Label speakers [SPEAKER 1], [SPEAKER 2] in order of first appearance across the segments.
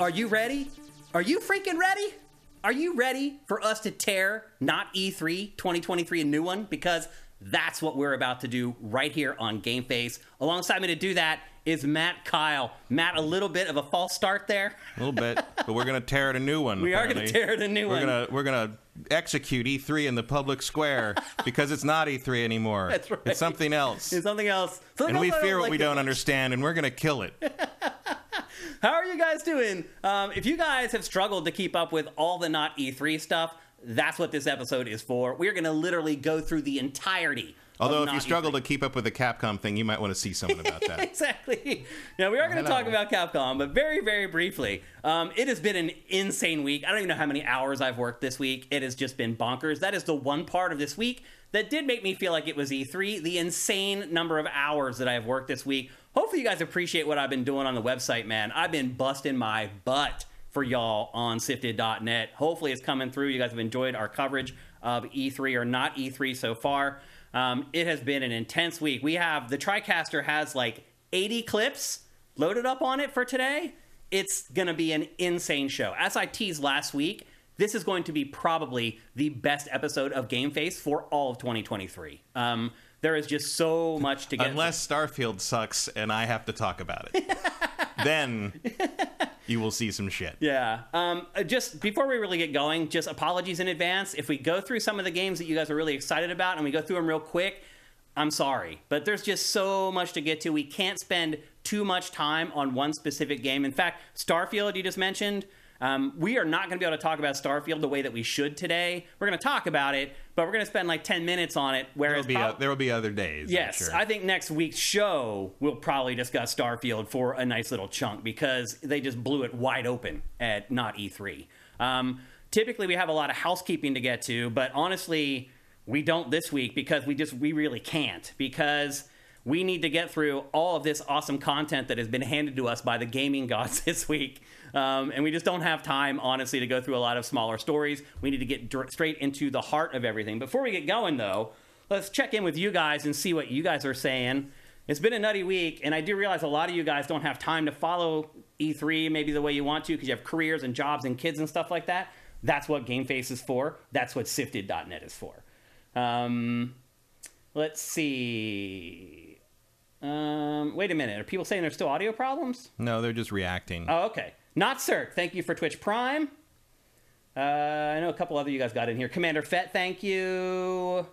[SPEAKER 1] Are you ready? Are you freaking ready? Are you ready for us to tear not E E3 2023 a new one? Because that's what we're about to do right here on Game Face. Alongside me to do that is Matt Kyle. Matt, a little bit of a false start there.
[SPEAKER 2] A little bit, but we're gonna tear it a new one.
[SPEAKER 1] We are gonna
[SPEAKER 2] apparently.
[SPEAKER 1] tear it a new
[SPEAKER 2] We're
[SPEAKER 1] one.
[SPEAKER 2] gonna we're gonna execute E3 in the public square because it's not E3 anymore.
[SPEAKER 1] That's right.
[SPEAKER 2] It's something else,
[SPEAKER 1] It's something else. Something
[SPEAKER 2] and we
[SPEAKER 1] else I
[SPEAKER 2] fear what
[SPEAKER 1] like
[SPEAKER 2] we
[SPEAKER 1] that
[SPEAKER 2] don't
[SPEAKER 1] much.
[SPEAKER 2] understand, and we're gonna kill it.
[SPEAKER 1] How are you guys doing? Um, if you guys have struggled to keep up with all the not E3 stuff, that's what this episode is for. We're going to literally go through the entirety. of
[SPEAKER 2] Although if
[SPEAKER 1] not E
[SPEAKER 2] you
[SPEAKER 1] E3.
[SPEAKER 2] struggle to keep up with the Capcom thing, you might want to see someone about that.
[SPEAKER 1] Exactly. Now, we are going to
[SPEAKER 2] Hello.
[SPEAKER 1] talk about Capcom, but very, very briefly. Um, it has been an insane week. I don't even know how many hours I've worked this week. It has just been bonkers. That is the one part of this week that did make me feel like it was E3, the insane number of hours that I have worked this week. Hopefully, you guys appreciate what I've been doing on the website, man. I've been busting my butt for y'all on sifted.net. Hopefully, it's coming through. You guys have enjoyed our coverage of E3 or not E3 so far. Um, it has been an intense week. We have the TriCaster has like 80 clips loaded up on it for today. It's going to be an insane show. As I teased last week, this is going to be probably the best episode of Game Face for all of 2023. Um, there is just so much to get.
[SPEAKER 2] Unless Starfield sucks and I have to talk about it, then you will see some shit.
[SPEAKER 1] Yeah. Um, uh, just before we really get going, just apologies in advance. If we go through some of the games that you guys are really excited about and we go through them real quick, I'm sorry. But there's just so much to get to. We can't spend too much time on one specific game. In fact, Starfield, you just mentioned, um, we are not going to be able to talk about Starfield the way that we should today. We're going to talk about it, but we're going to spend like 10 minutes on it. Whereas
[SPEAKER 2] There'll be
[SPEAKER 1] prob-
[SPEAKER 2] o- there will be other days. I'm
[SPEAKER 1] Yes,
[SPEAKER 2] sure.
[SPEAKER 1] I think next week's show we'll probably discuss Starfield for a nice little chunk because they just blew it wide open at not E3. Um, typically, we have a lot of housekeeping to get to, but honestly, we don't this week because we just we really can't because we need to get through all of this awesome content that has been handed to us by the gaming gods this week. Um, and we just don't have time, honestly, to go through a lot of smaller stories. We need to get dr- straight into the heart of everything. Before we get going, though, let's check in with you guys and see what you guys are saying. It's been a nutty week, and I do realize a lot of you guys don't have time to follow E3 maybe the way you want to because you have careers and jobs and kids and stuff like that. That's what GameFace is for. That's what Sifted.net is for. Um, let's see. Um, wait a minute. Are people saying there's still audio problems?
[SPEAKER 2] No, they're just reacting.
[SPEAKER 1] Oh, okay. Not Cirque. Thank you for Twitch Prime. Uh, I know a couple other you guys got in here. Commander Fett, thank you.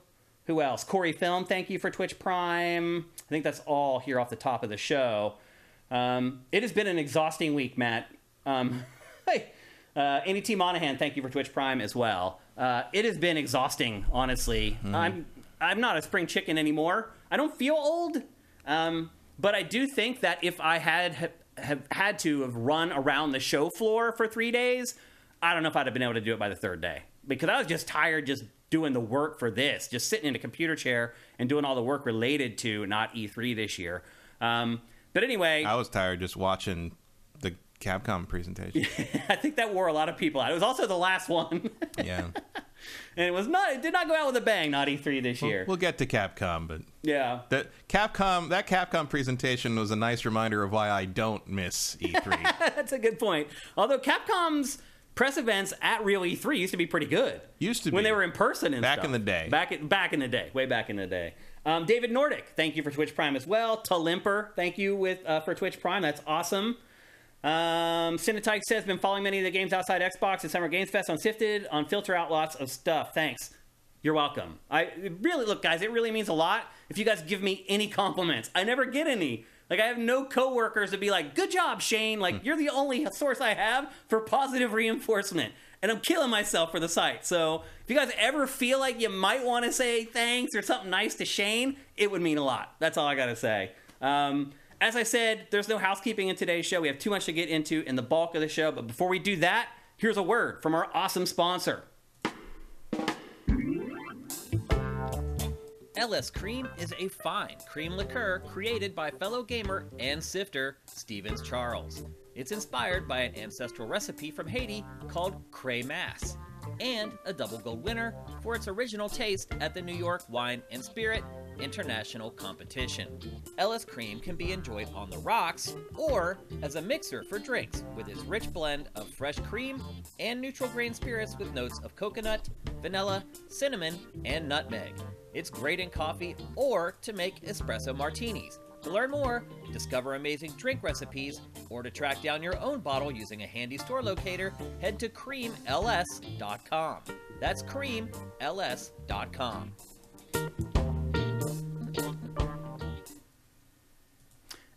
[SPEAKER 1] Who else? Corey Film, thank you for Twitch Prime. I think that's all here off the top of the show. Um, it has been an exhausting week, Matt. Um, hey, uh, Andy T. Monahan, thank you for Twitch Prime as well. Uh, it has been exhausting, honestly. I'm I'm not a spring chicken anymore. I don't feel old, um, but I do think that if I had have, have had to have run around the show floor for three days, I don't know if I'd have been able to do it by the third day because I was just tired just doing the work for this, just sitting in a computer chair and doing all the work related to not E3 this year. Um, but anyway,
[SPEAKER 2] I was tired just watching the Capcom presentation.
[SPEAKER 1] I think that wore a lot of people out. It was also the last one,
[SPEAKER 2] yeah.
[SPEAKER 1] and it was not. It did not go out with a bang. Not E3 this year.
[SPEAKER 2] Oh, We'll get to Capcom, but
[SPEAKER 1] yeah.
[SPEAKER 2] that Capcom that Capcom presentation was a nice reminder of why I don't miss E E3.
[SPEAKER 1] That's a good point. Although Capcom's press events at Real E3 used to be pretty good.
[SPEAKER 2] Used to
[SPEAKER 1] when
[SPEAKER 2] be.
[SPEAKER 1] they were in person and
[SPEAKER 2] Back
[SPEAKER 1] stuff.
[SPEAKER 2] in the day.
[SPEAKER 1] Back in, back in the day, way back in the day. Um, David Nordic, thank you for Twitch Prime as well. Talimper, thank you with uh, for Twitch Prime. That's awesome. Um, Cinetike says been following many of the games outside Xbox and Summer Games Fest on Sifted on filter out lots of stuff. Thanks. You're welcome. I it really look, guys. It really means a lot if you guys give me any compliments. I never get any. Like I have no coworkers to be like, "Good job, Shane." Like you're the only source I have for positive reinforcement, and I'm killing myself for the site. So if you guys ever feel like you might want to say thanks or something nice to Shane, it would mean a lot. That's all I gotta say. Um, as I said, there's no housekeeping in today's show. We have too much to get into in the bulk of the show. But before we do that, here's a word from our awesome sponsor.
[SPEAKER 3] LS Cream is a fine cream liqueur created by fellow gamer and sifter Stevens Charles. It's inspired by an ancestral recipe from Haiti called Cray Mass, and a double gold winner for its original taste at the New York Wine and Spirit international competition. Ellis Cream can be enjoyed on the rocks or as a mixer for drinks with its rich blend of fresh cream and neutral grain spirits with notes of coconut, vanilla, cinnamon, and nutmeg. It's great in coffee or to make espresso martinis. To learn more, discover amazing drink recipes, or to track down your own bottle using a handy store locator, head to creamls.com. That's creamls.com.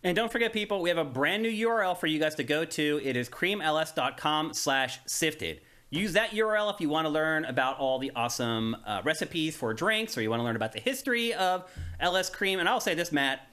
[SPEAKER 1] And don't forget, people, we have a brand new URL for you guys to go to. It is creamls.com slash sifted. Use that URL if you want to learn about all the awesome uh, recipes for drinks or you want to learn about the history of LS Cream. And I'll say this, Matt.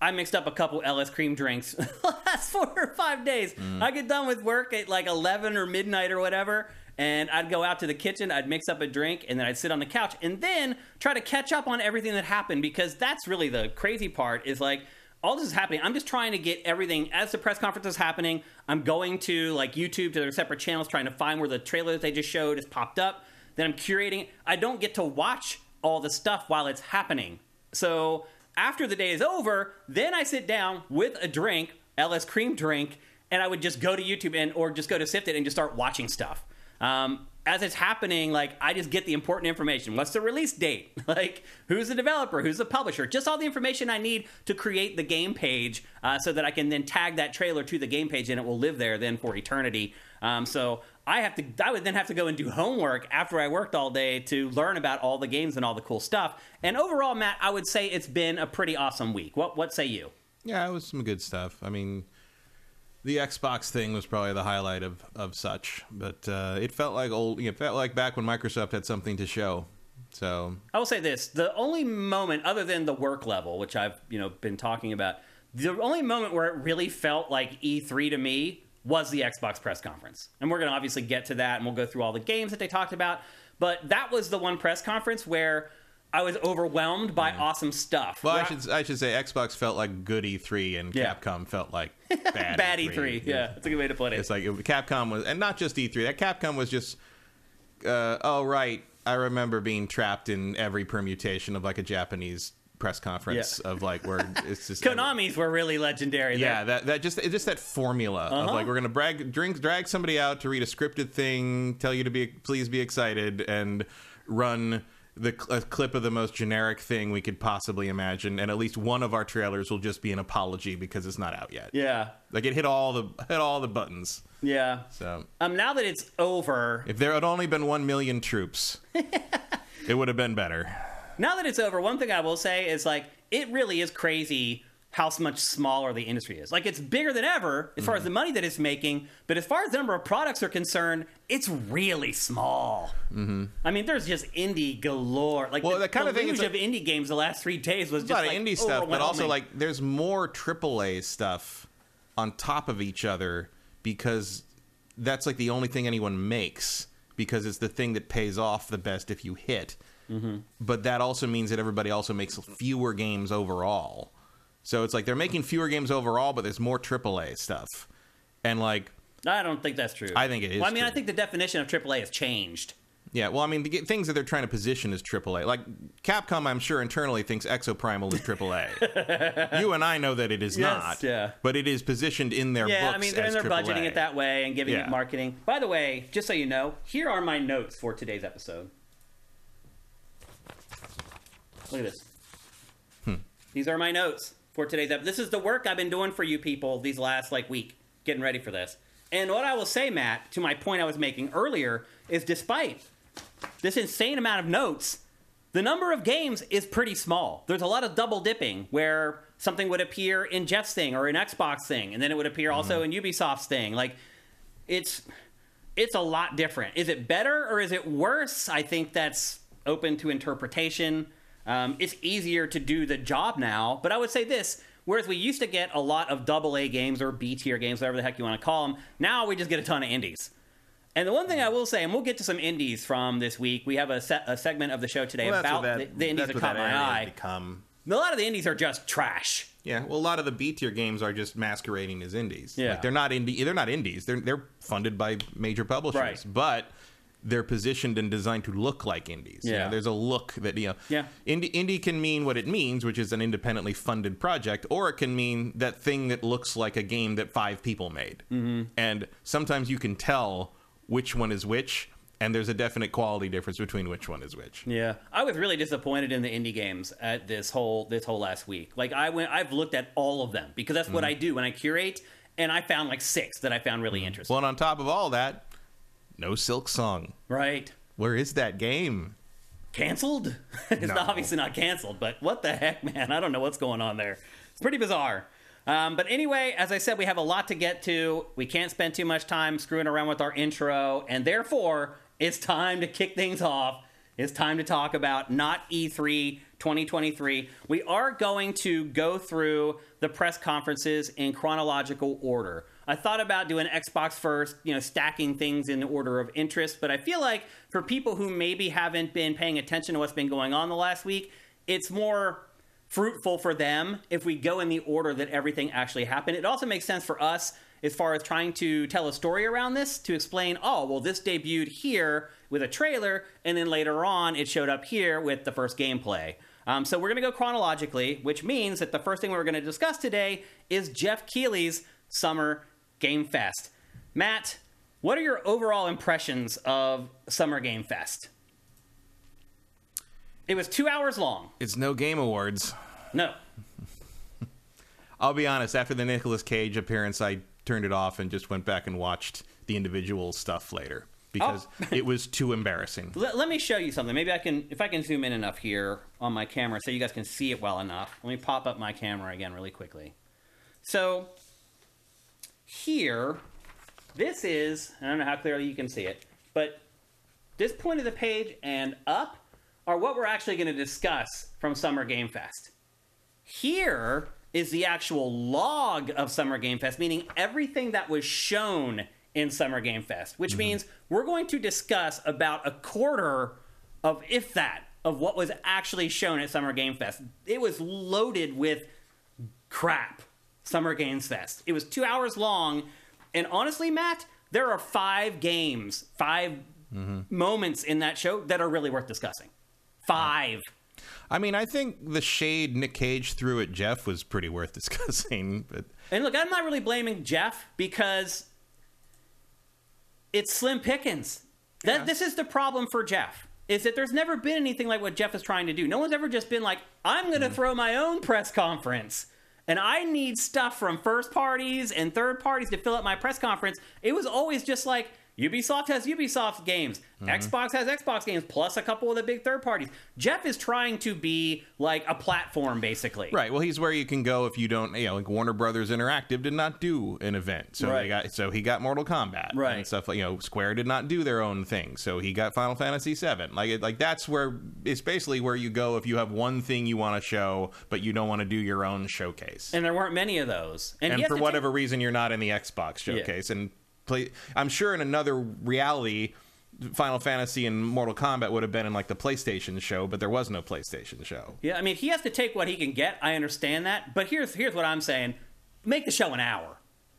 [SPEAKER 1] I mixed up a couple LS cream drinks the last four or five days. I get done with work at like 11 or midnight or whatever, and I'd go out to the kitchen, I'd mix up a drink, and then I'd sit on the couch and then try to catch up on everything that happened because that's really the crazy part is like, all this is happening. I'm just trying to get everything as the press conference is happening. I'm going to like YouTube to their separate channels, trying to find where the trailer that they just showed has popped up. Then I'm curating. I don't get to watch all the stuff while it's happening. So after the day is over, then I sit down with a drink, LS cream drink, and I would just go to YouTube and or just go to Sifted and just start watching stuff. Um, as it's happening, like I just get the important information. What's the release date? Like who's the developer? Who's the publisher? Just all the information I need to create the game page, uh, so that I can then tag that trailer to the game page and it will live there then for eternity. Um, so I have to. I would then have to go and do homework after I worked all day to learn about all the games and all the cool stuff. And overall, Matt, I would say it's been a pretty awesome week. What What say you?
[SPEAKER 2] Yeah, it was some good stuff. I mean, the Xbox thing was probably the highlight of of such, but uh, it felt like old. It felt like back when Microsoft had something to show. So
[SPEAKER 1] I will say this: the only moment, other than the work level, which I've you know been talking about, the only moment where it really felt like E3 to me was the Xbox press conference, and we're going to obviously get to that, and we'll go through all the games that they talked about. But that was the one press conference where I was overwhelmed by awesome stuff.
[SPEAKER 2] Well, I
[SPEAKER 1] Where-
[SPEAKER 2] should I should say Xbox felt like good E3 and
[SPEAKER 1] Yeah.
[SPEAKER 2] Capcom felt like bad, E
[SPEAKER 1] bad E E3. Yeah, that's a good way to put it.
[SPEAKER 2] It's like it- Capcom was, and not just E3. That Capcom was just, uh, oh right, I remember being trapped in every permutation of like a Japanese press conference of like where it's just
[SPEAKER 1] Konami's were really legendary. there.
[SPEAKER 2] Yeah, that that just it's just that formula of like we're gonna brag, drink, drag somebody out to read a scripted thing, tell you to be please be excited, and run the cl- a clip of the most generic thing we could possibly imagine, and at least one of our trailers will just be an apology because it's not out yet.
[SPEAKER 1] yeah,
[SPEAKER 2] like it hit all the hit all the buttons.
[SPEAKER 1] yeah.
[SPEAKER 2] So
[SPEAKER 1] Um, now that it's over,
[SPEAKER 2] if there had only been one million troops, it would have been better.
[SPEAKER 1] now that it's over, one thing I will say is like it really is crazy how much smaller the industry is. Like it's bigger than ever as
[SPEAKER 2] Mm-hmm.
[SPEAKER 1] far as the money that it's making, but as far as the number of products are concerned, it's really small. Mm-hmm. I mean, there's just indie galore. Like
[SPEAKER 2] Well,
[SPEAKER 1] the,
[SPEAKER 2] that kind of thing,
[SPEAKER 1] deluge
[SPEAKER 2] it's a-
[SPEAKER 1] of indie games the last three days was
[SPEAKER 2] a
[SPEAKER 1] just
[SPEAKER 2] lot
[SPEAKER 1] like,
[SPEAKER 2] of indie stuff, but also
[SPEAKER 1] overwhelming.
[SPEAKER 2] like there's more AAA stuff on top of each other because that's like the only thing anyone makes because it's the thing that pays off the best if you hit.
[SPEAKER 1] Mm-hmm.
[SPEAKER 2] But that also means that everybody also makes fewer games overall. So it's like they're making fewer games overall, but there's more AAA stuff, and like
[SPEAKER 1] I don't think that's true.
[SPEAKER 2] I think it is
[SPEAKER 1] Well, I mean, I
[SPEAKER 2] true.
[SPEAKER 1] think the definition of AAA has changed.
[SPEAKER 2] Yeah, well, I mean, the g- things that they're trying to position as AAA. Like Capcom, I'm sure internally thinks Exoprimal is AAA. you and I know that it is
[SPEAKER 1] Yes,
[SPEAKER 2] not.
[SPEAKER 1] yeah.
[SPEAKER 2] But it is positioned in their
[SPEAKER 1] Yeah,
[SPEAKER 2] books
[SPEAKER 1] I mean, they're,
[SPEAKER 2] as
[SPEAKER 1] they're
[SPEAKER 2] AAA.
[SPEAKER 1] budgeting it that way and giving
[SPEAKER 2] Yeah.
[SPEAKER 1] it marketing. By the way, just so you know, here are my notes for today's episode. Look at this.
[SPEAKER 2] Hmm.
[SPEAKER 1] These are my notes for today's episode. This is the work I've been doing for you people these last like week, getting ready for this. And what I will say, Matt, to my point I was making earlier, is despite this insane amount of notes, the number of games is pretty small. There's a lot of double dipping where something would appear in Jeff's thing or an Xbox thing, and then it would appear also in Ubisoft's thing. Like it's it's a lot different. Is it better or is it worse? I think that's open to interpretation. Um, it's easier to do the job now, but I would say this. Whereas we used to get a lot of double A games or B tier games, whatever the heck you want to call them, now we just get a ton of indies. And the one thing I will say, and we'll get to some indies from this week, we have a, se- a segment of the show today
[SPEAKER 2] Well, that's
[SPEAKER 1] about
[SPEAKER 2] what that,
[SPEAKER 1] the, the indies
[SPEAKER 2] that's
[SPEAKER 1] that caught
[SPEAKER 2] what that
[SPEAKER 1] my
[SPEAKER 2] ad has
[SPEAKER 1] eye.
[SPEAKER 2] Become.
[SPEAKER 1] A lot of the indies are just trash.
[SPEAKER 2] Yeah, well, a lot of the B tier games are just masquerading as indies.
[SPEAKER 1] Yeah.
[SPEAKER 2] like, they're not indie. They're not indies. They're they're funded by major publishers,
[SPEAKER 1] Right.
[SPEAKER 2] but they're positioned and designed to look like indies. You know,
[SPEAKER 1] Yeah.
[SPEAKER 2] there's a look that you know.
[SPEAKER 1] Yeah.
[SPEAKER 2] Indie indie can mean what it means, which is an independently funded project, or it can mean that thing that looks like a game that five people made. Mm-hmm. And sometimes you can tell which one is which, and there's a definite quality difference between which one is which.
[SPEAKER 1] Yeah, I was really disappointed in the indie games at this whole this whole last week. Like I went, I've looked at all of them because that's what I do when I curate, and I found like six that I found really interesting.
[SPEAKER 2] Well, and on top of all that, no Silk Song.
[SPEAKER 1] right?
[SPEAKER 2] Where is that game?
[SPEAKER 1] Cancelled? it's
[SPEAKER 2] No.
[SPEAKER 1] obviously not canceled, but what the heck, man? I don't know what's going on there. It's pretty bizarre. Um, but anyway, as I said, we have a lot to get to. We can't spend too much time screwing around with our intro, and therefore, it's time to kick things off. It's time to talk about not E E3 2023. We are going to go through the press conferences in chronological order. I thought about doing Xbox first, you know, stacking things in the order of interest, but I feel like for people who maybe haven't been paying attention to what's been going on the last week, it's more fruitful for them if we go in the order that everything actually happened. It also makes sense for us as far as trying to tell a story around this to explain, oh, well, this debuted here with a trailer, and then later on it showed up here with the first gameplay. Um, so we're going to go chronologically, which means that the first thing we're going to discuss today is Jeff Keighley's Summer Game Fest. Matt, what are your overall impressions of Summer Game Fest? It was two hours long.
[SPEAKER 2] It's no Game Awards.
[SPEAKER 1] No,
[SPEAKER 2] I'll be honest, after the Nicolas Cage appearance, I turned it off and just went back and watched the individual stuff later because it was too embarrassing.
[SPEAKER 1] Let, let me show you something. Maybe I can, if I can zoom in enough here on my camera so you guys can see it well enough. Let me pop up my camera again really quickly. So here, this is, I don't know how clearly you can see it, but this point of the page and up are what we're actually going to discuss from Summer Game Fest. Here is the actual log of Summer Game Fest, meaning everything that was shown in Summer Game Fest, which means we're going to discuss about a quarter of, if that, of what was actually shown at Summer Game Fest. It was loaded with crap. Summer Games Fest. It was two hours long, and honestly, Matt, there are five games, 5 moments in that show that are really worth discussing. Five.
[SPEAKER 2] I mean, I think the shade Nick Cage threw at Jeff was pretty worth discussing, but
[SPEAKER 1] And look, I'm not really blaming Jeff because it's slim pickings. That this is the problem for Jeff is that there's never been anything like what Jeff is trying to do. No one's ever just been like, I'm going to
[SPEAKER 2] Mm.
[SPEAKER 1] throw my own press conference. And I need stuff from first parties and third parties to fill up my press conference. It was always just like Ubisoft has Ubisoft games,
[SPEAKER 2] Mm-hmm.
[SPEAKER 1] Xbox has Xbox games, plus a couple of the big third parties. Jeff is trying to be like a platform, basically.
[SPEAKER 2] right. Well, he's where you can go if you don't, you know, like Warner Brothers Interactive did not do an event, so
[SPEAKER 1] Right.
[SPEAKER 2] they got so he got Mortal Kombat,
[SPEAKER 1] Right.
[SPEAKER 2] and stuff like you know, Square did not do their own thing, so he got Final Fantasy VII. Like, it- like that's where it's basically where you go if you have one thing you want to show, but you don't want to do your own showcase.
[SPEAKER 1] And there weren't many of those. he
[SPEAKER 2] and
[SPEAKER 1] has to
[SPEAKER 2] for
[SPEAKER 1] take-
[SPEAKER 2] whatever reason you're not in the Xbox showcase and play I'm sure in another reality Final Fantasy and Mortal Kombat would have been in like the PlayStation show but there was no PlayStation show.
[SPEAKER 1] Yeah, I mean, he has to take what he can get. I understand that, but here's here's what I'm saying: make the show an hour.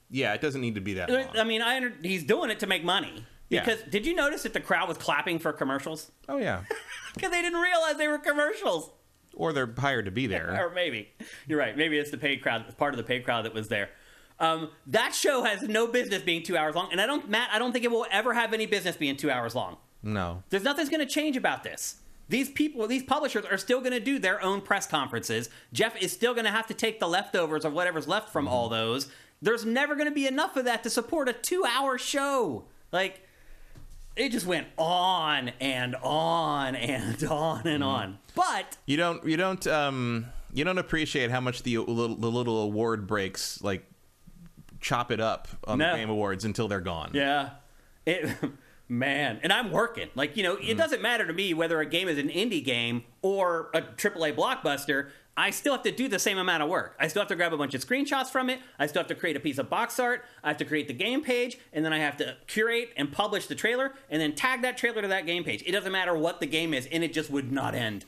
[SPEAKER 2] Yeah, it doesn't need to be that long.
[SPEAKER 1] I mean, I under- he's doing it to make money.
[SPEAKER 2] Yeah.
[SPEAKER 1] Because did you notice that the crowd was clapping for commercials?
[SPEAKER 2] oh yeah.
[SPEAKER 1] Because they didn't realize they were commercials,
[SPEAKER 2] Or they're hired to be there.
[SPEAKER 1] or maybe you're right. Maybe it's the paid crowd, part of the paid crowd that was there. Um, that show has no business being two hours long, and I don't, Matt. I don't think it will ever have any business being two hours long.
[SPEAKER 2] No.
[SPEAKER 1] There's nothing's going to change about this. These people, these publishers are still going to do their own press conferences. Jeff is still going to have to take the leftovers of whatever's left from all those. There's never going to be enough of that to support a two hour show. Like, it just went on and on and on and on. But,
[SPEAKER 2] You don't you don't um you don't appreciate how much the little, the little award breaks like chop it up on
[SPEAKER 1] No.
[SPEAKER 2] the game awards until they're gone.
[SPEAKER 1] yeah, it, man, and I'm working. Like, you know, it doesn't matter to me whether a game is an indie game or a AAA blockbuster. I still have to do the same amount of work. I still have to grab a bunch of screenshots from it. I still have to create a piece of box art. I have to create the game page, and then I have to curate and publish the trailer, and then tag that trailer to that game page. It doesn't matter what the game is, and it just would not end.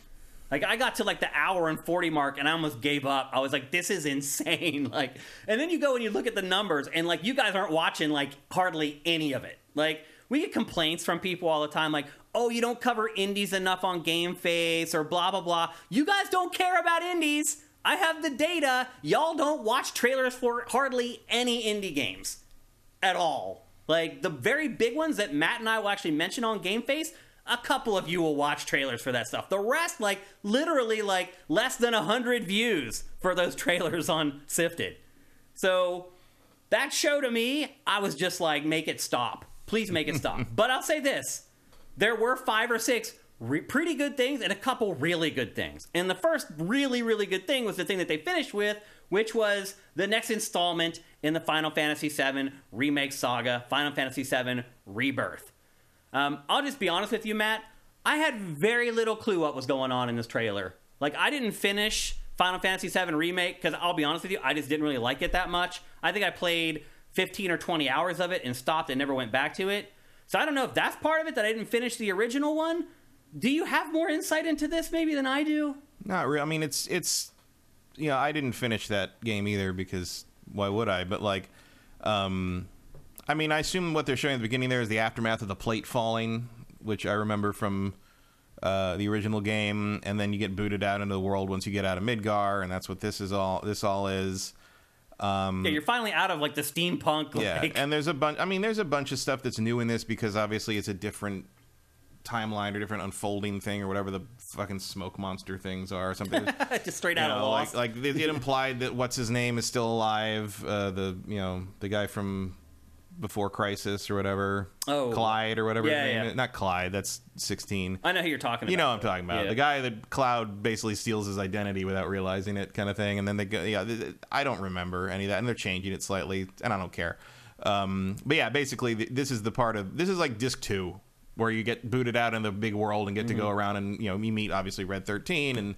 [SPEAKER 1] Like I got to like the hour and 40 mark and I almost gave up. I was like, this is insane. Like, and then you go and you look at the numbers and like you guys aren't watching like hardly any of it. Like we get complaints from people all the time, like, oh, you don't cover indies enough on Game Face or blah blah blah. You guys don't care about indies. I have the data. Y'all don't watch trailers for hardly any indie games at all. Like the very big ones that Matt and I will actually mention on Game Face, a couple of you will watch trailers for that stuff. The rest, like literally, like less than hundred views for those trailers on Sifted. So that show to me, I was just like, make it stop, please make it stop. but I'll say this: there were five or six re- pretty good things and a couple really good things. And the first really, really good thing was the thing that they finished with, which was the next installment in the Final Fantasy VII Remake Saga, Final Fantasy VII Rebirth. Um, I'll just be honest with you, Matt. I had very little clue what was going on in this trailer. Like, I didn't finish Final Fantasy VII Remake because I'll be honest with you, I just didn't really like it that much. I think I played 15 or 20 hours of it and stopped and never went back to it. So I don't know if that's part of it that I didn't finish the original one. Do you have more insight into this maybe than I do?
[SPEAKER 2] Not real. I mean, it's it's you know, I didn't finish that game either because why would I? But like, um, I mean, I assume what they're showing at the beginning there is the aftermath of the plate falling, which I remember from uh, the original game, and then you get booted out into the world once you get out of Midgar, and that's what this is all. This all is.
[SPEAKER 1] yeah, you're finally out of like the steampunk. Like,
[SPEAKER 2] Hmm. Yeah, and there's a bunch. I mean, there's a bunch of stuff that's new in this because obviously it's a different timeline or different unfolding thing or whatever the fucking smoke monster things are or something.
[SPEAKER 1] just straight out
[SPEAKER 2] You
[SPEAKER 1] of
[SPEAKER 2] know,
[SPEAKER 1] Lost.
[SPEAKER 2] Like, like it it implied that what's his name is still alive. Uh, the you know the guy from before Crisis or whatever.
[SPEAKER 1] Oh.
[SPEAKER 2] Clyde or whatever
[SPEAKER 1] Yeah,
[SPEAKER 2] his name
[SPEAKER 1] yeah.
[SPEAKER 2] is. Not Clyde. That's sixteen.
[SPEAKER 1] I know who you're talking about.
[SPEAKER 2] You know what I'm talking about.
[SPEAKER 1] Yeah.
[SPEAKER 2] The guy that Cloud basically steals his identity without realizing it, kind of thing. And then they go, yeah, th- th- I don't remember any of that. And they're changing it slightly, and I don't care. Um, but yeah, basically, th- this is the part of this is like disc two, where you get booted out in the big world and get to go around and you know you meet obviously Red Thirteen and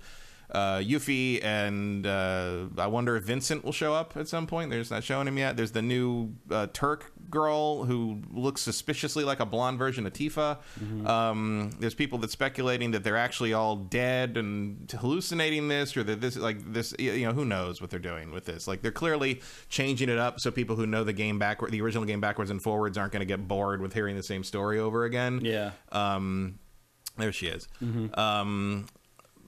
[SPEAKER 2] uh, Yuffie and uh, I wonder if Vincent will show up at some point. They're just not showing him yet. There's the new uh, Turk girl who looks suspiciously like a blonde version of Tifa. Um, there's people that speculating that they're actually all dead and hallucinating this or that this like this y- you know who knows what they're doing with this. Like they're clearly changing it up so people who know the game backward the original game backwards and forwards aren't going to get bored with hearing the same story over again.
[SPEAKER 1] Yeah.
[SPEAKER 2] Um, there she is.
[SPEAKER 1] Mm-hmm.
[SPEAKER 2] Um,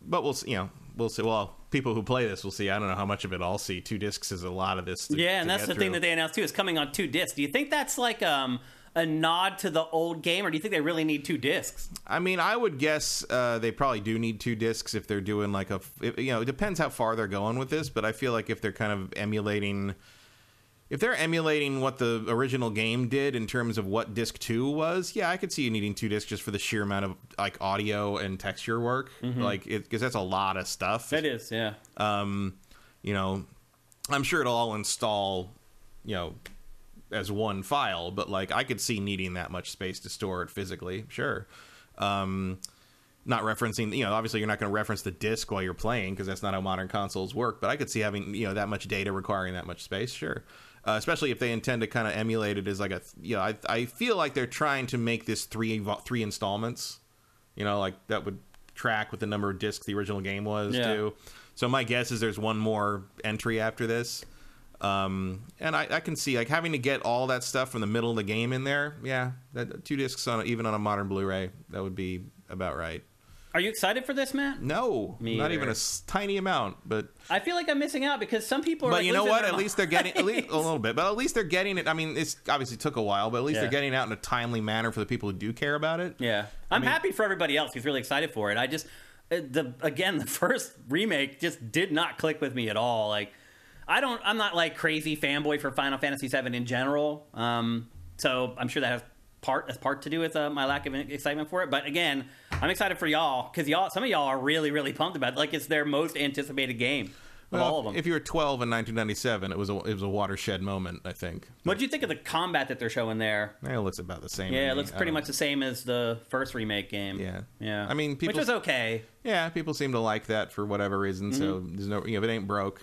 [SPEAKER 2] but we'll see. You know, we'll see. Well, people who play this will see. I don't know how much of it I'll see. Two discs is a lot of this. to-
[SPEAKER 1] Yeah, and
[SPEAKER 2] to
[SPEAKER 1] that's the
[SPEAKER 2] get
[SPEAKER 1] thing
[SPEAKER 2] through.
[SPEAKER 1] that they announced too. It's coming on two discs. Do you think that's like um, a nod to the old game, or do you think they really need two discs?
[SPEAKER 2] I mean, I would guess uh, they probably do need two discs if they're doing like a. f- if- You know, it depends how far they're going with this, but I feel like if they're kind of emulating. If they're emulating what the original game did in terms of what disc two was, yeah, I could see you needing two discs just for the sheer amount of like audio and texture work, like because that's a lot of stuff.
[SPEAKER 1] Mm-hmm. That is, yeah.
[SPEAKER 2] um, you know, I'm sure it'll all install, you know, as one file, but like I could see needing that much space to store it physically. Sure. Um, not referencing, you know, obviously you're not going to reference the disk while you're playing because that's not how modern consoles work, but I could see having, you know, that much data requiring that much space. Sure. Uh, especially if they intend to kind of emulate it as like a, you know, I, I feel like they're trying to make this three, vo- three installments, you know, like that would track with the number of discs the original game was
[SPEAKER 1] Yeah.
[SPEAKER 2] too. So my guess is there's one more entry after this. Um, and I, I can see like having to get all that stuff from the middle of the game in there. Yeah, that, two discs on even on a modern Blu-ray that would be about right.
[SPEAKER 1] Are you excited for this, Matt?
[SPEAKER 2] No,
[SPEAKER 1] Me
[SPEAKER 2] not
[SPEAKER 1] either.
[SPEAKER 2] even a s- tiny amount, but
[SPEAKER 1] I feel like I'm missing out because some people are.
[SPEAKER 2] but
[SPEAKER 1] like,
[SPEAKER 2] you know
[SPEAKER 1] losing
[SPEAKER 2] what?
[SPEAKER 1] their
[SPEAKER 2] At
[SPEAKER 1] mi-
[SPEAKER 2] least they're getting at least a little bit, but at least they're getting it. I mean, it's obviously took a while, but at least
[SPEAKER 1] Yeah.
[SPEAKER 2] they're getting it out in a timely manner for the people who do care about it.
[SPEAKER 1] Yeah, I'm happy for everybody else who's really excited for it. I just uh, the again the first remake just did not click with me at all. Like I don't, I'm not like crazy fanboy for Final Fantasy VII in general. Um, so I'm sure that has part has part to do with uh, my lack of excitement for it. But again, I'm excited for y'all because y'all, some of y'all are really really pumped about it. Like it's their most anticipated game of
[SPEAKER 2] Well,
[SPEAKER 1] all of them.
[SPEAKER 2] If you were 12 in 1997, it was a it was a watershed moment, I think.
[SPEAKER 1] what do you think of the combat that they're showing there?
[SPEAKER 2] Yeah, it looks about the same. to
[SPEAKER 1] Yeah, it
[SPEAKER 2] me.
[SPEAKER 1] looks
[SPEAKER 2] I
[SPEAKER 1] pretty
[SPEAKER 2] don't-
[SPEAKER 1] much the same as the first remake game.
[SPEAKER 2] Yeah.
[SPEAKER 1] yeah.
[SPEAKER 2] I mean,
[SPEAKER 1] which
[SPEAKER 2] people-
[SPEAKER 1] was okay. Mm-hmm.
[SPEAKER 2] Yeah, people seem to like that for whatever reason. So there's no, you know, if it ain't broke,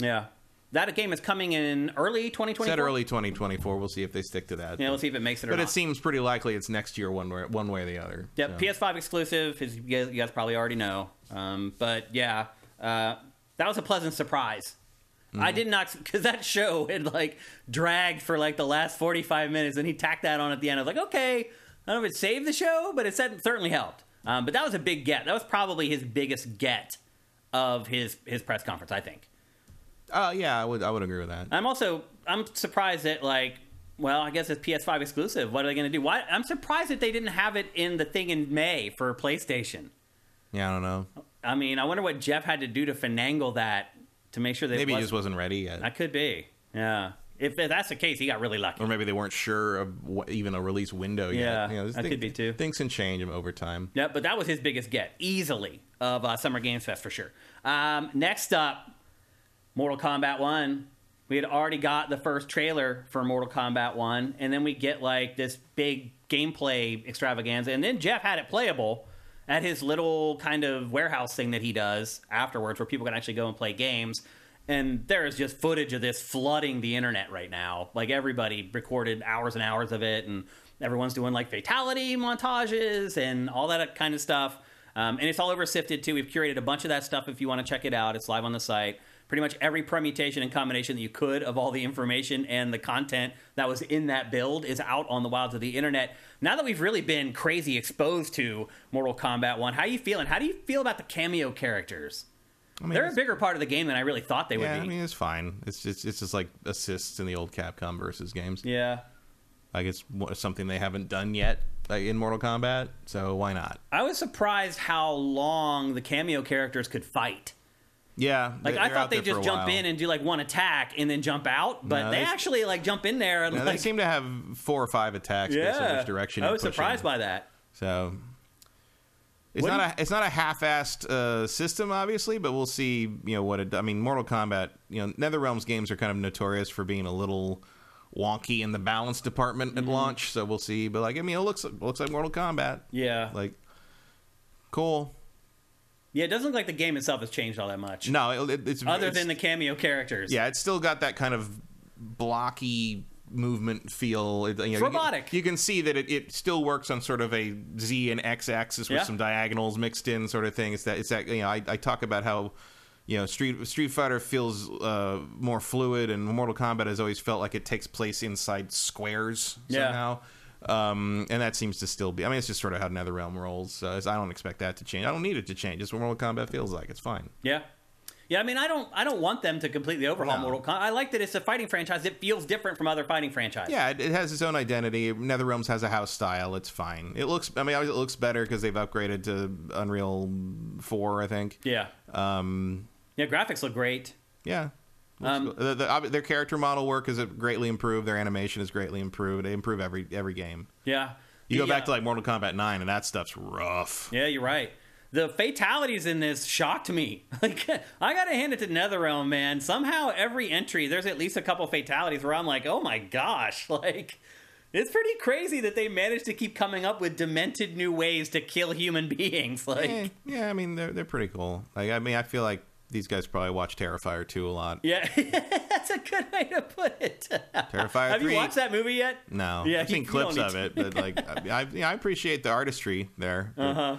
[SPEAKER 1] Yeah. That game is coming in early 2024.
[SPEAKER 2] Said early 2024. We'll see if they stick to that.
[SPEAKER 1] Yeah, let's see if it makes it or
[SPEAKER 2] but
[SPEAKER 1] not.
[SPEAKER 2] it seems pretty likely it's next year, one way, one way or the other.
[SPEAKER 1] Yep,
[SPEAKER 2] So.
[SPEAKER 1] PS5 exclusive, as you guys, you guys probably already know. Um, but yeah, uh, that was a pleasant surprise.
[SPEAKER 2] Mm-hmm.
[SPEAKER 1] I did not because that show had like dragged for like the last forty five minutes, and he tacked that on at the end. I was like, okay, I don't know if it saved the show, but it said- certainly helped. Um, but that was a big get. That was probably his biggest get of his his press conference. I think.
[SPEAKER 2] Uh, yeah, I would I would agree with that.
[SPEAKER 1] I'm also I'm surprised that like well I guess it's PS5 exclusive. What are they going to do? Why I'm surprised that they didn't have it in the thing in May for PlayStation.
[SPEAKER 2] Yeah, I don't know.
[SPEAKER 1] I mean, I wonder what Jeff had to do to finagle that to make sure they
[SPEAKER 2] Maybe he just wasn't ready yet,
[SPEAKER 1] That could be. Yeah. If, if that's the case, he got really lucky.
[SPEAKER 2] or maybe they weren't sure of what, even a release window
[SPEAKER 1] Yeah,
[SPEAKER 2] yet. You know, this
[SPEAKER 1] that
[SPEAKER 2] thing-
[SPEAKER 1] could be too.
[SPEAKER 2] Things can change over time.
[SPEAKER 1] Yeah, but that was his biggest get, easily, of uh, Summer Games Fest for sure. Um, next up, Mortal Kombat 1. We had already got the first trailer for Mortal Kombat 1, and then we get like this big gameplay extravaganza. And then Jeff had it playable at his little kind of warehouse thing that he does afterwards where people can actually go and play games. And there is just footage of this flooding the internet right now. Like everybody recorded hours and hours of it, and everyone's doing like fatality montages and all that kind of stuff. Um, and it's all over Sifted too. We've curated a bunch of that stuff if you want to check it out. It's live on the site. Pretty much every permutation and combination that you could of all the information and the content that was in that build is out on the wilds of the internet. Now that we've really been crazy exposed to Mortal Kombat 1, how you feeling? How do you feel about the cameo characters?
[SPEAKER 2] I mean,
[SPEAKER 1] They're a
[SPEAKER 2] it's-
[SPEAKER 1] bigger part of the game than I really thought they would
[SPEAKER 2] yeah,
[SPEAKER 1] be.
[SPEAKER 2] I mean it's fine. It's just it's just like assists in the old Capcom versus games.
[SPEAKER 1] yeah.
[SPEAKER 2] Like it's wha- something they haven't done yet like in Mortal Kombat, so why not?
[SPEAKER 1] I was surprised how long the cameo characters could fight.
[SPEAKER 2] Yeah,
[SPEAKER 1] Like I thought they just jump in and do like one attack and then jump out, but
[SPEAKER 2] No,
[SPEAKER 1] they,
[SPEAKER 2] they-
[SPEAKER 1] actually like jump in there and
[SPEAKER 2] Now,
[SPEAKER 1] like
[SPEAKER 2] they seem to have four or five attacks based on which direction.
[SPEAKER 1] I
[SPEAKER 2] you're
[SPEAKER 1] was surprised
[SPEAKER 2] pushing.
[SPEAKER 1] by that.
[SPEAKER 2] So it's
[SPEAKER 1] What do
[SPEAKER 2] not a it's not a half-assed uh, system, obviously, but we'll see. You know what it. I mean, Mortal Kombat. You know, NetherRealm's games are kind of notorious for being a little wonky in the balance department
[SPEAKER 1] Mm-hmm.
[SPEAKER 2] at launch. So we'll see. But like, I mean, it looks it looks like Mortal Kombat.
[SPEAKER 1] Yeah,
[SPEAKER 2] Like, cool.
[SPEAKER 1] yeah. It doesn't look like the game itself has changed all that much,
[SPEAKER 2] No, it, it- it's
[SPEAKER 1] other
[SPEAKER 2] it's,
[SPEAKER 1] than the cameo characters.
[SPEAKER 2] yeah, it's still got that kind of blocky movement feel. It- you know, you can-
[SPEAKER 1] robotic.
[SPEAKER 2] You can, see that it, it still works on sort of a Z and X axis with
[SPEAKER 1] Yeah.
[SPEAKER 2] some diagonals mixed in, sort of thing. It's that it's that you know I, I talk about how you know Street Street Fighter feels uh, more fluid, and Mortal Kombat has always felt like it takes place inside squares
[SPEAKER 1] Yeah.
[SPEAKER 2] somehow. Um, and that seems to still be. I mean, it's just sort of how NetherRealm rolls. So it's- I don't expect that to change. I don't need it to change. It's what Mortal Kombat feels like. It's fine.
[SPEAKER 1] yeah, yeah. I mean, I don't, I don't want them to completely overhaul
[SPEAKER 2] No.
[SPEAKER 1] Mortal Kombat. I like that it's a fighting franchise. It feels different from other fighting franchises.
[SPEAKER 2] Yeah, it, it has its own identity. NetherRealms has a house style. It's fine. It looks. I mean, it looks better because they've upgraded to Unreal Four, I think.
[SPEAKER 1] yeah,
[SPEAKER 2] Um,
[SPEAKER 1] yeah. Graphics look great.
[SPEAKER 2] yeah. Looks
[SPEAKER 1] Um,
[SPEAKER 2] cool. the, the, ob- their character model work is greatly improved. Their animation is greatly improved. They improve every every game.
[SPEAKER 1] Yeah,
[SPEAKER 2] You go
[SPEAKER 1] The,
[SPEAKER 2] back
[SPEAKER 1] uh,
[SPEAKER 2] to like Mortal Kombat Nine, and that stuff's rough.
[SPEAKER 1] Yeah, you're right. The fatalities in this shocked me. Like, I gotta hand it to NetherRealm, man. Somehow, every entry, there's at least a couple fatalities where I'm like, oh my gosh, like, it's pretty crazy that they managed to keep coming up with demented new ways to kill human beings. Like,
[SPEAKER 2] Eh, yeah, I mean they're they're pretty cool. Like I mean, I feel like these guys probably watch Terrifier two a lot.
[SPEAKER 1] yeah, that's a good way to put it.
[SPEAKER 2] Terrifier
[SPEAKER 1] Have
[SPEAKER 2] three.
[SPEAKER 1] you watched that movie yet?
[SPEAKER 2] No,
[SPEAKER 1] Yeah,
[SPEAKER 2] I've
[SPEAKER 1] you-
[SPEAKER 2] seen
[SPEAKER 1] you
[SPEAKER 2] clips
[SPEAKER 1] don't
[SPEAKER 2] of
[SPEAKER 1] need
[SPEAKER 2] it, but like I, I, you know, I appreciate the artistry there.
[SPEAKER 1] Uh-huh.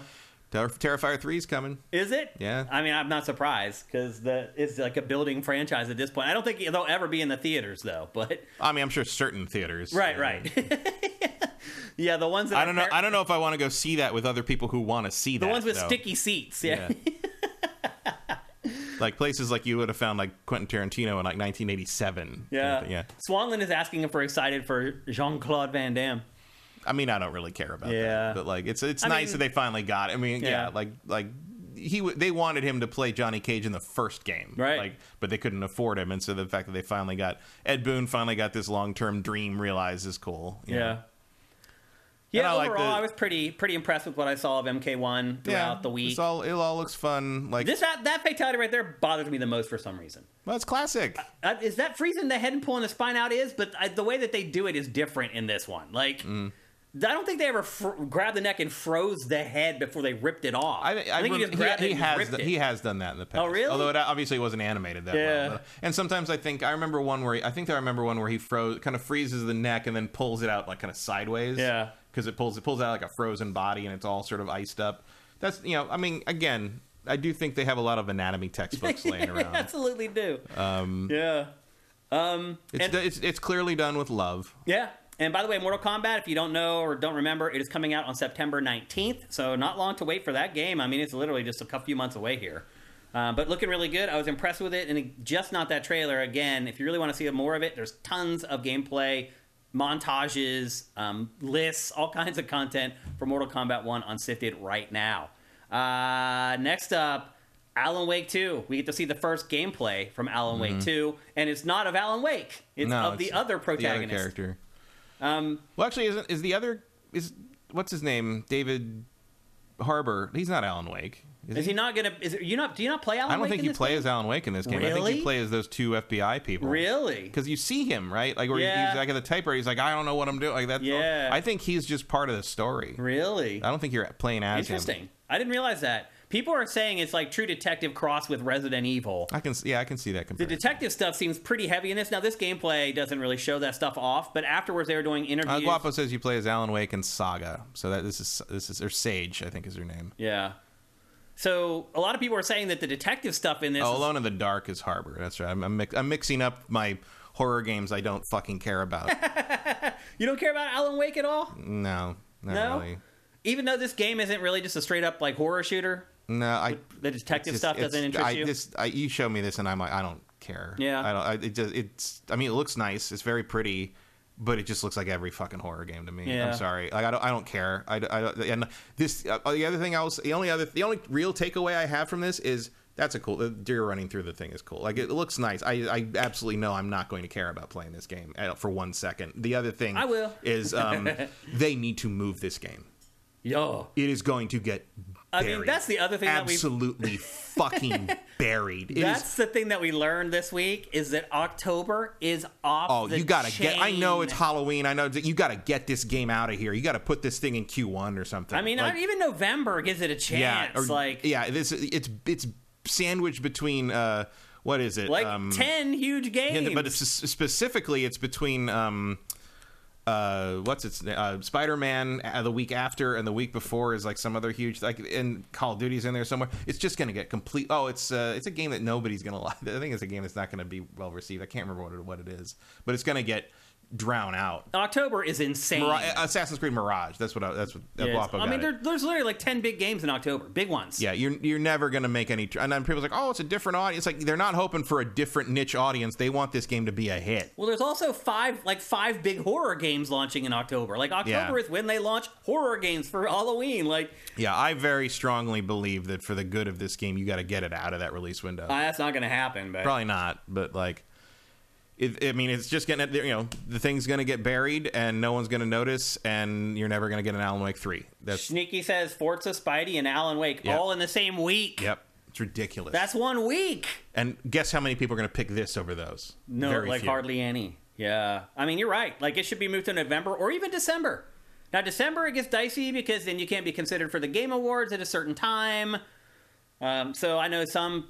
[SPEAKER 2] Ter- Terrifier three is coming.
[SPEAKER 1] Is it?
[SPEAKER 2] Yeah.
[SPEAKER 1] I mean, I'm not surprised because the it's like a building franchise at this point. I don't think they'll ever be in the theaters though, but.
[SPEAKER 2] I mean, I'm sure certain theaters.
[SPEAKER 1] Right,
[SPEAKER 2] uh,
[SPEAKER 1] right. yeah, the ones that
[SPEAKER 2] I
[SPEAKER 1] are
[SPEAKER 2] don't know.
[SPEAKER 1] par-
[SPEAKER 2] I don't know if I want to go see that with other people who want to see
[SPEAKER 1] the
[SPEAKER 2] that.
[SPEAKER 1] ones with
[SPEAKER 2] though.
[SPEAKER 1] sticky seats. Yeah.
[SPEAKER 2] like places like you would have found like Quentin Tarantino in like 1987.
[SPEAKER 1] Yeah.
[SPEAKER 2] yeah.
[SPEAKER 1] Swanland is asking him for excited for Jean Claude Van Damme.
[SPEAKER 2] I mean, I don't really care about
[SPEAKER 1] Yeah.
[SPEAKER 2] that, but like it's it's
[SPEAKER 1] I
[SPEAKER 2] nice
[SPEAKER 1] mean-
[SPEAKER 2] that they finally got. It. I mean, yeah,
[SPEAKER 1] Yeah.
[SPEAKER 2] like like he w- they wanted him to play Johnny Cage in the first game,
[SPEAKER 1] Right.
[SPEAKER 2] Like, but they couldn't afford him, and so the fact that they finally got Ed Boon finally got this long term dream realized is cool. you know?
[SPEAKER 1] Yeah. Yeah,
[SPEAKER 2] I like
[SPEAKER 1] overall,
[SPEAKER 2] the-
[SPEAKER 1] I was pretty pretty impressed with what I saw of MK1 throughout
[SPEAKER 2] yeah.
[SPEAKER 1] the week.
[SPEAKER 2] It's all it all looks fun. Like
[SPEAKER 1] This that, that fatality right there bothers me the most for some reason.
[SPEAKER 2] well, it's classic.
[SPEAKER 1] Uh, is uh,
[SPEAKER 2] Mm.
[SPEAKER 1] that freezing the head and pulling the spine out is, but I, the way that they do it is different in this one. Like I don't think they ever fr- grabbed the neck and froze the head before they ripped it off.
[SPEAKER 2] I, I,
[SPEAKER 1] think
[SPEAKER 2] rem-
[SPEAKER 1] he just grabbed it and
[SPEAKER 2] has
[SPEAKER 1] ripped
[SPEAKER 2] done-
[SPEAKER 1] it. Oh,
[SPEAKER 2] he has done that in the past.
[SPEAKER 1] really?
[SPEAKER 2] Although it obviously wasn't animated that
[SPEAKER 1] Yeah.
[SPEAKER 2] well. But, and sometimes I think I remember one where he, I think I remember one where he froze, kind of freezes the neck and then pulls it out like kind of sideways.
[SPEAKER 1] Yeah.
[SPEAKER 2] because it pulls it pulls out like a frozen body and it's all sort of iced up. That's you know I mean again I do think they have a lot of anatomy textbooks laying
[SPEAKER 1] They
[SPEAKER 2] around. Um,
[SPEAKER 1] absolutely do. yeah.
[SPEAKER 2] It's,
[SPEAKER 1] and-
[SPEAKER 2] do- it's it's clearly done with love.
[SPEAKER 1] Yeah. And by the way, Mortal Kombat, if you don't know or don't remember, it is coming out on September 19th. So not long to wait for that game. I mean, it's literally just a couple few months away here. Uh, but looking really good. I was impressed with it. And it- just not that trailer. Again, if you really want to see more of it, there's tons of gameplay, montages, um, lists, all kinds of content for Mortal Kombat 1 on Sifted right now. Uh, next up, Alan Wake 2. We get to see the first gameplay from Alan Wake 2. And it's not of Alan Wake, it's
[SPEAKER 2] No,
[SPEAKER 1] of
[SPEAKER 2] it's
[SPEAKER 1] the other
[SPEAKER 2] The other
[SPEAKER 1] protagonist.
[SPEAKER 2] character. Um, well, actually, isn't is the other is what's his name? David Harbor. He's not Alan Wake. Is,
[SPEAKER 1] Is he not gonna? Is you not? Do you not play Alan?
[SPEAKER 2] I don't
[SPEAKER 1] Wake
[SPEAKER 2] think
[SPEAKER 1] in
[SPEAKER 2] you
[SPEAKER 1] this
[SPEAKER 2] play as Alan Wake in this game. I think
[SPEAKER 1] Really?
[SPEAKER 2] you play as those two FBI people.
[SPEAKER 1] game? Really?
[SPEAKER 2] Because you see him, right? Like where he-
[SPEAKER 1] Yeah.
[SPEAKER 2] he's like at the typewriter. He's like, I don't know what I'm doing. Like that's.
[SPEAKER 1] Yeah.
[SPEAKER 2] I think he's just part of the story.
[SPEAKER 1] Really?
[SPEAKER 2] Uh, I don't think you're playing as him.
[SPEAKER 1] Interesting. I didn't realize that. People are saying it's like True Detective cross with Resident Evil.
[SPEAKER 2] I can. s- Yeah, I can see that.
[SPEAKER 1] The
[SPEAKER 2] Comparison.
[SPEAKER 1] detective stuff seems pretty heavy in this. Now this gameplay doesn't really show that stuff off, but afterwards they were doing
[SPEAKER 2] Uh,
[SPEAKER 1] interviews.
[SPEAKER 2] Guapo says you play as Alan Wake and Saga. So that this is this is or Sage, I think is her name.
[SPEAKER 1] Yeah. So a lot of people are saying that the detective stuff in this.
[SPEAKER 2] Oh,
[SPEAKER 1] is-
[SPEAKER 2] Alone in the Dark is Harbor. That's right. I'm, I'm, mix, I'm mixing up my horror games I don't fucking care about.
[SPEAKER 1] you don't care about Alan Wake at all,
[SPEAKER 2] no, not
[SPEAKER 1] No?
[SPEAKER 2] really.
[SPEAKER 1] even though this game isn't really just a straight up like horror shooter.
[SPEAKER 2] No, I.
[SPEAKER 1] The detective
[SPEAKER 2] just-
[SPEAKER 1] stuff doesn't
[SPEAKER 2] it's-
[SPEAKER 1] interest
[SPEAKER 2] I,
[SPEAKER 1] you.
[SPEAKER 2] This, I, you show me this, and I'm like, I don't care.
[SPEAKER 1] Yeah.
[SPEAKER 2] I don't. I, it just, it's. I mean, it looks nice. It's very pretty. But it just looks like every fucking horror game to me.
[SPEAKER 1] Yeah.
[SPEAKER 2] I'm sorry. Like I don't. I don't care. I. d- I don't, and this. Uh, the other thing I was. The only other. The only real takeaway I have from this is that's a cool. The deer running through the thing is cool. Like it looks nice. I. I absolutely know I'm not going to care about playing this game uh, for one second. The other thing
[SPEAKER 1] I will.
[SPEAKER 2] is um, they need to move this game
[SPEAKER 1] Yo.
[SPEAKER 2] it is going to get
[SPEAKER 1] I mean,
[SPEAKER 2] buried.
[SPEAKER 1] that's the other thing that we-
[SPEAKER 2] absolutely fucking buried. It is-
[SPEAKER 1] That's the thing that we learned this week is that October is off.
[SPEAKER 2] oh,
[SPEAKER 1] the
[SPEAKER 2] you gotta
[SPEAKER 1] chain.
[SPEAKER 2] get. I know it's Halloween. I know that you gotta get this game out of here. You gotta put this thing in Q one or something.
[SPEAKER 1] I mean,
[SPEAKER 2] Like,
[SPEAKER 1] not even November gives it a
[SPEAKER 2] yeah,
[SPEAKER 1] chance.
[SPEAKER 2] or,
[SPEAKER 1] like,
[SPEAKER 2] yeah. This it's it's sandwiched between uh, what is it?
[SPEAKER 1] like
[SPEAKER 2] um,
[SPEAKER 1] ten huge games.
[SPEAKER 2] and- but it's, specifically, it's between um, uh, what's its name? Uh, Spider Man uh, the week after, and the week before is like some other huge like, and Call of Duty's in there somewhere. It's just gonna get complete. Oh, it's uh, it's a game that nobody's gonna like. I think it's a game that's not gonna be well received. I can't remember what it, what it is, but it's gonna get drown out.
[SPEAKER 1] October is insane.
[SPEAKER 2] Mira- uh, Assassin's Creed Mirage. That's what I, that's what
[SPEAKER 1] Yeah,
[SPEAKER 2] yeah,
[SPEAKER 1] it's-
[SPEAKER 2] Guapo
[SPEAKER 1] I
[SPEAKER 2] got
[SPEAKER 1] mean,
[SPEAKER 2] it.
[SPEAKER 1] there, there's literally like ten big games in October, big ones.
[SPEAKER 2] Yeah, you're you're never gonna make any. Tr- and then people's like, oh, it's a different audience. Like they're not hoping for a different niche audience. They want this game to be a hit.
[SPEAKER 1] Well, there's also five like five big horror games launching in October. Like October
[SPEAKER 2] Yeah.
[SPEAKER 1] is when they launch horror games for Halloween. Like
[SPEAKER 2] Yeah, I very strongly believe that for the good of this game, you got to get it out of that release window.
[SPEAKER 1] uh, that's not going to happen. But
[SPEAKER 2] Probably not, but like, it, I mean, it's just gonna, you know, the thing's gonna get buried, and no one's gonna notice, and you're never gonna get an Alan Wake three. That's
[SPEAKER 1] Sneaky says Forza, Spidey, and Alan Wake
[SPEAKER 2] Yeah.
[SPEAKER 1] all in the same week.
[SPEAKER 2] yep, it's ridiculous.
[SPEAKER 1] That's one week.
[SPEAKER 2] and guess how many people are gonna pick this over those?
[SPEAKER 1] No,
[SPEAKER 2] Very
[SPEAKER 1] like
[SPEAKER 2] few.
[SPEAKER 1] hardly any. Yeah. I mean, you're right. Like, it should be moved to November or even December. Now, December, it gets dicey because then you can't be considered for the Game Awards at a certain time. Um, so I know some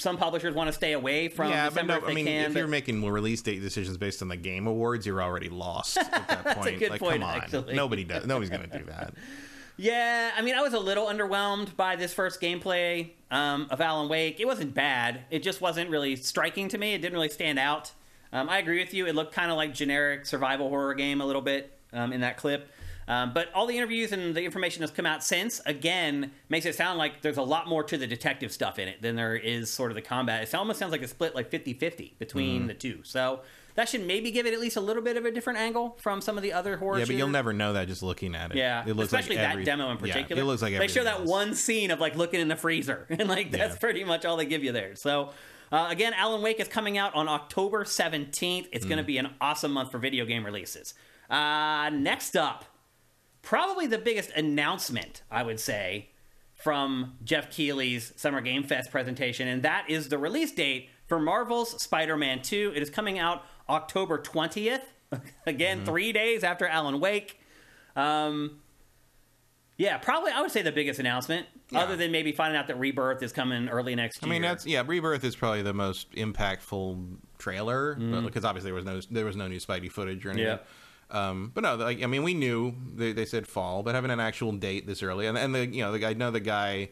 [SPEAKER 1] some publishers want to stay away from
[SPEAKER 2] Yeah, but
[SPEAKER 1] December
[SPEAKER 2] no,
[SPEAKER 1] if they
[SPEAKER 2] I mean,
[SPEAKER 1] can.
[SPEAKER 2] if
[SPEAKER 1] but
[SPEAKER 2] you're making release date decisions based on the game awards, you're already lost at that point.
[SPEAKER 1] good
[SPEAKER 2] like,
[SPEAKER 1] point,
[SPEAKER 2] come on,
[SPEAKER 1] actually.
[SPEAKER 2] nobody does. Nobody's gonna do that.
[SPEAKER 1] yeah, I mean, I was a little underwhelmed by this first gameplay um, of Alan Wake. It wasn't bad. It just wasn't really striking to me. It didn't really stand out. Um, I agree with you. It looked kind of like generic survival horror game a little bit um, in that clip. Um, but all the interviews and the information that's come out since, again, makes it sound like there's a lot more to the detective stuff in it than there is sort of the combat. It almost sounds like a split like 50 50 between
[SPEAKER 2] Mm-hmm.
[SPEAKER 1] the two. So that should maybe give it at least a little bit of a different angle from some of the other horror
[SPEAKER 2] Yeah, but you'll
[SPEAKER 1] shooters.
[SPEAKER 2] never know that just looking at it.
[SPEAKER 1] Yeah,
[SPEAKER 2] it looks
[SPEAKER 1] especially
[SPEAKER 2] like
[SPEAKER 1] that
[SPEAKER 2] every-
[SPEAKER 1] demo in
[SPEAKER 2] yeah,
[SPEAKER 1] particular.
[SPEAKER 2] it looks like
[SPEAKER 1] they show
[SPEAKER 2] everything
[SPEAKER 1] that
[SPEAKER 2] else.
[SPEAKER 1] one scene of like looking in the freezer, and like that's
[SPEAKER 2] Yeah.
[SPEAKER 1] pretty much all they give you there. So. Uh, again, Alan Wake is coming out on October 17th. It's
[SPEAKER 2] Mm.
[SPEAKER 1] going to be an awesome month for video game releases. Uh, next up, probably the biggest announcement, I would say, from Jeff Keighley's Summer Game Fest presentation, and that is the release date for Marvel's Spider Man 2.
[SPEAKER 2] Mm-hmm.
[SPEAKER 1] It is coming out October 20th, again, three days after Alan Wake. Um, yeah, probably I would say the biggest announcement,
[SPEAKER 2] Yeah.
[SPEAKER 1] other than maybe finding out that Rebirth is coming early next
[SPEAKER 2] I
[SPEAKER 1] year.
[SPEAKER 2] mean, that's yeah. Rebirth is probably the most impactful trailer because obviously there was no there was no new Spidey footage or anything.
[SPEAKER 1] Mm. Yeah.
[SPEAKER 2] Um, but no, like I mean, we knew they, they said fall, but having an actual date this early, and, and the you know the I know the guy.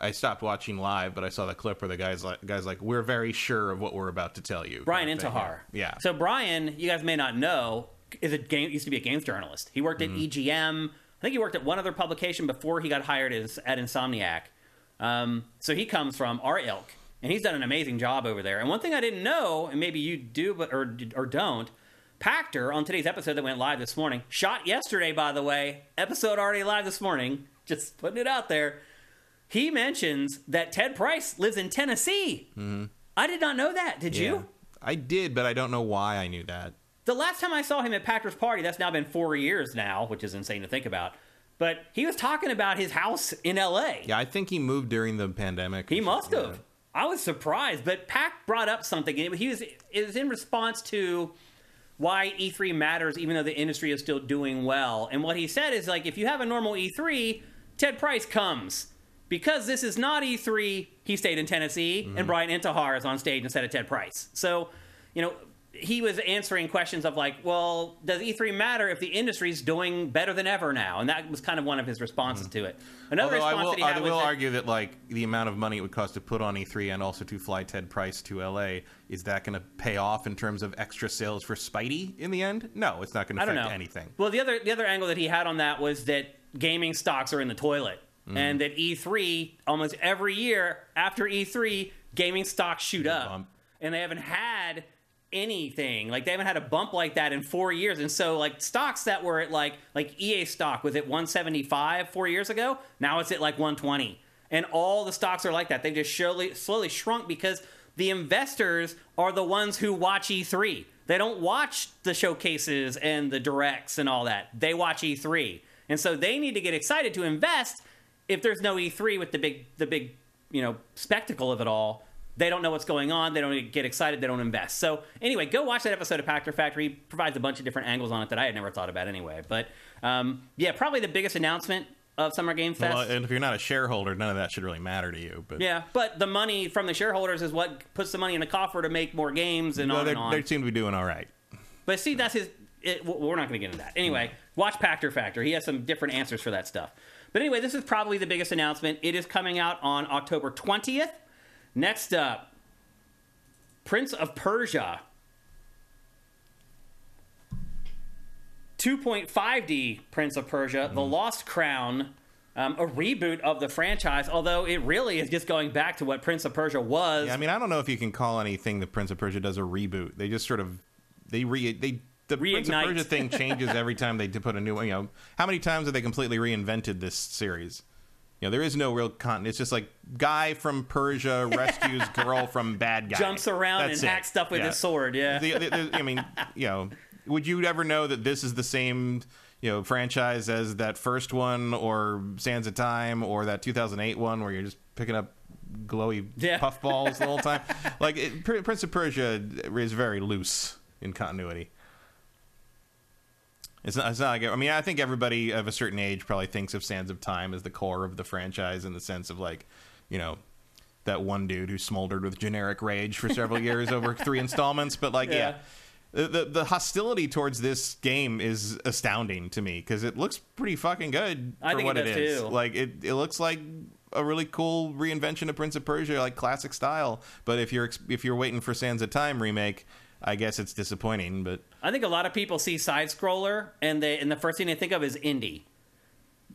[SPEAKER 2] I stopped watching live, but I saw the clip where the guys like guys like we're very sure of what we're about to tell you.
[SPEAKER 1] Brian
[SPEAKER 2] kind of thing.
[SPEAKER 1] Intihar.
[SPEAKER 2] Yeah.
[SPEAKER 1] So Brian, you guys may not know, is a game used to be a games journalist. He worked at
[SPEAKER 2] Mm-hmm.
[SPEAKER 1] EGM. I think he worked at one other publication before he got hired as, at Insomniac. Um, so he comes from our ilk, and he's done an amazing job over there. And one thing I didn't know, and maybe you do, but or or don't. Pactor on today's episode that went live this morning, shot yesterday, by the way. Episode already live this morning. Just putting it out there. He mentions that Ted Price lives in Tennessee. I did not know that. Did
[SPEAKER 2] Mm-hmm. Yeah.
[SPEAKER 1] you?
[SPEAKER 2] I did, but I don't know why I knew that.
[SPEAKER 1] The last time I saw him at Packers Party, that's now been four years now, which is insane to think about. But he was talking about his house in LA.
[SPEAKER 2] Yeah, I think he moved during the pandemic. or
[SPEAKER 1] he must
[SPEAKER 2] something.
[SPEAKER 1] have. I was surprised, but Pack brought up something. and He was it was in response to why E3 matters, even though the industry is still doing well. And what he said is like, if you have a normal E3, Ted Price comes because this is not E3. He stayed in Tennessee,
[SPEAKER 2] Mm-hmm.
[SPEAKER 1] and Brian Intihar is on stage instead of Ted Price. So, you know, he was answering questions of like, well, does E3 matter if the industry's doing better than ever now? And that was kind of one of his responses to it. Another
[SPEAKER 2] Mm-hmm. Although I
[SPEAKER 1] response
[SPEAKER 2] will,
[SPEAKER 1] that he
[SPEAKER 2] I
[SPEAKER 1] had was
[SPEAKER 2] will
[SPEAKER 1] that-
[SPEAKER 2] argue that like the amount of money it would cost to put on E3 and also to fly Ted Price to LA is that going to pay off in terms of extra sales for Spidey in the end? No, it's not going to
[SPEAKER 1] I don't
[SPEAKER 2] affect
[SPEAKER 1] know
[SPEAKER 2] anything.
[SPEAKER 1] Well, the other the other angle that he had on that was that gaming stocks are in the toilet,
[SPEAKER 2] Mm.
[SPEAKER 1] and that E3 almost every year after E3, gaming stocks shoot up,
[SPEAKER 2] bump.
[SPEAKER 1] and they haven't had anything like they haven't had a bump like that in four years and so like stocks that were at like like ea stock was at 175 four years ago now it's at like 120 and all the stocks are like that they just slowly slowly shrunk because the investors are the ones who watch e3 they don't watch the showcases and the directs and all that they watch e3 and so they need to get excited to invest if there's no E3 with the big the big you know spectacle of it all, they don't know what's going on. They don't get excited. They don't invest. So anyway, go watch that episode of Pactor Factory. He provides a bunch of different angles on it that I had never thought about anyway. But um, yeah, probably the biggest announcement of Summer Game Fest.
[SPEAKER 2] Well, and if you're not a shareholder, none of that should really matter to you. But
[SPEAKER 1] yeah, but the money from the shareholders is what puts the money in the coffer to make more games and
[SPEAKER 2] Well,
[SPEAKER 1] on
[SPEAKER 2] they
[SPEAKER 1] and on.
[SPEAKER 2] they seem to be doing all right.
[SPEAKER 1] But see, that's his. It, w- we're not going to get into that. Anyway, watch Pactor Factor. He has some different answers for that stuff. But anyway, this is probably the biggest announcement. It is coming out on October 20th. Next up, Prince of Persia. 2.5D Prince of Persia, The
[SPEAKER 2] Mm-hmm.
[SPEAKER 1] Lost Crown, um, a reboot of the franchise, although it really is just going back to what Prince of Persia was.
[SPEAKER 2] Yeah, I mean, I don't know if you can call anything the Prince of Persia does a reboot. They just sort of they re they the Prince of
[SPEAKER 1] Reignite.
[SPEAKER 2] Persia thing changes every time they put a new one. You know, how many times have they completely reinvented this series? You know, there is no real continuity. It's just like guy from Persia rescues girl from bad guy.
[SPEAKER 1] Jumps around
[SPEAKER 2] That's
[SPEAKER 1] and
[SPEAKER 2] it.
[SPEAKER 1] hacks stuff with
[SPEAKER 2] Yeah.
[SPEAKER 1] his sword. Yeah.
[SPEAKER 2] The- the- the- I mean, you know, would you ever know that this is the same? You know, franchise as that first one, or Sands of Time, or that 2008 one, where you're just picking up glowy
[SPEAKER 1] Yeah.
[SPEAKER 2] puff balls the whole time. Like it, Pr- Prince of Persia is very loose in continuity. It's not. It's not like I mean, I think everybody of a certain age probably thinks of Sands of Time as the core of the franchise in the sense of like, you know, that one dude who smoldered with generic rage for several years over three installments. But like, yeah.
[SPEAKER 1] Yeah.
[SPEAKER 2] The, the the hostility towards this game is astounding to me because it looks pretty fucking good for
[SPEAKER 1] I think it
[SPEAKER 2] what
[SPEAKER 1] does
[SPEAKER 2] it is.
[SPEAKER 1] too.
[SPEAKER 2] Like it, it looks like a really cool reinvention of Prince of Persia, like classic style. But if you're ex- if you're waiting for Sands of Time remake, I guess it's disappointing. But
[SPEAKER 1] I think a lot of people see side scroller and they and the first thing they think of is indie.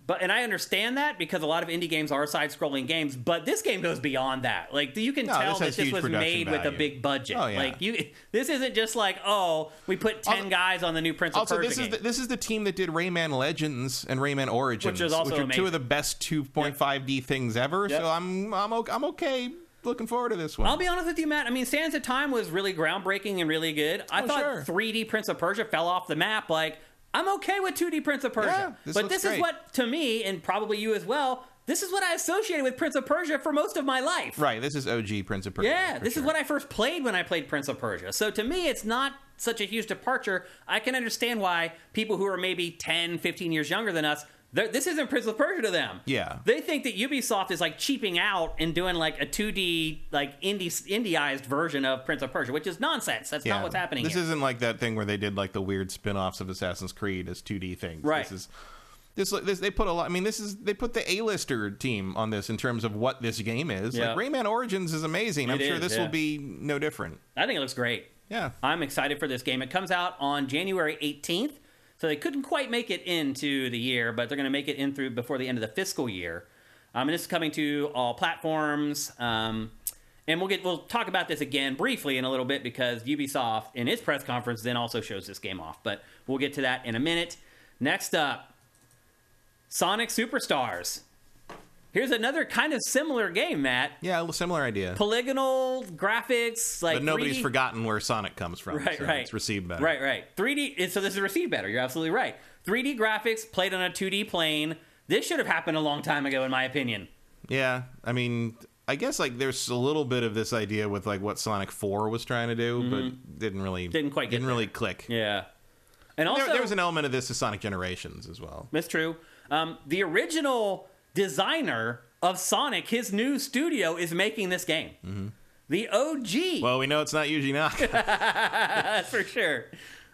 [SPEAKER 1] But and I understand that because a lot of indie games are side scrolling games, but this game goes beyond that. Like you can
[SPEAKER 2] No,
[SPEAKER 1] tell
[SPEAKER 2] this
[SPEAKER 1] that
[SPEAKER 2] has
[SPEAKER 1] this
[SPEAKER 2] huge
[SPEAKER 1] was
[SPEAKER 2] production
[SPEAKER 1] made with a
[SPEAKER 2] value.
[SPEAKER 1] big budget.
[SPEAKER 2] Oh, yeah.
[SPEAKER 1] Like you this isn't just like, oh, we put 10
[SPEAKER 2] Also-
[SPEAKER 1] guys on the new Prince of
[SPEAKER 2] also
[SPEAKER 1] Persia
[SPEAKER 2] this is
[SPEAKER 1] game.
[SPEAKER 2] the, this is the team that did Rayman Legends and Rayman Origins,
[SPEAKER 1] Which is also
[SPEAKER 2] are
[SPEAKER 1] amazing.
[SPEAKER 2] two of the best 2.5D things ever.
[SPEAKER 1] Yep.
[SPEAKER 2] So I'm I'm okay, I'm okay looking forward to this one.
[SPEAKER 1] I'll be honest with you, Matt. I mean, Sands of Time was really groundbreaking and really good. I
[SPEAKER 2] Oh,
[SPEAKER 1] thought
[SPEAKER 2] sure.
[SPEAKER 1] 3D Prince of Persia fell off the map. Like, I'm okay with 2D Prince of Persia.
[SPEAKER 2] Yeah, this
[SPEAKER 1] but
[SPEAKER 2] looks
[SPEAKER 1] this is
[SPEAKER 2] great.
[SPEAKER 1] what, to me, and probably you as well, This is what I associated with Prince of Persia for most of my life.
[SPEAKER 2] Right, this is OG Prince of Persia.
[SPEAKER 1] Yeah,
[SPEAKER 2] for
[SPEAKER 1] this
[SPEAKER 2] sure.
[SPEAKER 1] is what I first played when I played Prince of Persia. So to me, it's not such a huge departure. I can understand why people who are maybe 10, 15 years younger than us, they're- this isn't Prince of Persia to them.
[SPEAKER 2] Yeah.
[SPEAKER 1] They think that Ubisoft is like cheaping out and doing like a 2D, like indie, indieized version of Prince of Persia, which is nonsense. That's
[SPEAKER 2] Yeah.
[SPEAKER 1] not what's happening
[SPEAKER 2] This
[SPEAKER 1] here.
[SPEAKER 2] isn't like that thing where they did like the weird spin-offs of Assassin's Creed as 2D things.
[SPEAKER 1] Right.
[SPEAKER 2] This is this, this they put a lot. I mean, this is they put the A-lister team on this in terms of what this game is.
[SPEAKER 1] Yeah.
[SPEAKER 2] Like Rayman Origins is amazing. I'm
[SPEAKER 1] It
[SPEAKER 2] sure
[SPEAKER 1] is,
[SPEAKER 2] this
[SPEAKER 1] yeah.
[SPEAKER 2] will be no different.
[SPEAKER 1] I think it looks great.
[SPEAKER 2] Yeah.
[SPEAKER 1] I'm excited for this game. It comes out on January 18th, so they couldn't quite make it into the year, but they're going to make it in through before the end of the fiscal year. Um, and this is coming to all platforms. Um, and we'll get we'll talk about this again briefly in a little bit because Ubisoft in its press conference then also shows this game off. But we'll get to that in a minute. Next up, Sonic Superstars. Here's another kind of similar game, Matt.
[SPEAKER 2] Yeah, a similar idea.
[SPEAKER 1] Polygonal graphics, like
[SPEAKER 2] but nobody's
[SPEAKER 1] 3D
[SPEAKER 2] forgotten where Sonic comes from.
[SPEAKER 1] Right,
[SPEAKER 2] so
[SPEAKER 1] right.
[SPEAKER 2] It's received better.
[SPEAKER 1] Right, right. 3D. and So this is received better. You're absolutely right. 3D graphics played on a 2D plane. This should have happened a long time ago, in my opinion.
[SPEAKER 2] Yeah, I mean, I guess like there's a little bit of this idea with like what Sonic Four was trying to do, but didn't really
[SPEAKER 1] Mm-hmm. Didn't quite get
[SPEAKER 2] didn't really click.
[SPEAKER 1] Yeah. And also,
[SPEAKER 2] There, there was an element of this to Sonic Generations as well.
[SPEAKER 1] that's true. Um, the original designer of Sonic, his new studio is making this game. The OG,
[SPEAKER 2] Mm-hmm. Well, we know it's not Yuji Naka.
[SPEAKER 1] that's for sure.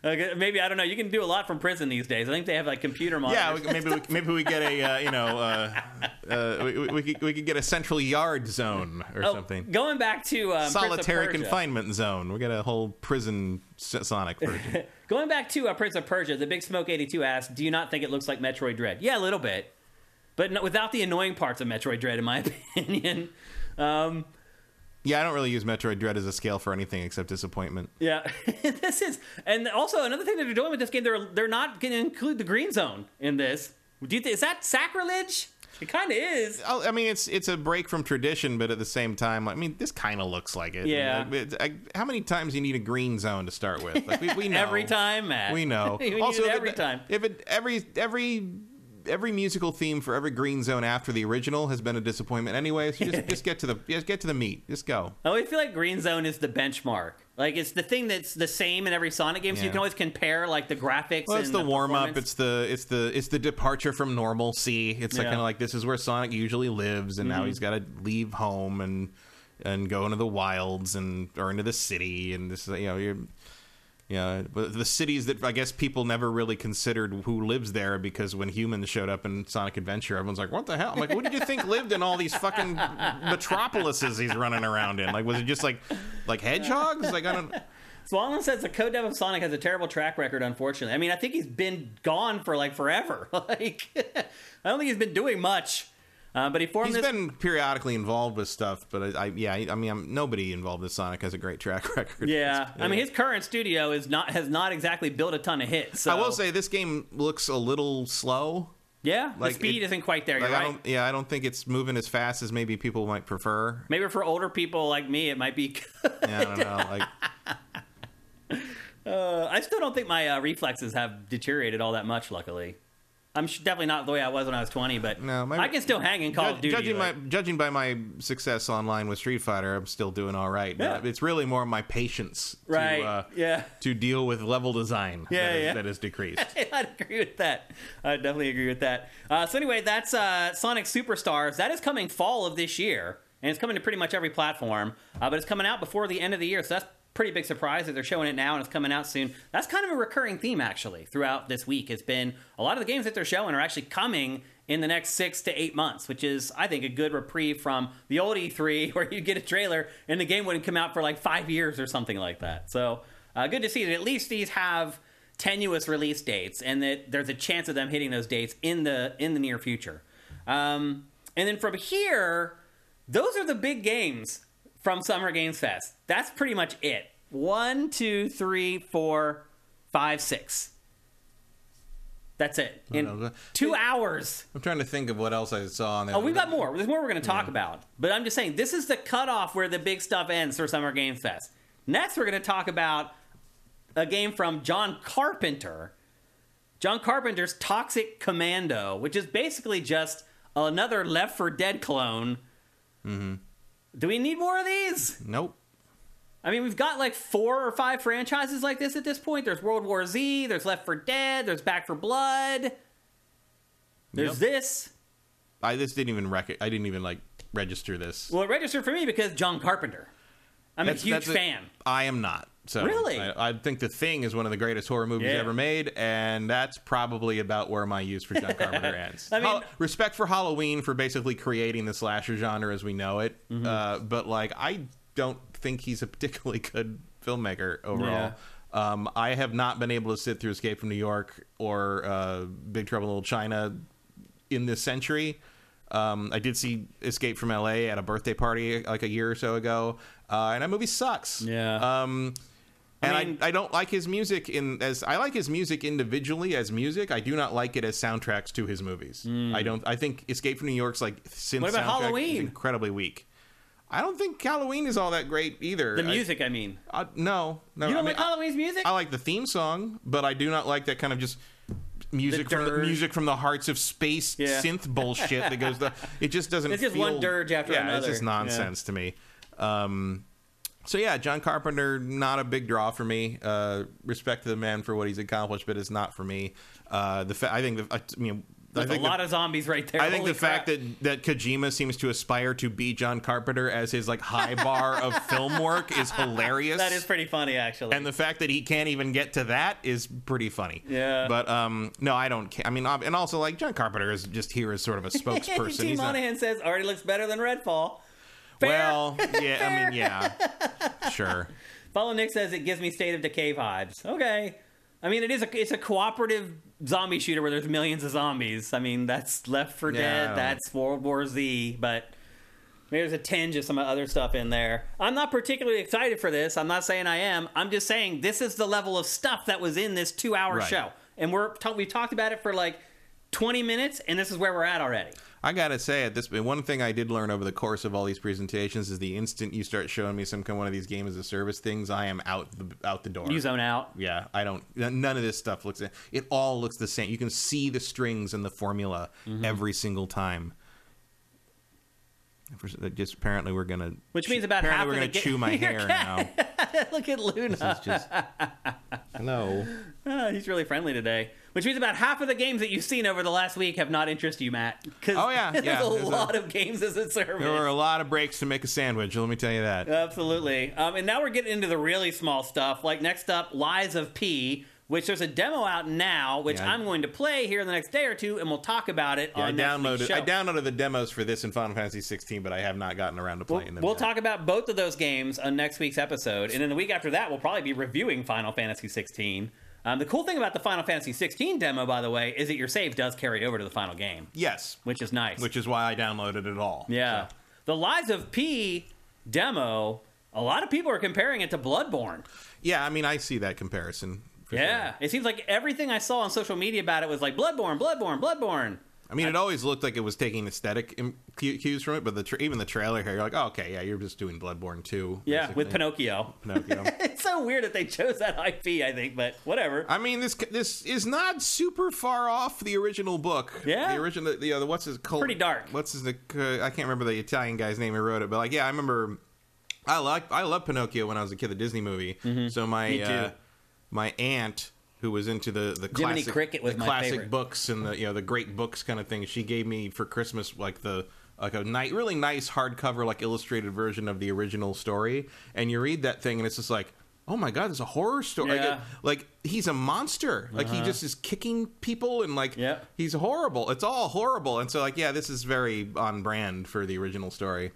[SPEAKER 1] Okay, maybe I don't know. You can do a lot from prison these days. I think they have like computer monitors.
[SPEAKER 2] yeah, we, maybe we, maybe we get a uh, you know uh, uh, we, we, we, could, we could get a central yard zone or
[SPEAKER 1] Oh,
[SPEAKER 2] something.
[SPEAKER 1] Going back to um, Prince of
[SPEAKER 2] Solitary
[SPEAKER 1] Persia.
[SPEAKER 2] confinement zone. We got a whole prison S- Sonic version.
[SPEAKER 1] Going back to uh, Prince of Persia, the Big Smoke 82 asked, Do you not think it looks like Metroid Dread? Yeah, a little bit. But no, without the annoying parts of Metroid Dread, in my opinion. Um,
[SPEAKER 2] yeah, I don't really use Metroid Dread as a scale for anything except disappointment.
[SPEAKER 1] yeah, this is. And also, another thing that they're doing with this game, they're, they're not going to include the green zone in this. Do you think is that sacrilege? It kind of is.
[SPEAKER 2] I'll- Oh, I mean, it's it's a break from tradition, but at the same time, I mean, this kind of looks like it.
[SPEAKER 1] Yeah.
[SPEAKER 2] I- it's- I- how many times you need a green zone to start with? Like, we, we know
[SPEAKER 1] Every time, Matt.
[SPEAKER 2] We know.
[SPEAKER 1] We need
[SPEAKER 2] also,
[SPEAKER 1] it
[SPEAKER 2] if
[SPEAKER 1] every time.
[SPEAKER 2] If it every every every musical theme for every green zone after the original has been a disappointment anyway, so just just get to the just get to the meat. Just go.
[SPEAKER 1] I always feel like Green Zone is the benchmark. Like it's the thing that's the same in every Sonic game, so you
[SPEAKER 2] Yeah.
[SPEAKER 1] can always compare like the graphics.
[SPEAKER 2] Well,
[SPEAKER 1] and
[SPEAKER 2] it's the, warm up.
[SPEAKER 1] performance.
[SPEAKER 2] It's the it's the it's the departure from normalcy. It's like
[SPEAKER 1] Yeah. Mm-hmm.
[SPEAKER 2] kind of like this is where Sonic usually lives, and now he's got to leave home and and go into the wilds and or into the city, and this you know you're. Yeah, but the cities that I guess people never really considered who lives there because when humans showed up in Sonic Adventure, everyone's like, "What the hell?" I'm like, "What did you think lived in all these fucking metropolises he's running around in? Like, was it just like, like hedgehogs? Like, I don't."
[SPEAKER 1] Swanland says the co-dev of Sonic has a terrible track record. Unfortunately, I mean, I think he's been gone for like forever. Like, I don't think he's been doing much. Uh, but he formed
[SPEAKER 2] He's
[SPEAKER 1] this.
[SPEAKER 2] been periodically involved with stuff, but I, I yeah, I, I mean, I'm, nobody involved with Sonic has a great track record.
[SPEAKER 1] yeah, I mean, his current studio is not has not exactly built a ton of hits. So,
[SPEAKER 2] I will say this game looks a little slow.
[SPEAKER 1] yeah,
[SPEAKER 2] like,
[SPEAKER 1] the speed
[SPEAKER 2] it-
[SPEAKER 1] is isn't quite there. You're
[SPEAKER 2] Like, I
[SPEAKER 1] right.
[SPEAKER 2] don't, yeah, I don't think it's moving as fast as maybe people might prefer.
[SPEAKER 1] Maybe for older people like me, it might be.
[SPEAKER 2] Yeah, I don't know. Like,
[SPEAKER 1] uh, I still don't think my uh, reflexes have deteriorated all that much. Luckily, I'm sh- definitely not the way I was when I was 20. But
[SPEAKER 2] No, my-
[SPEAKER 1] I can still hang in Call
[SPEAKER 2] judge-
[SPEAKER 1] of Duty.
[SPEAKER 2] judging
[SPEAKER 1] like-
[SPEAKER 2] my judging by my success online with Street Fighter, I'm still doing all right. But
[SPEAKER 1] Yeah.
[SPEAKER 2] it's really more my patience, to,
[SPEAKER 1] right?
[SPEAKER 2] uh,
[SPEAKER 1] yeah.
[SPEAKER 2] to deal with level design
[SPEAKER 1] Yeah,
[SPEAKER 2] that, is-
[SPEAKER 1] yeah.
[SPEAKER 2] that is decreased.
[SPEAKER 1] I'd agree with that. I definitely agree with that. Uh, so anyway, that's uh, Sonic Superstars. That is coming fall of this year, and it's coming to pretty much every platform. Uh, but it's coming out before the end of the year, so that's pretty big surprise that they're showing it now and it's coming out soon. That's kind of a recurring theme actually throughout this week. It's been a lot of the games that they're showing are actually coming in the next six to eight months, which is I think a good reprieve from the old E3 where you get a trailer and the game wouldn't come out for like five years or something like that. So uh, good to see that at least these have tenuous release dates and that there's a chance of them hitting those dates in the in the near future um, and then from here those are the big games from summer games fest that's pretty much it one two three four five six that's it in
[SPEAKER 2] know.
[SPEAKER 1] two hours
[SPEAKER 2] I'm trying to think of what else I saw on there.
[SPEAKER 1] oh we've got more there's more we're going to talk about but i'm just saying this is the cutoff where the big stuff ends for summer games fest next we're going to talk about a game from John Carpenter. John Carpenter's Toxic Commando, which is basically just another Left for Dead clone. Do we need more of these?
[SPEAKER 2] Nope.
[SPEAKER 1] I mean, we've got like four or five franchises like this at this point. There's World War Z, there's Left for Dead, there's Back for Blood, there's
[SPEAKER 2] Yep.
[SPEAKER 1] this.
[SPEAKER 2] I this didn't even rec- I didn't even like register this.
[SPEAKER 1] Well, it registered for me because John Carpenter. I'm
[SPEAKER 2] That's-
[SPEAKER 1] a huge
[SPEAKER 2] that's it.
[SPEAKER 1] fan.
[SPEAKER 2] I am not. So
[SPEAKER 1] Really?
[SPEAKER 2] I, I think The Thing is one of the greatest horror movies
[SPEAKER 1] Yeah.
[SPEAKER 2] ever made, and that's probably about where my use for John Carpenter ends.
[SPEAKER 1] I mean-
[SPEAKER 2] Hol- respect for Halloween for basically creating the slasher genre as we know it,
[SPEAKER 1] Mm-hmm.
[SPEAKER 2] uh, but like I don't think he's a particularly good filmmaker overall. Um, I have not been able to sit through Escape from New York or uh, Big Trouble in Little China in this century. Um, I did see Escape from LA at a birthday party like a year or so ago, uh, and that movie sucks.
[SPEAKER 1] Yeah.
[SPEAKER 2] Um,
[SPEAKER 1] I
[SPEAKER 2] and I,
[SPEAKER 1] mean-
[SPEAKER 2] I, don't like his music in as I like his music individually as music. I do not like it as soundtracks to his movies. I don't. I think Escape from New York's like since
[SPEAKER 1] Hmm. What about Halloween?
[SPEAKER 2] incredibly weak. I don't think Halloween is all that great either.
[SPEAKER 1] The
[SPEAKER 2] I-
[SPEAKER 1] music, I, mean.
[SPEAKER 2] I, no, no.
[SPEAKER 1] You
[SPEAKER 2] I
[SPEAKER 1] don't
[SPEAKER 2] mean,
[SPEAKER 1] like Halloween's music?
[SPEAKER 2] I like the theme song, but I do not like that kind of just music
[SPEAKER 1] The
[SPEAKER 2] from the,
[SPEAKER 1] dirge.
[SPEAKER 2] music from the hearts of space
[SPEAKER 1] Yeah.
[SPEAKER 2] synth bullshit that goes. The, it just doesn't.
[SPEAKER 1] It's just
[SPEAKER 2] feel-
[SPEAKER 1] one dirge after
[SPEAKER 2] yeah,
[SPEAKER 1] another.
[SPEAKER 2] It's just
[SPEAKER 1] Yeah.
[SPEAKER 2] nonsense to me. Um, so yeah, John Carpenter not a big draw for me. Uh, respect to the man for what he's accomplished, but it's not for me. Uh, the fa- I think the I mean I
[SPEAKER 1] There's a
[SPEAKER 2] think the-
[SPEAKER 1] lot of zombies right there.
[SPEAKER 2] I think
[SPEAKER 1] Holy
[SPEAKER 2] the fact
[SPEAKER 1] crap.
[SPEAKER 2] that, that Kojima seems to aspire to be John Carpenter as his like high bar of film work is hilarious.
[SPEAKER 1] that is pretty funny, actually.
[SPEAKER 2] And the fact that he can't even get to that is pretty funny.
[SPEAKER 1] Yeah.
[SPEAKER 2] But um, no, I don't. Ca- I mean, ob- and also like John Carpenter is just here as sort of a spokesperson.
[SPEAKER 1] Gene
[SPEAKER 2] He's not-
[SPEAKER 1] Monahan says already looks better than Redfall.
[SPEAKER 2] well, yeah. I mean, yeah. Sure.
[SPEAKER 1] Follow Nick says it gives me State of Decay vibes. Okay, I mean it is a it's a cooperative zombie shooter where there's millions of zombies. I mean that's Left for
[SPEAKER 2] Yeah, I
[SPEAKER 1] Dead,
[SPEAKER 2] don't-
[SPEAKER 1] that's World War Z, but maybe there's a tinge of some other stuff in there. I'm not particularly excited for this. I'm not saying I am. I'm just saying this is the level of stuff that was in this two hour
[SPEAKER 2] Right.
[SPEAKER 1] show, and we're ta- we've talked about it for like 20 minutes, and this is where we're at already.
[SPEAKER 2] I gotta say, at this one thing I did learn over the course of all these presentations is the instant you start showing me some kind of one of these game as a service things, I am out the out the door.
[SPEAKER 1] You zone out.
[SPEAKER 2] Yeah, I don't. None of this stuff looks. It all looks the same. You can see the strings and the formula
[SPEAKER 1] Mm-hmm.
[SPEAKER 2] every single time. For- that Just apparently we're gonna.
[SPEAKER 1] Which means about
[SPEAKER 2] apparently
[SPEAKER 1] half
[SPEAKER 2] we're
[SPEAKER 1] of
[SPEAKER 2] gonna
[SPEAKER 1] the ga-
[SPEAKER 2] chew my
[SPEAKER 1] Your
[SPEAKER 2] hair now.
[SPEAKER 1] Look at Luna.
[SPEAKER 2] It's just. Hello.
[SPEAKER 1] Uh, he's really friendly today, which means about half of the games that you've seen over the last week have not interested you, Matt. 'Cause
[SPEAKER 2] Oh, yeah,
[SPEAKER 1] there's
[SPEAKER 2] yeah,
[SPEAKER 1] a
[SPEAKER 2] there's a-
[SPEAKER 1] lot of games as a service.
[SPEAKER 2] There were a lot of breaks to make a sandwich. Let me tell you
[SPEAKER 1] Uh,
[SPEAKER 2] that.
[SPEAKER 1] Absolutely. Um, and now we're getting into the really small stuff. Like next up, Lies of P, which there's a demo out now, which
[SPEAKER 2] Yeah, I-
[SPEAKER 1] I'm going to play here in the next day or two, and we'll talk about it
[SPEAKER 2] Yeah, I
[SPEAKER 1] on next week's
[SPEAKER 2] downloaded.
[SPEAKER 1] show.
[SPEAKER 2] I downloaded the demos for this in Final Fantasy 16, but I have not gotten around to playing them.
[SPEAKER 1] We'll
[SPEAKER 2] yet.
[SPEAKER 1] talk about both of those games on next week's episode, and then the week after that, we'll probably be reviewing Final Fantasy 16. Um, the cool thing about the Final Fantasy 16 demo, by the way, is that your save does carry over to the final game,
[SPEAKER 2] Yes,
[SPEAKER 1] which is nice.
[SPEAKER 2] which is why I downloaded it all.
[SPEAKER 1] Yeah. The Lies of P demo, a lot of people are comparing it to Bloodborne.
[SPEAKER 2] Yeah, I mean, I see that comparison. for sure.
[SPEAKER 1] Yeah. It seems like everything I saw on social media about it was like Bloodborne, Bloodborne, Bloodborne.
[SPEAKER 2] I mean, it always looked like it was taking aesthetic im- cu- cues from it, but the tra- even the trailer here, you're like, oh, okay, yeah, you're just doing Bloodborne 2.
[SPEAKER 1] Yeah, with
[SPEAKER 2] basically.
[SPEAKER 1] Pinocchio.
[SPEAKER 2] Pinocchio.
[SPEAKER 1] It's so weird that they chose that IP, I think, but whatever.
[SPEAKER 2] I mean, this c- this is not super far off the original book.
[SPEAKER 1] Yeah.
[SPEAKER 2] the original, the, you know, the what's his col-
[SPEAKER 1] Pretty dark.
[SPEAKER 2] What's his? Uh, I can't remember the Italian guy's name who wrote it, but like, yeah, I remember. I like I loved Pinocchio when I was a kid, the Disney movie. So my
[SPEAKER 1] Mm-hmm. Me too.
[SPEAKER 2] Uh, my aunt who was into the the
[SPEAKER 1] Jiminy
[SPEAKER 2] classic,
[SPEAKER 1] Cricket was
[SPEAKER 2] the
[SPEAKER 1] my
[SPEAKER 2] classic
[SPEAKER 1] favorite.
[SPEAKER 2] books and the you know the great books kind of thing. She gave me for Christmas like the like a night really nice hardcover like illustrated version of the original story, and you read that thing and it's just like. Oh my God! There's a horror story. Like,
[SPEAKER 1] Yeah.
[SPEAKER 2] like he's a monster. Like he just is kicking people and like
[SPEAKER 1] Yep.
[SPEAKER 2] he's horrible. It's all horrible. And so like yeah, this is very on brand for the original story.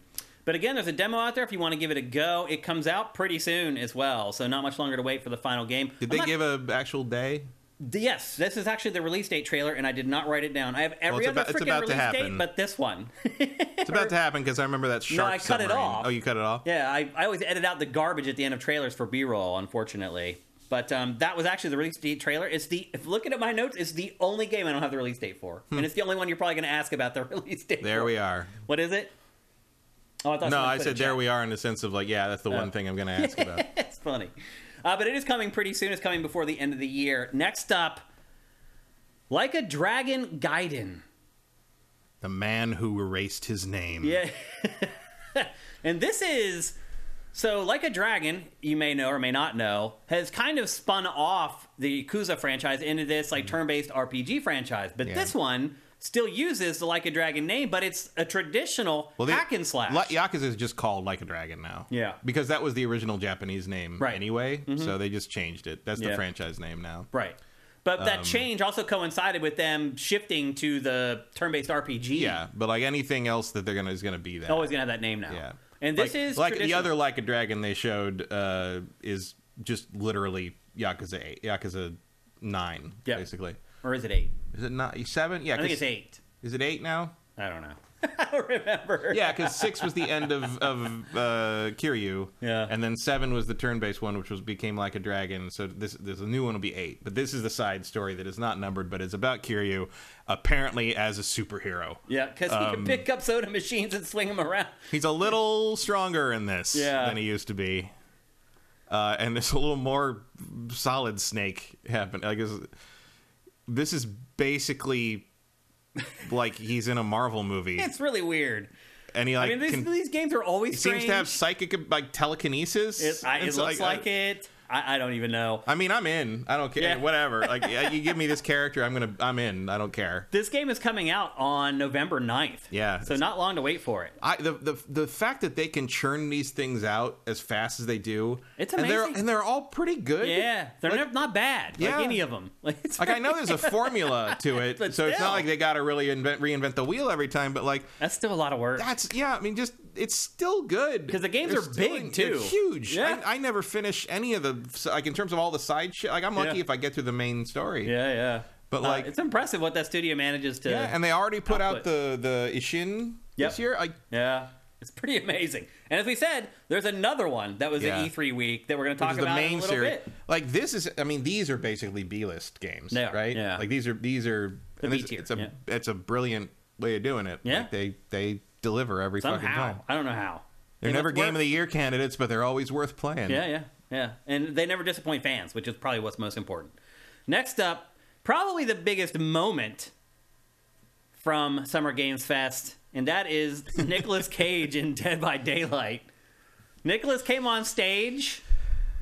[SPEAKER 1] But again, there's a demo out there if you want to give it a go. It comes out pretty soon as well, so not much longer to wait for the final game.
[SPEAKER 2] Did
[SPEAKER 1] I'm
[SPEAKER 2] they
[SPEAKER 1] not-
[SPEAKER 2] give a actual day?
[SPEAKER 1] Yes, this is actually the release date trailer, and I did not write it down. I have every
[SPEAKER 2] it's
[SPEAKER 1] other
[SPEAKER 2] about- it's
[SPEAKER 1] freaking
[SPEAKER 2] about to
[SPEAKER 1] release date,
[SPEAKER 2] happen.
[SPEAKER 1] but this one.
[SPEAKER 2] It's about to happen because I remember that shark.
[SPEAKER 1] I cut it
[SPEAKER 2] submarine.
[SPEAKER 1] off.
[SPEAKER 2] Oh, you cut it off.
[SPEAKER 1] Yeah, I, I always edit out the garbage at the end of trailers for B-roll, unfortunately. But um, that was actually the release date trailer. It's the if looking at my notes, it's the only game I don't have the release date for, and it's the only one you're probably going to ask about the release date.
[SPEAKER 2] Hmm. There we are.
[SPEAKER 1] What is it? Oh, I thought
[SPEAKER 2] No,
[SPEAKER 1] someone
[SPEAKER 2] I
[SPEAKER 1] put
[SPEAKER 2] said
[SPEAKER 1] it
[SPEAKER 2] there
[SPEAKER 1] down.
[SPEAKER 2] we are in the sense of like, yeah, that's the one thing I'm going to ask about.
[SPEAKER 1] it's funny. Uh, but it is coming pretty soon. It's coming before the end of the year. Next up, Like a Dragon Gaiden.
[SPEAKER 2] The man who erased his name.
[SPEAKER 1] Yeah. and this is so like a dragon, you may know or may not know, has kind of spun off the Yakuza franchise into this like
[SPEAKER 2] Mm-hmm.
[SPEAKER 1] turn-based RPG franchise. But this one still uses the like a dragon name, but it's a traditional
[SPEAKER 2] Well, the-
[SPEAKER 1] hack and slash.
[SPEAKER 2] Li- Yakuza is just called Like a Dragon now.
[SPEAKER 1] Yeah.
[SPEAKER 2] Because that was the original Japanese name
[SPEAKER 1] Right. Mm-hmm.
[SPEAKER 2] anyway, so they just changed it. That's
[SPEAKER 1] Yeah.
[SPEAKER 2] the franchise name now.
[SPEAKER 1] Right. But that
[SPEAKER 2] Um,
[SPEAKER 1] change also coincided with them shifting to the turn-based RPG.
[SPEAKER 2] Yeah, but like anything else that they're gonna is gonna be that.
[SPEAKER 1] Always gonna have that name now.
[SPEAKER 2] yeah.
[SPEAKER 1] And this
[SPEAKER 2] like,
[SPEAKER 1] is
[SPEAKER 2] like the
[SPEAKER 1] traditional.
[SPEAKER 2] other Like a Dragon they showed uh, is just literally Yakuza 8, Yakuza nine
[SPEAKER 1] Yeah.
[SPEAKER 2] basically.
[SPEAKER 1] or is it eight?
[SPEAKER 2] Is it not seven? Yeah,
[SPEAKER 1] I think
[SPEAKER 2] 'cause-
[SPEAKER 1] it's eight.
[SPEAKER 2] Is it eight now?
[SPEAKER 1] I don't know. I don't remember.
[SPEAKER 2] Yeah, because six was the end of of uh, Kiryu.
[SPEAKER 1] Yeah.
[SPEAKER 2] and then seven was the turn based one, which was became like a dragon. So this this new one will be eight. But this is the side story that is not numbered, but it's about Kiryu, apparently as a superhero.
[SPEAKER 1] Yeah, because he
[SPEAKER 2] Um,
[SPEAKER 1] can pick up soda machines and swing them around.
[SPEAKER 2] He's a little stronger in this
[SPEAKER 1] Yeah.
[SPEAKER 2] than he used to be. Uh, and there's a little more solid snake happen. Like this, this is basically like he's in a Marvel movie,
[SPEAKER 1] It's really weird.
[SPEAKER 2] and he
[SPEAKER 1] I
[SPEAKER 2] like
[SPEAKER 1] mean, these,
[SPEAKER 2] can-
[SPEAKER 1] these games are always
[SPEAKER 2] He
[SPEAKER 1] strange.
[SPEAKER 2] seems to have psychic like telekinesis.
[SPEAKER 1] it, I, it
[SPEAKER 2] It's
[SPEAKER 1] looks like,
[SPEAKER 2] I,
[SPEAKER 1] it. I, I don't even know.
[SPEAKER 2] I mean, I'm in. I don't care.
[SPEAKER 1] Yeah.
[SPEAKER 2] Whatever. Like yeah, you give me this character, I'm gonna. I'm in. I don't care.
[SPEAKER 1] This game is coming out on November 9th.
[SPEAKER 2] Yeah.
[SPEAKER 1] So not long to wait for it.
[SPEAKER 2] I the, the the fact that they can churn these things out as fast as they do,
[SPEAKER 1] It's
[SPEAKER 2] and they're,
[SPEAKER 1] amazing.
[SPEAKER 2] and they're all pretty good.
[SPEAKER 1] Yeah, they're nev- not bad.
[SPEAKER 2] Yeah.
[SPEAKER 1] Like any of them. Like, it's
[SPEAKER 2] Like I know there's a formula to it, so
[SPEAKER 1] But
[SPEAKER 2] it's
[SPEAKER 1] still.
[SPEAKER 2] not like they got to really invent, reinvent the wheel every time. But like
[SPEAKER 1] that's still a lot of work.
[SPEAKER 2] that's yeah. I mean, just it's still good
[SPEAKER 1] 'Cause the games
[SPEAKER 2] They're
[SPEAKER 1] are
[SPEAKER 2] still
[SPEAKER 1] big,
[SPEAKER 2] in- they're
[SPEAKER 1] too.
[SPEAKER 2] huge.
[SPEAKER 1] Yeah.
[SPEAKER 2] I, I never finish any of the so, like in terms of all the side shit. Like I'm lucky
[SPEAKER 1] Yeah.
[SPEAKER 2] if I get through the main story.
[SPEAKER 1] yeah, yeah.
[SPEAKER 2] But,
[SPEAKER 1] Uh,
[SPEAKER 2] like-
[SPEAKER 1] it's impressive what that studio manages to.
[SPEAKER 2] Yeah, and they already put out the
[SPEAKER 1] output.
[SPEAKER 2] the Ishin
[SPEAKER 1] Yep.
[SPEAKER 2] this year. Like,
[SPEAKER 1] Yeah. It's pretty amazing. And as we said, there's another one that was
[SPEAKER 2] Yeah.
[SPEAKER 1] an E3 week that we're going to
[SPEAKER 2] which
[SPEAKER 1] talk
[SPEAKER 2] is the
[SPEAKER 1] about in a
[SPEAKER 2] main
[SPEAKER 1] little
[SPEAKER 2] series.
[SPEAKER 1] bit.
[SPEAKER 2] Like this is, I mean, these are basically B list games,
[SPEAKER 1] They are,
[SPEAKER 2] right?
[SPEAKER 1] yeah.
[SPEAKER 2] Like these are these are. and
[SPEAKER 1] B
[SPEAKER 2] it's,
[SPEAKER 1] tier,
[SPEAKER 2] it's a
[SPEAKER 1] yeah.
[SPEAKER 2] it's a brilliant way of doing it.
[SPEAKER 1] Yeah.
[SPEAKER 2] Like they they deliver every fucking
[SPEAKER 1] Somehow.
[SPEAKER 2] time.
[SPEAKER 1] I don't know how.
[SPEAKER 2] They're
[SPEAKER 1] They
[SPEAKER 2] never
[SPEAKER 1] must
[SPEAKER 2] game
[SPEAKER 1] work.
[SPEAKER 2] of the year candidates, but they're always worth playing.
[SPEAKER 1] Yeah, yeah, yeah. And they never disappoint fans, which is probably what's most important. Next up, probably the biggest moment from Summer Games Fest, and that is Nicolas Cage in Dead by Daylight. Nicolas came on stage.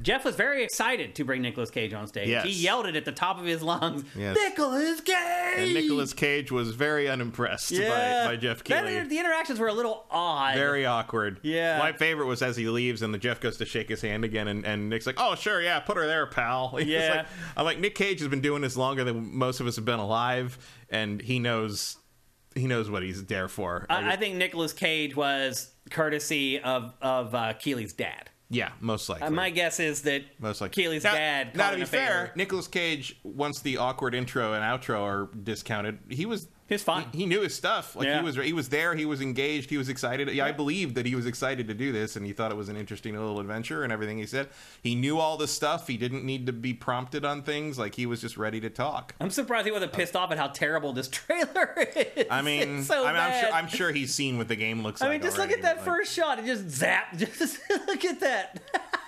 [SPEAKER 1] Jeff was very excited to bring Nicolas Cage on stage.
[SPEAKER 2] Yes.
[SPEAKER 1] He yelled it at the top of his lungs.
[SPEAKER 2] Yes.
[SPEAKER 1] Nicolas Cage.
[SPEAKER 2] And Nicolas Cage was very unimpressed by, by Jeff
[SPEAKER 1] That
[SPEAKER 2] Keighley.
[SPEAKER 1] inter- the interactions were a little odd.
[SPEAKER 2] very awkward.
[SPEAKER 1] Yeah.
[SPEAKER 2] My favorite was as he leaves and the Jeff goes to shake his hand again, and, and Nick's like, "Oh, sure, yeah, put her there, pal." It's
[SPEAKER 1] Yeah.
[SPEAKER 2] like- I'm like, Nick Cage has been doing this longer than most of us have been alive, and he knows he knows what he's there for.
[SPEAKER 1] I, I think Nicolas Cage was courtesy of of uh, Keeley's dad.
[SPEAKER 2] yeah, most likely.
[SPEAKER 1] Uh, My guess is that
[SPEAKER 2] most likely.
[SPEAKER 1] Keely's
[SPEAKER 2] Now-
[SPEAKER 1] dad.
[SPEAKER 2] Now
[SPEAKER 1] called
[SPEAKER 2] to
[SPEAKER 1] in
[SPEAKER 2] be
[SPEAKER 1] a favor.
[SPEAKER 2] fair, Nicolas Cage, once the awkward intro and outro are discounted, he was.
[SPEAKER 1] He was fine.
[SPEAKER 2] He, he knew his stuff. Like
[SPEAKER 1] Yeah.
[SPEAKER 2] he was, he was there. He was engaged. He was excited. Yeah, I believed that he was excited to do this, and he thought it was an interesting little adventure and everything. He said he knew all the stuff. He didn't need to be prompted on things. Like he was just ready to talk.
[SPEAKER 1] I'm surprised he wasn't pissed off at how terrible this trailer is.
[SPEAKER 2] uh, I mean,
[SPEAKER 1] It's so
[SPEAKER 2] I mean I'm
[SPEAKER 1] bad.
[SPEAKER 2] sure. I'm sure he's seen what the game looks
[SPEAKER 1] I
[SPEAKER 2] like.
[SPEAKER 1] mean, just look
[SPEAKER 2] already,
[SPEAKER 1] at that
[SPEAKER 2] like-
[SPEAKER 1] first shot. It just zap. Just look at that,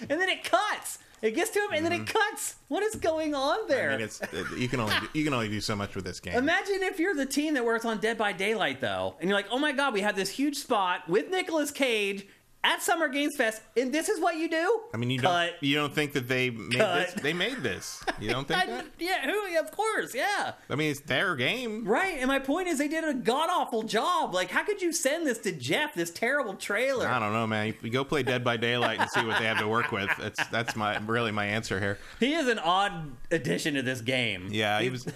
[SPEAKER 1] and then it cuts. It gets to him, and then it cuts. What is going on there?
[SPEAKER 2] Mm-hmm. I mean, it's you can only do, you can only do so much with this game.
[SPEAKER 1] Imagine if you're the team that works on Dead by Daylight, though, and you're like, oh my god, we have this huge spot with Nicolas Cage at Summer Games Fest, and this is what you do?
[SPEAKER 2] I mean, you
[SPEAKER 1] Cut.
[SPEAKER 2] don't you don't think that they made
[SPEAKER 1] Cut.
[SPEAKER 2] this? They made this. You don't think
[SPEAKER 1] I-
[SPEAKER 2] that?
[SPEAKER 1] yeah, who? Of course, yeah.
[SPEAKER 2] I mean, it's their game.
[SPEAKER 1] Right, and my point is they did a god awful job. Like, how could you send this to Jeff, this terrible trailer?
[SPEAKER 2] I don't know, man. You- You go play Dead by Daylight and see what they have to work with. That's that's my really my answer here.
[SPEAKER 1] He is an odd addition to this game.
[SPEAKER 2] Yeah, he was.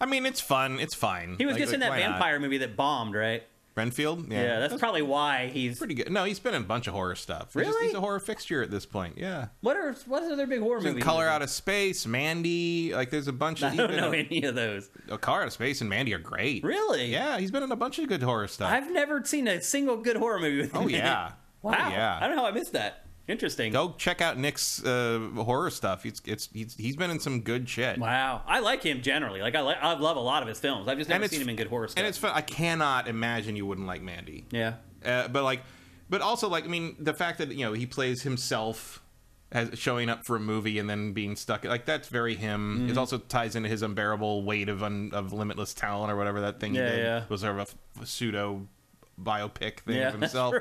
[SPEAKER 2] I mean, it's fun. It's fine.
[SPEAKER 1] He was just in that vampire movie that bombed, right?
[SPEAKER 2] Renfield. Yeah,
[SPEAKER 1] Yeah, that's, probably why he's.
[SPEAKER 2] pretty good. No, he's been in a bunch of horror stuff. He's just-
[SPEAKER 1] Really?
[SPEAKER 2] he's a horror fixture at this point. Yeah.
[SPEAKER 1] What are what's other big horror
[SPEAKER 2] In
[SPEAKER 1] movie?
[SPEAKER 2] Color Out of Space, Mandy. Like, there's a bunch of.
[SPEAKER 1] I don't
[SPEAKER 2] even-
[SPEAKER 1] know any of those.
[SPEAKER 2] uh, Color Out of Space and Mandy are great.
[SPEAKER 1] Really?
[SPEAKER 2] Yeah, he's been in a bunch of good horror stuff.
[SPEAKER 1] I've never seen a single good horror movie with him
[SPEAKER 2] oh
[SPEAKER 1] in it.
[SPEAKER 2] yeah.
[SPEAKER 1] Wow.
[SPEAKER 2] Oh, yeah.
[SPEAKER 1] I don't know how I missed that. Interesting.
[SPEAKER 2] Go check out Nick's uh, horror stuff. It's it's he's, he's been in some good shit.
[SPEAKER 1] Wow. I like him generally. Like I like I love a lot of his films. I've just never
[SPEAKER 2] it's-
[SPEAKER 1] seen him in good horror stuff.
[SPEAKER 2] And it's fun. I cannot imagine you wouldn't like Mandy.
[SPEAKER 1] yeah.
[SPEAKER 2] Uh, but like, but also like, I mean, the fact that you know he plays himself as showing up for a movie and then being stuck. Like that's very him.
[SPEAKER 1] Mm-hmm.
[SPEAKER 2] It also ties into his unbearable weight of un, of limitless talent or whatever that thing
[SPEAKER 1] Yeah,
[SPEAKER 2] he did
[SPEAKER 1] yeah.
[SPEAKER 2] was sort of a f- a, pseudo biopic thing
[SPEAKER 1] Yeah,
[SPEAKER 2] of himself.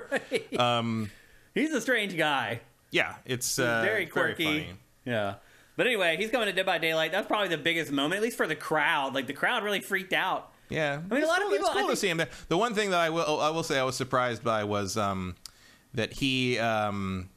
[SPEAKER 2] Um,
[SPEAKER 1] that's right. he's a strange guy.
[SPEAKER 2] Yeah, it's uh,
[SPEAKER 1] very quirky.
[SPEAKER 2] funny.
[SPEAKER 1] Yeah. But anyway, he's coming to Dead by Daylight. That's probably the biggest moment, at least for the crowd. Like the crowd really freaked out.
[SPEAKER 2] Yeah,
[SPEAKER 1] I mean, a lot of
[SPEAKER 2] It's
[SPEAKER 1] people.
[SPEAKER 2] cool
[SPEAKER 1] I
[SPEAKER 2] to
[SPEAKER 1] think,
[SPEAKER 2] see him there. The one thing that I will I will say I was surprised by was um, that he um,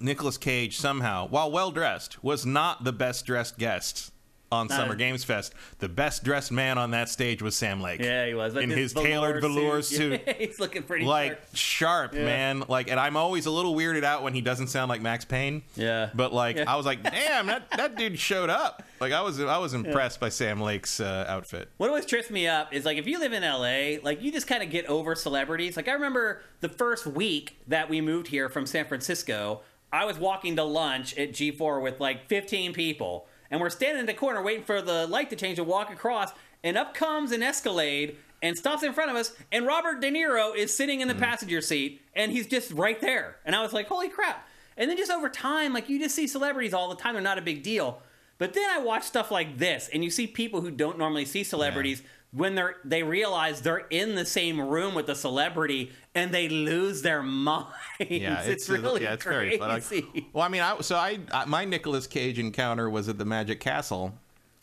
[SPEAKER 2] Nicholas Cage somehow, while well dressed, was not the best dressed guest on
[SPEAKER 1] No.
[SPEAKER 2] Summer Games Fest. The best dressed man on that stage was Sam Lake.
[SPEAKER 1] yeah, he was But
[SPEAKER 2] in
[SPEAKER 1] this
[SPEAKER 2] his tailored velour suit.
[SPEAKER 1] Yeah, he's looking pretty
[SPEAKER 2] Like
[SPEAKER 1] sharp.
[SPEAKER 2] sharp, man. Like, and I'm always a little weirded out when he doesn't sound like Max Payne.
[SPEAKER 1] Yeah.
[SPEAKER 2] But like,
[SPEAKER 1] Yeah.
[SPEAKER 2] I was like, damn, that, that dude showed up. Like, I was I was impressed by Sam Lake's uh, outfit.
[SPEAKER 1] What always trips me up is like if you live in LA, like you just kind of get over celebrities. Like I remember the first week that we moved here from San Francisco, I was walking to lunch at G4 with like 15 people, and we're standing in the corner waiting for the light to change to walk across, and up comes an Escalade and stops in front of us, and Robert De Niro is sitting in the passenger seat, and he's just right there, and I was like, holy crap! And then just over time, like you just see celebrities all the time; they're not a big deal. But then I watch stuff like this, and you see people who don't normally see celebrities when they're they realize they're in the same room with the celebrity, and they lose their minds.
[SPEAKER 2] Yeah,
[SPEAKER 1] it's,
[SPEAKER 2] it's, uh,
[SPEAKER 1] really
[SPEAKER 2] yeah, it's
[SPEAKER 1] crazy.
[SPEAKER 2] very fun. Like, well, I mean, I so I, I my Nicolas Cage encounter was at the Magic Castle.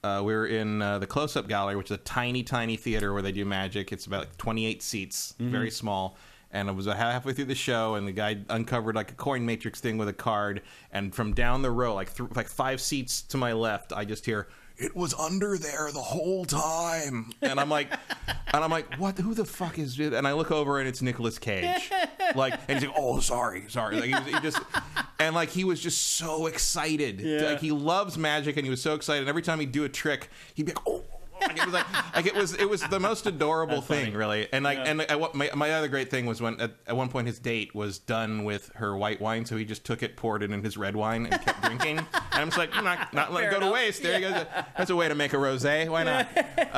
[SPEAKER 2] Uh, we were in uh, the Close Up Gallery, which is a tiny, tiny theater where they do magic. It's about like 28 seats,
[SPEAKER 1] Mm-hmm.
[SPEAKER 2] very small. And I was halfway through the show, and the guy uncovered like a coin matrix thing with a card. And from down the row, like th- like five seats to my left, I just hear it was under there the whole time. And I'm like, and I'm like, what? Who the fuck is it? And I look over, and it's Nicolas Cage. Like, and he's like, oh, sorry, sorry. Like, he, was, he just, and like, he was just so excited. Like, he loves magic, and he was so excited. And every time he'd do a trick, he'd be like, oh. Like, it was like, like it was it was the most adorable thing, really. And like, and I, what- my my other great thing was when at, at one point his date was done with her white wine, so he just took it, poured it in his red wine, and kept drinking. And I'm just like, I'm not not
[SPEAKER 1] Fair
[SPEAKER 2] letting it go to
[SPEAKER 1] enough.
[SPEAKER 2] waste. There you go. That's a way to make a rosé. Why not?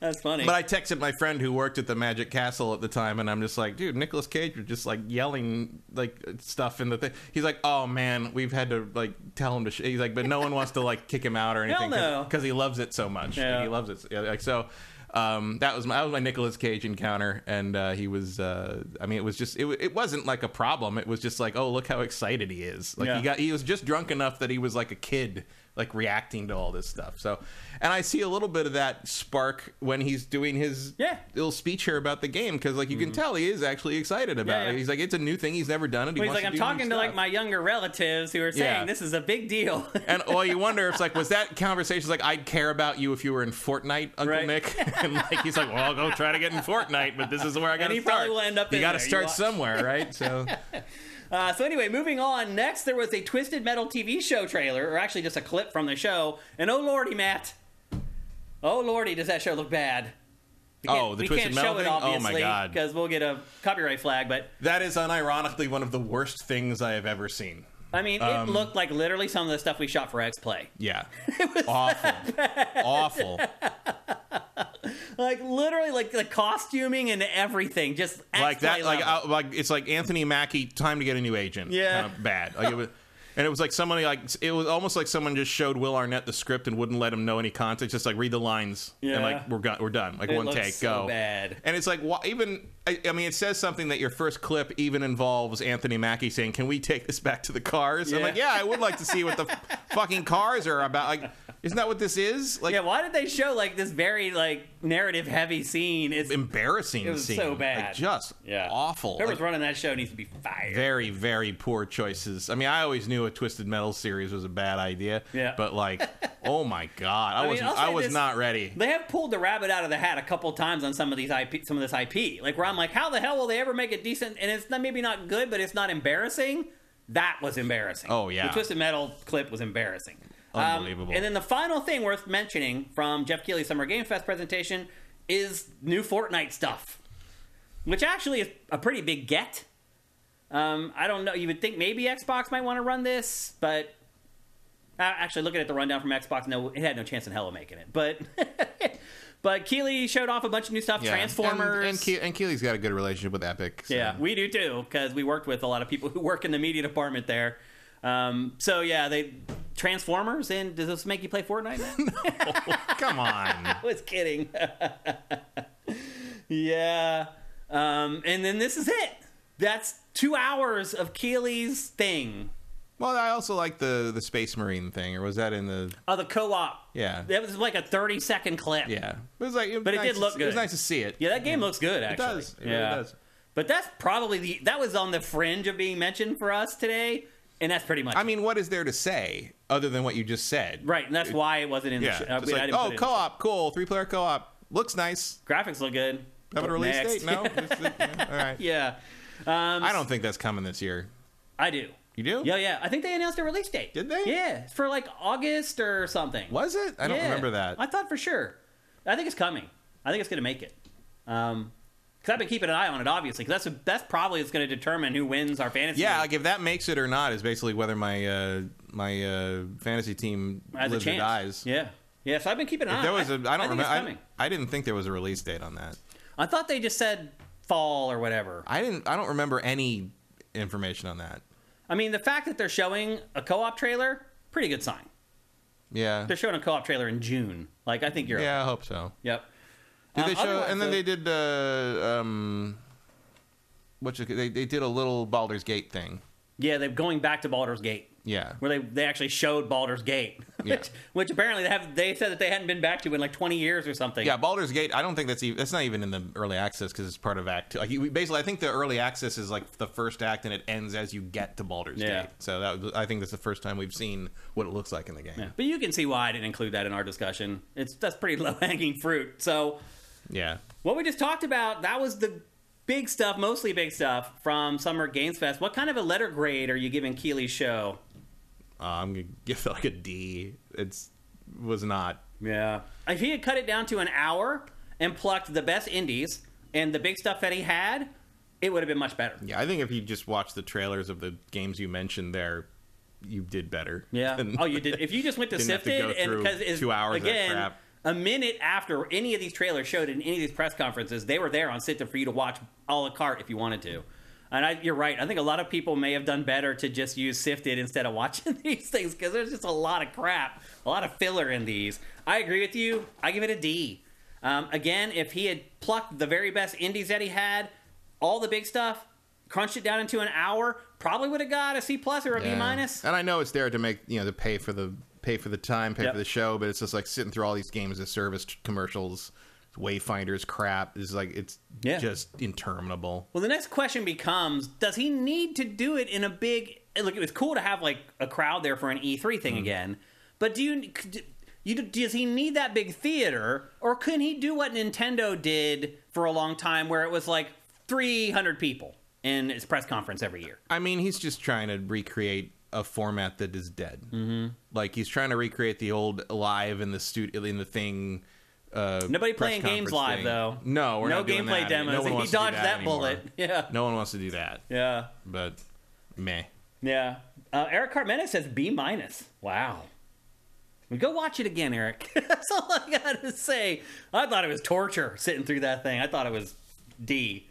[SPEAKER 1] That's funny.
[SPEAKER 2] But I texted my friend who worked at the Magic Castle at the time, and I'm just like, dude, Nicolas Cage was just like yelling like stuff in the thing. He's like, oh man, we've had to like tell him to. Sh-. He's like, but no one wants to like kick him out or
[SPEAKER 1] Hell
[SPEAKER 2] anything
[SPEAKER 1] no.
[SPEAKER 2] because he loves it so much.
[SPEAKER 1] Yeah.
[SPEAKER 2] He loves it. so- yeah, Like so. Um, that was my that was my Nicolas Cage encounter, and uh, he was. Uh, I mean, it was just it, wa- it wasn't like a problem. It was just like, oh, look how excited he is. Like
[SPEAKER 1] Yeah.
[SPEAKER 2] he got he was just drunk enough that he was like a kid, like reacting to all this stuff. So, and I see a little bit of that spark when he's doing his
[SPEAKER 1] Yeah. Mm-hmm.
[SPEAKER 2] little speech here about the game because like you can tell he is actually excited about
[SPEAKER 1] yeah.
[SPEAKER 2] it. He's like, it's a new thing he's never done it. He
[SPEAKER 1] he's like,
[SPEAKER 2] wants to
[SPEAKER 1] I'm
[SPEAKER 2] do new
[SPEAKER 1] talking to like
[SPEAKER 2] stuff."
[SPEAKER 1] my younger relatives who are saying
[SPEAKER 2] Yeah.
[SPEAKER 1] this is a big deal.
[SPEAKER 2] And well, you wonder if it's like, was that conversation like, I'd care about you if you were in Fortnite, Uncle
[SPEAKER 1] Right.
[SPEAKER 2] Nick? And like, he's like, well, I'll go try to get in Fortnite, but this is where I got to
[SPEAKER 1] he
[SPEAKER 2] start.
[SPEAKER 1] probably will end up
[SPEAKER 2] you
[SPEAKER 1] in
[SPEAKER 2] gotta
[SPEAKER 1] there. You
[SPEAKER 2] start
[SPEAKER 1] watch.
[SPEAKER 2] somewhere, right? So,
[SPEAKER 1] Uh, so anyway, moving on. Next, there was a Twisted Metal TV show trailer, or actually just a clip from the show. And oh lordy, Matt, oh lordy, does that show look bad? We can't-
[SPEAKER 2] Oh, the
[SPEAKER 1] we
[SPEAKER 2] Twisted
[SPEAKER 1] can't
[SPEAKER 2] Metal
[SPEAKER 1] show it
[SPEAKER 2] thing? Oh, my God.
[SPEAKER 1] because we'll get a copyright flag. But
[SPEAKER 2] that is unironically one of the worst things I have ever seen.
[SPEAKER 1] I mean,
[SPEAKER 2] Um,
[SPEAKER 1] it looked like literally some of the stuff we shot for X Play.
[SPEAKER 2] Yeah. awful. Awful.
[SPEAKER 1] Like literally, like the costuming and everything, just
[SPEAKER 2] like
[SPEAKER 1] X-Play
[SPEAKER 2] that like
[SPEAKER 1] level.
[SPEAKER 2] uh, like it's like Anthony Mackie time to get a new agent
[SPEAKER 1] Yeah.
[SPEAKER 2] kind of bad like it was and it was like somebody like it was almost like someone just showed Will Arnett the script and wouldn't let him know any context just like read the lines
[SPEAKER 1] Yeah.
[SPEAKER 2] and like we're go- we're done like
[SPEAKER 1] It
[SPEAKER 2] one
[SPEAKER 1] looks
[SPEAKER 2] take
[SPEAKER 1] so
[SPEAKER 2] go
[SPEAKER 1] bad.
[SPEAKER 2] and it's like why even I, I mean it says something that your first clip even involves Anthony Mackie saying can we take this back to the cars I'm
[SPEAKER 1] Yeah.
[SPEAKER 2] like yeah I would like to see what the fucking cars are about like isn't that what this is like
[SPEAKER 1] yeah, why did they show like this very like narrative heavy scene? It's
[SPEAKER 2] embarrassing
[SPEAKER 1] It was
[SPEAKER 2] scene
[SPEAKER 1] so
[SPEAKER 2] Like,
[SPEAKER 1] bad.
[SPEAKER 2] just
[SPEAKER 1] yeah
[SPEAKER 2] awful
[SPEAKER 1] Whoever's
[SPEAKER 2] Like,
[SPEAKER 1] running that show needs to be fired.
[SPEAKER 2] very very poor choices i mean i always knew a twisted metal series was a bad idea
[SPEAKER 1] Yeah.
[SPEAKER 2] but like oh my god i,
[SPEAKER 1] mean,
[SPEAKER 2] wasn't
[SPEAKER 1] I'll say
[SPEAKER 2] i was
[SPEAKER 1] this-
[SPEAKER 2] not ready
[SPEAKER 1] They have pulled the rabbit out of the hat a couple times on some of these IP, some of this IP. Like where I'm like, how the hell will they ever make it decent? And it's not, maybe not good, but it's not embarrassing. That was embarrassing.
[SPEAKER 2] Oh, yeah.
[SPEAKER 1] the twisted metal clip was embarrassing. Um,
[SPEAKER 2] Unbelievable.
[SPEAKER 1] and then the final thing worth mentioning from Jeff Keighley's Summer Game Fest presentation is new Fortnite stuff, which actually is a pretty big get. Um, I don't know. You would think maybe Xbox might want to run this, but uh, actually, looking at the rundown from Xbox, no, it had no chance in hell of making it. But but Keeley showed off a bunch of new stuff,
[SPEAKER 2] Yeah.
[SPEAKER 1] Transformers.
[SPEAKER 2] and, and, Ke- and keely's got a good relationship with epic so.
[SPEAKER 1] yeah, we do too because we worked with a lot of people who work in the media department there. Um, so yeah, they Transformers and does this make you play Fortnite? Now?
[SPEAKER 2] Come on.
[SPEAKER 1] I was kidding. yeah. Um, and then this is it. That's two hours of Keeley's thing.
[SPEAKER 2] well, I also like the the Space Marine thing, or was that in the?
[SPEAKER 1] Oh, the co-op.
[SPEAKER 2] Yeah,
[SPEAKER 1] That was like a 30 second clip.
[SPEAKER 2] yeah. It was like,
[SPEAKER 1] But it
[SPEAKER 2] nice
[SPEAKER 1] did
[SPEAKER 2] to
[SPEAKER 1] look
[SPEAKER 2] s- It was
[SPEAKER 1] good.
[SPEAKER 2] nice to see it.
[SPEAKER 1] Yeah, that game looks good actually.
[SPEAKER 2] does. It really
[SPEAKER 1] yeah.
[SPEAKER 2] does.
[SPEAKER 1] But that's probably the that was on the fringe of being mentioned for us today, and that's pretty much
[SPEAKER 2] I
[SPEAKER 1] it.
[SPEAKER 2] mean, what is there to say other than what you just said?
[SPEAKER 1] right, and that's why it wasn't in
[SPEAKER 2] Yeah.
[SPEAKER 1] the show. I
[SPEAKER 2] Just
[SPEAKER 1] mean, I
[SPEAKER 2] like,
[SPEAKER 1] didn't put
[SPEAKER 2] oh,
[SPEAKER 1] it in.
[SPEAKER 2] co-op, cool. Three player co-op looks nice.
[SPEAKER 1] graphics look good.
[SPEAKER 2] Have a release
[SPEAKER 1] Next. Um,
[SPEAKER 2] date? No. It's- it- yeah, All right.
[SPEAKER 1] yeah,
[SPEAKER 2] I don't think that's coming this year.
[SPEAKER 1] I do.
[SPEAKER 2] You do?
[SPEAKER 1] Yeah, yeah. I think they announced a release date.
[SPEAKER 2] Did they?
[SPEAKER 1] Yeah, it's for like August or something.
[SPEAKER 2] Was it? I don't
[SPEAKER 1] Yeah.
[SPEAKER 2] remember that.
[SPEAKER 1] I thought for sure. I think it's coming. I think it's going to make it. Um, because I've been keeping an eye on it, obviously. Because that's that's probably is going to determine who wins our fantasy.
[SPEAKER 2] yeah,
[SPEAKER 1] league.
[SPEAKER 2] like if that makes it or not is basically whether my uh, my uh, fantasy team
[SPEAKER 1] has a
[SPEAKER 2] lives or
[SPEAKER 1] chance.
[SPEAKER 2] dies.
[SPEAKER 1] Yeah, yeah. So I've been keeping an eye.
[SPEAKER 2] If there was a, I don't
[SPEAKER 1] think
[SPEAKER 2] remember.
[SPEAKER 1] It's coming.
[SPEAKER 2] I, I didn't think there was a release date on that.
[SPEAKER 1] I, thought they just said fall or whatever.
[SPEAKER 2] I didn't. I don't remember any information on that.
[SPEAKER 1] I mean, the fact that they're showing a co-op trailer, pretty good sign.
[SPEAKER 2] Yeah.
[SPEAKER 1] They're showing a co-op trailer in June. Like I think you're.
[SPEAKER 2] Yeah, I hope so.
[SPEAKER 1] Yep.
[SPEAKER 2] Did
[SPEAKER 1] Um,
[SPEAKER 2] they show?
[SPEAKER 1] otherwise,
[SPEAKER 2] And then
[SPEAKER 1] though-
[SPEAKER 2] they did. Uh, um, what they they did a little Baldur's Gate thing.
[SPEAKER 1] Yeah, they're going back to Baldur's Gate.
[SPEAKER 2] Yeah.
[SPEAKER 1] where they, they actually showed Baldur's Gate, which,
[SPEAKER 2] Yeah.
[SPEAKER 1] which apparently they have they said that they hadn't been back to in like twenty years or something.
[SPEAKER 2] Yeah, Baldur's Gate. I don't think that's even that's not even in the early access because it's part of Act. Two. Like you, basically, I think the early access is like the first act, and it ends as you get to Baldur's
[SPEAKER 1] Yeah.
[SPEAKER 2] Gate. So that was, I think that's the first time we've seen what it looks like in the game. Yeah,
[SPEAKER 1] but you can see why I didn't include that in our discussion. It's that's pretty low hanging fruit. So what we just talked about that was the big stuff, mostly big stuff from Summer Games Fest. What kind of a letter grade are you giving Keeley's show?
[SPEAKER 2] Uh, I'm gonna give it like a D. It's was not.
[SPEAKER 1] Yeah, if he had cut it down to an hour and plucked the best indies and the big stuff that he had, it would have been much better.
[SPEAKER 2] Yeah, I think if you just watch the trailers of the games you mentioned there, you did better.
[SPEAKER 1] Yeah.
[SPEAKER 2] than-
[SPEAKER 1] oh, you did. If you just went to
[SPEAKER 2] Didn't have to
[SPEAKER 1] sifted
[SPEAKER 2] go
[SPEAKER 1] and
[SPEAKER 2] through
[SPEAKER 1] because it's
[SPEAKER 2] two hours of that
[SPEAKER 1] again,
[SPEAKER 2] crap.
[SPEAKER 1] a minute after any of these trailers showed in any of these press conferences, they were there on sifted for you to watch a la carte if you wanted to. And I, you're right. I think a lot of people may have done better to just use sifted instead of watching these things because there's just a lot of crap, a lot of filler in these. I agree with you. I give it a D. Um, again, if he had plucked the very best indies that he had, all the big stuff, crunched it down into an hour, probably would have got a C plus or a B
[SPEAKER 2] Yeah.
[SPEAKER 1] minus.
[SPEAKER 2] And I know it's there to make you know to pay for the pay for the time, pay
[SPEAKER 1] Yep.
[SPEAKER 2] for the show, but it's just like sitting through all these games as service t- commercials, wayfinders crap. It's like it's
[SPEAKER 1] Yeah.
[SPEAKER 2] just interminable.
[SPEAKER 1] Well, the next question becomes: Does he need to do it in a big? Look, it was cool to have like a crowd there for an E3
[SPEAKER 2] Mm-hmm.
[SPEAKER 1] thing again, but do you, could- you does he need that big theater, or can he do what Nintendo did for a long time, where it was like 300 people in its press conference every year?
[SPEAKER 2] I mean, he's just trying to recreate a format that is dead. Mm-hmm. Like he's trying to recreate the old live in the studio in the thing. Uh,
[SPEAKER 1] Nobody
[SPEAKER 2] press
[SPEAKER 1] playing games
[SPEAKER 2] conference
[SPEAKER 1] live
[SPEAKER 2] thing.
[SPEAKER 1] though.
[SPEAKER 2] No, we're
[SPEAKER 1] no
[SPEAKER 2] not doing
[SPEAKER 1] gameplay
[SPEAKER 2] that.
[SPEAKER 1] demos.
[SPEAKER 2] No one
[SPEAKER 1] he
[SPEAKER 2] wants to do
[SPEAKER 1] dodged
[SPEAKER 2] that
[SPEAKER 1] that,
[SPEAKER 2] anymore.
[SPEAKER 1] bullet. Yeah,
[SPEAKER 2] No one wants to do that.
[SPEAKER 1] yeah,
[SPEAKER 2] But meh.
[SPEAKER 1] yeah. Uh, Eric Cartmena says B minus. Wow. Well, Go watch it again, Eric. That's all I got to say. I thought it was torture sitting through that thing. I thought it was D.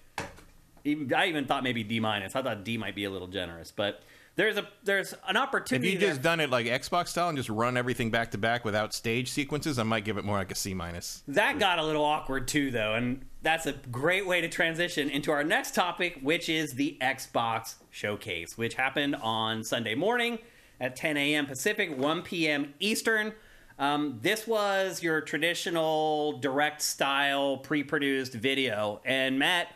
[SPEAKER 1] Even, I even thought maybe D minus. I thought D might be a little generous, but there's a there's an
[SPEAKER 2] If
[SPEAKER 1] opportunity.
[SPEAKER 2] you
[SPEAKER 1] there.
[SPEAKER 2] just done it like Xbox style and just run everything back to back without stage sequences, I might give it more like a C minus.
[SPEAKER 1] that got a little awkward too, though, and that's a great way to transition into our next topic, which is the Xbox showcase, which happened on Sunday morning at 10 a.m. Pacific, 1 p.m. Eastern. Um, this was your traditional direct style pre-produced video, and Matt,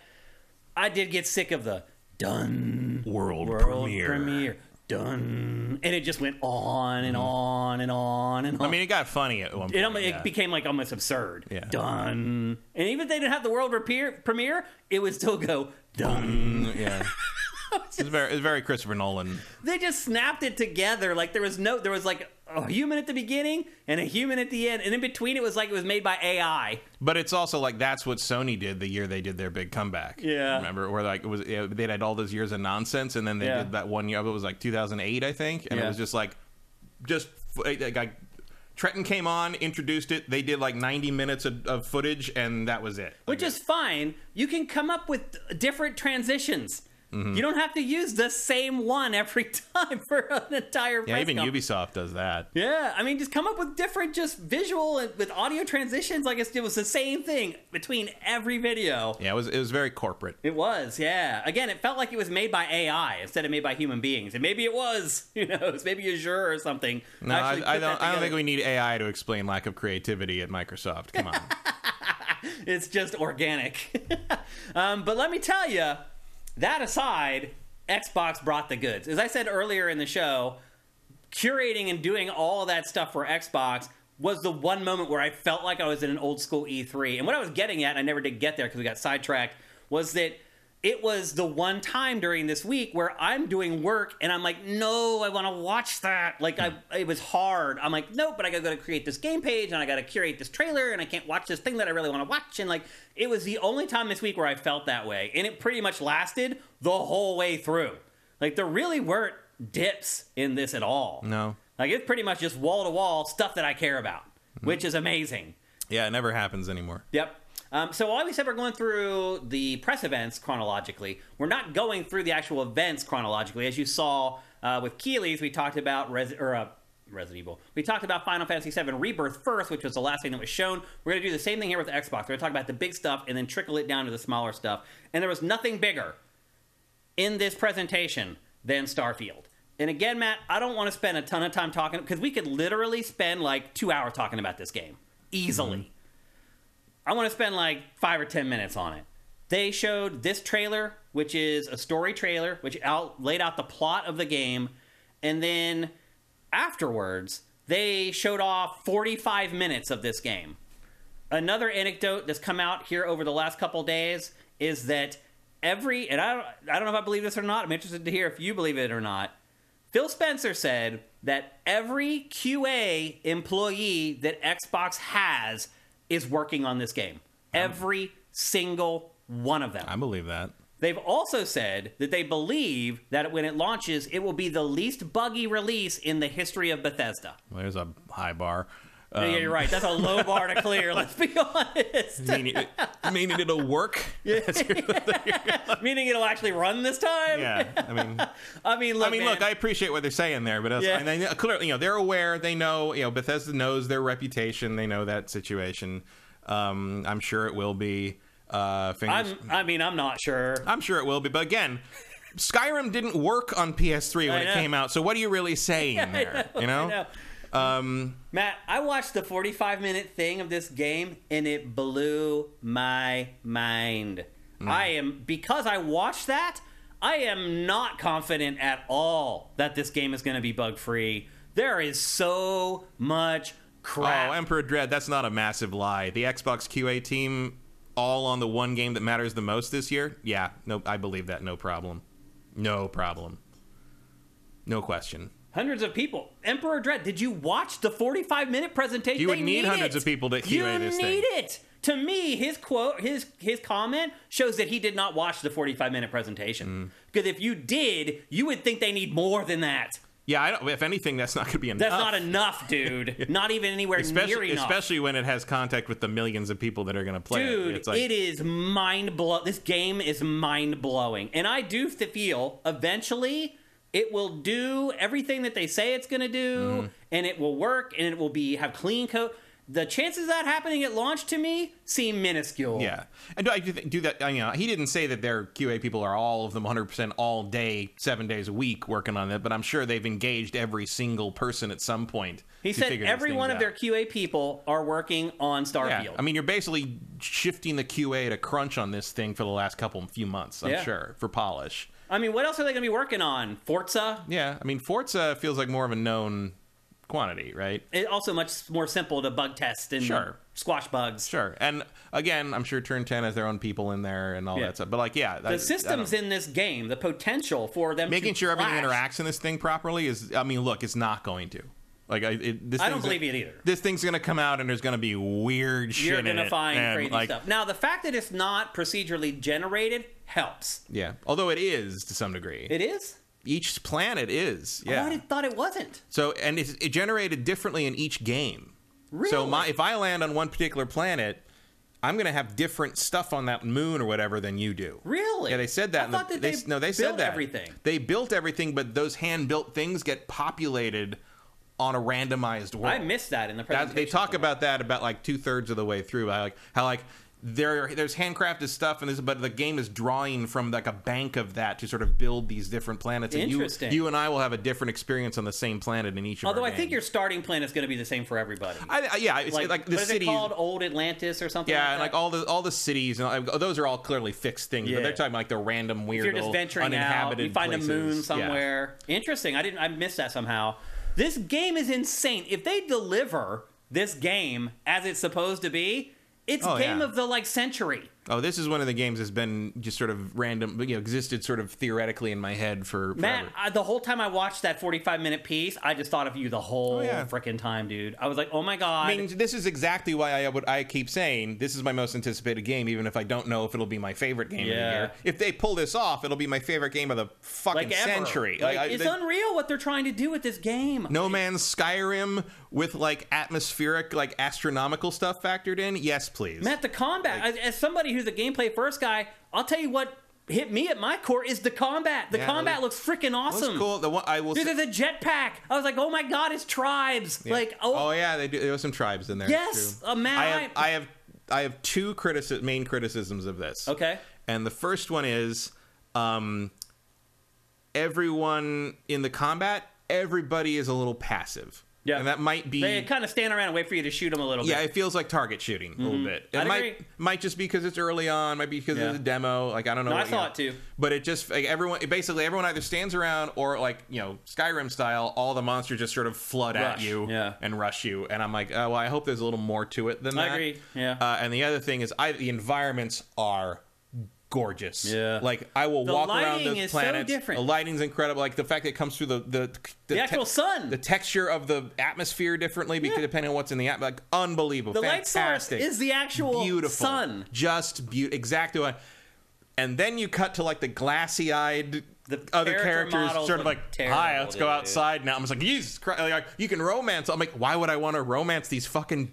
[SPEAKER 1] I did get sick of the done
[SPEAKER 2] World,
[SPEAKER 1] world premiere. Done, and it just went on and on and on and on.
[SPEAKER 2] Mm-hmm. I mean, it got funny at one point.
[SPEAKER 1] It, almost,
[SPEAKER 2] yeah.
[SPEAKER 1] it became like almost absurd.
[SPEAKER 2] Yeah.
[SPEAKER 1] Done. And even if they didn't have the world repear, premiere, it would still go done.
[SPEAKER 2] Mm, yeah. it's very, it's very Christopher Nolan.
[SPEAKER 1] They just snapped it together. Like there was no, there was like a human at the beginning and a human at the end, and in between it was like it was made by AI.
[SPEAKER 2] But it's also like that's what Sony did the year they did their big comeback.
[SPEAKER 1] Yeah.
[SPEAKER 2] remember where like it was yeah, they had all those years of nonsense, and then they
[SPEAKER 1] Yeah.
[SPEAKER 2] did that one year. It was like 2008, I think, and
[SPEAKER 1] Yeah.
[SPEAKER 2] it was just like, just like I, Trenton came on, introduced it. They did like 90 minutes of, of footage, and that was it.
[SPEAKER 1] which
[SPEAKER 2] Like,
[SPEAKER 1] is fine. You can come up with different transitions.
[SPEAKER 2] Mm-hmm.
[SPEAKER 1] You don't have to use the same one every time for an entire
[SPEAKER 2] Yeah,
[SPEAKER 1] press
[SPEAKER 2] even
[SPEAKER 1] conference.
[SPEAKER 2] Ubisoft does that.
[SPEAKER 1] Yeah, I mean, just come up with different, just visual and with audio transitions. Like it's, it was the same thing between every video.
[SPEAKER 2] Yeah, it was it was very corporate.
[SPEAKER 1] It was, yeah. Again, it felt like it was made by AI instead of made by human beings, and maybe it was. Who knows? Maybe Azure or something.
[SPEAKER 2] No, I,
[SPEAKER 1] actually put
[SPEAKER 2] I
[SPEAKER 1] that
[SPEAKER 2] don't. I don't
[SPEAKER 1] together.
[SPEAKER 2] think we need AI to explain lack of creativity at Microsoft. Come on.
[SPEAKER 1] it's just organic. um, but let me tell you, that aside, Xbox brought the goods. As I said earlier in the show, curating and doing all that stuff for Xbox was the one moment where I felt like I was in an old school E3. And what I was getting at, and I never did get there because we got sidetracked, was that it was the one time during this week where I'm doing work and I'm like, no, I want to watch that. Like, I, it was hard. I'm like, no, but I gotta go to create this game page and I gotta curate this trailer and I can't watch this thing that I really want to watch. And like, it was the only time this week where I felt that way. And it pretty much lasted the whole way through. Like, there really weren't dips in this at all.
[SPEAKER 2] No.
[SPEAKER 1] Like it's pretty much just wall to wall stuff that I care about, which is amazing.
[SPEAKER 2] Yeah, it never happens anymore.
[SPEAKER 1] Yep. Um, so while we said we're going through the press events chronologically, we're not going through the actual events chronologically. As you saw uh, with Keeley's, we talked about Res- or, uh, Resident Evil. We talked about Final Fantasy VII Rebirth first, which was the last thing that was shown. We're going to do the same thing here with Xbox. We're going to talk about the big stuff and then trickle it down to the smaller stuff. And there was nothing bigger in this presentation than Starfield. And again, Matt, I don't want to spend a ton of time talking because we could literally spend like two hours talking about this game easily. I want to spend like five or ten minutes on it. They showed this trailer, which is a story trailer, which out laid out the plot of the game, and then afterwards they showed off 45 minutes of this game. Another anecdote that's come out here over the last couple days is that every and I don't, I don't know if I believe this or not. I'm interested to hear if you believe it or not. Phil Spencer said that every QA employee that Xbox has is working on this game. Every single one of them.
[SPEAKER 2] I believe that.
[SPEAKER 1] They've also said that they believe that when it launches, it will be the least buggy release in the history of Bethesda.
[SPEAKER 2] Well, there's a high bar. Uh,
[SPEAKER 1] yeah, you're right. That's a low bar to clear. Let's be honest.
[SPEAKER 2] meaning, meaning it'll work. Yeah.
[SPEAKER 1] Meaning it'll actually run this time.
[SPEAKER 2] I mean,
[SPEAKER 1] I mean, look.
[SPEAKER 2] I mean,
[SPEAKER 1] man,
[SPEAKER 2] look, I appreciate what they're saying there, but
[SPEAKER 1] Yeah.
[SPEAKER 2] yeah. and they, clearly, you know, they're aware. They know, you know, Bethesda knows their reputation. They know that situation. Um, I'm sure it will be. Uh, fingers,
[SPEAKER 1] I'm. I mean, I'm not sure.
[SPEAKER 2] I'm sure it will be. But again, Skyrim didn't work on PS3
[SPEAKER 1] I
[SPEAKER 2] when
[SPEAKER 1] know.
[SPEAKER 2] it came out. So what are you really saying there? you know?
[SPEAKER 1] I
[SPEAKER 2] Oh,
[SPEAKER 1] know.
[SPEAKER 2] Um,
[SPEAKER 1] Matt, I watched the 45 minute thing of this game and it blew my mind.
[SPEAKER 2] Mm.
[SPEAKER 1] I am, because I watched that, I am not confident at all that this game is going to be bug free. There is so much crap.
[SPEAKER 2] Oh, Emperor Dread, that's not a massive lie. The Xbox QA team all on the one game that matters the most this year? Yeah, no I believe that no problem. No problem. No question.
[SPEAKER 1] Hundreds of people. Emperor Dread, did you watch the 45 minute presentation?
[SPEAKER 2] You would
[SPEAKER 1] They
[SPEAKER 2] need hundreds
[SPEAKER 1] it.
[SPEAKER 2] of people to
[SPEAKER 1] You
[SPEAKER 2] QA this
[SPEAKER 1] need
[SPEAKER 2] thing.
[SPEAKER 1] it. To me, his quote, his his comment shows that he did not watch the 45 minute
[SPEAKER 2] Mm.
[SPEAKER 1] presentation. Because if you did, you would think they need more than that.
[SPEAKER 2] Yeah, I don't if anything that's not going to be enough.
[SPEAKER 1] That's not enough, dude. not even anywhere near
[SPEAKER 2] especially,
[SPEAKER 1] enough.
[SPEAKER 2] especially when it has contact with the millions of people that are going to play
[SPEAKER 1] Dude,
[SPEAKER 2] it. It's like
[SPEAKER 1] it is mind blow. This game is mind blowing, and I do f- feel eventually it will do everything that they say it's going to do,
[SPEAKER 2] Mm-hmm.
[SPEAKER 1] and it will work, and it will be have clean code. The chances of that happening at launch to me seem minuscule.
[SPEAKER 2] Yeah, and do I do, think- do that? I mean, he didn't say that their QA people are all of them 100 percent all day, seven days a week working on it, but I'm sure they've engaged every single person at some point.
[SPEAKER 1] he
[SPEAKER 2] to
[SPEAKER 1] said
[SPEAKER 2] figure these
[SPEAKER 1] every
[SPEAKER 2] things
[SPEAKER 1] one of
[SPEAKER 2] out.
[SPEAKER 1] their QA people are working on Starfield.
[SPEAKER 2] Yeah, I mean, you're basically shifting the QA to crunch on this thing for the last couple few months. I'm
[SPEAKER 1] Yeah.
[SPEAKER 2] sure for polish.
[SPEAKER 1] I mean, what else are they going to be working on? Forza.
[SPEAKER 2] Yeah, I mean, Forza feels like more of a known quantity, right?
[SPEAKER 1] It also much more simple to bug test and
[SPEAKER 2] Sure.
[SPEAKER 1] squash bugs.
[SPEAKER 2] Sure, and again, I'm sure Turn Ten has their own people in there and all
[SPEAKER 1] Yeah.
[SPEAKER 2] that stuff. But like, yeah,
[SPEAKER 1] The systems in this game, the potential for them
[SPEAKER 2] making
[SPEAKER 1] to
[SPEAKER 2] sure everything
[SPEAKER 1] clash-
[SPEAKER 2] interacts in this thing properly is i mean look it's not going to like I, it, this
[SPEAKER 1] I don't
[SPEAKER 2] thing's gonna-
[SPEAKER 1] believe it either.
[SPEAKER 2] this thing's gonna come out and there's gonna be weird shit
[SPEAKER 1] You're
[SPEAKER 2] in
[SPEAKER 1] gonna
[SPEAKER 2] it,
[SPEAKER 1] find
[SPEAKER 2] and,
[SPEAKER 1] crazy
[SPEAKER 2] like,
[SPEAKER 1] stuff. Now, the fact that it's not procedurally generated helps.
[SPEAKER 2] yeah although it is to some degree
[SPEAKER 1] It is.
[SPEAKER 2] each planet is
[SPEAKER 1] I
[SPEAKER 2] yeah
[SPEAKER 1] already thought it wasn't.
[SPEAKER 2] so and it's it generated differently in each game
[SPEAKER 1] Really?
[SPEAKER 2] so my if i land on one particular planet I'm going to have different stuff on that moon or whatever than you do.
[SPEAKER 1] Really?
[SPEAKER 2] Yeah, they said that.
[SPEAKER 1] I
[SPEAKER 2] in the-
[SPEAKER 1] thought that
[SPEAKER 2] they,
[SPEAKER 1] they
[SPEAKER 2] s- no, they said
[SPEAKER 1] built
[SPEAKER 2] that
[SPEAKER 1] everything.
[SPEAKER 2] They built everything, but those hand-built things get populated on a randomized world.
[SPEAKER 1] I missed that in the
[SPEAKER 2] That-
[SPEAKER 1] presentation.
[SPEAKER 2] they talk about that about like two thirds of the way through. I like how like there there's handcrafted stuff and this, but the game is drawing from like a bank of that to sort of build these different planets. And you,
[SPEAKER 1] Interesting.
[SPEAKER 2] you and I will have a different experience on the same planet in each. of
[SPEAKER 1] Although
[SPEAKER 2] our
[SPEAKER 1] I think
[SPEAKER 2] games.
[SPEAKER 1] your starting plan is going to be the same for everybody.
[SPEAKER 2] I, I- yeah, it's like, the
[SPEAKER 1] what is
[SPEAKER 2] cities.
[SPEAKER 1] it called Old Atlantis or something? like
[SPEAKER 2] yeah, and like
[SPEAKER 1] that?
[SPEAKER 2] all the all the cities and all, those are all clearly fixed things.
[SPEAKER 1] Yeah.
[SPEAKER 2] But they're talking about like the random
[SPEAKER 1] If
[SPEAKER 2] weird,
[SPEAKER 1] you're just
[SPEAKER 2] little
[SPEAKER 1] venturing out,
[SPEAKER 2] uninhabited
[SPEAKER 1] you find
[SPEAKER 2] places.
[SPEAKER 1] a moon
[SPEAKER 2] Yeah.
[SPEAKER 1] somewhere. Interesting. I didn't. I missed that somehow. This game is insane. If they deliver this game as it's supposed to be, it's
[SPEAKER 2] Oh,
[SPEAKER 1] game
[SPEAKER 2] yeah.
[SPEAKER 1] of the like century.
[SPEAKER 2] Oh, this is one of the games that's been just sort of random, you know, existed sort of theoretically in my head for
[SPEAKER 1] Matt,
[SPEAKER 2] forever.
[SPEAKER 1] I, the whole time I watched that 45 minute piece, I just thought of you the whole
[SPEAKER 2] Oh, yeah.
[SPEAKER 1] freaking time, dude. I was like, oh my god.
[SPEAKER 2] I mean, this is exactly why I would I keep saying this is my most anticipated game, even if I don't know if it'll be my favorite game of
[SPEAKER 1] Yeah.
[SPEAKER 2] the year. If they pull this off, it'll be my favorite game of the fucking
[SPEAKER 1] like ever.
[SPEAKER 2] century.
[SPEAKER 1] Like,
[SPEAKER 2] Like, I-
[SPEAKER 1] it's
[SPEAKER 2] they-
[SPEAKER 1] unreal what they're trying to do with this game.
[SPEAKER 2] No Man's Skyrim with like atmospheric, like astronomical stuff factored in. Yes, please.
[SPEAKER 1] Matt, the combat. as, as somebody who's a gameplay first guy, I'll tell you what hit me at my core is the combat. The
[SPEAKER 2] Yeah,
[SPEAKER 1] combat
[SPEAKER 2] that
[SPEAKER 1] looks freaking awesome.
[SPEAKER 2] That's cool. The one I will.
[SPEAKER 1] Dude,
[SPEAKER 2] say-
[SPEAKER 1] there's a jetpack. I was like, oh my god, it's tribes. Like, oh,
[SPEAKER 2] oh yeah, they do. There were some tribes in there.
[SPEAKER 1] Yes,
[SPEAKER 2] It's true.
[SPEAKER 1] uh, man,
[SPEAKER 2] I have,
[SPEAKER 1] I-
[SPEAKER 2] I have, I have two critici- main criticisms of this.
[SPEAKER 1] okay.
[SPEAKER 2] and the first one is, um, everyone in the combat, everybody is a little passive.
[SPEAKER 1] Yeah.
[SPEAKER 2] and that might be.
[SPEAKER 1] They kind of stand around and wait for you to shoot them a little
[SPEAKER 2] yeah,
[SPEAKER 1] bit. Mm-hmm.
[SPEAKER 2] it feels like target shooting a little bit. It
[SPEAKER 1] I'd
[SPEAKER 2] might
[SPEAKER 1] agree.
[SPEAKER 2] might just be because it's early on, might be because
[SPEAKER 1] Yeah.
[SPEAKER 2] it's a demo. Like I don't know.
[SPEAKER 1] No, I
[SPEAKER 2] what, you
[SPEAKER 1] saw
[SPEAKER 2] know.
[SPEAKER 1] it too.
[SPEAKER 2] But it just like everyone basically everyone either stands around or like you know Skyrim style, all the monsters just sort of flood at
[SPEAKER 1] Rush,
[SPEAKER 2] you
[SPEAKER 1] yeah.
[SPEAKER 2] and rush you. And I'm like, oh, well, I hope there's a little more to it than
[SPEAKER 1] I
[SPEAKER 2] that.
[SPEAKER 1] agree, yeah.
[SPEAKER 2] Uh, and the other thing is, I the environments are gorgeous.
[SPEAKER 1] Yeah.
[SPEAKER 2] Like I will
[SPEAKER 1] The
[SPEAKER 2] walk around
[SPEAKER 1] lighting
[SPEAKER 2] those
[SPEAKER 1] is so
[SPEAKER 2] planets.
[SPEAKER 1] different.
[SPEAKER 2] The lighting's incredible. Like the fact that it comes through the the
[SPEAKER 1] The actual sun.
[SPEAKER 2] the texture of the atmosphere differently because
[SPEAKER 1] Yeah.
[SPEAKER 2] depending on what's in the atmosphere. Like unbelievable.
[SPEAKER 1] the light source
[SPEAKER 2] Fantastic.
[SPEAKER 1] is the actual
[SPEAKER 2] beautiful.
[SPEAKER 1] sun.
[SPEAKER 2] Just beautiful. Exactly. what- And then you cut to like the glassy eyed
[SPEAKER 1] The
[SPEAKER 2] other
[SPEAKER 1] character
[SPEAKER 2] characters
[SPEAKER 1] models
[SPEAKER 2] sort of
[SPEAKER 1] look
[SPEAKER 2] like
[SPEAKER 1] terrible,
[SPEAKER 2] hi let's go
[SPEAKER 1] dude."
[SPEAKER 2] outside now i'm just like jesus christ like, you can romance i'm like why would i want to romance these fucking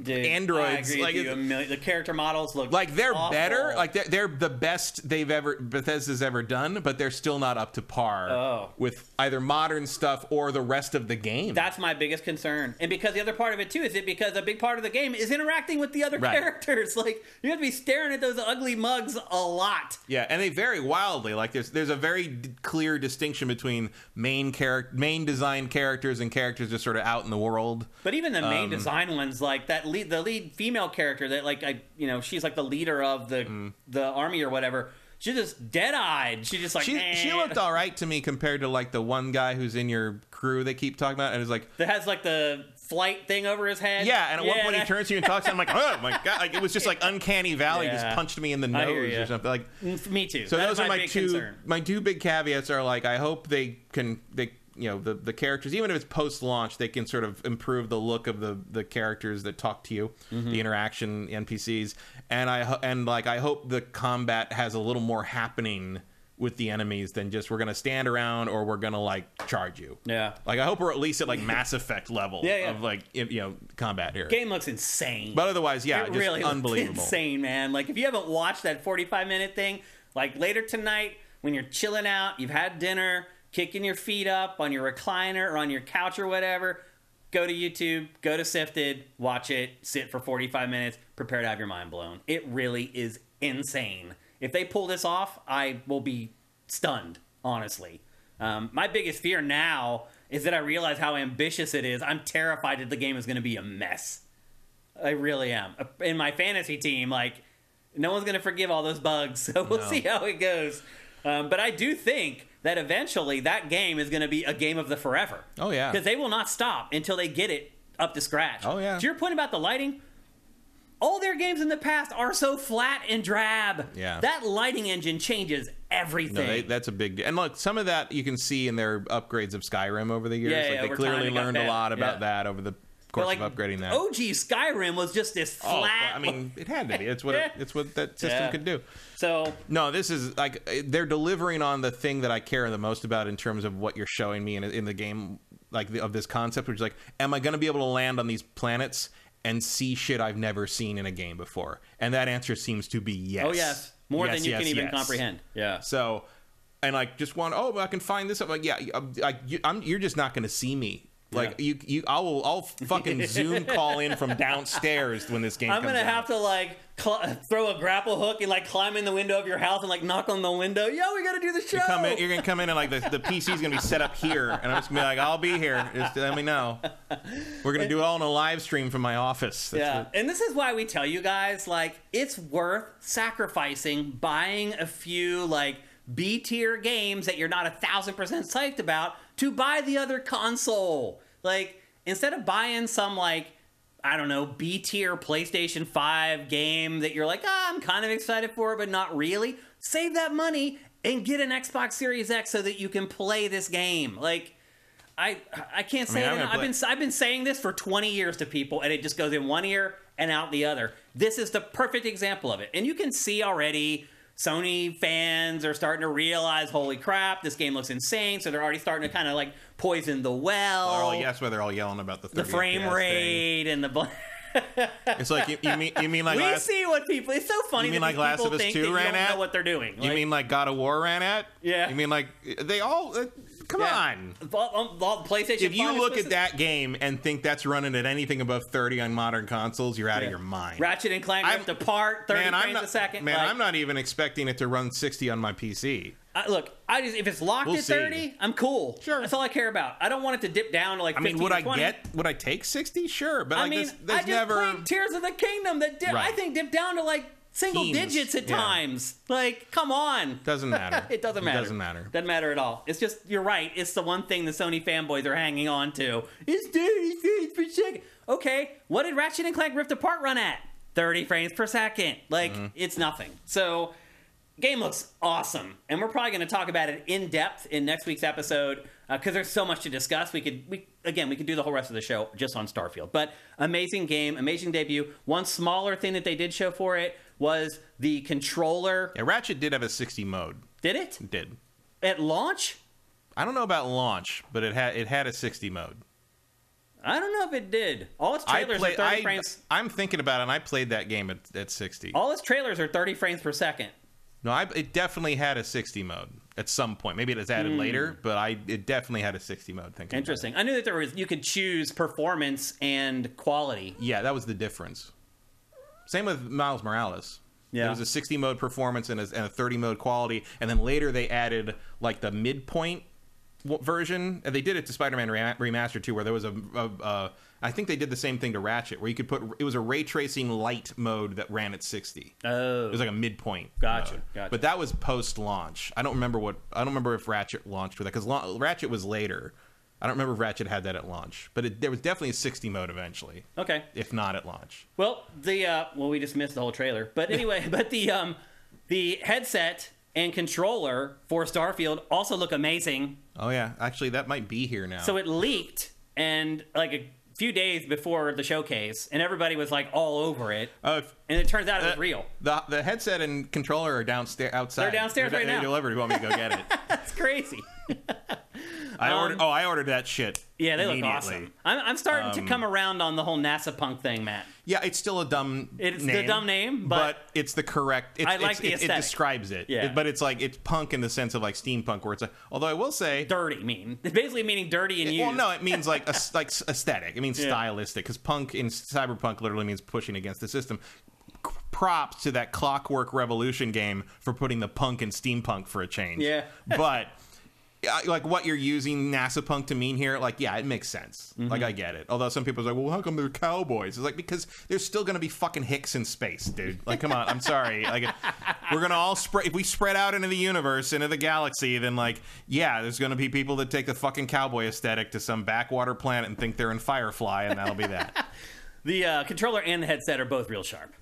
[SPEAKER 1] Dude,
[SPEAKER 2] androids
[SPEAKER 1] I agree
[SPEAKER 2] like
[SPEAKER 1] with you
[SPEAKER 2] it's-
[SPEAKER 1] a million- the character models look
[SPEAKER 2] like they're
[SPEAKER 1] awful.
[SPEAKER 2] better like they're, they're the best they've ever bethesda's ever done but they're still not up to par
[SPEAKER 1] Oh.
[SPEAKER 2] with either modern stuff or the rest of the game
[SPEAKER 1] That's my biggest concern. And because the other part of it too is it because a big part of the game is interacting with the other
[SPEAKER 2] Right.
[SPEAKER 1] characters. Like you have to be staring at those ugly mugs a lot.
[SPEAKER 2] Yeah, and they vary wildly. Like there's there's a very d- clear distinction between main character, main design characters, and characters just sort of out in the world.
[SPEAKER 1] But even the
[SPEAKER 2] Um,
[SPEAKER 1] main design ones, like that lead, the lead female character that like I, you know, she's like the leader of the
[SPEAKER 2] Mm.
[SPEAKER 1] the army or whatever. She's just dead eyed. She just like
[SPEAKER 2] She
[SPEAKER 1] eh.
[SPEAKER 2] she looked all right to me compared to like the one guy who's in your crew they keep talking about, and is like.
[SPEAKER 1] that has like the flight thing over his head.
[SPEAKER 2] Yeah, and at one point he
[SPEAKER 1] that-
[SPEAKER 2] turns to you and talks, and I'm like, oh my god! Like it was just like uncanny valley,
[SPEAKER 1] Yeah.
[SPEAKER 2] just punched me in the
[SPEAKER 1] I hear
[SPEAKER 2] nose
[SPEAKER 1] ya.
[SPEAKER 2] or something. Like
[SPEAKER 1] Mm, Me too.
[SPEAKER 2] So
[SPEAKER 1] That
[SPEAKER 2] those
[SPEAKER 1] is
[SPEAKER 2] are my
[SPEAKER 1] big
[SPEAKER 2] two
[SPEAKER 1] concern.
[SPEAKER 2] my two big caveats are like I hope they can they you know the the characters even if it's post launch they can sort of improve the look of the the characters that talk to you
[SPEAKER 1] Mm-hmm.
[SPEAKER 2] the interaction NPCs and I ho- and like I hope the combat has a little more happening with the enemies than just we're gonna stand around or we're gonna like charge you
[SPEAKER 1] Yeah.
[SPEAKER 2] like I hope we're at least at like Mass Effect level
[SPEAKER 1] Yeah, yeah.
[SPEAKER 2] of like you you know combat here
[SPEAKER 1] Game looks insane.
[SPEAKER 2] but otherwise yeah
[SPEAKER 1] it
[SPEAKER 2] just
[SPEAKER 1] really looked
[SPEAKER 2] unbelievable
[SPEAKER 1] insane, man. Like if you haven't watched that 45 minute thing, like later tonight when you're chilling out, you've had dinner, kicking your feet up on your recliner or on your couch or whatever, go to YouTube, go to Sifted, watch it, sit for 45 minutes, prepare to have your mind blown. It really is insane. If they pull this off, I will be stunned, honestly. Um, my biggest fear now is that I realize how ambitious it is. I'm terrified that the game is going to be a mess. I really am. In my fantasy team, like no one's gonna forgive all those bugs, so we'll see how it goes. Um, but I do think that eventually that game is gonna be a game of the forever.
[SPEAKER 2] Oh, yeah.
[SPEAKER 1] because they will not stop until they get it up to scratch.
[SPEAKER 2] Oh, yeah.
[SPEAKER 1] To your point about the lighting, all their games in the past are so flat and drab.
[SPEAKER 2] Yeah.
[SPEAKER 1] that lighting engine changes everything.
[SPEAKER 2] No, they, that's a big deal. And look, some of that you can see in their upgrades of Skyrim over the years.
[SPEAKER 1] Yeah, yeah,
[SPEAKER 2] like they
[SPEAKER 1] over
[SPEAKER 2] clearly
[SPEAKER 1] time it got
[SPEAKER 2] learned a
[SPEAKER 1] better.
[SPEAKER 2] lot about
[SPEAKER 1] Yeah. "Oh,
[SPEAKER 2] that over the
[SPEAKER 1] But,
[SPEAKER 2] course of upgrading that.
[SPEAKER 1] OG Skyrim was just this
[SPEAKER 2] Oh,
[SPEAKER 1] flat.
[SPEAKER 2] I mean, it had to be. It's what it, it's what that system
[SPEAKER 1] Yeah.
[SPEAKER 2] could do.
[SPEAKER 1] so
[SPEAKER 2] No, this is like eh, they're delivering on the thing that I care the most about in terms of what you're showing me in, in the game, like the, of this concept, which is like, am I going to be able to land on these planets and see shit I've never seen in a game before? And that answer seems to be yes.
[SPEAKER 1] Oh yes, more
[SPEAKER 2] Yes,
[SPEAKER 1] than you
[SPEAKER 2] yes,
[SPEAKER 1] can even
[SPEAKER 2] yes.
[SPEAKER 1] comprehend. Yeah.
[SPEAKER 2] So, and like just want, oh, but I can find this. up. like, yeah, I'm, I, you, I'm, you're just not going to see me. Like
[SPEAKER 1] Yeah.
[SPEAKER 2] you, you, I will, I'll fucking Zoom call in from downstairs when this game.
[SPEAKER 1] I'm
[SPEAKER 2] comes
[SPEAKER 1] gonna
[SPEAKER 2] out.
[SPEAKER 1] have to like cl- throw a grapple hook and like climb in the window of your house and like knock on the window. Yo, we gotta do the show.
[SPEAKER 2] You come in, you're gonna come in and like the, the PC's gonna be set up here, and I'm just gonna be like, I'll be here. Just let me know. We're gonna do it all in a live stream from my office. That's
[SPEAKER 1] yeah,
[SPEAKER 2] what-
[SPEAKER 1] and this is why we tell you guys like it's worth sacrificing buying a few like B tier games that you're not a thousand percent psyched about to buy the other console. Like instead of buying some like I don't know B tier PlayStation Five game that you're like ah, I'm kind of excited for it but not really. Save that money and get an Xbox Series X so that you can play this game. Like I I can't say
[SPEAKER 2] mean, I'm
[SPEAKER 1] it.
[SPEAKER 2] gonna
[SPEAKER 1] enough. I've
[SPEAKER 2] play-
[SPEAKER 1] been I've been saying this for 20 years to people, and it just goes in one ear and out the other. This is the perfect example of it, and you can see already. Sony fans are starting to realize, holy crap, this game looks insane. So they're already starting to kind of like poison the well,
[SPEAKER 2] They're all, that's why they're all yelling about the,
[SPEAKER 1] the
[SPEAKER 2] 30
[SPEAKER 1] frame
[SPEAKER 2] FPS thing.
[SPEAKER 1] rate, and the. Bl-
[SPEAKER 2] It's like you, you mean you mean like
[SPEAKER 1] we
[SPEAKER 2] last,
[SPEAKER 1] see what people. It's so funny.
[SPEAKER 2] You mean
[SPEAKER 1] that
[SPEAKER 2] like
[SPEAKER 1] these
[SPEAKER 2] Last
[SPEAKER 1] people
[SPEAKER 2] of Us
[SPEAKER 1] think
[SPEAKER 2] 2
[SPEAKER 1] that you
[SPEAKER 2] ran
[SPEAKER 1] don't know
[SPEAKER 2] at?
[SPEAKER 1] what they're doing.
[SPEAKER 2] you mean like God of War ran at?
[SPEAKER 1] Yeah.
[SPEAKER 2] You mean like they all? Uh, come on.
[SPEAKER 1] um, PlayStation?
[SPEAKER 2] If you
[SPEAKER 1] Five is
[SPEAKER 2] look at
[SPEAKER 1] supposed to-
[SPEAKER 2] that game and think that's running at anything above 30 on modern consoles, you're out of your mind.
[SPEAKER 1] Ratchet and Clank
[SPEAKER 2] I'm-
[SPEAKER 1] ripped apart, 30
[SPEAKER 2] man,
[SPEAKER 1] frames
[SPEAKER 2] I'm not,
[SPEAKER 1] a second.
[SPEAKER 2] Man,
[SPEAKER 1] like-
[SPEAKER 2] I'm not even expecting it to run 60 on my PC.
[SPEAKER 1] I, look, I just if it's locked
[SPEAKER 2] We'll
[SPEAKER 1] at
[SPEAKER 2] see.
[SPEAKER 1] thirty, I'm cool.
[SPEAKER 2] Sure.
[SPEAKER 1] that's all I care about. I don't want it to dip down to like.
[SPEAKER 2] I mean,
[SPEAKER 1] 15
[SPEAKER 2] would
[SPEAKER 1] or
[SPEAKER 2] I
[SPEAKER 1] 20.
[SPEAKER 2] get? Would I take sixty? Sure, but
[SPEAKER 1] I
[SPEAKER 2] like,
[SPEAKER 1] mean,
[SPEAKER 2] there's, there's
[SPEAKER 1] I just
[SPEAKER 2] never.
[SPEAKER 1] played Tears of the Kingdom that dip, I
[SPEAKER 2] Right.
[SPEAKER 1] think dipped down to like single
[SPEAKER 2] Teens,
[SPEAKER 1] digits at
[SPEAKER 2] yeah.
[SPEAKER 1] times. Like, come on.
[SPEAKER 2] Doesn't matter.
[SPEAKER 1] It doesn't matter.
[SPEAKER 2] doesn't matter.
[SPEAKER 1] Doesn't matter at all. It's just you're right. It's the one thing the Sony fanboys are hanging on to. It's 30 frames per second. Okay, what did Ratchet and Clank Rift Apart run at? 30 frames per second. Like
[SPEAKER 2] Mm-hmm.
[SPEAKER 1] it's nothing. So game looks awesome, and we're probably going to talk about it in depth in next week's episode because there's so much to discuss. We could, we again, we could do the whole rest of the show just on Starfield. But amazing game, amazing debut. One smaller thing that they did show for it was the controller.
[SPEAKER 2] Yeah, Ratchet did have a sixty mode.
[SPEAKER 1] Did it
[SPEAKER 2] It did.
[SPEAKER 1] at launch?
[SPEAKER 2] I don't know about launch, but it had it had a sixty mode.
[SPEAKER 1] I don't know if it did. All its
[SPEAKER 2] I
[SPEAKER 1] trailers
[SPEAKER 2] play-
[SPEAKER 1] are 30
[SPEAKER 2] I,
[SPEAKER 1] frames.
[SPEAKER 2] I'm thinking about it. and I played that game at, at sixty.
[SPEAKER 1] All its trailers are 30 frames per second.
[SPEAKER 2] No, I, it definitely had a sixty mode at some point. Maybe it was added later, but I it definitely had a sixty mode. Thinking about it.
[SPEAKER 1] Interesting. I knew that there was you could choose performance and quality.
[SPEAKER 2] Yeah, that was the difference. Same with Miles Morales.
[SPEAKER 1] Yeah.
[SPEAKER 2] There was a 60 mode performance and a, and a 30 mode quality, and then later they added like the midpoint w- version, and they did it to Spider-Man Re- Remastered too, where there was a, a, a I think they did the same thing to Ratchet, where you could put it was a ray tracing light mode that ran at 60.
[SPEAKER 1] Oh.
[SPEAKER 2] It was like a midpoint.
[SPEAKER 1] Gotcha,
[SPEAKER 2] mode.
[SPEAKER 1] gotcha.
[SPEAKER 2] But that was post launch. I don't remember what I don't remember if Ratchet launched with that because Ratchet was later. I don't remember if Ratchet had that at launch, but it, there was definitely a 60 mode eventually
[SPEAKER 1] Okay.
[SPEAKER 2] if not at launch.
[SPEAKER 1] Well, the uh, well, we just missed the whole trailer, but anyway, but the um, the headset and controller for Starfield also look amazing.
[SPEAKER 2] Oh yeah, actually that might be here now.
[SPEAKER 1] So it leaked and like a few days before the showcase, and everybody was like all over it.
[SPEAKER 2] oh, if-
[SPEAKER 1] and it turns out it was
[SPEAKER 2] uh,
[SPEAKER 1] real.
[SPEAKER 2] The the headset and controller are downstairs outside.
[SPEAKER 1] They're downstairs
[SPEAKER 2] They're
[SPEAKER 1] right
[SPEAKER 2] they
[SPEAKER 1] now.
[SPEAKER 2] delivered. You want me to go get it?
[SPEAKER 1] That's crazy.
[SPEAKER 2] I ordered. Oh, I ordered that shit.
[SPEAKER 1] Um, Yeah, they look
[SPEAKER 2] immediately. Um,
[SPEAKER 1] awesome. I'm, I'm starting to come around on the whole NASA punk thing, Matt.
[SPEAKER 2] Yeah, it's still a dumb.
[SPEAKER 1] It's the
[SPEAKER 2] name,
[SPEAKER 1] dumb name, but-
[SPEAKER 2] it's the correct. It's,
[SPEAKER 1] I like
[SPEAKER 2] it's-
[SPEAKER 1] the
[SPEAKER 2] it- it,
[SPEAKER 1] aesthetic.
[SPEAKER 2] describes it.
[SPEAKER 1] Yeah.
[SPEAKER 2] It- but it's like it's punk in the sense of like steampunk, where it's like. Although I will say,
[SPEAKER 1] Dirty mean. It's basically meaning dirty and used.
[SPEAKER 2] Well, no, it means like a, like aesthetic. It means stylistic because punk in cyberpunk literally means pushing against the system. C- Props to that Clockwork Revolution game for putting the punk and steampunk for a change.
[SPEAKER 1] Yeah.
[SPEAKER 2] but I- like what you're using NASA punk to mean here, like yeah, it makes sense.
[SPEAKER 1] Mm-hmm.
[SPEAKER 2] Like I get it. Although some people are like, well, how come they're cowboys? It's like because there's still gonna be fucking hicks in space, dude. Like come on, I'm sorry. Like we're gonna all spread if we spread out into the universe, into the galaxy, then like yeah, there's gonna be people that take the fucking cowboy aesthetic to some backwater planet and think they're in Firefly, and that'll be that.
[SPEAKER 1] The uh, controller and the headset are both real sharp.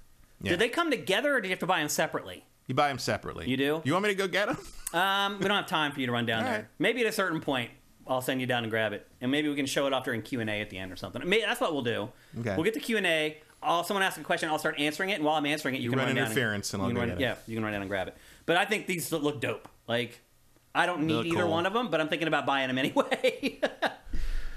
[SPEAKER 2] Yeah.
[SPEAKER 1] Did they come together or did you have to buy them separately?
[SPEAKER 2] You buy them separately.
[SPEAKER 1] You do?
[SPEAKER 2] You want me to go get them?
[SPEAKER 1] Um, we don't have time for you to run down there.
[SPEAKER 2] right.
[SPEAKER 1] Maybe at a certain point, I'll send you down and grab it, and maybe we can show it off during Q and A at the end or something. Maybe that's what we'll do.
[SPEAKER 2] Okay.
[SPEAKER 1] We'll get to Q and A. I'll someone asks a question, I'll start answering it, and while I'm answering it, you, can
[SPEAKER 2] run
[SPEAKER 1] run down
[SPEAKER 2] interference and I'll
[SPEAKER 1] you
[SPEAKER 2] go
[SPEAKER 1] can run,
[SPEAKER 2] get it.
[SPEAKER 1] Yeah, you can run down and grab it. But I think these look dope. Like I don't need
[SPEAKER 2] look
[SPEAKER 1] either
[SPEAKER 2] cool.
[SPEAKER 1] one of them, but I'm thinking about buying them anyway.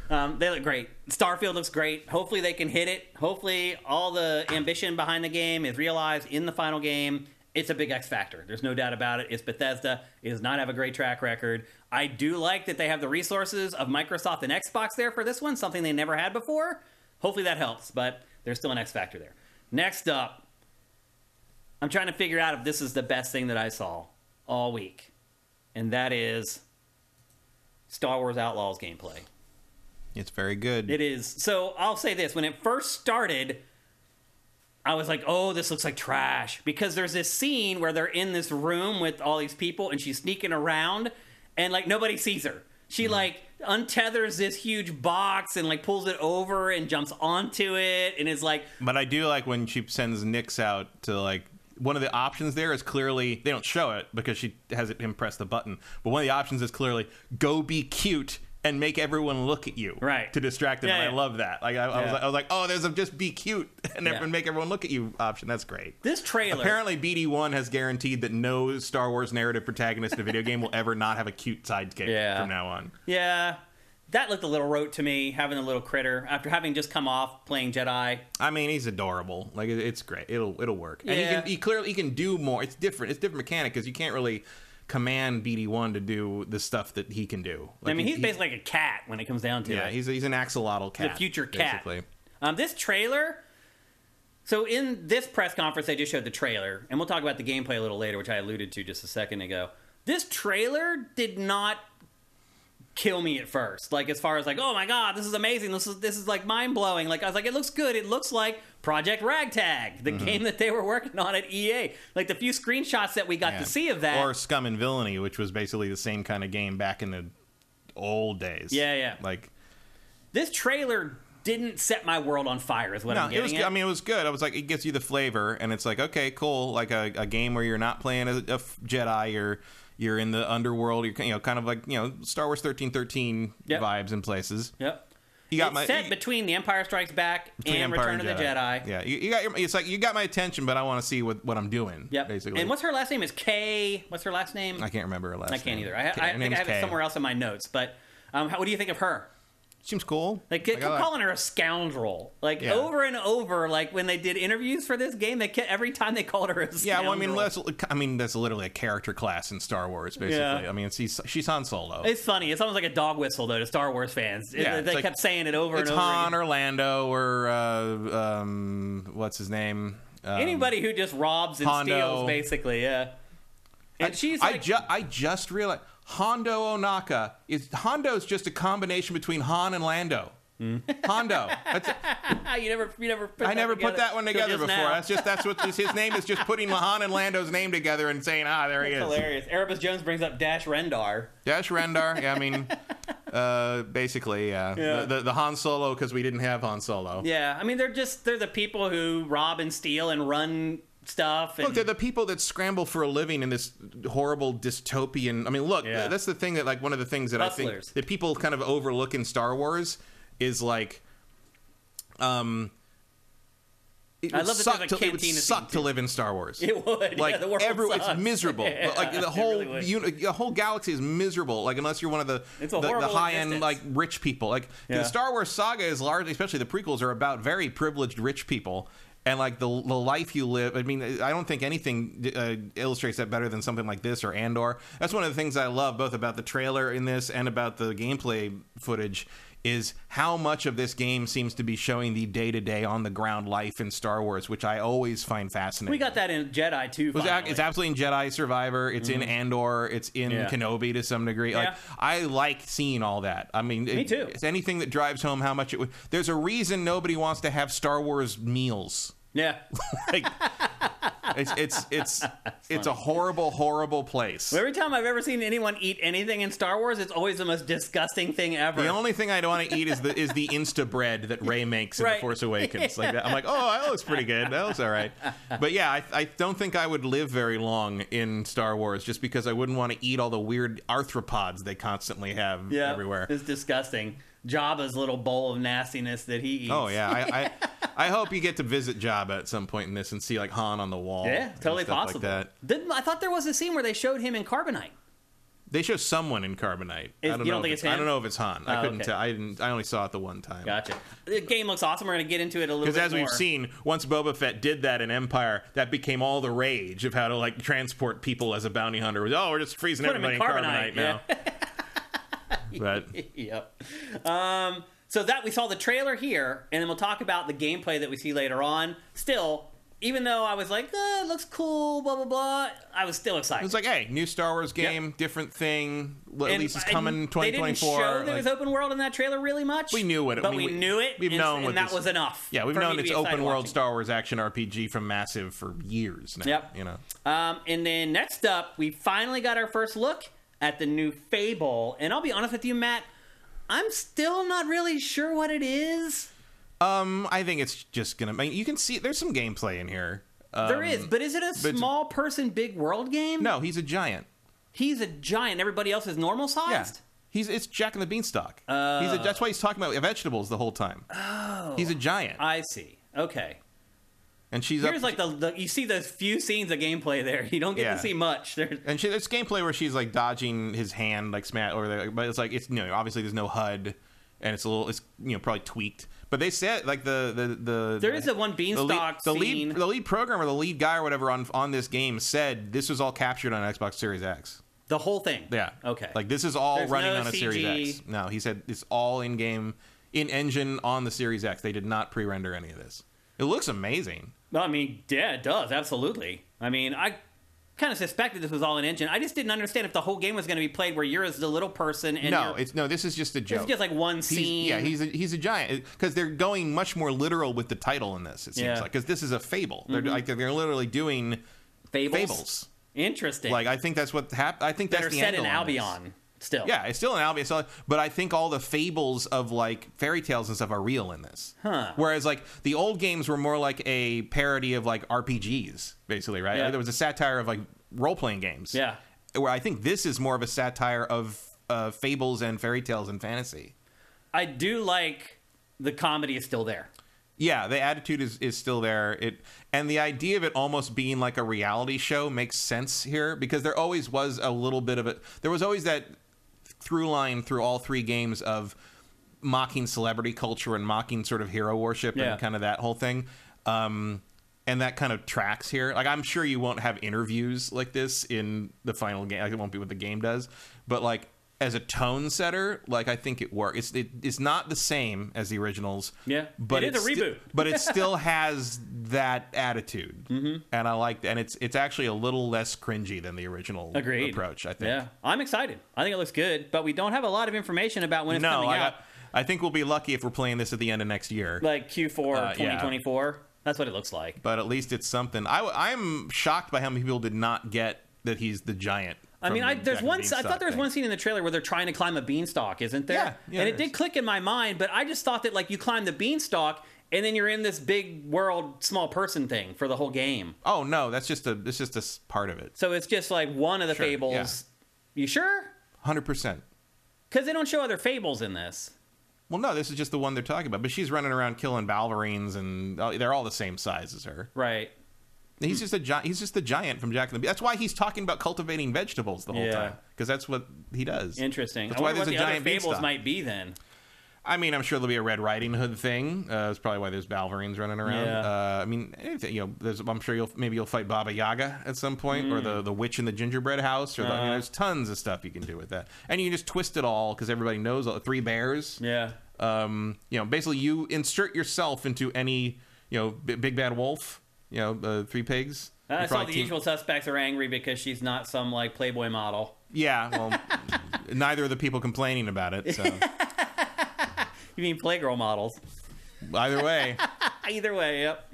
[SPEAKER 1] Um, they look great. Starfield looks great. Hopefully they can hit it. Hopefully all the ambition behind the game is realized in the final game. It's a big X factor. There's no doubt about it. It's Bethesda. It does not have a great track record. I do like that they have the resources of Microsoft and Xbox there for this one, something they never had before. Hopefully that helps, but there's still an X factor there. Next up, I'm trying to figure out if this is the best thing that I saw all week, and that is Star Wars Outlaws gameplay.
[SPEAKER 2] It's very good.
[SPEAKER 1] It is. So I'll say this: when it first started, I was like, "Oh, this looks like trash," because there's this scene where they're in this room with all these people, and she's sneaking around, and like nobody sees her. She like untethers this huge box and like pulls it over and jumps onto it, and is like,
[SPEAKER 2] But I do like when she sends Nix out to like one of the options there is clearly they don't show it because she has it him press the button. But one of the options is clearly go be cute and make everyone look at you
[SPEAKER 1] Right.
[SPEAKER 2] to distract them.
[SPEAKER 1] Yeah,
[SPEAKER 2] and
[SPEAKER 1] yeah.
[SPEAKER 2] I love that. Like I, I was
[SPEAKER 1] Yeah.
[SPEAKER 2] like, I was like, oh, there's a just be cute and
[SPEAKER 1] Yeah.
[SPEAKER 2] everyone make everyone look at you option. That's great.
[SPEAKER 1] "This trailer."
[SPEAKER 2] Apparently, BD One has guaranteed that no Star Wars narrative protagonist in a video game will ever not have a cute sidekick
[SPEAKER 1] Yeah.
[SPEAKER 2] from now on.
[SPEAKER 1] Yeah. That looked a little rote to me, having the little critter after having just come off playing Jedi.
[SPEAKER 2] I mean, he's adorable. Like it- it's great. It'll it'll work. And he
[SPEAKER 1] Yeah.
[SPEAKER 2] can he clearly he can do more. It's different. It's different mechanic because you can't really command BD one to do the stuff that he can do.
[SPEAKER 1] I
[SPEAKER 2] Like,
[SPEAKER 1] mean,
[SPEAKER 2] he-
[SPEAKER 1] he's basically like a cat when it comes down to
[SPEAKER 2] he, yeah
[SPEAKER 1] it.
[SPEAKER 2] he's he's an axolotl cat,
[SPEAKER 1] the future cat.
[SPEAKER 2] Basically.
[SPEAKER 1] Um, this trailer. So in this press conference, they just showed the trailer, and we'll talk about the gameplay a little later, which I alluded to just a second ago. This trailer did not kill me at first. Like as far as like, oh my god, this is amazing. This is this is like mind blowing. Like I was like, it looks good. It looks like Project Ragtag,
[SPEAKER 2] Mm-hmm.
[SPEAKER 1] the game that they were working on at EA. Like the few screenshots that we got
[SPEAKER 2] Yeah.
[SPEAKER 1] to see of that.
[SPEAKER 2] or Scum and Villainy, which was basically the same kind of game back in the old days.
[SPEAKER 1] Yeah, yeah.
[SPEAKER 2] Like
[SPEAKER 1] this trailer didn't set my world on fire. Is what
[SPEAKER 2] no,
[SPEAKER 1] I'm
[SPEAKER 2] it
[SPEAKER 1] getting
[SPEAKER 2] was.
[SPEAKER 1] at.
[SPEAKER 2] I mean, it was good. I was like, it gives you the flavor, and it's like, okay, cool. Like a, a game where you're not playing a, a f- Jedi, you're you're in the underworld. You're you know kind of like you know Star Wars thirteen thirteen
[SPEAKER 1] Yep.
[SPEAKER 2] vibes in places.
[SPEAKER 1] yep.
[SPEAKER 2] You got
[SPEAKER 1] it's
[SPEAKER 2] my
[SPEAKER 1] set
[SPEAKER 2] you-
[SPEAKER 1] between The Empire Strikes Back and
[SPEAKER 2] between Empire
[SPEAKER 1] Return of the Jedi.
[SPEAKER 2] Yeah, you, you got your, it's like you got my attention, but I want to see what, what I'm doing.
[SPEAKER 1] Yep.
[SPEAKER 2] basically.
[SPEAKER 1] And what's her last name? Is Kay? What's her last name?
[SPEAKER 2] I can't remember her last.
[SPEAKER 1] I can't
[SPEAKER 2] name.
[SPEAKER 1] either. I,
[SPEAKER 2] Okay,
[SPEAKER 1] I,
[SPEAKER 2] her
[SPEAKER 1] think
[SPEAKER 2] name's
[SPEAKER 1] I have
[SPEAKER 2] Kay.
[SPEAKER 1] it somewhere else in my notes. But um, how, what do you think of her?
[SPEAKER 2] Seems cool.
[SPEAKER 1] Like, keep
[SPEAKER 2] I like-
[SPEAKER 1] calling her a scoundrel. Like
[SPEAKER 2] Yeah.
[SPEAKER 1] over and over. Like when they did interviews for this game, they kept, every time they called her a scoundrel.
[SPEAKER 2] Yeah, well, I mean, that's, I mean, that's literally a character class in Star Wars, basically.
[SPEAKER 1] Yeah.
[SPEAKER 2] I mean, she's she's Han Solo.
[SPEAKER 1] It's funny. It's almost like a dog whistle though to Star Wars fans. It-
[SPEAKER 2] Yeah, it's
[SPEAKER 1] they
[SPEAKER 2] like-
[SPEAKER 1] kept saying it over
[SPEAKER 2] it's
[SPEAKER 1] and over.
[SPEAKER 2] Han
[SPEAKER 1] again.
[SPEAKER 2] or Lando or uh, um, what's his name? Um,
[SPEAKER 1] Anybody who just robs and
[SPEAKER 2] Hondo.
[SPEAKER 1] steals, basically, yeah. And she's
[SPEAKER 2] I
[SPEAKER 1] like,
[SPEAKER 2] ju- I just realized Hondo Onaka is Hondo's just a combination between Han and Lando.
[SPEAKER 1] Hmm.
[SPEAKER 2] Hondo. That's,
[SPEAKER 1] "Ah, you never, you never. Put
[SPEAKER 2] I never put
[SPEAKER 1] together
[SPEAKER 2] that one
[SPEAKER 1] till
[SPEAKER 2] together
[SPEAKER 1] just
[SPEAKER 2] before.
[SPEAKER 1] now."
[SPEAKER 2] That's just that's what this, his name is. Just putting Han and Lando's name together and saying, ah, there he is.
[SPEAKER 1] hilarious. Erebus Jones brings up Dash Rendar.
[SPEAKER 2] Dash Rendar. Yeah, I mean, uh, basically, yeah.
[SPEAKER 1] Yeah.
[SPEAKER 2] The, the the Han Solo because we didn't have Han Solo.
[SPEAKER 1] Yeah, I mean they're just they're the people who rob and steal and run stuff. And
[SPEAKER 2] Look, they're the people that scramble for a living in this horrible dystopian. I mean, look,
[SPEAKER 1] Yeah.
[SPEAKER 2] that's the thing that, like, one of the things that I
[SPEAKER 1] Hustlers.
[SPEAKER 2] think that people kind of overlook in Star Wars is like, um, it
[SPEAKER 1] I
[SPEAKER 2] would
[SPEAKER 1] love that
[SPEAKER 2] suck
[SPEAKER 1] there's a
[SPEAKER 2] to, it would
[SPEAKER 1] cantina scene,
[SPEAKER 2] suck to live in Star Wars.
[SPEAKER 1] it would
[SPEAKER 2] like
[SPEAKER 1] yeah, the world
[SPEAKER 2] every-
[SPEAKER 1] sucks.
[SPEAKER 2] it's miserable.
[SPEAKER 1] Yeah,
[SPEAKER 2] like
[SPEAKER 1] it
[SPEAKER 2] the whole
[SPEAKER 1] really would.
[SPEAKER 2] uni- the whole galaxy is miserable. Like unless you're one of the
[SPEAKER 1] It's a
[SPEAKER 2] the,
[SPEAKER 1] horrible
[SPEAKER 2] high end
[SPEAKER 1] existence.
[SPEAKER 2] like rich people. Like
[SPEAKER 1] Yeah.
[SPEAKER 2] the Star Wars saga is largely, especially the prequels, are about very privileged rich people. And like the the life you live, I mean, I don't think anything uh, illustrates that better than something like this or Andor. That's one of the things I love both about the trailer in this and about the gameplay footage is how much of this game seems to be showing the day to day on the ground life in Star Wars, which I always find fascinating.
[SPEAKER 1] we got that in Jedi too.
[SPEAKER 2] It was ac-
[SPEAKER 1] finally. Mm-hmm.
[SPEAKER 2] it's absolutely in Jedi Survivor. It's in Andor. It's in
[SPEAKER 1] Yeah.
[SPEAKER 2] Kenobi to some degree. Like
[SPEAKER 1] Yeah.
[SPEAKER 2] I like seeing all that. I mean, it-
[SPEAKER 1] too.
[SPEAKER 2] It's anything that drives home how much it would. There's a reason nobody wants to have Star Wars meals.
[SPEAKER 1] yeah.
[SPEAKER 2] Like it's it's it's it's a horrible horrible place.
[SPEAKER 1] Every time I've ever seen anyone eat anything in Star Wars, it's always the most disgusting thing ever.
[SPEAKER 2] the only thing I don't want to eat is the is the Insta bread that Ray makes in
[SPEAKER 1] Right.
[SPEAKER 2] The Force Awakens. Like that. I'm like, oh, that looks pretty good. That looks all right. But yeah, I, I don't think I would live very long in Star Wars just because I wouldn't want to eat all the weird arthropods they constantly have
[SPEAKER 1] yeah,
[SPEAKER 2] everywhere.
[SPEAKER 1] It's disgusting. Jabba's little bowl of nastiness that he eats.
[SPEAKER 2] Oh yeah, I, I I hope you get to visit Jabba at some point in this and see like Han on the wall.
[SPEAKER 1] Yeah,
[SPEAKER 2] and
[SPEAKER 1] totally
[SPEAKER 2] stuff like
[SPEAKER 1] possible.
[SPEAKER 2] that.
[SPEAKER 1] Didn't I thought there was a scene where they showed him in carbonite.
[SPEAKER 2] They show someone in Carbonite.
[SPEAKER 1] Is-
[SPEAKER 2] I don't
[SPEAKER 1] you
[SPEAKER 2] know.
[SPEAKER 1] don't
[SPEAKER 2] if
[SPEAKER 1] think
[SPEAKER 2] it's,
[SPEAKER 1] it's
[SPEAKER 2] I
[SPEAKER 1] him?
[SPEAKER 2] don't know if it's Han. I
[SPEAKER 1] Oh,
[SPEAKER 2] couldn't
[SPEAKER 1] okay.
[SPEAKER 2] tell. I didn't. I only saw it the one time.
[SPEAKER 1] Gotcha. The game looks awesome. We're going to get into it a little bit
[SPEAKER 2] Because as we've
[SPEAKER 1] more.
[SPEAKER 2] seen, once Boba Fett did that in Empire, that became all the rage of how to like transport people as a bounty hunter. Was, Oh, we're just freezing
[SPEAKER 1] Put 'em
[SPEAKER 2] everybody
[SPEAKER 1] in
[SPEAKER 2] in carbonite,
[SPEAKER 1] carbonite,
[SPEAKER 2] now. but
[SPEAKER 1] yep. Um, so that we saw the trailer here, and then we'll talk about the gameplay that we see later on. Still, even though I was like, "Uh, it looks cool, blah blah blah, I was still excited.
[SPEAKER 2] it's like, hey, new Star Wars game, different thing. Well, At
[SPEAKER 1] And-
[SPEAKER 2] least it's
[SPEAKER 1] and
[SPEAKER 2] coming twenty
[SPEAKER 1] They
[SPEAKER 2] twenty
[SPEAKER 1] didn't
[SPEAKER 2] four.
[SPEAKER 1] show there was open world in that trailer really much.
[SPEAKER 2] We knew what it-
[SPEAKER 1] but
[SPEAKER 2] we-
[SPEAKER 1] we,
[SPEAKER 2] we-
[SPEAKER 1] knew it.
[SPEAKER 2] we've
[SPEAKER 1] and,
[SPEAKER 2] known what
[SPEAKER 1] and that
[SPEAKER 2] this-
[SPEAKER 1] was enough.
[SPEAKER 2] yeah, we've
[SPEAKER 1] for me
[SPEAKER 2] known
[SPEAKER 1] to
[SPEAKER 2] it's
[SPEAKER 1] be excited
[SPEAKER 2] open world
[SPEAKER 1] watching.
[SPEAKER 2] Star Wars action RPG from Massive for years now.
[SPEAKER 1] Yep.
[SPEAKER 2] You know,
[SPEAKER 1] Um, and then next up, we finally got our first look at the new Fable, and I'll be honest with you, Matt, I'm still not really sure what it is.
[SPEAKER 2] um, I think it's just gonna. I mean, you can see there's some gameplay in here. Um,
[SPEAKER 1] There is, but is it a
[SPEAKER 2] it's-
[SPEAKER 1] small person, big world game?
[SPEAKER 2] no, he's a giant.
[SPEAKER 1] He's a giant. Everybody else is normal
[SPEAKER 2] Yeah.
[SPEAKER 1] sized.
[SPEAKER 2] He's it's Jack and the Beanstalk. he's
[SPEAKER 1] Oh.
[SPEAKER 2] a, that's why he's talking about vegetables the whole time. Oh. He's a giant,
[SPEAKER 1] I see. Okay.
[SPEAKER 2] and she's
[SPEAKER 1] Here's
[SPEAKER 2] up,
[SPEAKER 1] like the, the you see those few scenes of gameplay there. You don't get
[SPEAKER 2] Yeah.
[SPEAKER 1] to see much. There,
[SPEAKER 2] and she, there's gameplay where she's like dodging his hand, like smash over there. But it's like it's you know obviously there's no HUD, and it's a little it's you know probably tweaked. But they said like the the the
[SPEAKER 1] there is the one
[SPEAKER 2] the lead,
[SPEAKER 1] beanstalk
[SPEAKER 2] the
[SPEAKER 1] scene.
[SPEAKER 2] lead the lead programmer, the lead guy or whatever on on this game said this was all captured on Xbox Series X.
[SPEAKER 1] the whole thing.
[SPEAKER 2] Yeah.
[SPEAKER 1] Okay.
[SPEAKER 2] Like this is all
[SPEAKER 1] There's
[SPEAKER 2] running
[SPEAKER 1] no
[SPEAKER 2] on a
[SPEAKER 1] CG.
[SPEAKER 2] Series X. No, he said it's all in game, in engine on the Series X. They did not pre-render any of this. It looks amazing.
[SPEAKER 1] Well, I mean, yeah, it does absolutely. I mean, I kind of suspected this was all an engine. I just didn't understand if the whole game was going to be played where you're as the little person and
[SPEAKER 2] no,
[SPEAKER 1] you're-
[SPEAKER 2] it's no. This is just a joke.
[SPEAKER 1] it's just like one
[SPEAKER 2] He's-
[SPEAKER 1] scene.
[SPEAKER 2] yeah, he's a, he's a giant because they're going much more literal with the title in this. It seems
[SPEAKER 1] Yeah. Mm-hmm.
[SPEAKER 2] like because this is a fable. They're like they're literally doing
[SPEAKER 1] fables.
[SPEAKER 2] fables.
[SPEAKER 1] Interesting.
[SPEAKER 2] Like I think that's what hap- I think
[SPEAKER 1] that
[SPEAKER 2] that's
[SPEAKER 1] are
[SPEAKER 2] the
[SPEAKER 1] set in
[SPEAKER 2] angle on this.
[SPEAKER 1] Albion. Still.
[SPEAKER 2] Yeah, it's still an Albion, so- but I think all the fables of like fairy tales and stuff are real in this.
[SPEAKER 1] Huh.
[SPEAKER 2] Whereas like the old games were more like a parody of like RPGs, basically, right?
[SPEAKER 1] Yeah.
[SPEAKER 2] Like, there was a satire of like role playing games.
[SPEAKER 1] Yeah.
[SPEAKER 2] Where I think this is more of a satire of uh, fables and fairy tales and fantasy.
[SPEAKER 1] I do like the comedy is still there.
[SPEAKER 2] Yeah, the attitude is, is still there. It and the idea of it almost being like a reality show makes sense here because there always was a little bit of it. There was always that through line through all three games of mocking celebrity culture and mocking sort of hero worship
[SPEAKER 1] Yeah.
[SPEAKER 2] and kind of that whole thing. Um, and that kind of tracks here. Like I'm sure you won't have interviews like this in the final game. Like it won't be what the game does, but like as a tone setter, like I think it works. It's it, it's not the same as the originals.
[SPEAKER 1] Yeah.
[SPEAKER 2] but
[SPEAKER 1] It is
[SPEAKER 2] it's
[SPEAKER 1] a
[SPEAKER 2] sti-
[SPEAKER 1] reboot.
[SPEAKER 2] but it still has that attitude, mm-hmm. and I like. And it's it's actually a little less cringy than the original
[SPEAKER 1] Agreed.
[SPEAKER 2] approach. I think.
[SPEAKER 1] Yeah, I'm excited. I think it looks good, but we don't have a lot of information about when it's
[SPEAKER 2] No,
[SPEAKER 1] coming
[SPEAKER 2] I,
[SPEAKER 1] out.
[SPEAKER 2] I think we'll be lucky if we're playing this at the end of next year.
[SPEAKER 1] Like Q4
[SPEAKER 2] Uh, yeah.
[SPEAKER 1] 2024. That's what it looks like.
[SPEAKER 2] but at least it's something. I, am shocked by how many people did not get that he's the giant.
[SPEAKER 1] I
[SPEAKER 2] from
[SPEAKER 1] mean,
[SPEAKER 2] the
[SPEAKER 1] I, there's
[SPEAKER 2] Jack and
[SPEAKER 1] one. I
[SPEAKER 2] Beanstalk
[SPEAKER 1] thought there was
[SPEAKER 2] thing.
[SPEAKER 1] one scene in the trailer where they're trying to climb a beanstalk, isn't there?
[SPEAKER 2] Yeah, yeah,
[SPEAKER 1] and
[SPEAKER 2] there
[SPEAKER 1] it did
[SPEAKER 2] is.
[SPEAKER 1] click in my mind, but I just thought that like you climb the beanstalk and then you're in this big world, small person thing for the whole game.
[SPEAKER 2] Oh no, that's just a that's just a s- part of it.
[SPEAKER 1] So it's just like one of the
[SPEAKER 2] Sure, yeah.
[SPEAKER 1] fables. You sure?
[SPEAKER 2] Hundred percent.
[SPEAKER 1] Because they don't show other fables in this.
[SPEAKER 2] Well, no, this is just the one they're talking about. But she's running around killing Balverines, and oh, they're all the same size as her.
[SPEAKER 1] Right.
[SPEAKER 2] He's just a giant. He's just the giant from Jack and the. Bee- That's why he's talking about cultivating vegetables the whole
[SPEAKER 1] Yeah.
[SPEAKER 2] time because that's what he does.
[SPEAKER 1] Interesting.
[SPEAKER 2] That's
[SPEAKER 1] I
[SPEAKER 2] why
[SPEAKER 1] wonder
[SPEAKER 2] there's
[SPEAKER 1] what
[SPEAKER 2] a
[SPEAKER 1] the
[SPEAKER 2] giant
[SPEAKER 1] other fables
[SPEAKER 2] beanstalk.
[SPEAKER 1] might be then.
[SPEAKER 2] I mean, I'm sure there'll be a Red Riding Hood thing. Uh, that's probably why there's Balverines running around.
[SPEAKER 1] Yeah.
[SPEAKER 2] Uh, I mean, anything, you know, there's, I'm sure you'll maybe you'll fight Baba Yaga at some point, or
[SPEAKER 1] Mm.
[SPEAKER 2] the the witch in the gingerbread house, or the, I
[SPEAKER 1] Uh-huh.
[SPEAKER 2] mean, there's tons of stuff you can do with that, and you can just twist it all because everybody knows all the three bears.
[SPEAKER 1] Yeah.
[SPEAKER 2] Um, you know, basically you insert yourself into any you know b- big bad wolf. You know, uh, three pigs.
[SPEAKER 1] I
[SPEAKER 2] You
[SPEAKER 1] saw
[SPEAKER 2] probably
[SPEAKER 1] the
[SPEAKER 2] team-
[SPEAKER 1] usual suspects are angry because she's not some like Playboy model.
[SPEAKER 2] Yeah. Well, neither of the people complaining about it. So
[SPEAKER 1] You mean Playgirl models?
[SPEAKER 2] either way.
[SPEAKER 1] Either way, yep.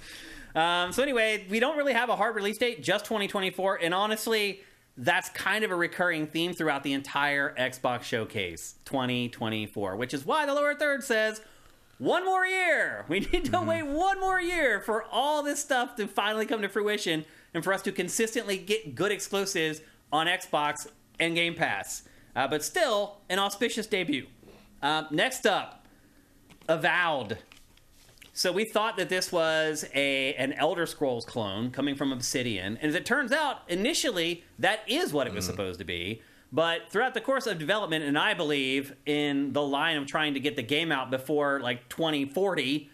[SPEAKER 1] Um, so anyway, we don't really have a hard release date, just 2024, and honestly, that's kind of a recurring theme throughout the entire Xbox showcase, 2024, which is why the lower third says one more year. We need to wait one more year for all this stuff to finally come to fruition and for us to consistently get good exclusives on Xbox and Game Pass. Uh, but still, an auspicious debut. Uh, next up, Avowed. So we thought that this was a an Elder Scrolls
[SPEAKER 2] Hmm.
[SPEAKER 1] clone coming from Obsidian, and as it turns out, initially that is what it was supposed to be. But throughout the course of development, and I believe in the line of trying to get the game out before like 2040,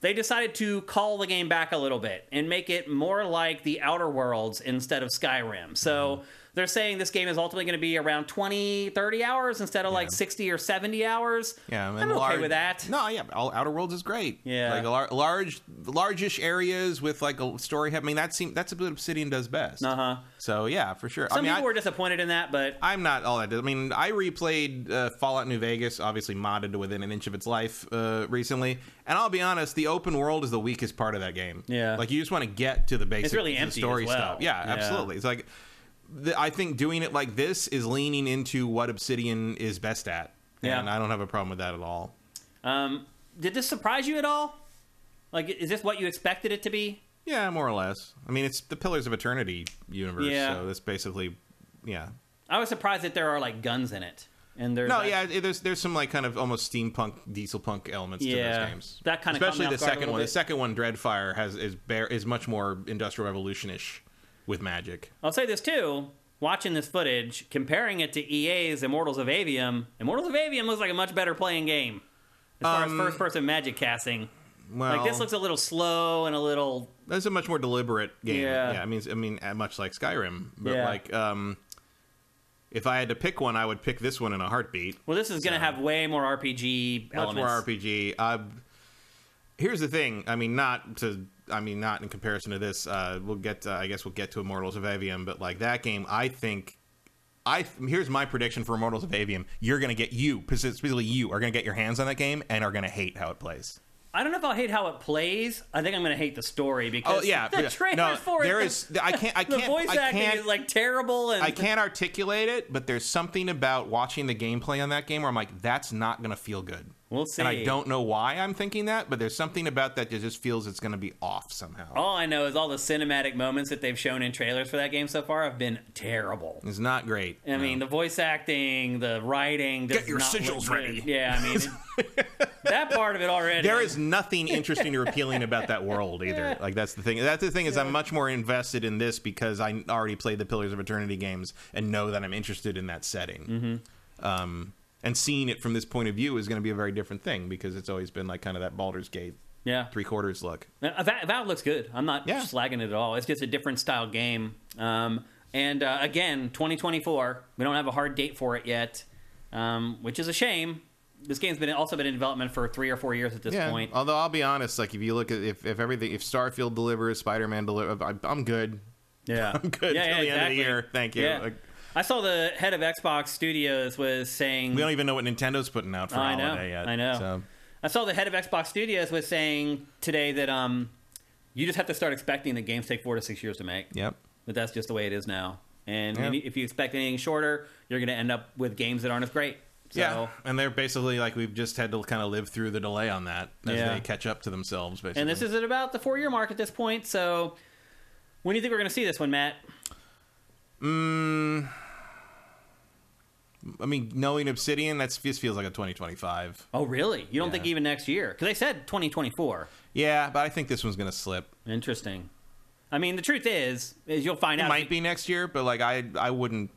[SPEAKER 1] they decided to call the game back a little bit and make it more like the Outer Worlds instead of Skyrim. So
[SPEAKER 2] Hmm.
[SPEAKER 1] they're saying this game is ultimately going to be around 20, 30 hours instead of like 60 or 70 hours.
[SPEAKER 2] Yeah, and
[SPEAKER 1] I'm okay
[SPEAKER 2] large-
[SPEAKER 1] with that.
[SPEAKER 2] No, yeah, all, Outer Worlds is great.
[SPEAKER 1] Yeah.
[SPEAKER 2] like lar- large, largish areas with like a story. I mean, that seem that's what Obsidian does best.
[SPEAKER 1] Uh huh.
[SPEAKER 2] So yeah, for sure.
[SPEAKER 1] Some
[SPEAKER 2] I mean,
[SPEAKER 1] people
[SPEAKER 2] I,
[SPEAKER 1] were disappointed in that, but
[SPEAKER 2] I'm not all that. I mean, I replayed uh, Fallout New Vegas, obviously modded to within an inch of its life uh, recently, and I'll be honest, the open world is the weakest part of that game.
[SPEAKER 1] Yeah.
[SPEAKER 2] like you just want to get to the basics,
[SPEAKER 1] really
[SPEAKER 2] of the
[SPEAKER 1] empty as
[SPEAKER 2] story
[SPEAKER 1] well.
[SPEAKER 2] stuff. Yeah,
[SPEAKER 1] Yeah.
[SPEAKER 2] absolutely. It's like the, I think doing it like this is leaning into what Obsidian is best at,
[SPEAKER 1] Yeah.
[SPEAKER 2] and I don't have a problem with that at all.
[SPEAKER 1] um, did this surprise you at all? Like, is this what you expected it to be?
[SPEAKER 2] Yeah, more or less. I mean, it's the Pillars of Eternity universe,
[SPEAKER 1] Yeah.
[SPEAKER 2] so that's basically, yeah.
[SPEAKER 1] I was surprised that there are like guns in it, and there's
[SPEAKER 2] No,
[SPEAKER 1] like-
[SPEAKER 2] yeah. it- There's there's some like kind of almost steampunk, diesel punk elements to
[SPEAKER 1] Yeah.
[SPEAKER 2] those games.
[SPEAKER 1] That kinda caught
[SPEAKER 2] especially
[SPEAKER 1] me
[SPEAKER 2] the
[SPEAKER 1] off guard a
[SPEAKER 2] second
[SPEAKER 1] little
[SPEAKER 2] one. The
[SPEAKER 1] bit.
[SPEAKER 2] second one, Dreadfire, has is bare, is much more industrial revolutionish with magic.
[SPEAKER 1] I'll say this too. Watching this footage, comparing it to EA's Immortals of Avium, Immortals of Avium looks like a much better playing game as far
[SPEAKER 2] Um, oh.
[SPEAKER 1] as first-person magic casting.
[SPEAKER 2] Well,
[SPEAKER 1] Like this looks a little slow and a little
[SPEAKER 2] that's a much more deliberate game.
[SPEAKER 1] Yeah.
[SPEAKER 2] I mean, I mean, uh, much like Skyrim, but
[SPEAKER 1] Yeah.
[SPEAKER 2] like, um, if I had to pick one, I would pick this one in a heartbeat.
[SPEAKER 1] well. This is going to have way more RPG
[SPEAKER 2] much
[SPEAKER 1] elements.
[SPEAKER 2] more RPG. Uh, here's the thing. I mean, not to. I mean, not in comparison to this. Uh, we'll get. Uh, I guess we'll get to Immortals of Avium, but like that game, I think. I here's my prediction for Immortals of Avium. You're gonna get you, specifically you, are gonna get your hands on that game and are gonna hate how it plays.
[SPEAKER 1] I don't know if I'll hate how it plays. I think I'm going to hate the story because
[SPEAKER 2] Oh yeah,
[SPEAKER 1] the
[SPEAKER 2] yeah.
[SPEAKER 1] trailers
[SPEAKER 2] no,
[SPEAKER 1] for it.
[SPEAKER 2] there
[SPEAKER 1] the-
[SPEAKER 2] is. I can't. I
[SPEAKER 1] the
[SPEAKER 2] can't.
[SPEAKER 1] voice
[SPEAKER 2] I
[SPEAKER 1] acting
[SPEAKER 2] can't,
[SPEAKER 1] is like terrible and
[SPEAKER 2] I can't articulate it, but there's something about watching the gameplay on that game where I'm like, that's not going to feel good.
[SPEAKER 1] We'll
[SPEAKER 2] And
[SPEAKER 1] see.
[SPEAKER 2] I don't know why I'm thinking that, but there's something about that that just feels it's going to be off somehow.
[SPEAKER 1] all I know is all the cinematic moments that they've shown in trailers for that game so far have been terrible.
[SPEAKER 2] It's not great.
[SPEAKER 1] I mean, the voice acting, the writing. does
[SPEAKER 2] Get your
[SPEAKER 1] not look
[SPEAKER 2] sigils
[SPEAKER 1] good.
[SPEAKER 2] ready.
[SPEAKER 1] Yeah, I mean, it- that part of it already.
[SPEAKER 2] there is nothing interesting or appealing about that world either. Like that's the thing. That's the thing is I'm much more invested in this because I already played the Pillars of Eternity games and know that I'm interested in that setting.
[SPEAKER 1] Mm-hmm.
[SPEAKER 2] Um, and seeing it from this point of view is going to be a very different thing because it's always been like kind of that Baldur's Gate
[SPEAKER 1] Yeah.
[SPEAKER 2] three quarters look.
[SPEAKER 1] Uh, That, that looks good. I'm not
[SPEAKER 2] Yeah.
[SPEAKER 1] slagging it at all. It's just a different style game. Um, and uh, again, 2024. We don't have a hard date for it yet, um, which is a shame. This game's been also been in development for three or four years at this
[SPEAKER 2] Yeah.
[SPEAKER 1] point.
[SPEAKER 2] Although I'll be honest, like if you look at if, if everything if Starfield delivers, Spider Man delivers, I'm, I'm good.
[SPEAKER 1] Yeah,
[SPEAKER 2] I'm good
[SPEAKER 1] yeah,
[SPEAKER 2] till
[SPEAKER 1] yeah,
[SPEAKER 2] the end of the
[SPEAKER 1] exactly.
[SPEAKER 2] year. Thank you.
[SPEAKER 1] Yeah.
[SPEAKER 2] Like,
[SPEAKER 1] I saw the head of Xbox Studios was saying
[SPEAKER 2] we don't even know what Nintendo's putting out for
[SPEAKER 1] I know,
[SPEAKER 2] holiday yet.
[SPEAKER 1] I know.
[SPEAKER 2] So.
[SPEAKER 1] I saw the head of Xbox Studios was saying today that um, you just have to start expecting that games take four to six years to make.
[SPEAKER 2] Yep.
[SPEAKER 1] But that's just the way it is now. And
[SPEAKER 2] Yeah.
[SPEAKER 1] any- if you expect anything shorter, you're going to end up with games that aren't as great. So,
[SPEAKER 2] yeah. And they're basically like we've just had to kind of live through the delay on that as
[SPEAKER 1] Yeah.
[SPEAKER 2] they catch up to themselves. Basically.
[SPEAKER 1] And this is at about the four year mark at this point. So when do you think we're going to see this one, Matt?
[SPEAKER 2] I mean, knowing Obsidian, that's just feels like a 2025.
[SPEAKER 1] Oh, really? You don't
[SPEAKER 2] Yeah.
[SPEAKER 1] think even next year? Because they said 2024.
[SPEAKER 2] Yeah, but I think this one's gonna slip.
[SPEAKER 1] Interesting. I mean, the truth is, is you'll find
[SPEAKER 2] It
[SPEAKER 1] out.
[SPEAKER 2] might be next year, but like I, I wouldn't.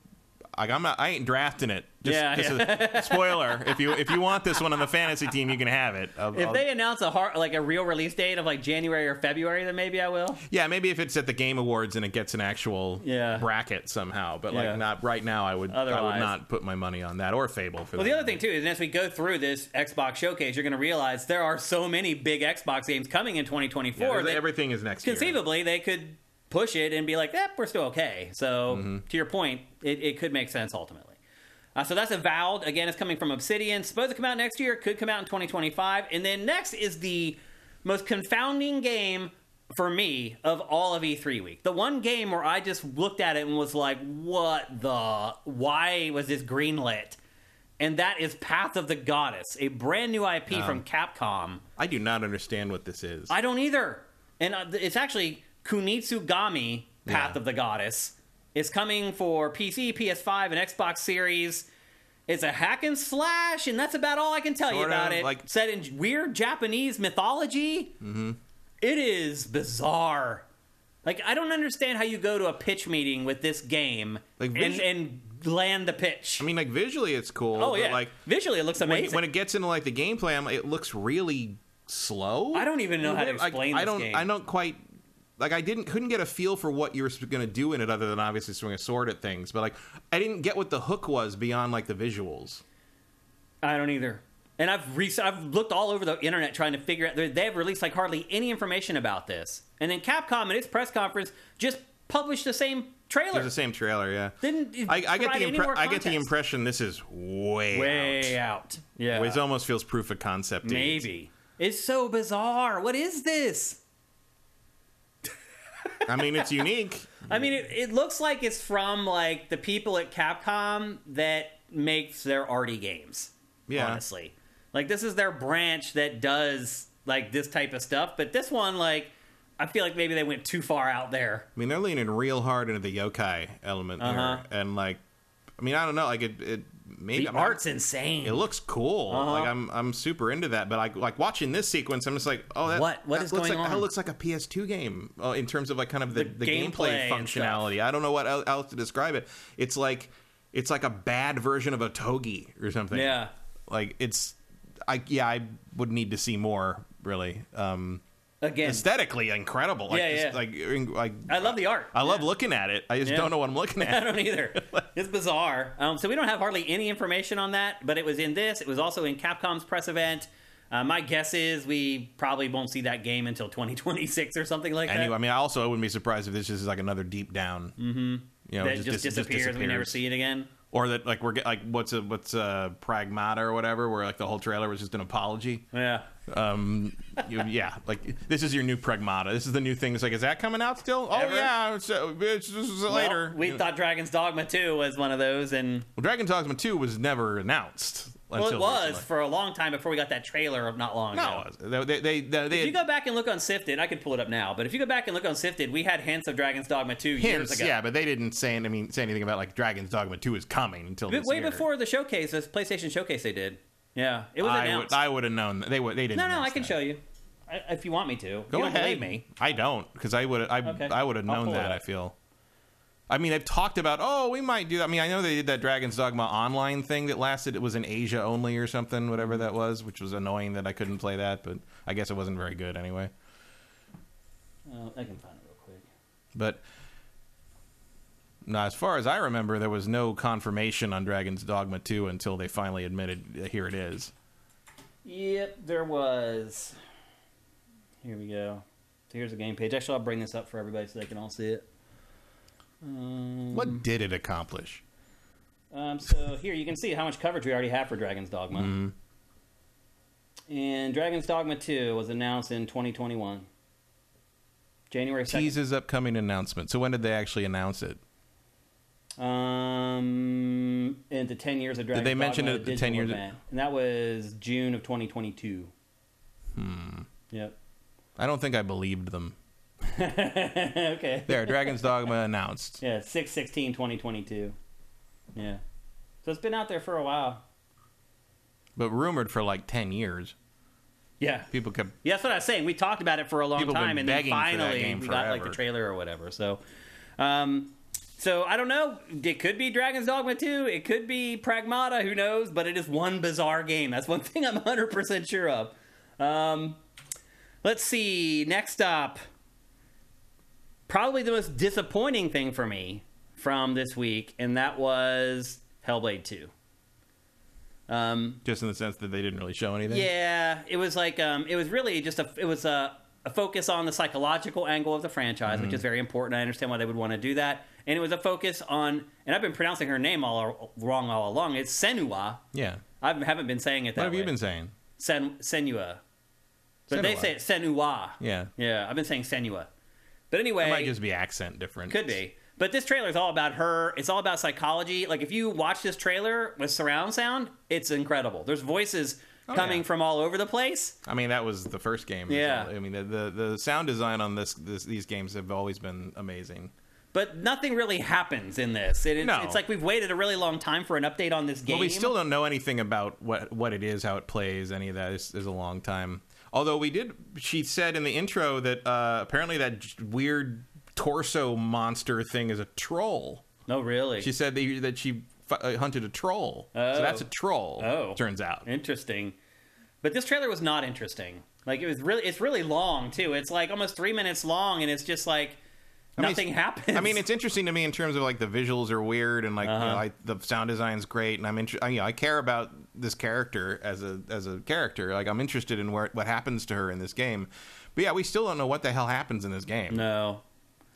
[SPEAKER 2] Like I'm not. I ain't drafting it. Just,
[SPEAKER 1] Yeah,
[SPEAKER 2] just A, spoiler. If you if you want this one on the fantasy team, you can have it. I'll-
[SPEAKER 1] If
[SPEAKER 2] I'll-
[SPEAKER 1] they announce a hard, like a real release date of like January or February, then maybe I will.
[SPEAKER 2] yeah, maybe if it's at the Game Awards and it gets an actual
[SPEAKER 1] Yeah.
[SPEAKER 2] bracket somehow, but like
[SPEAKER 1] Yeah.
[SPEAKER 2] not right now. I would I
[SPEAKER 1] Otherwise.
[SPEAKER 2] would not put my money on that or Fable for.
[SPEAKER 1] Well, the
[SPEAKER 2] that
[SPEAKER 1] other thing too is as we go through this Xbox showcase, you're going to realize there are so many big Xbox games coming in 2024.
[SPEAKER 2] Yeah, there's-
[SPEAKER 1] that
[SPEAKER 2] everything is next. year.
[SPEAKER 1] conceivably, they could push it and be like, "Eh, we're still okay." So,
[SPEAKER 2] Mm-hmm.
[SPEAKER 1] to your point, it, it could make sense ultimately. Uh, so that's avowed. Again, it's coming from Obsidian. Supposed to come out next year. Could come out in 2025. And then next is the most confounding game for me of all of E3 week. The one game where I just looked at it and was like, "What the? Why was this greenlit?" And that is Path of the Goddess, a brand new IP from Capcom.
[SPEAKER 2] I do not understand what this is.
[SPEAKER 1] I don't either. And uh, th- it's actually Kunitsugami Path
[SPEAKER 2] Yeah.
[SPEAKER 1] of the Goddess. It's coming for PC, PS5, and Xbox Series. It's a hack and slash, and that's about all I can tell you
[SPEAKER 2] Sorta,
[SPEAKER 1] about it.
[SPEAKER 2] like-
[SPEAKER 1] Set in j- weird Japanese mythology. Mm-hmm. is bizarre. Like I don't understand how you go to a pitch meeting with this game
[SPEAKER 2] Like,
[SPEAKER 1] and,
[SPEAKER 2] visu-
[SPEAKER 1] and land the pitch.
[SPEAKER 2] I mean, like visually, it's cool.
[SPEAKER 1] oh
[SPEAKER 2] but,
[SPEAKER 1] yeah,
[SPEAKER 2] like
[SPEAKER 1] visually it looks
[SPEAKER 2] when,
[SPEAKER 1] amazing.
[SPEAKER 2] when it gets into like the gameplay, I'm, it looks really slow.
[SPEAKER 1] I don't even know how to
[SPEAKER 2] Like,
[SPEAKER 1] explain
[SPEAKER 2] I
[SPEAKER 1] this
[SPEAKER 2] don't.
[SPEAKER 1] game.
[SPEAKER 2] I don't quite. Like I didn't couldn't get a feel for what you were going to do in it, other than obviously swing a sword at things. But like, I didn't get what the hook was beyond like the visuals.
[SPEAKER 1] I don't either. And I've re- I've looked all over the internet trying to figure out. they- They've released like hardly any information about this. And then Capcom at its press conference just published the same
[SPEAKER 2] It
[SPEAKER 1] trailer.
[SPEAKER 2] was the same trailer, yeah.
[SPEAKER 1] Didn't
[SPEAKER 2] I, I get
[SPEAKER 1] provide
[SPEAKER 2] the
[SPEAKER 1] any
[SPEAKER 2] impre-
[SPEAKER 1] more
[SPEAKER 2] I get the
[SPEAKER 1] context.
[SPEAKER 2] impression this is way
[SPEAKER 1] way
[SPEAKER 2] out.
[SPEAKER 1] out. Yeah,
[SPEAKER 2] It almost feels proof of concept.
[SPEAKER 1] maybe. It's so bizarre. What is this?
[SPEAKER 2] I mean, it's unique.
[SPEAKER 1] I mean, it, it looks like it's from like the people at Capcom that makes their arty games.
[SPEAKER 2] Yeah.
[SPEAKER 1] honestly, like this is their branch that does like this type of stuff. But this one, like, I feel like maybe they went too far out there.
[SPEAKER 2] I mean, they're leaning real hard into the yokai element
[SPEAKER 1] Uh-huh.
[SPEAKER 2] there, and like, I mean, I don't know. Like, it, it maybe
[SPEAKER 1] The
[SPEAKER 2] I mean,
[SPEAKER 1] art's insane.
[SPEAKER 2] It looks cool.
[SPEAKER 1] Uh-huh.
[SPEAKER 2] Like, I'm I'm super into that. But like, like watching this sequence, I'm just like, oh, that,
[SPEAKER 1] What- what
[SPEAKER 2] that
[SPEAKER 1] is
[SPEAKER 2] looks
[SPEAKER 1] going
[SPEAKER 2] like, That
[SPEAKER 1] on?
[SPEAKER 2] looks like a PS2 game uh, in terms of like kind of the, the,
[SPEAKER 1] gameplay
[SPEAKER 2] gameplay,
[SPEAKER 1] and stuff.
[SPEAKER 2] functionality. I don't know what el- else to describe it. It's like it's like a bad version of a togi or something.
[SPEAKER 1] yeah.
[SPEAKER 2] like it's i yeah i would need to see more really um
[SPEAKER 1] Again,
[SPEAKER 2] aesthetically incredible like
[SPEAKER 1] Yeah,
[SPEAKER 2] just,
[SPEAKER 1] yeah.
[SPEAKER 2] like in- like
[SPEAKER 1] I love the art.
[SPEAKER 2] i love looking at it i just
[SPEAKER 1] Yeah.
[SPEAKER 2] don't know what i'm looking
[SPEAKER 1] I
[SPEAKER 2] at
[SPEAKER 1] don't either. It's bizarre. Um, so we don't have hardly any information on that, but it was in this. It was also in Capcom's press event. Uh, my guess is we probably won't see that game until 2026 or something like that.
[SPEAKER 2] anyway i mean i also wouldn't be surprised if this is like another deep down mm-hmm you know
[SPEAKER 1] that just,
[SPEAKER 2] dis-
[SPEAKER 1] disappears. We never see it again.
[SPEAKER 2] or that like we're get, like what's a what's a pragmata or whatever where like the whole trailer was just an apology
[SPEAKER 1] Yeah.
[SPEAKER 2] um you- yeah like this is your new pragmata this is the new thing it's like is that coming out still oh
[SPEAKER 1] Ever?
[SPEAKER 2] yeah it's, uh, it's, this is later
[SPEAKER 1] Well, we
[SPEAKER 2] You-
[SPEAKER 1] thought Dragon's Dogma 2 was one of those, and
[SPEAKER 2] Well, Dragon Dogma 2 was never announced.
[SPEAKER 1] well, it
[SPEAKER 2] until
[SPEAKER 1] was
[SPEAKER 2] recently.
[SPEAKER 1] for a long time before we got that trailer of not long ago.
[SPEAKER 2] No, it was. They, they, they, they
[SPEAKER 1] If you go back and look on Sifted, I could pull it up now, but if you go back and look on Sifted, we had hints of Dragon's Dogma 2 years
[SPEAKER 2] hints,
[SPEAKER 1] ago.
[SPEAKER 2] yeah, but they didn't say, any- I mean, say anything about like Dragon's Dogma 2 is coming until
[SPEAKER 1] But
[SPEAKER 2] this
[SPEAKER 1] way
[SPEAKER 2] year.
[SPEAKER 1] before the showcase, this PlayStation showcase they did. Yeah, it was
[SPEAKER 2] I
[SPEAKER 1] announced.
[SPEAKER 2] would, I would have known that. they would they didn't.
[SPEAKER 1] no, no, I
[SPEAKER 2] announce
[SPEAKER 1] can
[SPEAKER 2] that.
[SPEAKER 1] show you I, if you want me to.
[SPEAKER 2] Go
[SPEAKER 1] you don't
[SPEAKER 2] ahead.
[SPEAKER 1] believe me.
[SPEAKER 2] I don't because I would I
[SPEAKER 1] Okay.
[SPEAKER 2] I would have
[SPEAKER 1] I'll
[SPEAKER 2] known
[SPEAKER 1] pull it up.
[SPEAKER 2] that. I feel. I mean, I've talked about oh, we might do that. I mean, I know they did that Dragon's Dogma online thing that lasted. It was in Asia only or something,
[SPEAKER 1] Mm-hmm.
[SPEAKER 2] whatever that was, which was annoying that I couldn't play that. But I guess it wasn't very good anyway.
[SPEAKER 1] Oh, I can find it real quick.
[SPEAKER 2] But now, as far as I remember, there was no confirmation on Dragon's Dogma 2 until they finally admitted, uh, here it is.
[SPEAKER 1] Yep, there was. Here we go. So here's the game page. Actually, I'll bring this up for everybody so they can all see it. Um,
[SPEAKER 2] What did it accomplish?
[SPEAKER 1] Um, so here you can see how much coverage we already have for Dragon's Dogma.
[SPEAKER 2] Mm-hmm.
[SPEAKER 1] And Dragon's Dogma 2 was announced in 2021. January 2nd.
[SPEAKER 2] Teases upcoming announcement. So when did they actually announce it?
[SPEAKER 1] Um, and the 10 years of Dragon's
[SPEAKER 2] they mention
[SPEAKER 1] Dogma,
[SPEAKER 2] it at the
[SPEAKER 1] digital
[SPEAKER 2] 10 years-
[SPEAKER 1] event. And that was June of 2022. Hmm. Yep.
[SPEAKER 2] I don't think I believed them.
[SPEAKER 1] okay.
[SPEAKER 2] There, Dragon's Dogma announced.
[SPEAKER 1] Yeah, 6 16 2022. Yeah. So it's been out there for a while.
[SPEAKER 2] But rumored for like 10 years.
[SPEAKER 1] Yeah.
[SPEAKER 2] People kept.
[SPEAKER 1] Yeah, that's what I was saying. We talked about it for a long
[SPEAKER 2] People have been
[SPEAKER 1] time, and then
[SPEAKER 2] begging for that
[SPEAKER 1] finally
[SPEAKER 2] game
[SPEAKER 1] we got like the
[SPEAKER 2] forever.
[SPEAKER 1] trailer or whatever. So, um, so I don't know. It could be Dragon's Dogma 2. It could be Pragmata. Who knows? But it is one bizarre game. That's one thing I'm 100 percent sure of. Um, let's see. Next up, probably the most disappointing thing for me from this week, and that was Hellblade 2. Um,
[SPEAKER 2] Just in the sense that they didn't really show anything.
[SPEAKER 1] yeah, it was like um, it was really just a it was a, a focus on the psychological angle of the franchise, which
[SPEAKER 2] Mm-hmm.
[SPEAKER 1] is very important. I understand why they would want to do that, and it was a focus on. And I've been pronouncing her name all wrong all along. It's Senua.
[SPEAKER 2] Yeah.
[SPEAKER 1] I haven't been saying it that
[SPEAKER 2] What have
[SPEAKER 1] way.
[SPEAKER 2] you been saying?
[SPEAKER 1] Sen, Senua, but they
[SPEAKER 2] Senua.
[SPEAKER 1] say it Senua.
[SPEAKER 2] Yeah.
[SPEAKER 1] yeah. I've been saying Senua, but anyway,
[SPEAKER 2] It might just be accent different.
[SPEAKER 1] could be. But this trailer is all about her. It's all about psychology. Like if you watch this trailer with surround sound, it's incredible. There's voices coming
[SPEAKER 2] Oh, yeah.
[SPEAKER 1] from all over the place.
[SPEAKER 2] I mean, that was the first game.
[SPEAKER 1] Yeah.
[SPEAKER 2] I mean, the, the, the sound design on this, this these games have always been amazing.
[SPEAKER 1] But nothing really happens in this. It, it's,
[SPEAKER 2] No.
[SPEAKER 1] it's like we've waited a really long time for an update on this game.
[SPEAKER 2] Well, we still don't know anything about what what it is, how it plays, any of that. It's, it's a long time. Although we did, she said in the intro that uh, apparently that j- weird torso monster thing is a troll.
[SPEAKER 1] No, really.
[SPEAKER 2] She said that, that she fu- uh, hunted a troll. So that's a troll.
[SPEAKER 1] Oh.
[SPEAKER 2] turns out.
[SPEAKER 1] Interesting. But this trailer was not interesting. Like it was really it's really long too. It's like almost 3 minutes long and it's just like
[SPEAKER 2] mean,
[SPEAKER 1] nothing happens.
[SPEAKER 2] I mean, it's interesting to me in terms of like the visuals are weird and like, you know,
[SPEAKER 1] Uh-huh.
[SPEAKER 2] like, the sound design's great, and I'm inter- I, you know, I care about this character as a as a character. Like I'm interested in where what happens to her in this game. But yeah, we still don't know what the hell happens in this game.
[SPEAKER 1] no.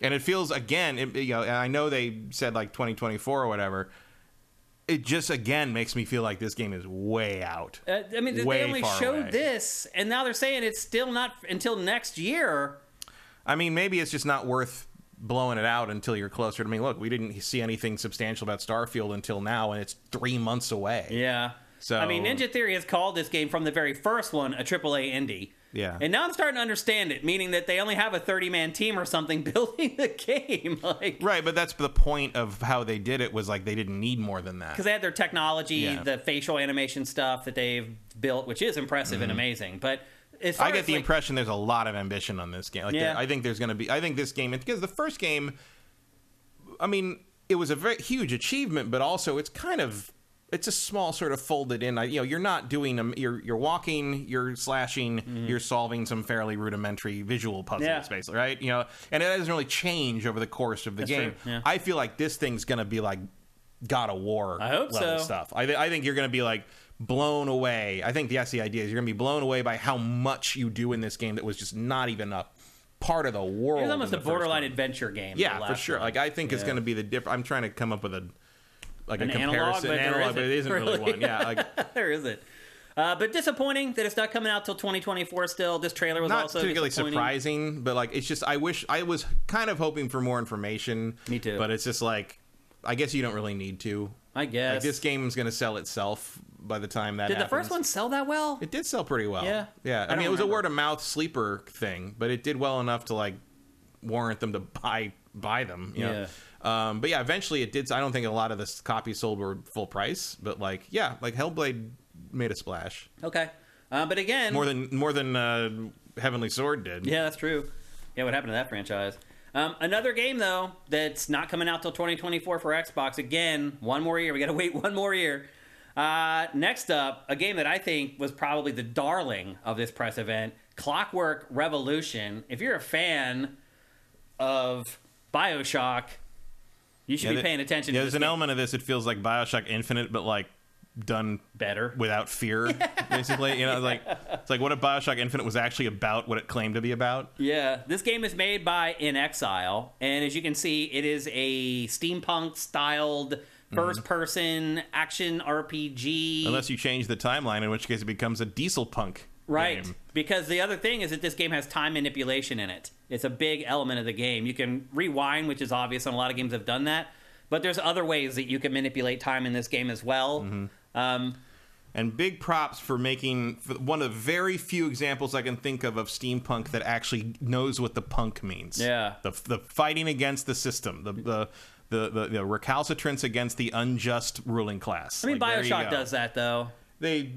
[SPEAKER 2] and it feels again it, you know and i know they said like 2024 or whatever it just again makes me feel like this game is way out
[SPEAKER 1] Uh, I mean,
[SPEAKER 2] Way
[SPEAKER 1] they only
[SPEAKER 2] far
[SPEAKER 1] showed
[SPEAKER 2] away.
[SPEAKER 1] this and now they're saying it's still not until next year.
[SPEAKER 2] i mean maybe it's just not worth blowing it out until you're closer to me look we didn't see anything substantial about starfield until now and it's three months away
[SPEAKER 1] Yeah.
[SPEAKER 2] So-
[SPEAKER 1] I mean, Ninja Theory has called this game from the very first one a AAA indie.
[SPEAKER 2] Yeah.
[SPEAKER 1] And now I'm starting to understand it, meaning that they only have a 30 man team or something building the game. Like,
[SPEAKER 2] right but that's the point of how they did it was like they didn't need more than that
[SPEAKER 1] because they had their technology,
[SPEAKER 2] Yeah.
[SPEAKER 1] the facial animation stuff that they've built, which is impressive and amazing. But as far
[SPEAKER 2] Mm-hmm. I get
[SPEAKER 1] as,
[SPEAKER 2] the
[SPEAKER 1] like-
[SPEAKER 2] impression there's a lot of ambition on this game. Like,
[SPEAKER 1] Yeah.
[SPEAKER 2] there- I think there's going to be. I think this game because the first game, I mean, it was a very huge achievement, but also it's kind of it's a small sort of folded in. I- You know, you're not doing a, you're you're walking, you're slashing, you're solving some fairly rudimentary visual puzzles,
[SPEAKER 1] Mm-hmm. Yeah.
[SPEAKER 2] basically, right? You know, and it doesn't really change over the course of the game.
[SPEAKER 1] true, yeah.
[SPEAKER 2] I feel like this thing's going to be like God of War
[SPEAKER 1] I hope
[SPEAKER 2] level
[SPEAKER 1] so.
[SPEAKER 2] stuff. I, th- I think you're going to be like blown away. I think that's the idea is you're going to be blown away by how much you do in this game that was just not even a part of the world.
[SPEAKER 1] it was
[SPEAKER 2] in
[SPEAKER 1] almost
[SPEAKER 2] the
[SPEAKER 1] a
[SPEAKER 2] first
[SPEAKER 1] borderline
[SPEAKER 2] one.
[SPEAKER 1] adventure game. the
[SPEAKER 2] Yeah, for
[SPEAKER 1] last
[SPEAKER 2] sure.
[SPEAKER 1] one.
[SPEAKER 2] Like I think it's
[SPEAKER 1] Yeah.
[SPEAKER 2] going to be the different. I'm trying to come up with a like
[SPEAKER 1] An
[SPEAKER 2] a
[SPEAKER 1] analog,
[SPEAKER 2] comparison
[SPEAKER 1] but there
[SPEAKER 2] analog, but it isn't
[SPEAKER 1] isn't
[SPEAKER 2] really
[SPEAKER 1] really.
[SPEAKER 2] one. Yeah, like
[SPEAKER 1] there is it. Uh, but disappointing that it's not coming out till 2024 still. This trailer was
[SPEAKER 2] not
[SPEAKER 1] also
[SPEAKER 2] particularly
[SPEAKER 1] disappointing.
[SPEAKER 2] surprising, but like it's just I wish I was kind of hoping for more information.
[SPEAKER 1] Me too.
[SPEAKER 2] But it's just like I guess you don't really need to.
[SPEAKER 1] I guess.
[SPEAKER 2] Like this game's going to sell itself by the time that
[SPEAKER 1] Did the
[SPEAKER 2] happens.
[SPEAKER 1] first one sell that well?
[SPEAKER 2] It did sell pretty well.
[SPEAKER 1] Yeah?
[SPEAKER 2] yeah.
[SPEAKER 1] I
[SPEAKER 2] I,
[SPEAKER 1] don't
[SPEAKER 2] mean, it was a
[SPEAKER 1] remember.
[SPEAKER 2] word of mouth sleeper thing, but it did well enough to like warrant them to buy buy them. You know? Um, but yeah, eventually it did. I don't think a lot of the s- copies sold were full price, but like yeah, like Hellblade made a splash
[SPEAKER 1] Okay. Uh, but again,
[SPEAKER 2] more than more than uh, Heavenly Sword did.
[SPEAKER 1] yeah, that's true. Yeah, what happened to that franchise? Um, another game though that's not coming out till 2024 for Xbox. Again, one more year. We got to wait one more year. Uh, next up, a game that I think was probably the darling of this press event, Clockwork Revolution. If you're a fan of BioShock, you should
[SPEAKER 2] Yeah,
[SPEAKER 1] be
[SPEAKER 2] there-
[SPEAKER 1] paying attention.
[SPEAKER 2] yeah,
[SPEAKER 1] to
[SPEAKER 2] there's
[SPEAKER 1] this
[SPEAKER 2] an
[SPEAKER 1] game.
[SPEAKER 2] element of this. It feels like Bioshock Infinite, but like done
[SPEAKER 1] better.
[SPEAKER 2] without fear, basically. You know, like it's like what if Bioshock Infinite was actually about what it claimed to be about?
[SPEAKER 1] Yeah, this game is made by In Exile, and as you can see, it is a steampunk styled
[SPEAKER 2] Mm-hmm.
[SPEAKER 1] first person action RPG.
[SPEAKER 2] Unless you change the timeline, in which case it becomes a diesel punk.
[SPEAKER 1] right,
[SPEAKER 2] game.
[SPEAKER 1] because the other thing is that this game has time manipulation in it. It's a big element of the game. You can rewind, which is obvious, and a lot of games have done that. But there's other ways that you can manipulate time in this game as well.
[SPEAKER 2] Mm-hmm.
[SPEAKER 1] Um,
[SPEAKER 2] And big props for making for one of the very few examples I can think of of steampunk that actually knows what the punk means.
[SPEAKER 1] Yeah.
[SPEAKER 2] The, the fighting against the system, the, the, the, the, the recalcitrance against the unjust ruling class.
[SPEAKER 1] I mean, Bioshock does
[SPEAKER 2] that.
[SPEAKER 1] that though.
[SPEAKER 2] They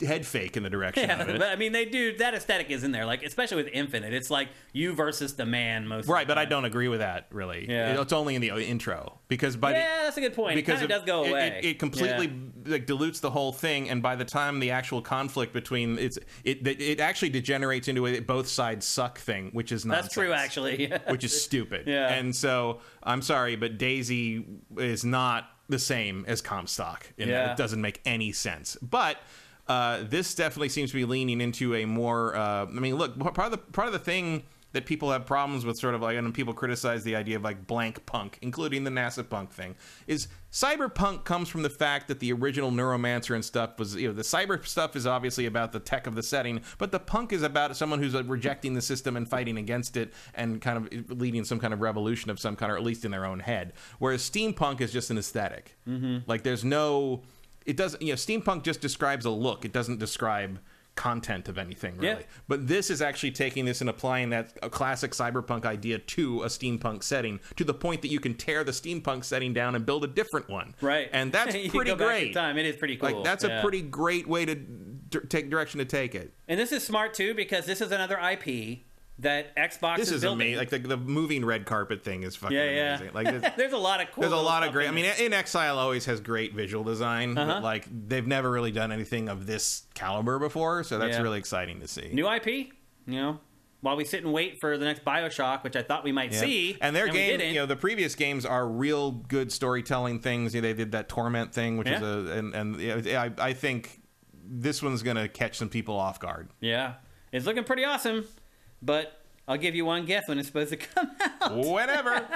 [SPEAKER 2] head fake in the direction
[SPEAKER 1] Yeah,
[SPEAKER 2] of it.
[SPEAKER 1] but I mean, they do that aesthetic is in there, like especially with Infinite. It's like you versus the man most. of the
[SPEAKER 2] Right, but I
[SPEAKER 1] time.
[SPEAKER 2] don't agree with that really.
[SPEAKER 1] Yeah.
[SPEAKER 2] It's only in the intro because by the
[SPEAKER 1] Yeah, that's a good point.
[SPEAKER 2] because
[SPEAKER 1] it kind of does go
[SPEAKER 2] it-
[SPEAKER 1] away.
[SPEAKER 2] It, it completely like dilutes the whole thing, and by the time the actual conflict between it's it it, it actually degenerates into a both sides suck thing, which is not
[SPEAKER 1] That's true, actually.
[SPEAKER 2] which is stupid.
[SPEAKER 1] Yeah.
[SPEAKER 2] and so I'm sorry, but Daisy is not the same as Comstock. And
[SPEAKER 1] Yeah.
[SPEAKER 2] it doesn't make any sense, but. Uh, this definitely seems to be leaning into a more. Uh, I mean, look, part of the part of the thing that people have problems with, sort of like, and people criticize the idea of like blank punk, including the NASA punk thing, is cyberpunk comes from the fact that the original Neuromancer and stuff was, you know, the cyber stuff is obviously about the tech of the setting, but the punk is about someone who's uh, rejecting the system and fighting against it and kind of uh, leading some kind of revolution of some kind, or at least in their own head. Whereas steampunk is just an esthetic Like, there's no, it doesn't, you know, steampunk just describes a look, it doesn't describe content of anything really
[SPEAKER 1] Yeah.
[SPEAKER 2] but this is actually taking this and applying that a classic cyberpunk idea to a steampunk setting to the point that you can tear the steampunk setting down and build a different one.
[SPEAKER 1] right.
[SPEAKER 2] And that's
[SPEAKER 1] You
[SPEAKER 2] pretty
[SPEAKER 1] go back in
[SPEAKER 2] great.
[SPEAKER 1] time. It is pretty cool.
[SPEAKER 2] Like that's
[SPEAKER 1] Yeah.
[SPEAKER 2] a pretty great way to d- take direction to take it.
[SPEAKER 1] And this is smart too because this is another IP that Xbox
[SPEAKER 2] This
[SPEAKER 1] is,
[SPEAKER 2] is
[SPEAKER 1] building.
[SPEAKER 2] amazing. Like the, the moving red carpet thing is fucking
[SPEAKER 1] yeah, yeah.
[SPEAKER 2] amazing. Like this-
[SPEAKER 1] there's a lot of cool.
[SPEAKER 2] there's a
[SPEAKER 1] little
[SPEAKER 2] lot of
[SPEAKER 1] stuff
[SPEAKER 2] great.
[SPEAKER 1] in
[SPEAKER 2] I mean,
[SPEAKER 1] this.
[SPEAKER 2] In Exile always has great visual design,
[SPEAKER 1] Uh-huh.
[SPEAKER 2] but like they've never really done anything of this caliber before, so that's
[SPEAKER 1] Yeah.
[SPEAKER 2] really exciting to see.
[SPEAKER 1] new IP. You know, while we sit and wait for the next Bioshock, which I thought we might
[SPEAKER 2] Yeah.
[SPEAKER 1] see,
[SPEAKER 2] and their
[SPEAKER 1] we
[SPEAKER 2] game,
[SPEAKER 1] didn't.
[SPEAKER 2] you know, the previous games are real good storytelling things. You know, they did that torment thing, which is
[SPEAKER 1] Yeah.
[SPEAKER 2] a and and yeah, I I think this one's gonna catch some people off guard.
[SPEAKER 1] yeah, it's looking pretty awesome. But I'll give you one guess when it's supposed to come out.
[SPEAKER 2] Whatever.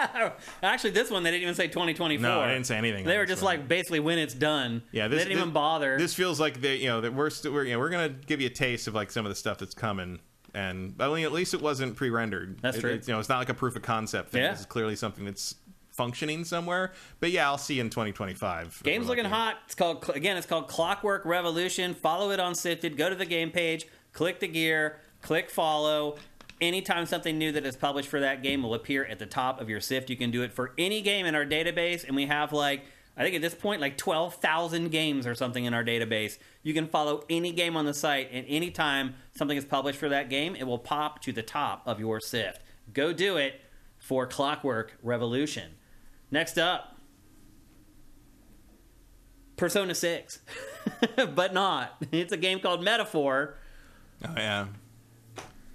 [SPEAKER 1] Actually, this one they didn't even say 2024.
[SPEAKER 2] No, they didn't say anything
[SPEAKER 1] They
[SPEAKER 2] on
[SPEAKER 1] were
[SPEAKER 2] this
[SPEAKER 1] just
[SPEAKER 2] one.
[SPEAKER 1] like basically when it's done.
[SPEAKER 2] Yeah,
[SPEAKER 1] they
[SPEAKER 2] this-
[SPEAKER 1] didn't
[SPEAKER 2] this-
[SPEAKER 1] even bother.
[SPEAKER 2] this feels like they you know that we're still we're, you know, we're gonna give you a taste of like some of the stuff that's coming and I mean at least it wasn't pre-rendered
[SPEAKER 1] That's
[SPEAKER 2] It-
[SPEAKER 1] true.
[SPEAKER 2] it's, you know it's not like a proof of concept thing
[SPEAKER 1] Yeah.
[SPEAKER 2] this is clearly something that's functioning somewhere but yeah i'll see you in 2025
[SPEAKER 1] Game's looking hot. It's called again. It's called Clockwork Revolution. Follow it on Sifted. Go to the game page. Click the gear. Click follow. Anytime something new that is published for that game will appear at the top of your Sift. You can do it for any game in our database, and we have like I think at this point like twelve thousand games or something in our database. You can follow any game on the site, and anytime something is published for that game, it will pop to the top of your Sift. Go do it for Clockwork Revolution. Next up, Persona 6. but not. It's a game called Metaphor,
[SPEAKER 2] oh yeah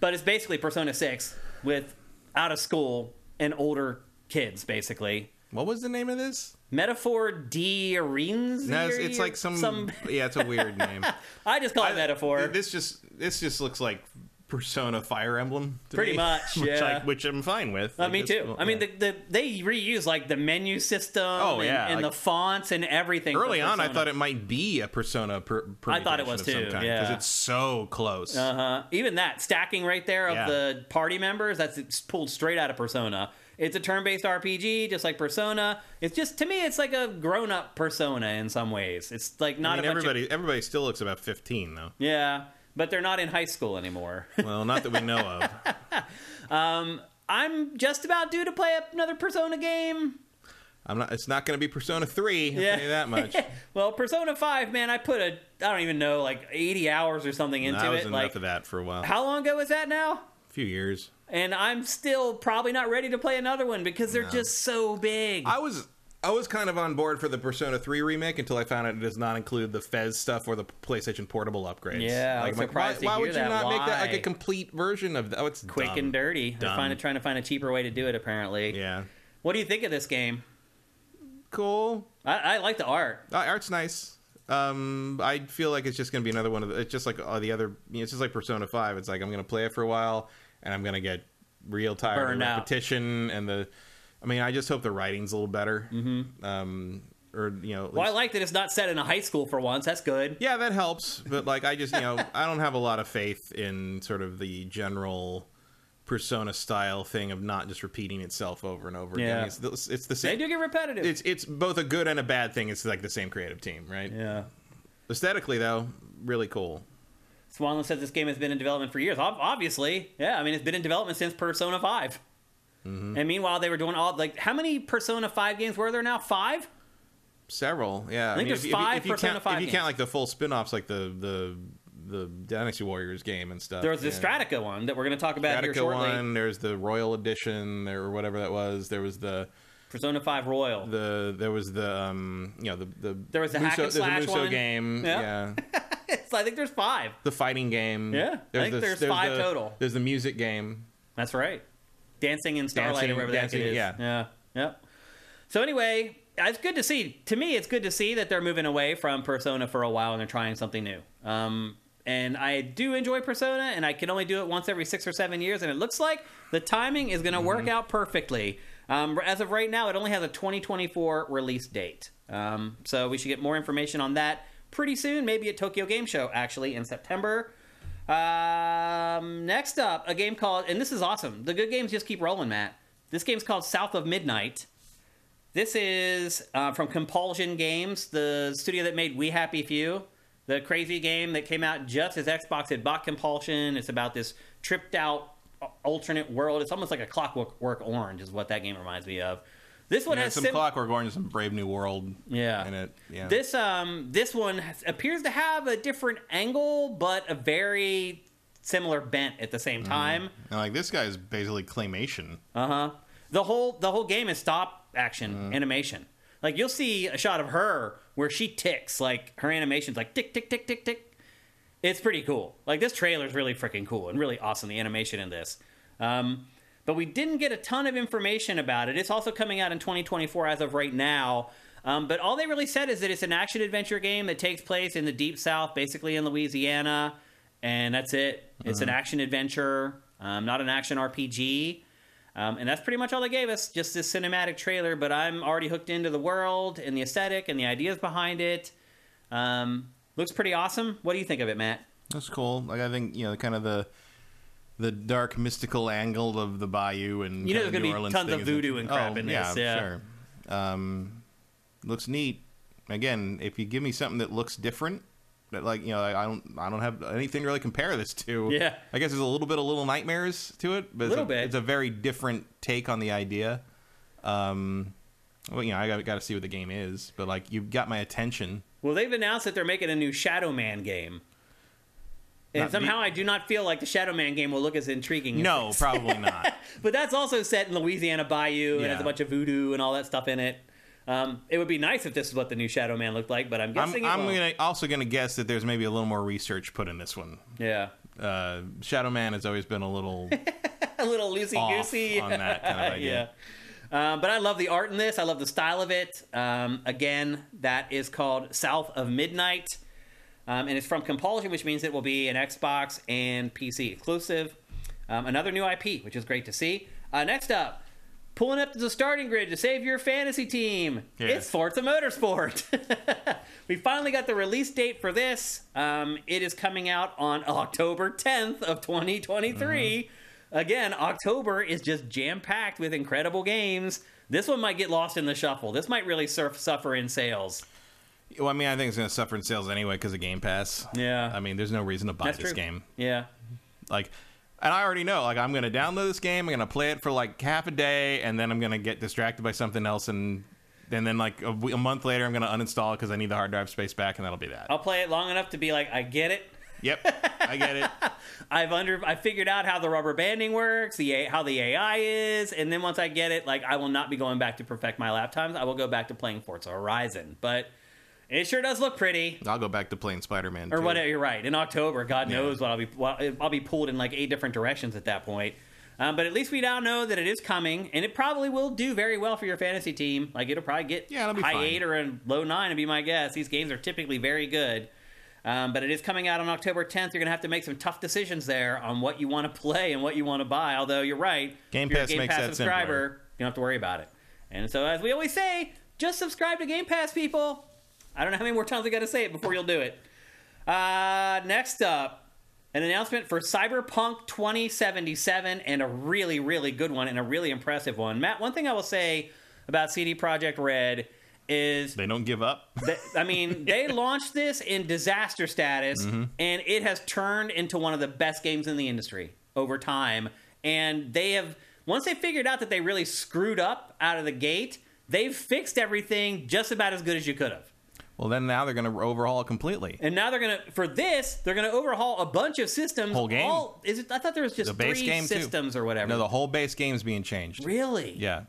[SPEAKER 1] but it's basically Persona 6 with out of school and older kids, basically.
[SPEAKER 2] what was the name of this
[SPEAKER 1] Metaphor D Arenes?
[SPEAKER 2] no it's, it's like some, yeah it's a weird name
[SPEAKER 1] I just call it Metaphor.
[SPEAKER 2] this just this just looks like persona fire emblem to
[SPEAKER 1] Pretty
[SPEAKER 2] me,
[SPEAKER 1] much,
[SPEAKER 2] which,
[SPEAKER 1] yeah.
[SPEAKER 2] I, which i'm fine with
[SPEAKER 1] Uh,
[SPEAKER 2] Like,
[SPEAKER 1] me
[SPEAKER 2] it's
[SPEAKER 1] too.
[SPEAKER 2] cool,
[SPEAKER 1] I mean,
[SPEAKER 2] yeah.
[SPEAKER 1] the, the, they reuse like the menu system
[SPEAKER 2] Oh,
[SPEAKER 1] and,
[SPEAKER 2] yeah,
[SPEAKER 1] and
[SPEAKER 2] like-
[SPEAKER 1] the fonts and everything.
[SPEAKER 2] Early on, I thought it might be a Persona. Per-
[SPEAKER 1] I thought it was too,
[SPEAKER 2] because
[SPEAKER 1] yeah.
[SPEAKER 2] it's so close.
[SPEAKER 1] Uh, even that stacking right there of
[SPEAKER 2] Yeah.
[SPEAKER 1] the party members, that's it's pulled straight out of Persona. It's a turn based RPG, just like Persona. It's just, to me, it's like a grown up Persona in some ways. It's like
[SPEAKER 2] I
[SPEAKER 1] not
[SPEAKER 2] mean,
[SPEAKER 1] a bunch of-
[SPEAKER 2] everybody, everybody still looks about fifteen though.
[SPEAKER 1] yeah, but they're not in high school anymore.
[SPEAKER 2] Well, not that we know of.
[SPEAKER 1] I'm just about due to play another Persona game.
[SPEAKER 2] I'm not. It's not going to be Persona Three. I'll
[SPEAKER 1] Yeah.
[SPEAKER 2] tell you that much.
[SPEAKER 1] Well, Persona 5, man, I put a, I don't even know, like 80 hours or something into
[SPEAKER 2] I was
[SPEAKER 1] it.
[SPEAKER 2] enough
[SPEAKER 1] Like,
[SPEAKER 2] of that for a while.
[SPEAKER 1] how long ago was that now?
[SPEAKER 2] a few years.
[SPEAKER 1] And I'm still probably not ready to play another one because they're just so big.
[SPEAKER 2] I was. I was kind of on board for the Persona 3 remake until I found out it does not include the Fez stuff or the PlayStation Portable upgrades.
[SPEAKER 1] Yeah, I
[SPEAKER 2] like,
[SPEAKER 1] was
[SPEAKER 2] I'm like,
[SPEAKER 1] surprised to
[SPEAKER 2] why, why
[SPEAKER 1] hear
[SPEAKER 2] would you
[SPEAKER 1] that.
[SPEAKER 2] not make that like
[SPEAKER 1] Why?
[SPEAKER 2] a complete version of that? Oh, it's
[SPEAKER 1] quick
[SPEAKER 2] dumb.
[SPEAKER 1] and dirty. They're
[SPEAKER 2] Dumb.
[SPEAKER 1] find- trying to find a cheaper way to do it. Apparently.
[SPEAKER 2] Yeah,
[SPEAKER 1] What do you think of this game?
[SPEAKER 2] cool.
[SPEAKER 1] I, I like the art.
[SPEAKER 2] Uh, art's nice. Um, I feel like it's just gonna be another one of the. It's just like all the other. You know, it's just like Persona Five. It's like I'm gonna play it for a while, and I'm gonna get real tired
[SPEAKER 1] Burned
[SPEAKER 2] of
[SPEAKER 1] out.
[SPEAKER 2] repetition and the. I mean, I just hope the writing's a little better. Mm-hmm. Um, or you know, at
[SPEAKER 1] Well, I
[SPEAKER 2] least-
[SPEAKER 1] like that it's not set in a high school for once. That's good.
[SPEAKER 2] yeah, that helps. But like, I just you know, I don't have a lot of faith in sort of the general persona style thing of not just repeating itself over and over
[SPEAKER 1] Yeah.
[SPEAKER 2] again. It's the, it's the
[SPEAKER 1] They
[SPEAKER 2] same.
[SPEAKER 1] do get repetitive.
[SPEAKER 2] It's it's both a good and a bad thing. It's like the same creative team, right?
[SPEAKER 1] yeah.
[SPEAKER 2] Aesthetically, though, really cool.
[SPEAKER 1] Swanland says this game has been in development for years. Ob- Obviously, yeah. I mean, it's been in development since Persona 5
[SPEAKER 2] Mm-hmm.
[SPEAKER 1] And meanwhile, they were doing all like how many Persona Five games were there now? Five.
[SPEAKER 2] Several, yeah. I,
[SPEAKER 1] think there's
[SPEAKER 2] if, you- if you-
[SPEAKER 1] five
[SPEAKER 2] if you
[SPEAKER 1] Persona
[SPEAKER 2] count,
[SPEAKER 1] five
[SPEAKER 2] if you
[SPEAKER 1] games.
[SPEAKER 2] count like the full spin-offs, like the the the Dynasty Warriors game and stuff.
[SPEAKER 1] There was the
[SPEAKER 2] yeah.
[SPEAKER 1] Stratica one that we're going to talk about here
[SPEAKER 2] Stratica
[SPEAKER 1] shortly.
[SPEAKER 2] one. There's the Royal Edition, there, or whatever that was. There was the
[SPEAKER 1] Persona Five Royal.
[SPEAKER 2] the there was the um you know the the
[SPEAKER 1] There was the hack and
[SPEAKER 2] there's a
[SPEAKER 1] slash
[SPEAKER 2] Muso
[SPEAKER 1] one.
[SPEAKER 2] game,
[SPEAKER 1] Yeah.
[SPEAKER 2] yeah.
[SPEAKER 1] So I think there's five.
[SPEAKER 2] the fighting game,
[SPEAKER 1] Yeah, I think there's five
[SPEAKER 2] the,
[SPEAKER 1] total.
[SPEAKER 2] There's the music game.
[SPEAKER 1] That's right. Dancing in Starlight
[SPEAKER 2] Dancing-
[SPEAKER 1] or whatever
[SPEAKER 2] dancing,
[SPEAKER 1] that kid is.
[SPEAKER 2] yeah.
[SPEAKER 1] Yeah. Yep. So anyway, it's good to see. To me, it's good to see that they're moving away from Persona for a while and they're trying something new. Um, and I do enjoy Persona, and I can only do it once every six or seven years. And it looks like the timing is going to
[SPEAKER 2] Mm-hmm.
[SPEAKER 1] work out perfectly. Um, as of right now, it only has a 2024 release date. Um, so we should get more information on that pretty soon, maybe at Tokyo Game Show, actually, in September. Um, next up, a game called, and this is awesome. The good games just keep rolling, Matt. This game's called South of Midnight. This is uh, from Compulsion Games, the studio that made We Happy Few, the crazy game that came out just as Xbox had bought Compulsion. It's about this tripped out uh, alternate world. It's almost like a Clockwork Work Orange, is what that game reminds me of. This one
[SPEAKER 2] Yeah,
[SPEAKER 1] has
[SPEAKER 2] some
[SPEAKER 1] sim-
[SPEAKER 2] Clockwork Orange, some Brave New World.
[SPEAKER 1] Yeah.
[SPEAKER 2] in it. Yeah,
[SPEAKER 1] this um this one has- appears to have a different angle, but a very similar bent at the same time.
[SPEAKER 2] And, like this guy is basically claymation.
[SPEAKER 1] Uh-huh. The whole the whole game is stop action animation. Like you'll see a shot of her where she ticks, like her animation's like tick tick tick tick tick. It's pretty cool. Like this trailer is really freaking cool and really awesome. The animation in this, um, but we didn't get a ton of information about it. It's also coming out in 2024 as of right now. Um, but all they really said is that it's an action adventure game that takes place in the deep south, basically in Louisiana, and that's it. It's an action adventure, um, not an action RPG. Um, and that's pretty much all they gave us, just this cinematic trailer. But I'm already hooked into the world and the aesthetic and the ideas behind it. Um, looks pretty awesome. What do you think of it, Matt?
[SPEAKER 2] That's cool. Like I think you know, kind of the the dark mystical angle of the bayou and
[SPEAKER 1] You know
[SPEAKER 2] kinda
[SPEAKER 1] there's gonna
[SPEAKER 2] New
[SPEAKER 1] be
[SPEAKER 2] Orleans
[SPEAKER 1] tons of
[SPEAKER 2] thing is-
[SPEAKER 1] voodoo and crap
[SPEAKER 2] oh,
[SPEAKER 1] in
[SPEAKER 2] yeah,
[SPEAKER 1] this, yeah.
[SPEAKER 2] sure. Um, looks neat. Again, if you give me something that looks different, that like you know, I, I don't, I don't have anything to really compare this to.
[SPEAKER 1] Yeah.
[SPEAKER 2] I guess there's a little bit of Little Nightmares to it, but
[SPEAKER 1] Little
[SPEAKER 2] it's, a,
[SPEAKER 1] bit.
[SPEAKER 2] it's a very different take on the idea. Um, well, you know, I got, got to see what the game is, but like you got my attention.
[SPEAKER 1] Well, they've announced that they're making a new Shadow Man game. And
[SPEAKER 2] Not the-
[SPEAKER 1] somehow I do not feel like the Shadow Man game will look as intriguing. as
[SPEAKER 2] No,
[SPEAKER 1] this.
[SPEAKER 2] probably not.
[SPEAKER 1] But that's also set in Louisiana Bayou and has a
[SPEAKER 2] Yeah.
[SPEAKER 1] bunch of voodoo and all that stuff in it. Um, it would be nice if this is what the new Shadow Man looked like, but I'm
[SPEAKER 2] I'm,
[SPEAKER 1] guessing it
[SPEAKER 2] I'm
[SPEAKER 1] won't.
[SPEAKER 2] gonna also gonna guess that there's maybe a little more research put in this one.
[SPEAKER 1] Yeah.
[SPEAKER 2] uh, Shadow Man has always been a little
[SPEAKER 1] A little loosey
[SPEAKER 2] off
[SPEAKER 1] goosey.
[SPEAKER 2] on that kind of
[SPEAKER 1] yeah.
[SPEAKER 2] idea.
[SPEAKER 1] Um, but I love the art in this. I love the style of it. Um, again, that is called South of Midnight. Um, and it's from Compulsion, which means it will be an Xbox and PC exclusive. Um, another new IP, which is great to see. Uh, next up, pulling up to the starting grid to save your fantasy team.
[SPEAKER 2] Yeah.
[SPEAKER 1] It's Forza Motorsport. we finally got the release date for this. Um, it is coming out on October 10th of 2023.
[SPEAKER 2] Uh-huh.
[SPEAKER 1] Again, October is just jam packed with incredible games. This one might get lost in the shuffle. This might really surf, suffer in sales.
[SPEAKER 2] Well, I mean, I think it's going to suffer in sales anyway because of Game Pass.
[SPEAKER 1] Yeah.
[SPEAKER 2] I mean, there's no reason to buy
[SPEAKER 1] That's
[SPEAKER 2] this
[SPEAKER 1] true.
[SPEAKER 2] game.
[SPEAKER 1] Yeah.
[SPEAKER 2] Like, and I already know. Like, I'm going to download this game. I'm going to play it for like half a day, and then I'm going to get distracted by something else, and and then like a, we- a month later, I'm going to uninstall because I need the hard drive space back, and that'll be that.
[SPEAKER 1] I'll play it long enough to be like, I get it.
[SPEAKER 2] Yep, I get it.
[SPEAKER 1] I've under I figured out how the rubber banding works, the A- how the AI is, and then once I get it, like I will not be going back to perfect my lap times. I will go back to playing Forza Horizon. But it sure does look pretty.
[SPEAKER 2] I'll go back to playing Spider Man
[SPEAKER 1] Or whatever. You're right. In October, God knows what I'll be. Well, I'll be pulled in like eight different directions at that point. Um, but at least we now know that it is coming, and it probably will do very well for your fantasy team. Like it'll probably get
[SPEAKER 2] Yeah, it'll be
[SPEAKER 1] high
[SPEAKER 2] fine.
[SPEAKER 1] eight or a low nine, would be my guess. These games are typically very good. Um, but it is coming out on October 10th. You're gonna have to make some tough decisions there on what you want to play and what you want to buy. Although you're right,
[SPEAKER 2] Game
[SPEAKER 1] if you're a
[SPEAKER 2] Pass makes that
[SPEAKER 1] subscriber, you don't have to worry about it. And so, as we always say, just subscribe to Game Pass, people. I don't know how many more times I got to say it before you'll do it. Uh, next up, an announcement for Cyberpunk 2077 and a really, really good one and a really impressive one. Matt, one thing I will say about CD Projekt Red is
[SPEAKER 2] They don't give up.
[SPEAKER 1] that, I mean, they launched this in disaster status and it has turned into one of the best games in the industry over time. And they have once they figured out that they really screwed up out of the gate, they've fixed everything just about as good as you could have.
[SPEAKER 2] well, then now they're going to overhaul it completely.
[SPEAKER 1] And now they're gonna for this they're gonna overhaul a bunch of systems.
[SPEAKER 2] Whole game?
[SPEAKER 1] All, is it? I thought there was just
[SPEAKER 2] The base
[SPEAKER 1] three
[SPEAKER 2] game, too.
[SPEAKER 1] systems or whatever.
[SPEAKER 2] No, the whole base game's being changed.
[SPEAKER 1] really?
[SPEAKER 2] Yeah.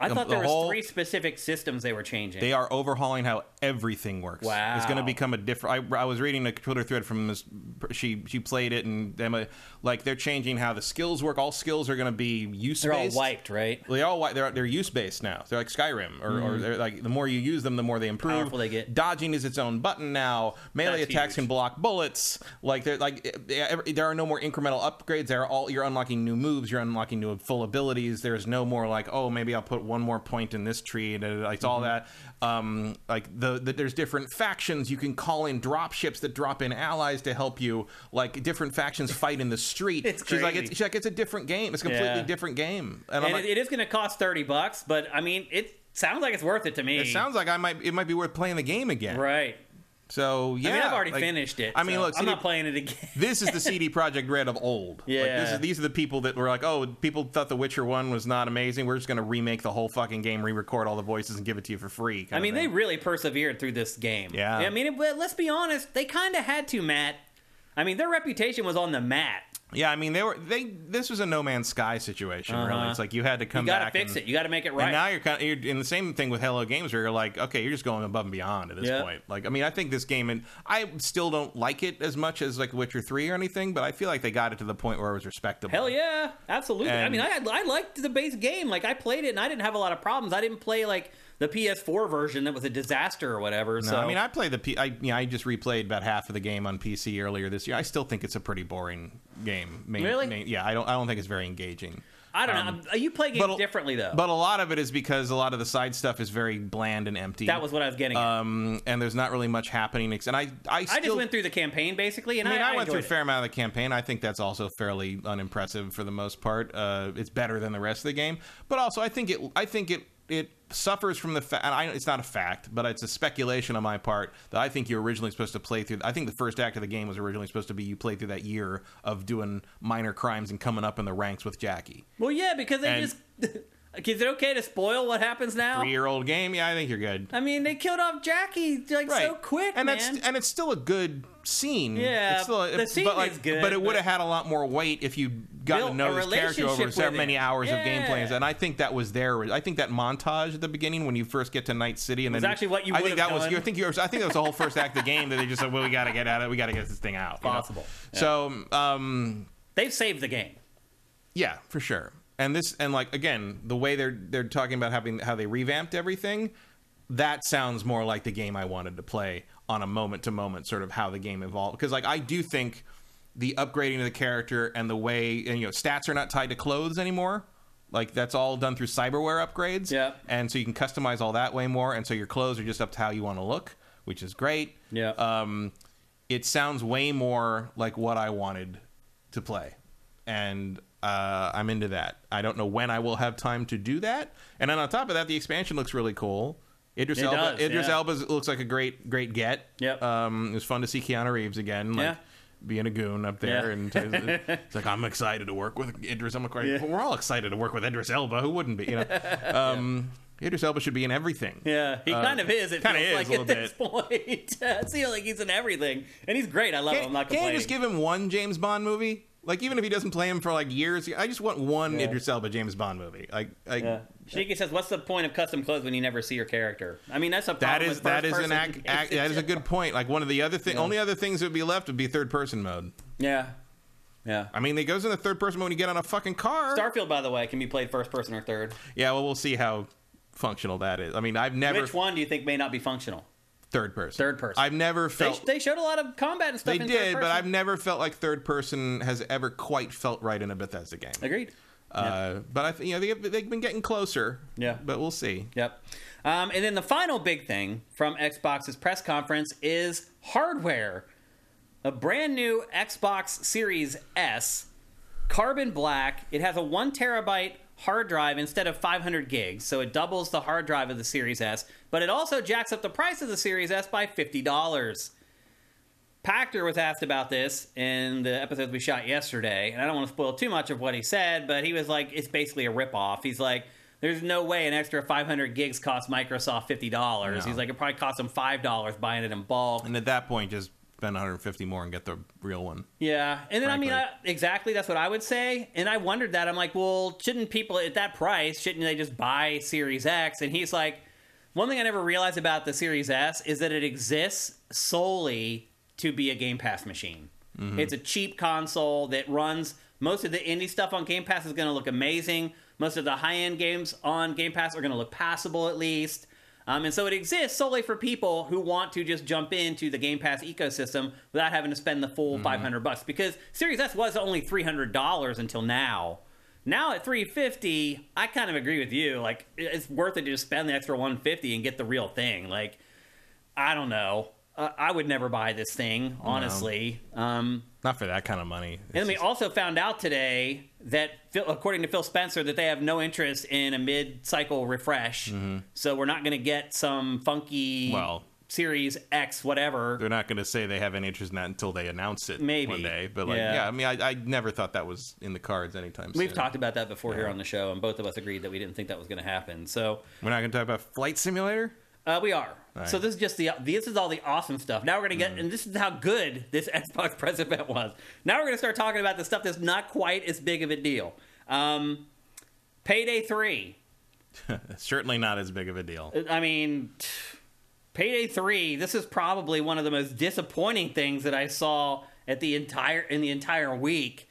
[SPEAKER 1] I
[SPEAKER 2] the-
[SPEAKER 1] thought
[SPEAKER 2] the
[SPEAKER 1] there was
[SPEAKER 2] whole-
[SPEAKER 1] three specific systems they were changing.
[SPEAKER 2] They are overhauling how everything works.
[SPEAKER 1] Wow.
[SPEAKER 2] It's going to become a different. I, I was reading a Twitter thread from this. She she played it, and Emma, like they're changing how the skills work. All skills are going to be use.
[SPEAKER 1] they're all wiped, right? Mm-hmm.
[SPEAKER 2] They all wi- they're they're use based now. They're like Skyrim, or, or they're like the more you use them, the more they improve.
[SPEAKER 1] Powerful they get.
[SPEAKER 2] Dodging is its own button now. Melee
[SPEAKER 1] That's
[SPEAKER 2] attacks
[SPEAKER 1] huge.
[SPEAKER 2] can block bullets. Like they're like eh, eh, every- there are no more incremental upgrades. They're all you're unlocking new moves. You're unlocking new full abilities. There's no more like oh maybe I'll put one more point in this tree. And it's
[SPEAKER 1] Mm-hmm.
[SPEAKER 2] all that. Um, like the, the there's different factions. You can call in drop ships that drop in allies to help you. Like different factions fight in the street.
[SPEAKER 1] It's
[SPEAKER 2] she's like
[SPEAKER 1] crazy.
[SPEAKER 2] it's, she's like it's a different game. It's a completely
[SPEAKER 1] Yeah.
[SPEAKER 2] different game.
[SPEAKER 1] And it, it is gonna cost thirty bucks, but I mean, it sounds like it's worth it to me.
[SPEAKER 2] It sounds like I might. It might be worth playing the game again.
[SPEAKER 1] Mm. right.
[SPEAKER 2] So yeah,
[SPEAKER 1] I mean, I've already
[SPEAKER 2] like,
[SPEAKER 1] finished it.
[SPEAKER 2] I mean,
[SPEAKER 1] so
[SPEAKER 2] look,
[SPEAKER 1] I'm
[SPEAKER 2] CD
[SPEAKER 1] not playing it again.
[SPEAKER 2] This is the CD Project Red of old. like, this
[SPEAKER 1] Yeah.
[SPEAKER 2] is, these are the people that were like, "Oh, people thought The Witcher One was not amazing. We're just going to remake the whole fucking game, re-record all the voices, and give it to you for free."
[SPEAKER 1] I mean, they really persevered through this game.
[SPEAKER 2] Yeah.
[SPEAKER 1] I mean, it, but let's be honest, they kind of had to, Matt. I mean, their reputation was on the mat.
[SPEAKER 2] Yeah, I mean they were they. This was a no man's sky situation. Really, it's like you had to come
[SPEAKER 1] Uh-huh. You got to
[SPEAKER 2] back
[SPEAKER 1] fix
[SPEAKER 2] and,
[SPEAKER 1] it. You got to make it
[SPEAKER 2] And now
[SPEAKER 1] right.
[SPEAKER 2] you're kind of you're in the same thing with Hello Games, where you're like, okay, you're just going above and beyond at this
[SPEAKER 1] Yeah.
[SPEAKER 2] point. Like, I mean, I think this game, and I still don't like it as much as like Witcher Three or anything, but I feel like they got it to the point where it was respectable.
[SPEAKER 1] Hell yeah, absolutely. I
[SPEAKER 2] And-
[SPEAKER 1] mean, I I liked the base game. Like I played it, and I didn't have a lot of problems. I didn't play like the PS4 version that was a disaster or whatever.
[SPEAKER 2] No,
[SPEAKER 1] so
[SPEAKER 2] I mean, I play the P. I you know, I just replayed about half of the game on PC earlier this year. I still think it's a pretty boring game. Main,
[SPEAKER 1] Really?
[SPEAKER 2] main- yeah, I don't. I don't think it's very engaging.
[SPEAKER 1] I don't know. You play games
[SPEAKER 2] um, but a-
[SPEAKER 1] differently though.
[SPEAKER 2] But a lot of it is because a lot of the side stuff is very bland and empty.
[SPEAKER 1] that was what I was getting. at.
[SPEAKER 2] um, and there's not really much happening. ex- And I, I still
[SPEAKER 1] I just went through the campaign basically, and
[SPEAKER 2] I
[SPEAKER 1] I,
[SPEAKER 2] mean, I, went through a
[SPEAKER 1] enjoyed it.
[SPEAKER 2] fair amount of the campaign. I think that's also fairly unimpressive for the most part. Uh, it's better than the rest of the game, but also I think it. I think it. It suffers from the fact. It's not a fact, but it's a speculation on my part that I think you're originally supposed to play through. I think the first act of the game was originally supposed to be you play through that year of doing minor crimes and coming up in the ranks with Jackie.
[SPEAKER 1] Well, yeah, because they
[SPEAKER 2] And-
[SPEAKER 1] just. Is it okay to spoil what happens now?
[SPEAKER 2] Three year old game. Yeah, I think you're good.
[SPEAKER 1] I mean, they killed off Jackie like so quick,
[SPEAKER 2] and
[SPEAKER 1] man.
[SPEAKER 2] that's and it's still a good scene.
[SPEAKER 1] Yeah,
[SPEAKER 2] it's still a,
[SPEAKER 1] the scene
[SPEAKER 2] but like,
[SPEAKER 1] is good,
[SPEAKER 2] but it would
[SPEAKER 1] but-
[SPEAKER 2] have had a lot more weight if you got
[SPEAKER 1] Built
[SPEAKER 2] to
[SPEAKER 1] a
[SPEAKER 2] know this character
[SPEAKER 1] relationship
[SPEAKER 2] over so
[SPEAKER 1] with
[SPEAKER 2] many
[SPEAKER 1] him.
[SPEAKER 2] hours of gameplays.
[SPEAKER 1] Yeah.
[SPEAKER 2] And I think that was there. I think that montage at the beginning when you first get to Night City and then
[SPEAKER 1] actually what you
[SPEAKER 2] I
[SPEAKER 1] would
[SPEAKER 2] think
[SPEAKER 1] have
[SPEAKER 2] that was.
[SPEAKER 1] done.
[SPEAKER 2] I think you were, I think that was the whole first act of the game that they just said, "Well, we got to get out of. We got to get this thing out." you know?
[SPEAKER 1] Possible.
[SPEAKER 2] So, um,
[SPEAKER 1] They've saved the game.
[SPEAKER 2] yeah, for sure. And this and like again, the way they're they're talking about having how they revamped everything, that sounds more like the game I wanted to play on a moment to moment sort of how the game evolved because like I do think the upgrading of the character and the way and you know stats are not tied to clothes anymore. Like that's all done through cyberware upgrades.
[SPEAKER 1] Yeah.
[SPEAKER 2] And so you can customize all that way more and so your clothes are just up to how you want to look, which is great
[SPEAKER 1] Yeah.
[SPEAKER 2] um, it sounds way more like what I wanted to play, and uh, I'm into that. I don't know when I will have time to do that. And then on top of that, the expansion looks really cool. Idris
[SPEAKER 1] It
[SPEAKER 2] Elba,
[SPEAKER 1] does,
[SPEAKER 2] Idris
[SPEAKER 1] yeah.
[SPEAKER 2] Elba looks like a great, great get.
[SPEAKER 1] Yep.
[SPEAKER 2] Um, it was fun to see Keanu Reeves again. Like,
[SPEAKER 1] Yeah.
[SPEAKER 2] Being a goon up there,
[SPEAKER 1] Yeah.
[SPEAKER 2] and it's like I'm excited to work with Idris. I'm like, we're all excited to work with Idris Elba. Who wouldn't be? You know, um, Idris Elba should be in everything.
[SPEAKER 1] Yeah, he kind of is. It
[SPEAKER 2] uh, kinda
[SPEAKER 1] feels
[SPEAKER 2] is
[SPEAKER 1] like
[SPEAKER 2] a
[SPEAKER 1] at
[SPEAKER 2] little
[SPEAKER 1] this point. I feel like he's in everything, and he's great. I love him. I'm not
[SPEAKER 2] can't
[SPEAKER 1] complaining.
[SPEAKER 2] you just give him one James Bond movie? Like even if he doesn't play him for like years, I just want one
[SPEAKER 1] Yeah.
[SPEAKER 2] Idris Elba James Bond movie. Like, like
[SPEAKER 1] yeah. Shiki says, "What's the point of custom clothes when you never see your character?" I mean, that's a problem
[SPEAKER 2] that is
[SPEAKER 1] with
[SPEAKER 2] that is
[SPEAKER 1] first
[SPEAKER 2] an
[SPEAKER 1] person
[SPEAKER 2] act, act, that is a good point. Like one of the other thing, only other things that would be left would be third person mode.
[SPEAKER 1] yeah, yeah.
[SPEAKER 2] I mean, it goes in the third person mode when you get on a fucking car.
[SPEAKER 1] Starfield, by the way, can be played first person or third.
[SPEAKER 2] yeah, well, we'll see how functional that is. I mean, I've never
[SPEAKER 1] Which one do you think may not be functional?
[SPEAKER 2] third person.
[SPEAKER 1] Third person.
[SPEAKER 2] I've never
[SPEAKER 1] They,
[SPEAKER 2] felt
[SPEAKER 1] they showed a lot of combat and stuff.
[SPEAKER 2] they
[SPEAKER 1] in
[SPEAKER 2] did,
[SPEAKER 1] third
[SPEAKER 2] but
[SPEAKER 1] person.
[SPEAKER 2] I've never felt like third person has ever quite felt right in a Bethesda game.
[SPEAKER 1] agreed.
[SPEAKER 2] Uh, but I, th- you know, they, they've been getting closer.
[SPEAKER 1] Yeah.
[SPEAKER 2] but we'll see.
[SPEAKER 1] Yep. Um, and then the final big thing from Xbox's press conference is hardware. A brand new Xbox Series S, carbon black. It has a one terabyte hard drive instead of 500 gigs, so it doubles the hard drive of the Series S, but it also jacks up the price of the Series S by $50. Pactor was asked about this in the episode we shot yesterday, and I don't want to spoil too much of what he said, but he was like, it's basically a ripoff. He's like, there's no way an extra 500 gigs costs Microsoft $50. He's like, it probably cost them $5 buying it in bulk.
[SPEAKER 2] And at that point, just spend 150 more and get the real one.
[SPEAKER 1] Yeah, and then I mean, I,
[SPEAKER 2] frankly.
[SPEAKER 1] exactly that's what I would say. And I wondered that. I'm like, well, shouldn't people at that price shouldn't they just buy Series X? And he's like, one thing I never realized about the Series S is that it exists solely to be a Game Pass machine. It's a cheap console that runs most of the indie stuff on Game Pass is going to look amazing. Most of the high end games on Game Pass are going to look passable at least. Um, and so it exists solely for people who want to just jump into the Game Pass ecosystem without having to spend the full 500 bucks because Series S was only $300 until now. Now at 350, I kind of agree with you. Like it- it's worth it to just spend the extra 150 and get the real thing. Like I don't know. Uh, I would never buy this thing, honestly. Um,
[SPEAKER 2] Not for that kind of money.
[SPEAKER 1] and then we also found out today that, Phil, according to Phil Spencer, that they have no interest in a mid-cycle refresh. So we're not going to get some funky
[SPEAKER 2] Well-
[SPEAKER 1] Series X whatever.
[SPEAKER 2] They're not going to say they have any interest in that until they announce it
[SPEAKER 1] Maybe.
[SPEAKER 2] one day. But like,
[SPEAKER 1] Yeah.
[SPEAKER 2] yeah, I mean, I, I never thought that was in the cards anytime soon.
[SPEAKER 1] We've talked about that before here on the show, and both of us agreed that we didn't think that was going to happen. So
[SPEAKER 2] We're not going to talk about Flight Simulator.
[SPEAKER 1] uh, we are.
[SPEAKER 2] right.
[SPEAKER 1] So this is just the this is all the awesome stuff. Now we're gonna get and this is how good this Xbox press event was. Now we're gonna start talking about the stuff that's not quite as big of a deal. Um, Payday three.
[SPEAKER 2] certainly not as big of a deal.
[SPEAKER 1] I mean, t- Payday three. This is probably one of the most disappointing things that I saw at the entire in the entire week.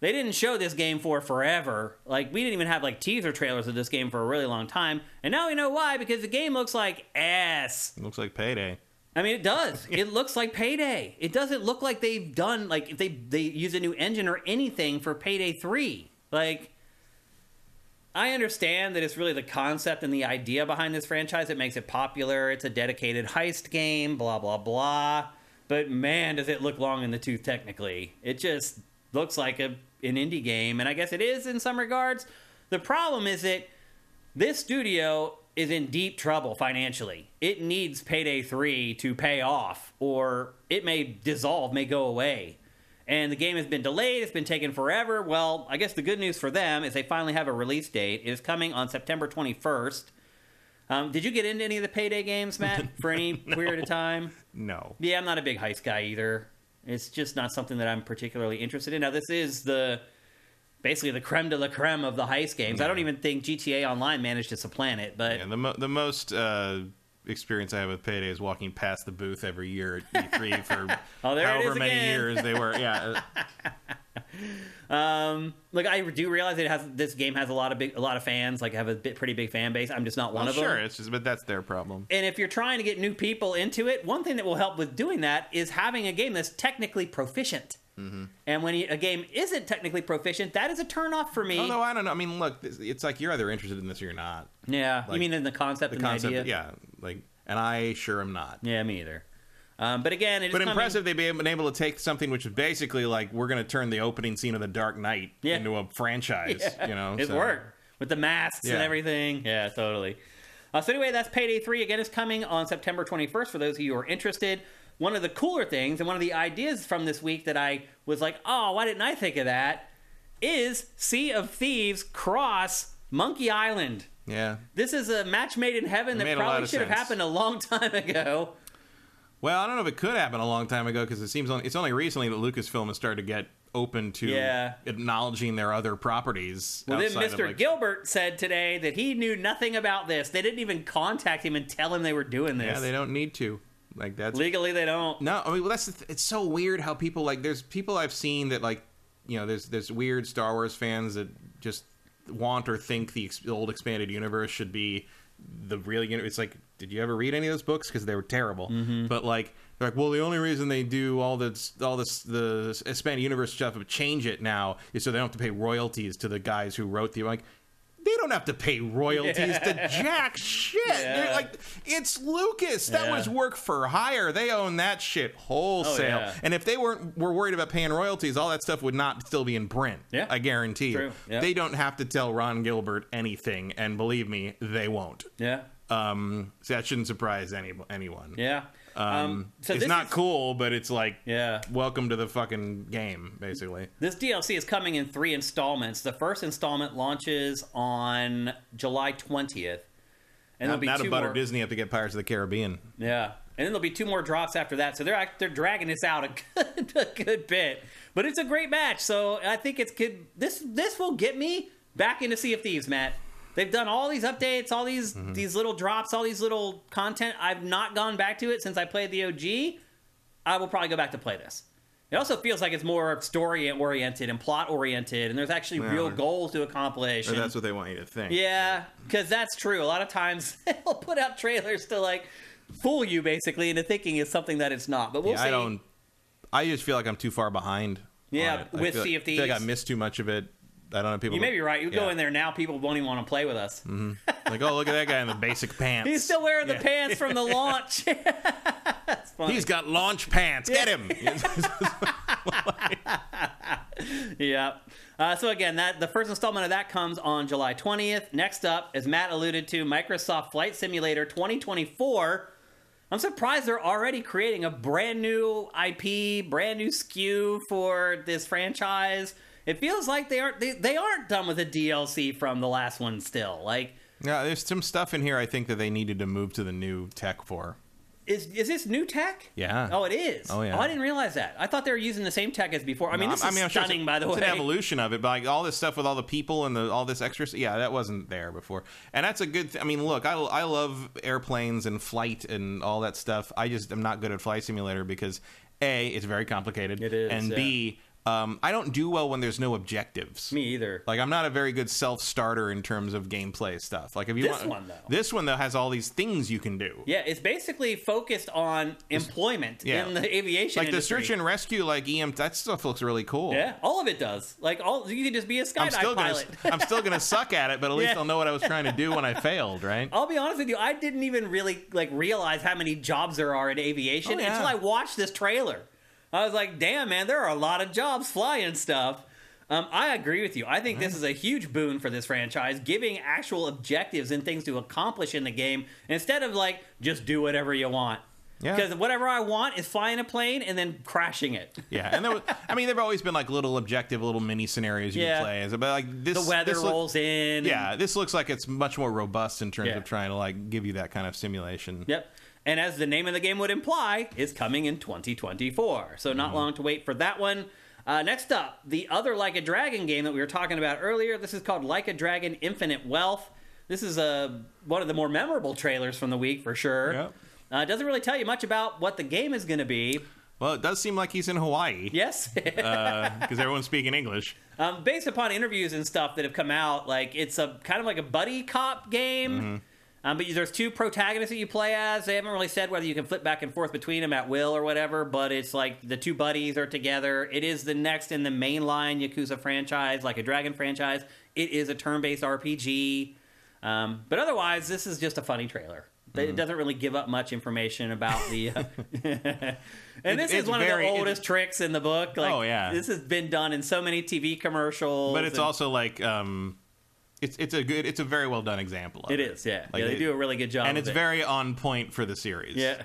[SPEAKER 1] They didn't show this game for forever. Like we didn't even have like teaser trailers of this game for a really long time. And now we know why because the game looks like ass.
[SPEAKER 2] It looks like payday.
[SPEAKER 1] I mean, it does. it looks like Payday. It doesn't look like they've done like if they they use a new engine or anything for Payday three. Like, I understand that it's really the concept and the idea behind this franchise that makes it popular. It's a dedicated heist game, blah blah blah. But man, does it look long in the tooth technically. It just looks like a an indie game, and I guess it is in some regards. The problem is that this studio is in deep trouble financially. It needs Payday 3 to pay off, or it may dissolve, may go away. And the game has been delayed, it's been taken forever. Well, I guess the good news for them is they finally have a release date. It is coming on September 21st. Um, did you get into any of the Payday games, Matt, for any period of time?
[SPEAKER 2] No.
[SPEAKER 1] Yeah, I'm not a big heist guy either. It's just not something that I'm particularly interested in. Now, this is the basically the creme de la creme of the heist games. I don't even think GTA Online managed to supplant it, but
[SPEAKER 2] And the mo- the most uh, experience I have with payday is walking past the booth every year at E3 for
[SPEAKER 1] Oh, there it
[SPEAKER 2] however
[SPEAKER 1] is
[SPEAKER 2] many
[SPEAKER 1] again.
[SPEAKER 2] years they were. Yeah, uh,
[SPEAKER 1] um, like I do realize it has this game has a lot of big a lot of fans. Like I have a bit, pretty big fan base. I'm just not one
[SPEAKER 2] well,
[SPEAKER 1] of
[SPEAKER 2] Oh, sure.
[SPEAKER 1] them.
[SPEAKER 2] It's just but that's their problem.
[SPEAKER 1] And if you're trying to get new people into it, one thing that will help with doing that is having a game that's technically proficient.
[SPEAKER 2] Mm-hmm.
[SPEAKER 1] And when a game isn't technically proficient, that is a turnoff for me.
[SPEAKER 2] Although Oh, I don't know. I mean, look, this- it's like you're either interested in this or you're not.
[SPEAKER 1] yeah, you
[SPEAKER 2] Like,
[SPEAKER 1] mean in the concept
[SPEAKER 2] The
[SPEAKER 1] and
[SPEAKER 2] concept,
[SPEAKER 1] the idea?
[SPEAKER 2] yeah, like, and I sure am not.
[SPEAKER 1] Yeah, me either. Um, but again, it's
[SPEAKER 2] But
[SPEAKER 1] coming-
[SPEAKER 2] impressive they've been able to take something which is basically like we're going to turn the opening scene of The Dark Knight
[SPEAKER 1] Yeah.
[SPEAKER 2] into a franchise. You know,
[SPEAKER 1] It
[SPEAKER 2] so-
[SPEAKER 1] worked with the masks and
[SPEAKER 2] Yeah.
[SPEAKER 1] everything. Yeah, totally. Uh, so anyway, that's Payday Three. Again, it's coming on September 21st. For those of you who are interested, one of the cooler things and one of the ideas from this week that I was like, oh, why didn't I think of that? Is Sea of Thieves cross Monkey Island?
[SPEAKER 2] Yeah.
[SPEAKER 1] This is a match made in heaven that
[SPEAKER 2] made a lot
[SPEAKER 1] probably
[SPEAKER 2] of
[SPEAKER 1] should have
[SPEAKER 2] sense.
[SPEAKER 1] happened a long time ago.
[SPEAKER 2] Well, I don't know if it could happen a long time ago because it seems only, it's only recently that Lucasfilm has started to get open to
[SPEAKER 1] Yeah.
[SPEAKER 2] acknowledging their other properties.
[SPEAKER 1] Well, then
[SPEAKER 2] outside
[SPEAKER 1] Mr.
[SPEAKER 2] of, like-
[SPEAKER 1] Gilbert said today that he knew nothing about this. They didn't even contact him and tell him they were doing this.
[SPEAKER 2] Yeah, they don't need to. Like that's
[SPEAKER 1] Legally, they don't.
[SPEAKER 2] No, I mean, well, that's the th- it's so weird how people like there's people I've seen that like you know there's there's weird Star Wars fans that just want or think the ex- old expanded universe should be the real universe. It's like, did you ever read any of those books? Because they were terrible. But like they're like, well, the only reason they do all the all this the expanded universe stuff of change it now is so they don't have to pay royalties to the guys who wrote the like. They don't have to pay royalties to jack shit. They're
[SPEAKER 1] Yeah.
[SPEAKER 2] Like it's Lucas. That
[SPEAKER 1] Yeah.
[SPEAKER 2] was work for hire. They own that shit wholesale.
[SPEAKER 1] Oh, yeah.
[SPEAKER 2] And if they weren't were worried about paying royalties, all that stuff would not still be in print.
[SPEAKER 1] Yeah.
[SPEAKER 2] I guarantee you.
[SPEAKER 1] True. Yeah.
[SPEAKER 2] They don't have to tell Ron Gilbert anything, and believe me, they won't.
[SPEAKER 1] Yeah,
[SPEAKER 2] Um, so that shouldn't surprise any, anyone.
[SPEAKER 1] yeah. Um, so
[SPEAKER 2] it's
[SPEAKER 1] this
[SPEAKER 2] not
[SPEAKER 1] is-
[SPEAKER 2] cool, but it's like
[SPEAKER 1] Yeah,
[SPEAKER 2] welcome to the fucking game, basically.
[SPEAKER 1] this DLC is coming in three installments. The first installment launches on July twentieth, and
[SPEAKER 2] Not,
[SPEAKER 1] there'll be
[SPEAKER 2] not
[SPEAKER 1] two
[SPEAKER 2] a butter
[SPEAKER 1] more.
[SPEAKER 2] Disney have to get Pirates of the Caribbean.
[SPEAKER 1] Yeah, and then there'll be two more drops after that. So they're act- they're dragging this out a good, a good bit, but it's a great match. So I think it's good. This this will get me back into Sea of Thieves, Matt. They've done all these updates, all these these little drops, all these little content. I've not gone back to it since I played the OG. I will probably go back to play this. It also feels like it's more story oriented and plot oriented, and there's actually real
[SPEAKER 2] or-
[SPEAKER 1] goals to accomplish.
[SPEAKER 2] Or
[SPEAKER 1] and-
[SPEAKER 2] that's what they want you to think.
[SPEAKER 1] yeah, because that's true. A lot of times they'll put out trailers to like fool you basically into thinking it's something that it's not. But we'll
[SPEAKER 2] Yeah,
[SPEAKER 1] see.
[SPEAKER 2] I don't. I just feel like I'm too far behind.
[SPEAKER 1] Yeah,
[SPEAKER 2] on it. I
[SPEAKER 1] with Sea
[SPEAKER 2] feel
[SPEAKER 1] of
[SPEAKER 2] like, I feel like I
[SPEAKER 1] Thieves.
[SPEAKER 2] missed too much of it. I don't know people.
[SPEAKER 1] you may be right. You go
[SPEAKER 2] yeah.
[SPEAKER 1] in there now, people won't even want to play with us.
[SPEAKER 2] Like, oh, look at that guy in the basic pants.
[SPEAKER 1] He's still wearing
[SPEAKER 2] Yeah.
[SPEAKER 1] the pants from the launch. That's funny.
[SPEAKER 2] He's got launch pants. Get him.
[SPEAKER 1] yeah. Uh, so again, that the first installment of that comes on July 20th. Next up, as Matt alluded to, Microsoft Flight Simulator 2024. I'm surprised they're already creating a brand new IP, brand new SKU for this franchise. It feels like they aren't they, they aren't done with the DLC from the last one still. Like
[SPEAKER 2] yeah, there's some stuff in here I think that they needed to move to the new tech for.
[SPEAKER 3] Is is this new tech?
[SPEAKER 2] Yeah.
[SPEAKER 3] Oh, it is.
[SPEAKER 2] Oh, yeah.
[SPEAKER 3] I didn't realize that. I thought they were using the same tech as before. I mean, this
[SPEAKER 2] I
[SPEAKER 3] is
[SPEAKER 2] mean, I'm sure
[SPEAKER 3] stunning,
[SPEAKER 2] it's a-
[SPEAKER 3] by the
[SPEAKER 2] it's
[SPEAKER 3] way.
[SPEAKER 2] an evolution of it, but like all this stuff with all the people and the, all this extra, yeah, that wasn't there before, and that's a good. Th- I mean, look, I, I love airplanes and flight and all that stuff. I just am not good at flight simulator because a it's very complicated,
[SPEAKER 3] It is,
[SPEAKER 2] and
[SPEAKER 3] yeah.
[SPEAKER 2] b um, I don't do well when there's no objectives.
[SPEAKER 3] Me either.
[SPEAKER 2] Like I'm not a very good self starter in terms of gameplay stuff. Like if you
[SPEAKER 3] This
[SPEAKER 2] want
[SPEAKER 3] one, though.
[SPEAKER 2] this one though has all these things you can do.
[SPEAKER 3] yeah, it's basically focused on employment
[SPEAKER 2] Yeah.
[SPEAKER 3] in the aviation
[SPEAKER 2] Like the
[SPEAKER 3] industry.
[SPEAKER 2] search and rescue, like EM, that stuff looks really cool.
[SPEAKER 3] Yeah, all of it does. Like all, you can just be a
[SPEAKER 2] I'm
[SPEAKER 3] skydive
[SPEAKER 2] still gonna
[SPEAKER 3] pilot.
[SPEAKER 2] I'm still gonna suck at it, but at least
[SPEAKER 3] Yeah.
[SPEAKER 2] I'll know what I was trying to do when I failed, right?
[SPEAKER 3] I'll be honest with you, I didn't even really like realize how many jobs there are in aviation
[SPEAKER 2] Oh, yeah.
[SPEAKER 3] until I watched this trailer. I was like, damn man, there are a lot of jobs flying stuff. Um, I agree with you. I think this is a huge boon for this franchise, giving actual objectives and things to accomplish in the game instead of like just do whatever you want.
[SPEAKER 2] Yeah.
[SPEAKER 3] Because whatever I want is flying a plane and then crashing it.
[SPEAKER 2] Yeah, and there was, I mean, there've always been like little objective, little mini scenarios you
[SPEAKER 3] Yeah.
[SPEAKER 2] can play. as- But like this,
[SPEAKER 3] The weather
[SPEAKER 2] this look-
[SPEAKER 3] rolls in.
[SPEAKER 2] yeah, this looks like it's much more robust in terms
[SPEAKER 3] Yeah.
[SPEAKER 2] of trying to like give you that kind of simulation.
[SPEAKER 3] Yep. And as the name of the game would imply, it's coming in 2024. So not long to wait for that one. Uh, next up, the other Like a Dragon game that we were talking about earlier. This is called Like a Dragon Infinite Wealth. This is uh, one of the more memorable trailers from the week for sure.
[SPEAKER 2] Yep.
[SPEAKER 3] Uh, it doesn't really tell you much about what the game is going to be.
[SPEAKER 2] Well, it does seem like he's in Hawaii
[SPEAKER 3] Yes.
[SPEAKER 2] because everyone's speaking English.
[SPEAKER 3] um, based upon interviews and stuff that have come out, like it's a kind of like a buddy cop game.
[SPEAKER 2] Mm-hmm.
[SPEAKER 3] Um, but you- there's two protagonists that you play as. They haven't really said whether you can flip back and forth between them at will or whatever. But it's like the two buddies are together. It is the next in the mainline Yakuza franchise, like a Dragon franchise. It is a turn-based RPG. Um, but otherwise, this is just a funny trailer.
[SPEAKER 2] Mm-hmm.
[SPEAKER 3] It doesn't really give up much information about the. Uh, and this is
[SPEAKER 2] it's
[SPEAKER 3] one
[SPEAKER 2] very-
[SPEAKER 3] of
[SPEAKER 2] it's-
[SPEAKER 3] the oldest tricks in the book. Like,
[SPEAKER 2] Oh, yeah.
[SPEAKER 3] this has been done in so many TV commercials.
[SPEAKER 2] But it's
[SPEAKER 3] and-
[SPEAKER 2] also like um, it's it's a good, it's a very well done example. Of
[SPEAKER 3] it is, yeah.
[SPEAKER 2] Like,
[SPEAKER 3] yeah, they
[SPEAKER 2] it-
[SPEAKER 3] do a really good job.
[SPEAKER 2] and
[SPEAKER 3] of
[SPEAKER 2] it's
[SPEAKER 3] it.
[SPEAKER 2] very on point for the series.
[SPEAKER 3] yeah.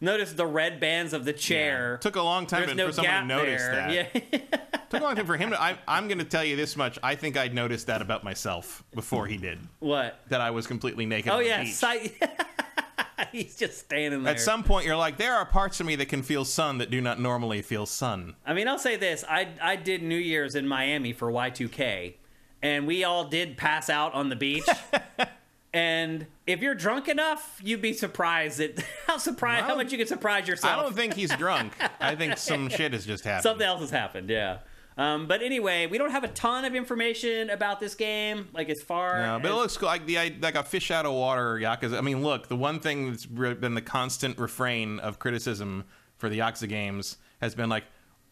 [SPEAKER 3] Notice the red bands of the chair.
[SPEAKER 2] Took a long time
[SPEAKER 3] There's
[SPEAKER 2] to-
[SPEAKER 3] no
[SPEAKER 2] for someone
[SPEAKER 3] gap
[SPEAKER 2] to notice
[SPEAKER 3] there.
[SPEAKER 2] that.
[SPEAKER 3] Yeah.
[SPEAKER 2] Took a long time for him to. I, I'm going to tell you this much. I think I'd noticed that about myself before he did.
[SPEAKER 3] what?
[SPEAKER 2] That I was completely naked.
[SPEAKER 3] Oh
[SPEAKER 2] on the
[SPEAKER 3] yeah,
[SPEAKER 2] beach.
[SPEAKER 3] sight. He's just standing there.
[SPEAKER 2] At some point, you're like, there are parts of me that can feel sun that do not normally feel sun.
[SPEAKER 3] I mean, I'll say this: I I did New Year's in Miami for Y2K, and we all did pass out on the beach. and if you're drunk enough, you'd be surprised at how surprised how
[SPEAKER 2] Well,
[SPEAKER 3] much you can surprise yourself.
[SPEAKER 2] I don't think he's drunk. I think some shit has just happened.
[SPEAKER 3] Oh. Something else has happened, yeah. Um, but anyway, we don't have a ton of information about this game, like as far.
[SPEAKER 2] No, but it
[SPEAKER 3] as-
[SPEAKER 2] looks cool. like the I- like a fish out of water Yakuza. I mean, look, the one thing that's re- been the constant refrain of criticism for the Yakuza games has been like,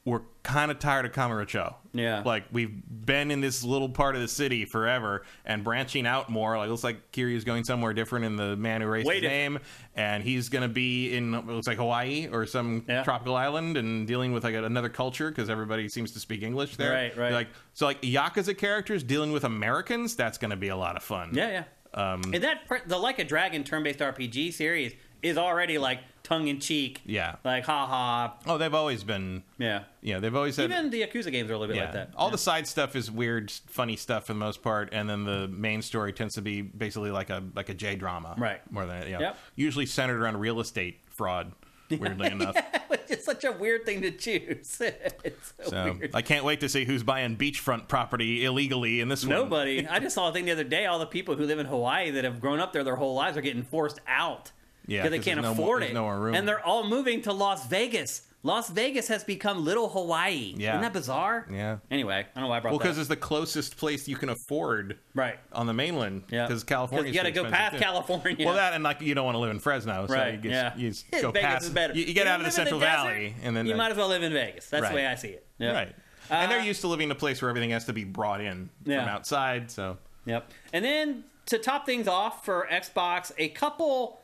[SPEAKER 2] we're kind of tired of Kamurocho.
[SPEAKER 3] Yeah.
[SPEAKER 2] like we've been in this little part of the city forever, and branching out more. Like it looks like Kiryu's going somewhere different in the man who raised
[SPEAKER 3] Way
[SPEAKER 2] his
[SPEAKER 3] different.
[SPEAKER 2] name, and he's gonna be in it looks like Hawaii or some
[SPEAKER 3] Yeah.
[SPEAKER 2] tropical island and dealing with like another culture because everybody seems to speak English there.
[SPEAKER 3] Right, right.
[SPEAKER 2] Like so, like Yakuza characters dealing with Americans. That's going to be a lot of fun.
[SPEAKER 3] yeah, yeah.
[SPEAKER 2] um,
[SPEAKER 3] and that pr- the Like a Dragon turn-based RPG series is already like tongue in cheek,
[SPEAKER 2] Yeah.
[SPEAKER 3] like haha,
[SPEAKER 2] Oh, they've always been.
[SPEAKER 3] yeah.
[SPEAKER 2] Yeah, they've always had.
[SPEAKER 3] Even the Yakuza games are a little bit
[SPEAKER 2] yeah.
[SPEAKER 3] like that.
[SPEAKER 2] All the side stuff is weird, funny stuff for the most part, and then the main story tends to be basically like a like a J drama,
[SPEAKER 3] Right.
[SPEAKER 2] More than yeah,
[SPEAKER 3] Yep.
[SPEAKER 2] usually centered around real estate fraud. Weirdly enough,
[SPEAKER 3] Which is such a weird thing to choose. it's so,
[SPEAKER 2] so
[SPEAKER 3] weird.
[SPEAKER 2] I can't wait to see who's buying beachfront property illegally in this one.
[SPEAKER 3] Nobody. I just saw a thing the other day. All the people who live in Hawaii that have grown up there their whole lives are getting forced out.
[SPEAKER 2] Yeah,
[SPEAKER 3] because they
[SPEAKER 2] 'cause
[SPEAKER 3] can't
[SPEAKER 2] there's no more-
[SPEAKER 3] afford
[SPEAKER 2] there's
[SPEAKER 3] it.
[SPEAKER 2] no more room.
[SPEAKER 3] And they're all moving to Las Vegas. Las Vegas has become little Hawaii.
[SPEAKER 2] Yeah.
[SPEAKER 3] Isn't that bizarre?
[SPEAKER 2] Yeah.
[SPEAKER 3] Anyway, I don't know why I brought
[SPEAKER 2] Well,
[SPEAKER 3] that.
[SPEAKER 2] because it's the closest place you can afford
[SPEAKER 3] right.
[SPEAKER 2] on the mainland.
[SPEAKER 3] Yeah.
[SPEAKER 2] Because California.
[SPEAKER 3] you got to go past California.
[SPEAKER 2] Well, that and like you don't want to live in Fresno, so
[SPEAKER 3] Right,
[SPEAKER 2] you, just,
[SPEAKER 3] yeah.
[SPEAKER 2] you just go
[SPEAKER 3] Vegas
[SPEAKER 2] past.
[SPEAKER 3] is better.
[SPEAKER 2] You, you get
[SPEAKER 3] You
[SPEAKER 2] out of the
[SPEAKER 3] live in the
[SPEAKER 2] Central
[SPEAKER 3] desert,
[SPEAKER 2] Valley, and then
[SPEAKER 3] you
[SPEAKER 2] uh,
[SPEAKER 3] might as well live in Vegas. That's
[SPEAKER 2] Right.
[SPEAKER 3] the way I see it. Yeah.
[SPEAKER 2] right. and
[SPEAKER 3] Uh,
[SPEAKER 2] they're used to living in a place where everything has to be brought in
[SPEAKER 3] Yeah.
[SPEAKER 2] from outside. So
[SPEAKER 3] Yep. And then to top things off for Xbox, a couple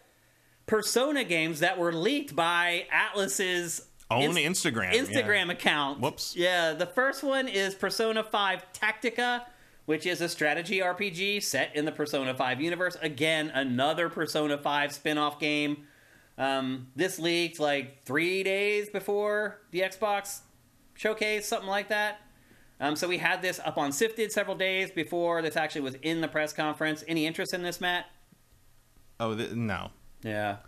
[SPEAKER 3] Persona games that were leaked by Atlas's
[SPEAKER 2] own
[SPEAKER 3] Inst-
[SPEAKER 2] Instagram.
[SPEAKER 3] Instagram
[SPEAKER 2] Oh, yeah.
[SPEAKER 3] account.
[SPEAKER 2] Whoops.
[SPEAKER 3] Yeah, the first one is Persona 5 Tactica, which is a strategy RPG set in the Persona 5 universe. Again, another Persona 5 spin off game. Um, this leaked like three days before the Xbox showcase, something like that. Um, so we had this up on Sifted several days before this actually was in the press conference. Any interest in this, Matt?
[SPEAKER 2] Oh th- no.
[SPEAKER 3] Yeah.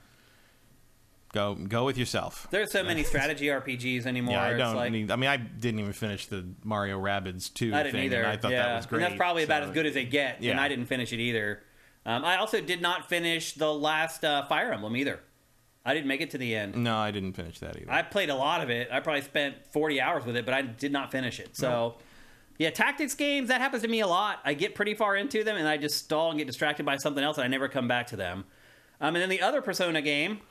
[SPEAKER 2] Go go with yourself.
[SPEAKER 3] There's so many strategy RPGs anymore.
[SPEAKER 2] Yeah, I
[SPEAKER 3] it's
[SPEAKER 2] don't
[SPEAKER 3] like-
[SPEAKER 2] need. I mean, I didn't even finish the Mario Rabbids two
[SPEAKER 3] I didn't
[SPEAKER 2] thing,
[SPEAKER 3] either.
[SPEAKER 2] and I thought
[SPEAKER 3] yeah.
[SPEAKER 2] that was great.
[SPEAKER 3] And that's probably about
[SPEAKER 2] so-
[SPEAKER 3] as good as they get. And
[SPEAKER 2] Yeah.
[SPEAKER 3] I didn't finish it either. Um, I also did not finish the last uh, Fire Emblem either. I didn't make it to the end.
[SPEAKER 2] No, I didn't finish that either.
[SPEAKER 3] I played a lot of it. I probably spent 40 hours with it, but I did not finish it. So, yeah, tactics games, that happens to me a lot. I get pretty far into them and I just stall and get distracted by something else and I never come back to them. Um, and then the other Persona game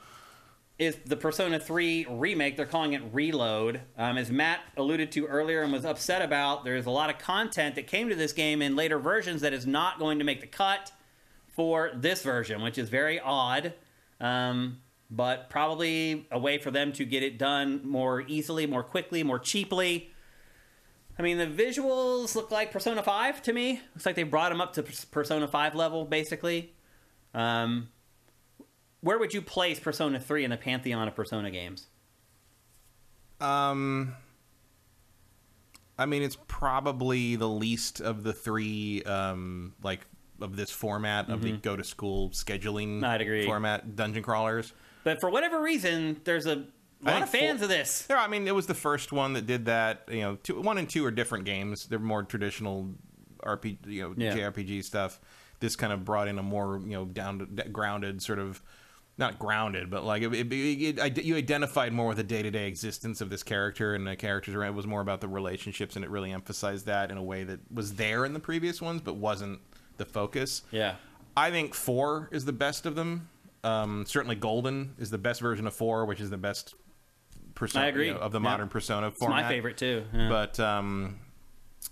[SPEAKER 3] is the Persona 3 remake. They're calling it Reload. Um, as Matt alluded to earlier and was upset about, there's a lot of content that came to this game in later versions that is not going to make the cut for this version, which is very odd, um, but probably a way for them to get it done more easily, more quickly, more cheaply. I mean, the visuals look like Persona 5 to me. Looks like they brought them up to Pers- Persona 5 level, basically. Um, where would you place Persona 3 in the pantheon of Persona games?
[SPEAKER 2] Um, I mean, it's probably the least of the three, um, like of this format of the go to school scheduling.
[SPEAKER 3] Mm-hmm. I'd agree.
[SPEAKER 2] Format dungeon crawlers.
[SPEAKER 3] But for whatever reason, there's a lot
[SPEAKER 2] think
[SPEAKER 3] of fans
[SPEAKER 2] four-
[SPEAKER 3] of this.
[SPEAKER 2] There, I mean, it was the first one that did that. You know, two, one and two are different games. They're more traditional RPG, you know,
[SPEAKER 3] Yeah.
[SPEAKER 2] JRPG stuff. This kind of brought in a more you know down to, d- grounded sort of. Not grounded, but like it, it, it, it, you identified more with the day to day existence of this character and the characters around. It was more about the relationships, and it really emphasized that in a way that was there in the previous ones, but wasn't the focus.
[SPEAKER 3] Yeah.
[SPEAKER 2] I think four is the best of them. Um, certainly, Golden is the best version of four, which is the best persona
[SPEAKER 3] I agree.
[SPEAKER 2] you know, of the
[SPEAKER 3] Yeah.
[SPEAKER 2] modern persona
[SPEAKER 3] It's
[SPEAKER 2] format.
[SPEAKER 3] my favorite, too. Yeah.
[SPEAKER 2] But um,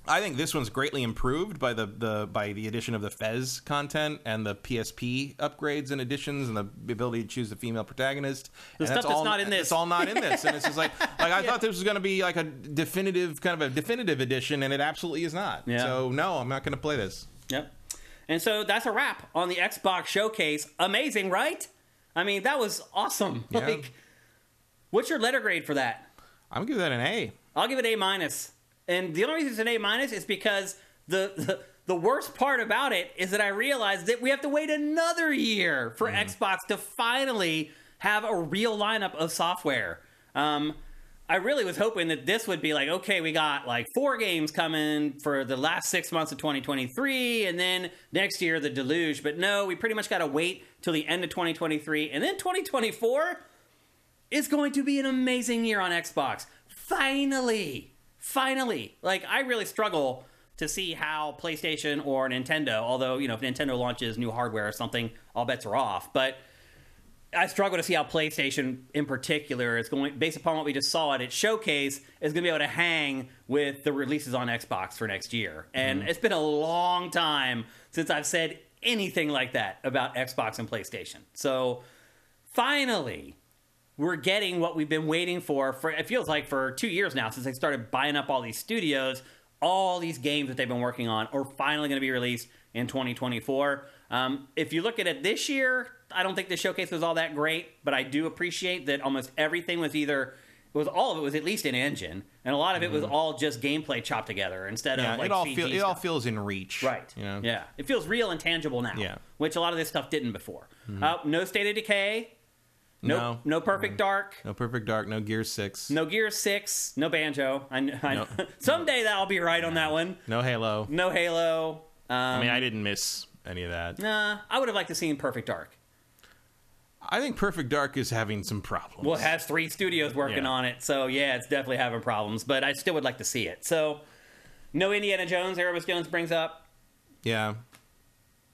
[SPEAKER 2] I think this one's greatly improved by the, the by the addition of the Fez content and the PSP upgrades and additions and the ability to choose the female protagonist.
[SPEAKER 3] The
[SPEAKER 2] and
[SPEAKER 3] stuff that's
[SPEAKER 2] all,
[SPEAKER 3] not in this.
[SPEAKER 2] It's all not in this, and it's just like like I thought this was going to be like a definitive kind of a definitive edition, and it absolutely is not.
[SPEAKER 3] Yeah.
[SPEAKER 2] So no, I'm not going to play this.
[SPEAKER 3] Yep. And so that's a wrap on the Xbox showcase. Amazing, right? I mean, that was awesome.
[SPEAKER 2] Yeah.
[SPEAKER 3] Like, what's your letter grade for that?
[SPEAKER 2] I'm gonna give that an A.
[SPEAKER 3] I'll give it A minus. And the only reason it's an A minus is because the, the the worst part about it is that I realized that we have to wait another year for Xbox to finally have a real lineup of software. Um, I really was hoping that this would be like, okay, we got like four games coming for the last six months of 2023, and then next year the deluge. But no, we pretty much got to wait till the end of 2023, and then 2024 is going to be an amazing year on Xbox. Finally, finally. Like I really struggle to see how PlayStation or Nintendo, although you know if Nintendo launches new hardware or something, all bets are off. But I struggle to see how PlayStation in particular is going based upon what we just saw at its showcase is going to be able to hang with the releases on Xbox for next year. And it's been a long time since I've said anything like that about Xbox and PlayStation. So finally, we're getting what we've been waiting for for it feels like for two years now since they started buying up all these studios all these games that they've been working on are finally going to be released in 2024 um, if you look at it this year i don't think the showcase was all that great but i do appreciate that almost everything was either it was all of it was at least an engine and a lot of it was all just gameplay chopped together instead
[SPEAKER 2] Mm-hmm. Yeah,
[SPEAKER 3] of like
[SPEAKER 2] it all
[SPEAKER 3] CG
[SPEAKER 2] feel, it
[SPEAKER 3] stuff.
[SPEAKER 2] all feels in reach.
[SPEAKER 3] Right.
[SPEAKER 2] You know?
[SPEAKER 3] Yeah. It feels real and tangible now.
[SPEAKER 2] Yeah. Mm-hmm.
[SPEAKER 3] Which a lot of this stuff didn't before. Uh, no State of Decay. No. No,
[SPEAKER 2] No.
[SPEAKER 3] Perfect Dark.
[SPEAKER 2] No Perfect Dark, no Gear Six,
[SPEAKER 3] No Gear Six. No Banjo. I, kn- I,
[SPEAKER 2] No.
[SPEAKER 3] someday that'll be right on that one.
[SPEAKER 2] no Halo.
[SPEAKER 3] No Halo. Um,
[SPEAKER 2] I mean, I didn't miss any of that.
[SPEAKER 3] nah, I would have liked to seen Perfect Dark.
[SPEAKER 2] I think Perfect Dark is having some problems.
[SPEAKER 3] Well, it has three studios working
[SPEAKER 2] Yeah.
[SPEAKER 3] on it, so yeah, it's definitely having problems. But I still would like to see it. So, no Indiana Jones. Erebus Jones brings up.
[SPEAKER 2] yeah.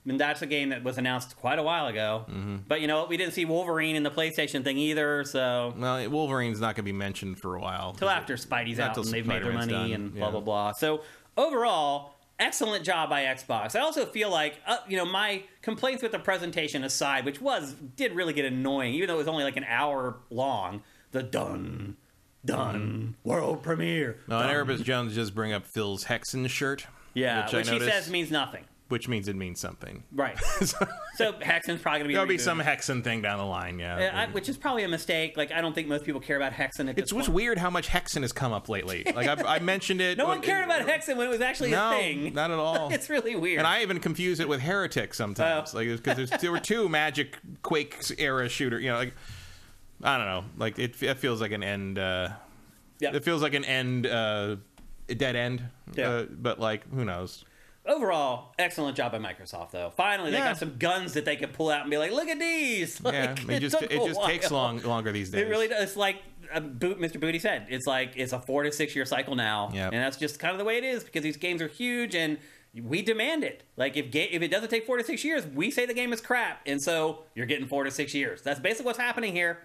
[SPEAKER 3] And that's a game that was announced quite a while ago. But you know what? We didn't see Wolverine in the PlayStation thing either, so
[SPEAKER 2] Well, Wolverine's not going to be mentioned for a while.
[SPEAKER 3] till after Spidey's
[SPEAKER 2] Not
[SPEAKER 3] out
[SPEAKER 2] till
[SPEAKER 3] and they've made their
[SPEAKER 2] Spider-Man's
[SPEAKER 3] money
[SPEAKER 2] done,
[SPEAKER 3] and blah
[SPEAKER 2] yeah.
[SPEAKER 3] blah blah. So overall, excellent job by Xbox. I also feel like uh, you know my complaints with the presentation aside, which was did really get annoying, even though it was only like an hour long. The done, done world premiere.
[SPEAKER 2] No, and Erebus Jones just bring up Phil's Hexen shirt.
[SPEAKER 3] yeah,
[SPEAKER 2] which,
[SPEAKER 3] which,
[SPEAKER 2] I
[SPEAKER 3] he
[SPEAKER 2] noticed-
[SPEAKER 3] says means nothing.
[SPEAKER 2] which means it means something.
[SPEAKER 3] Right.
[SPEAKER 2] So,
[SPEAKER 3] so Hexen's probably gonna be
[SPEAKER 2] There'll be
[SPEAKER 3] rebooted.
[SPEAKER 2] some Hexen thing down the line. Yeah.
[SPEAKER 3] Uh, I- which is probably a mistake. Like I don't think most people care about Hexen at this
[SPEAKER 2] it's what's
[SPEAKER 3] point.
[SPEAKER 2] weird how much Hexen has come up lately. Like I, I mentioned it.
[SPEAKER 3] No one cared about Hexen when it was actually
[SPEAKER 2] No,
[SPEAKER 3] a thing.
[SPEAKER 2] not at all.
[SPEAKER 3] it's really weird.
[SPEAKER 2] And I even confuse it with Heretic sometimes,
[SPEAKER 3] Oh.
[SPEAKER 2] like because there were two Magic Quake era shooter, you know, like I don't know. Like it, it feels like an end. Uh,
[SPEAKER 3] Yeah.
[SPEAKER 2] It feels like an end. Uh, a dead end.
[SPEAKER 3] Yeah.
[SPEAKER 2] Uh, but like, who knows?
[SPEAKER 3] Overall, excellent job by Microsoft, though. Finally, they
[SPEAKER 2] Yeah.
[SPEAKER 3] got some guns that they could pull out and be like, "Look at these!" Like,
[SPEAKER 2] yeah. It, just
[SPEAKER 3] took
[SPEAKER 2] it
[SPEAKER 3] a
[SPEAKER 2] just takes
[SPEAKER 3] while.
[SPEAKER 2] long longer these days.
[SPEAKER 3] It really does. It's like uh, Boot, Mr. Booty said. It's like it's a four to six year cycle now,
[SPEAKER 2] Yep.
[SPEAKER 3] and that's just kind of the way it is because these games are huge and we demand it. Like if ga- if it doesn't take four to six years, we say the game is crap, and so you're getting four to six years. That's basically what's happening here.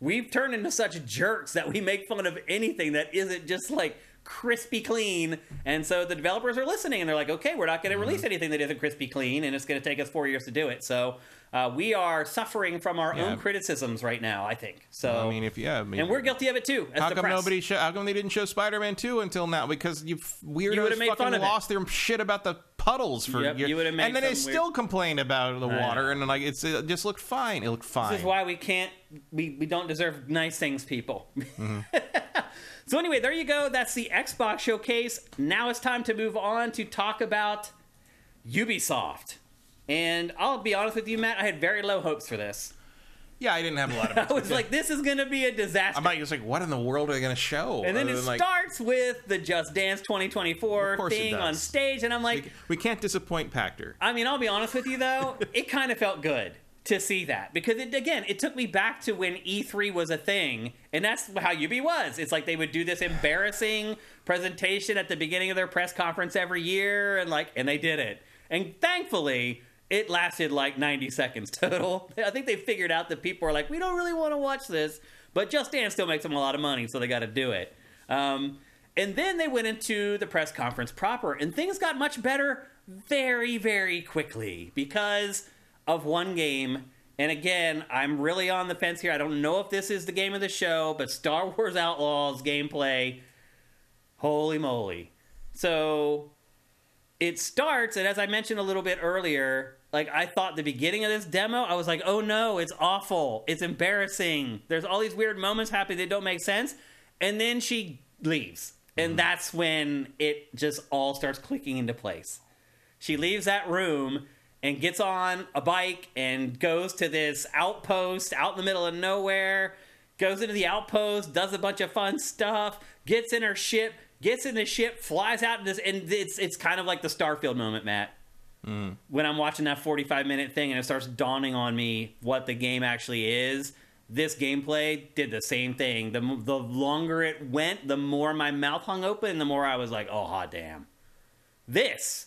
[SPEAKER 3] We've turned into such jerks that we make fun of anything that isn't just like crispy clean. And so the developers are listening and they're like, okay, we're not going to
[SPEAKER 2] Mm-hmm.
[SPEAKER 3] release anything that isn't crispy clean, and it's going to take us four years to do it. So uh, we are suffering from our
[SPEAKER 2] Yeah.
[SPEAKER 3] own criticisms right now, I think. So
[SPEAKER 2] I mean, if yeah, I mean,
[SPEAKER 3] and we're guilty of it too. As
[SPEAKER 2] how
[SPEAKER 3] the
[SPEAKER 2] come
[SPEAKER 3] press.
[SPEAKER 2] nobody? Show, how come they didn't show Spider-Man Two until now? Because you f- weirdos
[SPEAKER 3] would've made
[SPEAKER 2] fucking
[SPEAKER 3] fun of it.
[SPEAKER 2] lost their shit about the puddles for
[SPEAKER 3] Yep,
[SPEAKER 2] year-
[SPEAKER 3] you would've made
[SPEAKER 2] and then they
[SPEAKER 3] some
[SPEAKER 2] still complain about the
[SPEAKER 3] I know.
[SPEAKER 2] water and like it's it just looked fine. It looked fine.
[SPEAKER 3] This is why we can't. We, we don't deserve nice things, people.
[SPEAKER 2] Mm-hmm.
[SPEAKER 3] so anyway, there you go. That's the Xbox showcase. Now it's time to move on to talk about Ubisoft. And I'll be honest with you, Matt. I had very low hopes for this.
[SPEAKER 2] yeah, I didn't have a lot of.
[SPEAKER 3] I was like, this is going to be a disaster.
[SPEAKER 2] I'm like, it's like, what in the world are they going to show?
[SPEAKER 3] and then
[SPEAKER 2] Other
[SPEAKER 3] it
[SPEAKER 2] than, like,
[SPEAKER 3] starts with the Just Dance 2024
[SPEAKER 2] course it
[SPEAKER 3] thing
[SPEAKER 2] does.
[SPEAKER 3] on stage, and I'm like,
[SPEAKER 2] we can't disappoint Pactor.
[SPEAKER 3] I mean, I'll be honest with you though, it kind of felt good to see that because it again, it took me back to when E3 was a thing, and that's how UB was. It's like they would do this embarrassing presentation at the beginning of their press conference every year, and like, and they did it, and thankfully. It lasted like 90 seconds total. I think they figured out that people are like, we don't really want to watch this, but Just Dance still makes them a lot of money, so they got to do it. Um, and then they went into the press conference proper, and things got much better very, very quickly because of one game. And again, I'm really on the fence here. I don't know if this is the game of the show, but Star Wars Outlaws gameplay, holy moly. So it starts, and as I mentioned a little bit earlier, like I thought the beginning of this demo, I was like, oh no, it's awful. It's embarrassing. There's all these weird moments happening that don't make sense. And then she leaves. And that's when it just all starts clicking into place. She leaves that room and gets on a bike and goes to this outpost out in the middle of nowhere. Goes into the outpost, does a bunch of fun stuff, gets in her ship, gets in the ship, flies out in this, and it's it's kind of like the Starfield moment, Matt. When I'm watching that 45 minute thing and it starts dawning on me what the game actually is, this gameplay did the same thing. The m- the longer it went, the more my mouth hung open, and the more I was like, oh hot damn, this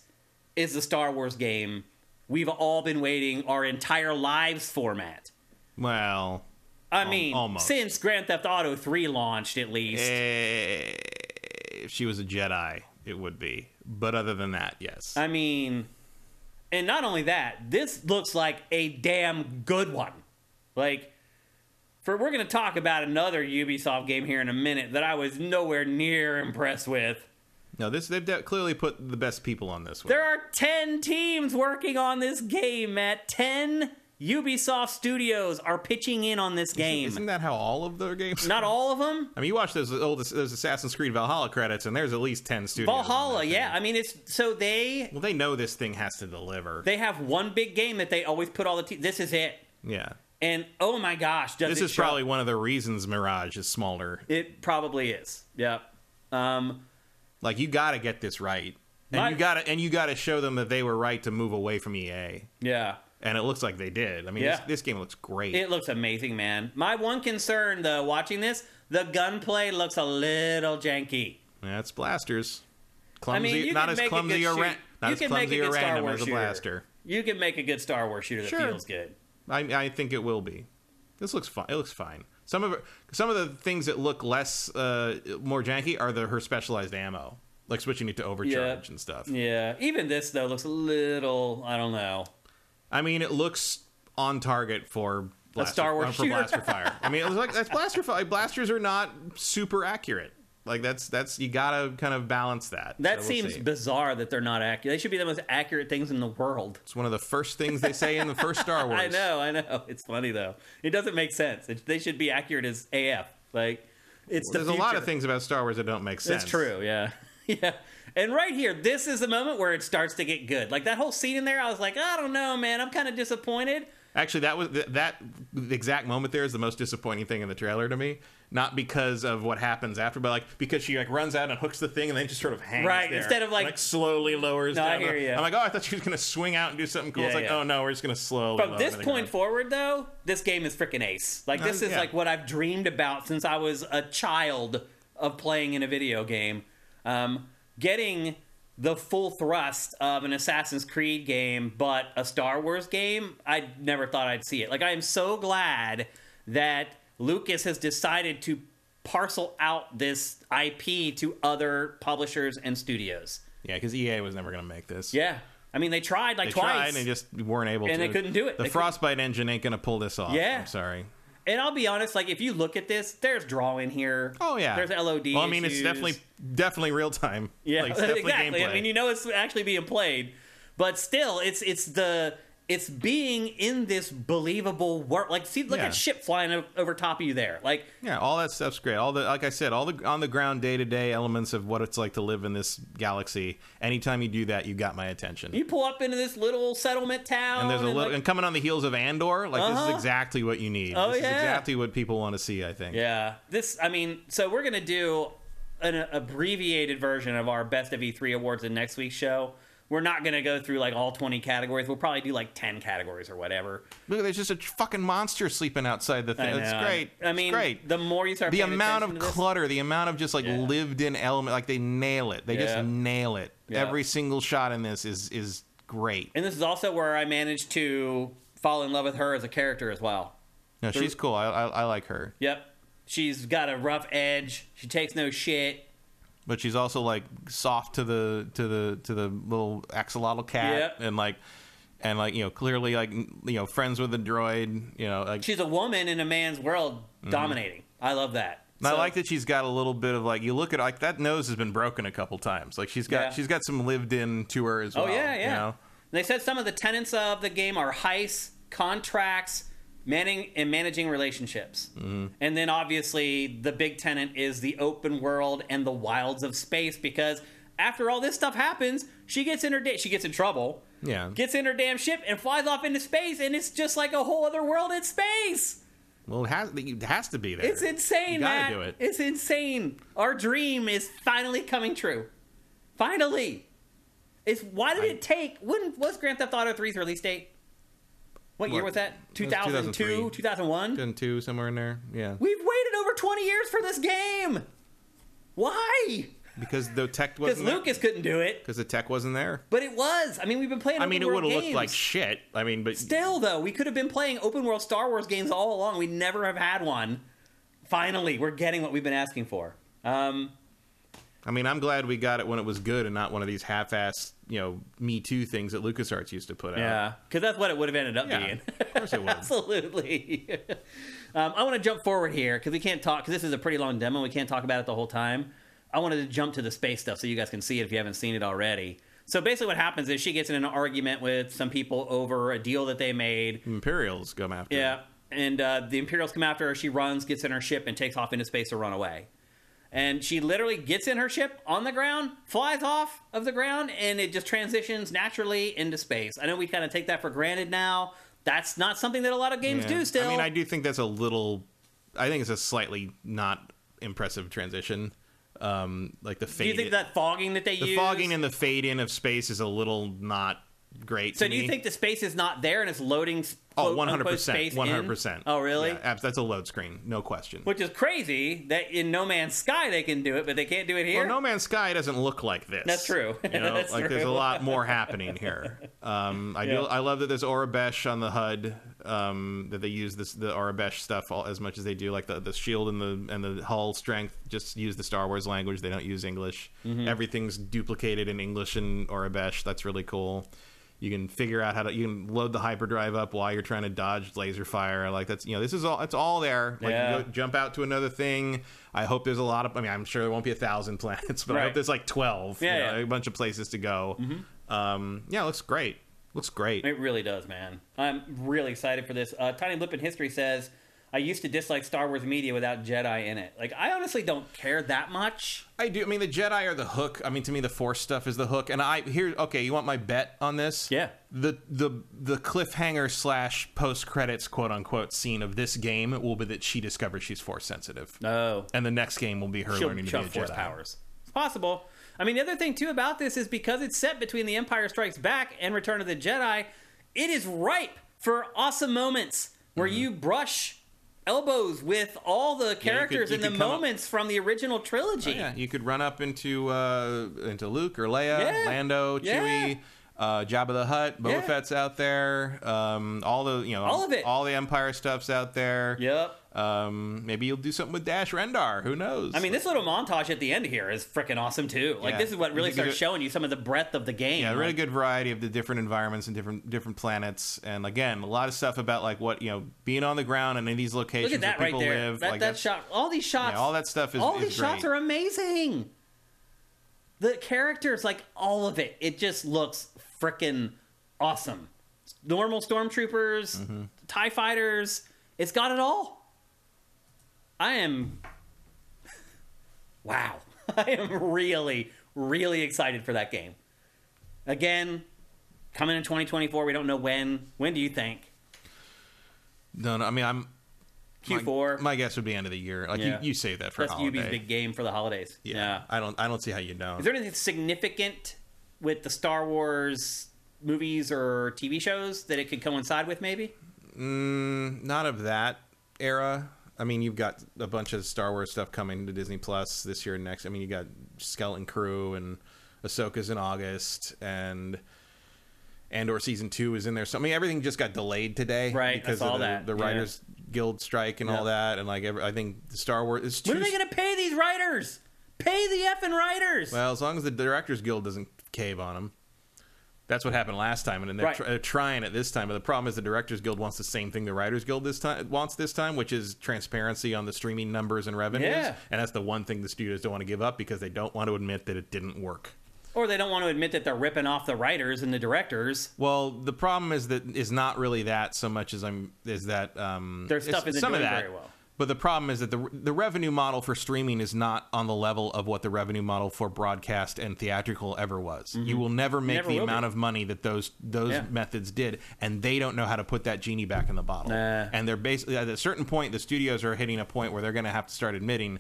[SPEAKER 3] is the Star Wars game we've all been waiting our entire lives format.
[SPEAKER 2] Well,
[SPEAKER 3] I mean,
[SPEAKER 2] almost.
[SPEAKER 3] since Grand Theft Auto 3 launched, at least.
[SPEAKER 2] eh, if she was a Jedi, it would be. But other than that, yes.
[SPEAKER 3] I mean, and not only that, this looks like a damn good one. Like, for we're going to talk about another Ubisoft game here in a minute that I was nowhere near impressed with.
[SPEAKER 2] no, this they've de- clearly put the best people on this one.
[SPEAKER 3] There are 10 teams working on this game, Matt. 10 Ubisoft studios are pitching in on this game.
[SPEAKER 2] Isn't that how all of their games?
[SPEAKER 3] not all of them,
[SPEAKER 2] I mean, you watch those old those Assassin's Creed Valhalla credits, and there's at least ten studios. on
[SPEAKER 3] Valhalla,
[SPEAKER 2] that.
[SPEAKER 3] yeah. I mean, it's so they
[SPEAKER 2] Well, they know this thing has to deliver.
[SPEAKER 3] they have one big game that they always put all the. Te- this is it,
[SPEAKER 2] yeah.
[SPEAKER 3] and oh my gosh, does
[SPEAKER 2] This
[SPEAKER 3] it
[SPEAKER 2] is
[SPEAKER 3] show-
[SPEAKER 2] probably one of the reasons Mirage is smaller.
[SPEAKER 3] it probably is. Yep. Um,
[SPEAKER 2] Like you got to get this right, and
[SPEAKER 3] My-
[SPEAKER 2] you got to and you got to show them that they were right to move away from EA.
[SPEAKER 3] yeah.
[SPEAKER 2] and it looks like they did. I mean,
[SPEAKER 3] Yeah.
[SPEAKER 2] this, this game looks great.
[SPEAKER 3] It looks amazing, man. My one concern though, watching this, the gunplay looks a little janky.
[SPEAKER 2] yeah, it's blasters.
[SPEAKER 3] I
[SPEAKER 2] Clumsy,
[SPEAKER 3] mean, you
[SPEAKER 2] not
[SPEAKER 3] can
[SPEAKER 2] as
[SPEAKER 3] make a
[SPEAKER 2] clumsy
[SPEAKER 3] good
[SPEAKER 2] or ra-
[SPEAKER 3] shoot-
[SPEAKER 2] not
[SPEAKER 3] you
[SPEAKER 2] as
[SPEAKER 3] can make
[SPEAKER 2] clumsy
[SPEAKER 3] a
[SPEAKER 2] or
[SPEAKER 3] good Star
[SPEAKER 2] random
[SPEAKER 3] Wars
[SPEAKER 2] as a
[SPEAKER 3] shooter.
[SPEAKER 2] blaster.
[SPEAKER 3] You can make a good Star Wars shooter that
[SPEAKER 2] Sure.
[SPEAKER 3] feels good.
[SPEAKER 2] I, I think it will be. This looks fine. It looks fine. Some of it, some of the things that look less uh, more janky are the her specialized ammo, like switching it to overcharge
[SPEAKER 3] Yep.
[SPEAKER 2] and stuff.
[SPEAKER 3] Yeah. Even this though looks a little. I don't know.
[SPEAKER 2] I mean, it looks on target for. Blaster,
[SPEAKER 3] Star Wars
[SPEAKER 2] uh, for
[SPEAKER 3] shooter.
[SPEAKER 2] blaster fire. I mean, it was like that's blaster fire. Blasters are not super accurate. Like that's that's you gotta kind of balance that.
[SPEAKER 3] That
[SPEAKER 2] So we'll
[SPEAKER 3] seems
[SPEAKER 2] see.
[SPEAKER 3] bizarre that they're not accurate. They should be the most accurate things in the world.
[SPEAKER 2] It's one of the first things they say in the first Star Wars.
[SPEAKER 3] I know, I know. It's funny though. It doesn't make sense. It, they should be accurate as AF. Like it's the
[SPEAKER 2] There's a lot of
[SPEAKER 3] future.
[SPEAKER 2] things about Star Wars that don't make sense.
[SPEAKER 3] It's true. Yeah, yeah. And right here, this is the moment where it starts to get good. Like that whole scene in there, I was like, I don't know, man. I'm kind of disappointed.
[SPEAKER 2] Actually, that was th- that exact moment there is the most disappointing thing in the trailer to me. Not because of what happens after, but like because she like runs out and hooks the thing and then just sort of hangs
[SPEAKER 3] Right,
[SPEAKER 2] there.
[SPEAKER 3] instead of, like-
[SPEAKER 2] slowly lowers.
[SPEAKER 3] No, I
[SPEAKER 2] down.
[SPEAKER 3] hear ya.
[SPEAKER 2] I'm like, oh, I thought she was gonna swing out and do something cool.
[SPEAKER 3] Yeah,
[SPEAKER 2] it's like,
[SPEAKER 3] yeah.
[SPEAKER 2] oh no, we're just gonna slowly.
[SPEAKER 3] From
[SPEAKER 2] lower
[SPEAKER 3] this
[SPEAKER 2] the
[SPEAKER 3] point
[SPEAKER 2] ground.
[SPEAKER 3] forward, though, this game is freaking ace. Like this
[SPEAKER 2] Uh,
[SPEAKER 3] is
[SPEAKER 2] yeah.
[SPEAKER 3] like what I've dreamed about since I was a child of playing in a video game. Um, getting the full thrust of an Assassin's Creed game, but a Star Wars game, I never thought I'd see it. Like I am so glad that Lucas has decided to parcel out this IP to other publishers and studios.
[SPEAKER 2] yeah, because EA was never gonna make this.
[SPEAKER 3] Yeah, I mean they tried like
[SPEAKER 2] they
[SPEAKER 3] twice.
[SPEAKER 2] tried and they just weren't able
[SPEAKER 3] And
[SPEAKER 2] to.
[SPEAKER 3] they couldn't do it.
[SPEAKER 2] The
[SPEAKER 3] They couldn't-
[SPEAKER 2] Frostbite engine ain't gonna pull this off.
[SPEAKER 3] Yeah.
[SPEAKER 2] I'm sorry.
[SPEAKER 3] And I'll be honest, like if you look at this, there's drawing here.
[SPEAKER 2] Oh yeah,
[SPEAKER 3] There's LOD.
[SPEAKER 2] Well, I mean, it's
[SPEAKER 3] issues.
[SPEAKER 2] definitely definitely real time.
[SPEAKER 3] yeah,
[SPEAKER 2] Like, it's definitely
[SPEAKER 3] exactly.
[SPEAKER 2] gameplay.
[SPEAKER 3] I mean, you know, it's actually being played, but still, it's it's the it's being in this believable world. Like, see, look
[SPEAKER 2] Yeah.
[SPEAKER 3] at ship flying o- over top of you there. Like,
[SPEAKER 2] Yeah, all that stuff's great. All the like I said, all the on the ground day to day elements of what it's like to live in this galaxy. Anytime you do that, you got my attention.
[SPEAKER 3] you pull up into this little settlement town,
[SPEAKER 2] and there's a little
[SPEAKER 3] like-
[SPEAKER 2] and coming on the heels of Andor, like this
[SPEAKER 3] Uh-huh.
[SPEAKER 2] is exactly what you need.
[SPEAKER 3] Oh,
[SPEAKER 2] this
[SPEAKER 3] yeah.
[SPEAKER 2] is exactly what people want to see, I think.
[SPEAKER 3] Yeah. This, I mean, so we're going to do an abbreviated version of our Best of E3 awards in next week's show. We're not going to go through like all 20 categories. We'll probably do like 10 categories or whatever.
[SPEAKER 2] Look, there's just a fucking monster sleeping outside the
[SPEAKER 3] I
[SPEAKER 2] thing. It's
[SPEAKER 3] know.
[SPEAKER 2] great.
[SPEAKER 3] I mean,
[SPEAKER 2] it's great.
[SPEAKER 3] the more you start
[SPEAKER 2] The
[SPEAKER 3] paying
[SPEAKER 2] amount of
[SPEAKER 3] attention to this-
[SPEAKER 2] clutter, the amount of just like
[SPEAKER 3] Yeah.
[SPEAKER 2] lived in element, like they nail it. They
[SPEAKER 3] Yeah.
[SPEAKER 2] just nail it.
[SPEAKER 3] Yeah.
[SPEAKER 2] Every single shot in this is is great.
[SPEAKER 3] and this is also where I managed to fall in love with her as a character as well.
[SPEAKER 2] No, she's cool. I, I I like her.
[SPEAKER 3] Yep. She's got a rough edge. She takes no shit.
[SPEAKER 2] but she's also like soft to the to the to the little axolotl cat
[SPEAKER 3] Yep.
[SPEAKER 2] and like and like you know clearly like n- you know friends with the droid you know like
[SPEAKER 3] She's a woman in a man's world dominating. I love that.
[SPEAKER 2] and Mm-hmm. I
[SPEAKER 3] So-
[SPEAKER 2] like that she's got a little bit of like you look at like that nose has been broken a couple times like she's got
[SPEAKER 3] Yeah.
[SPEAKER 2] she's got some lived in to her as
[SPEAKER 3] Oh
[SPEAKER 2] well
[SPEAKER 3] yeah, yeah.
[SPEAKER 2] you know?
[SPEAKER 3] They said some of the tenets of the game are heists, contracts, manning and managing relationships,
[SPEAKER 2] Mm-hmm.
[SPEAKER 3] and then obviously the big tenant is the open world and the wilds of space. Because after all this stuff happens, she gets in her da- she gets in trouble,
[SPEAKER 2] yeah
[SPEAKER 3] gets in her damn ship, and flies off into space, and it's just like a whole other world in space.
[SPEAKER 2] well it has it has to be there
[SPEAKER 3] It's insane,
[SPEAKER 2] You gotta
[SPEAKER 3] Matt.
[SPEAKER 2] do it.
[SPEAKER 3] It's insane. Our dream is finally coming true. Finally. It's why did it take when was Grand Theft Auto 3's release date? What, year
[SPEAKER 2] What?
[SPEAKER 3] was that?
[SPEAKER 2] It was
[SPEAKER 3] 2002,
[SPEAKER 2] 2003.
[SPEAKER 3] 2001?
[SPEAKER 2] and two somewhere in there yeah
[SPEAKER 3] We've waited over 20 years for this game. Why?
[SPEAKER 2] because the tech
[SPEAKER 3] Cuz
[SPEAKER 2] wasn't
[SPEAKER 3] Lucas couldn't do it,
[SPEAKER 2] because the tech wasn't there
[SPEAKER 3] but it was. I mean, we've been playing
[SPEAKER 2] I mean it
[SPEAKER 3] open
[SPEAKER 2] would
[SPEAKER 3] world
[SPEAKER 2] have looked like
[SPEAKER 3] games.
[SPEAKER 2] shit I mean but
[SPEAKER 3] Still, though, we could have been playing open world Star Wars games all along. We never have had one. Finally, we're getting what we've been asking for. Um,
[SPEAKER 2] I mean, I'm glad we got it when it was good and not one of these half-ass, you know, Me Too things that LucasArts used to put out.
[SPEAKER 3] Yeah, because that's what it would have ended up
[SPEAKER 2] Yeah,
[SPEAKER 3] being.
[SPEAKER 2] of course it would.
[SPEAKER 3] Absolutely. um, I want to jump forward here because we can't talk because this is a pretty long demo. We can't talk about it the whole time. I wanted to jump to the space stuff so you guys can see it if you haven't seen it already. So basically, what happens is she gets in an argument with some people over a deal that they made.
[SPEAKER 2] Imperials come after.
[SPEAKER 3] Yeah. And uh, the Imperials come after her. She runs, gets in her ship, and takes off into space to run away. And she literally gets in her ship on the ground, flies off of the ground, and it just transitions naturally into space. I know we kind of take that for granted now. That's not something that a lot of games
[SPEAKER 2] Yeah.
[SPEAKER 3] do still.
[SPEAKER 2] I mean, I do think that's a little. I think it's a slightly not impressive transition. Um, like the fade.
[SPEAKER 3] do you think that fogging that they
[SPEAKER 2] the
[SPEAKER 3] use?
[SPEAKER 2] fogging and the fade in of space is a little not great.
[SPEAKER 3] so
[SPEAKER 2] to
[SPEAKER 3] do you
[SPEAKER 2] me.
[SPEAKER 3] think the space is not there and it's loading? s-
[SPEAKER 2] Oh,
[SPEAKER 3] quote,
[SPEAKER 2] one hundred
[SPEAKER 3] unquote,
[SPEAKER 2] percent,
[SPEAKER 3] space in?
[SPEAKER 2] one hundred percent.
[SPEAKER 3] Oh, really?
[SPEAKER 2] Yeah, abs- that's a load screen, no question.
[SPEAKER 3] Which is crazy that in No Man's Sky they can do it, but they can't do it here.
[SPEAKER 2] Well, No Man's Sky doesn't look like this.
[SPEAKER 3] That's true.
[SPEAKER 2] You know,
[SPEAKER 3] That's
[SPEAKER 2] like there's a
[SPEAKER 3] true.
[SPEAKER 2] lot more happening here. Um, I
[SPEAKER 3] Yeah.
[SPEAKER 2] do. I love that there's Orabesh on the HUD. Um, that they use this the Orabesh stuff all, as much as they do, like the, the shield and the and the hull strength. Just use the Star Wars language. They don't use English.
[SPEAKER 3] Mm-hmm.
[SPEAKER 2] Everything's duplicated in English in Orabesh. That's really cool. You can figure out how to. You can load the hyperdrive up while you're trying to dodge laser fire. Like that's you know this is all. It's all there. Like
[SPEAKER 3] Yeah.
[SPEAKER 2] you go, jump out to another thing. I hope there's a lot of. I mean, I'm sure there won't be a thousand planets, but I
[SPEAKER 3] Right.
[SPEAKER 2] hope there's like twelve. you
[SPEAKER 3] Yeah,
[SPEAKER 2] know,
[SPEAKER 3] yeah. Mm-hmm.
[SPEAKER 2] a bunch of places to go. Um, yeah, it looks great. Looks great.
[SPEAKER 3] It really does, man. I'm really excited for this. Uh, Tiny Lip in History says I used to dislike Star Wars media without Jedi in it. Like, I honestly don't care that much.
[SPEAKER 2] I do. I mean, the Jedi are the hook. I mean, to me, the Force stuff is the hook. And I here, okay, you want my bet on this?
[SPEAKER 3] Yeah.
[SPEAKER 2] The the the cliffhanger slash post credits quote unquote scene of this game will be that she discovers she's Force sensitive,
[SPEAKER 3] Oh,
[SPEAKER 2] and the next game will be her
[SPEAKER 3] she'll
[SPEAKER 2] learning to be a
[SPEAKER 3] chug force
[SPEAKER 2] Jedi.
[SPEAKER 3] powers. It's possible. I mean, the other thing too about this is because it's set between The Empire Strikes Back and Return of the Jedi, it is ripe for awesome moments where you brush elbows with all the
[SPEAKER 2] Mm-hmm.
[SPEAKER 3] characters
[SPEAKER 2] you
[SPEAKER 3] and
[SPEAKER 2] could
[SPEAKER 3] the
[SPEAKER 2] come up- Oh,
[SPEAKER 3] moments from the original trilogy.
[SPEAKER 2] Yeah, you could run up into uh, into Luke or Leia,
[SPEAKER 3] Yeah.
[SPEAKER 2] Lando,
[SPEAKER 3] Yeah.
[SPEAKER 2] Chewie, uh, Jabba the Hutt, Boba
[SPEAKER 3] Yeah.
[SPEAKER 2] Fett's out there. Um, all the you know,
[SPEAKER 3] All of it.
[SPEAKER 2] all the Empire stuff's out there.
[SPEAKER 3] Yep.
[SPEAKER 2] Um, maybe you'll do something with Dash Rendar. Who knows?
[SPEAKER 3] I mean, this little montage at the end here is freaking awesome too. Like,
[SPEAKER 2] Yeah.
[SPEAKER 3] this is what really
[SPEAKER 2] You could
[SPEAKER 3] starts
[SPEAKER 2] do-
[SPEAKER 3] showing you some of the breadth of the game.
[SPEAKER 2] yeah, a
[SPEAKER 3] Like,
[SPEAKER 2] really good variety of the different environments and different different planets, and again, a lot of stuff about like what you know, being on the ground and in these locations
[SPEAKER 3] Look at that
[SPEAKER 2] where
[SPEAKER 3] right
[SPEAKER 2] people
[SPEAKER 3] there.
[SPEAKER 2] live.
[SPEAKER 3] that
[SPEAKER 2] like
[SPEAKER 3] that shot, all these shots,
[SPEAKER 2] yeah, all that stuff is
[SPEAKER 3] all
[SPEAKER 2] is
[SPEAKER 3] these shots
[SPEAKER 2] great.
[SPEAKER 3] are amazing. The characters, like all of it, it just looks freaking awesome. Normal stormtroopers,
[SPEAKER 2] Mm-hmm.
[SPEAKER 3] tie fighters, it's got it all. I am wow. I am really really excited for that game. Again, coming in 2024, we don't know when. When do you think?
[SPEAKER 2] No, no, I mean, I'm my-
[SPEAKER 3] Q4.
[SPEAKER 2] My, guess would be end of the year. Like
[SPEAKER 3] Yeah.
[SPEAKER 2] you, you save that for
[SPEAKER 3] That's
[SPEAKER 2] holiday.
[SPEAKER 3] Ubi's big game for the holidays.
[SPEAKER 2] Yeah. I don't I don't see how you know.
[SPEAKER 3] Is there anything significant with the Star Wars movies or TV shows that it could coincide with, maybe?
[SPEAKER 2] Not of that era. I mean, you've got a bunch of Star Wars stuff coming to Disney Plus this year and next. I mean, you got Skeleton Crew and Ahsoka's in August and Andor season two is in there. So I mean, everything just got delayed today,
[SPEAKER 3] Right, I
[SPEAKER 2] Because
[SPEAKER 3] saw
[SPEAKER 2] of the,
[SPEAKER 3] that,
[SPEAKER 2] the
[SPEAKER 3] yeah.
[SPEAKER 2] writers guild strike and all that, and like every, I think the Star Wars is too.
[SPEAKER 3] When are they going to pay these writers? Pay the effing writers!
[SPEAKER 2] Well, as long as the Directors Guild doesn't cave on them. That's what happened last time, and then they're,
[SPEAKER 3] Right.
[SPEAKER 2] tr- they're trying it this time. But the problem is the Directors Guild wants the same thing the Writers Guild this time wants this time, which is transparency on the streaming numbers and revenues.
[SPEAKER 3] Yeah.
[SPEAKER 2] And that's the one thing the studios don't want to give up because they don't want to admit that it didn't work.
[SPEAKER 3] or they don't want to admit that they're ripping off the writers and the directors.
[SPEAKER 2] Well, the problem is that is not really that so much as I'm is that um,
[SPEAKER 3] Their
[SPEAKER 2] it's
[SPEAKER 3] stuff isn't
[SPEAKER 2] some of
[SPEAKER 3] doing
[SPEAKER 2] that.
[SPEAKER 3] very well.
[SPEAKER 2] But the problem is that the the revenue model for streaming is not on the level of what the revenue model for broadcast and theatrical ever was. You will never make
[SPEAKER 3] Mm-hmm. Never
[SPEAKER 2] the
[SPEAKER 3] will
[SPEAKER 2] amount
[SPEAKER 3] be.
[SPEAKER 2] of money that those those
[SPEAKER 3] Yeah.
[SPEAKER 2] methods did, and they don't know how to put that genie back in the bottle.
[SPEAKER 3] Nah.
[SPEAKER 2] And they're basically at a certain point, the studios are hitting a point where they're going to have to start admitting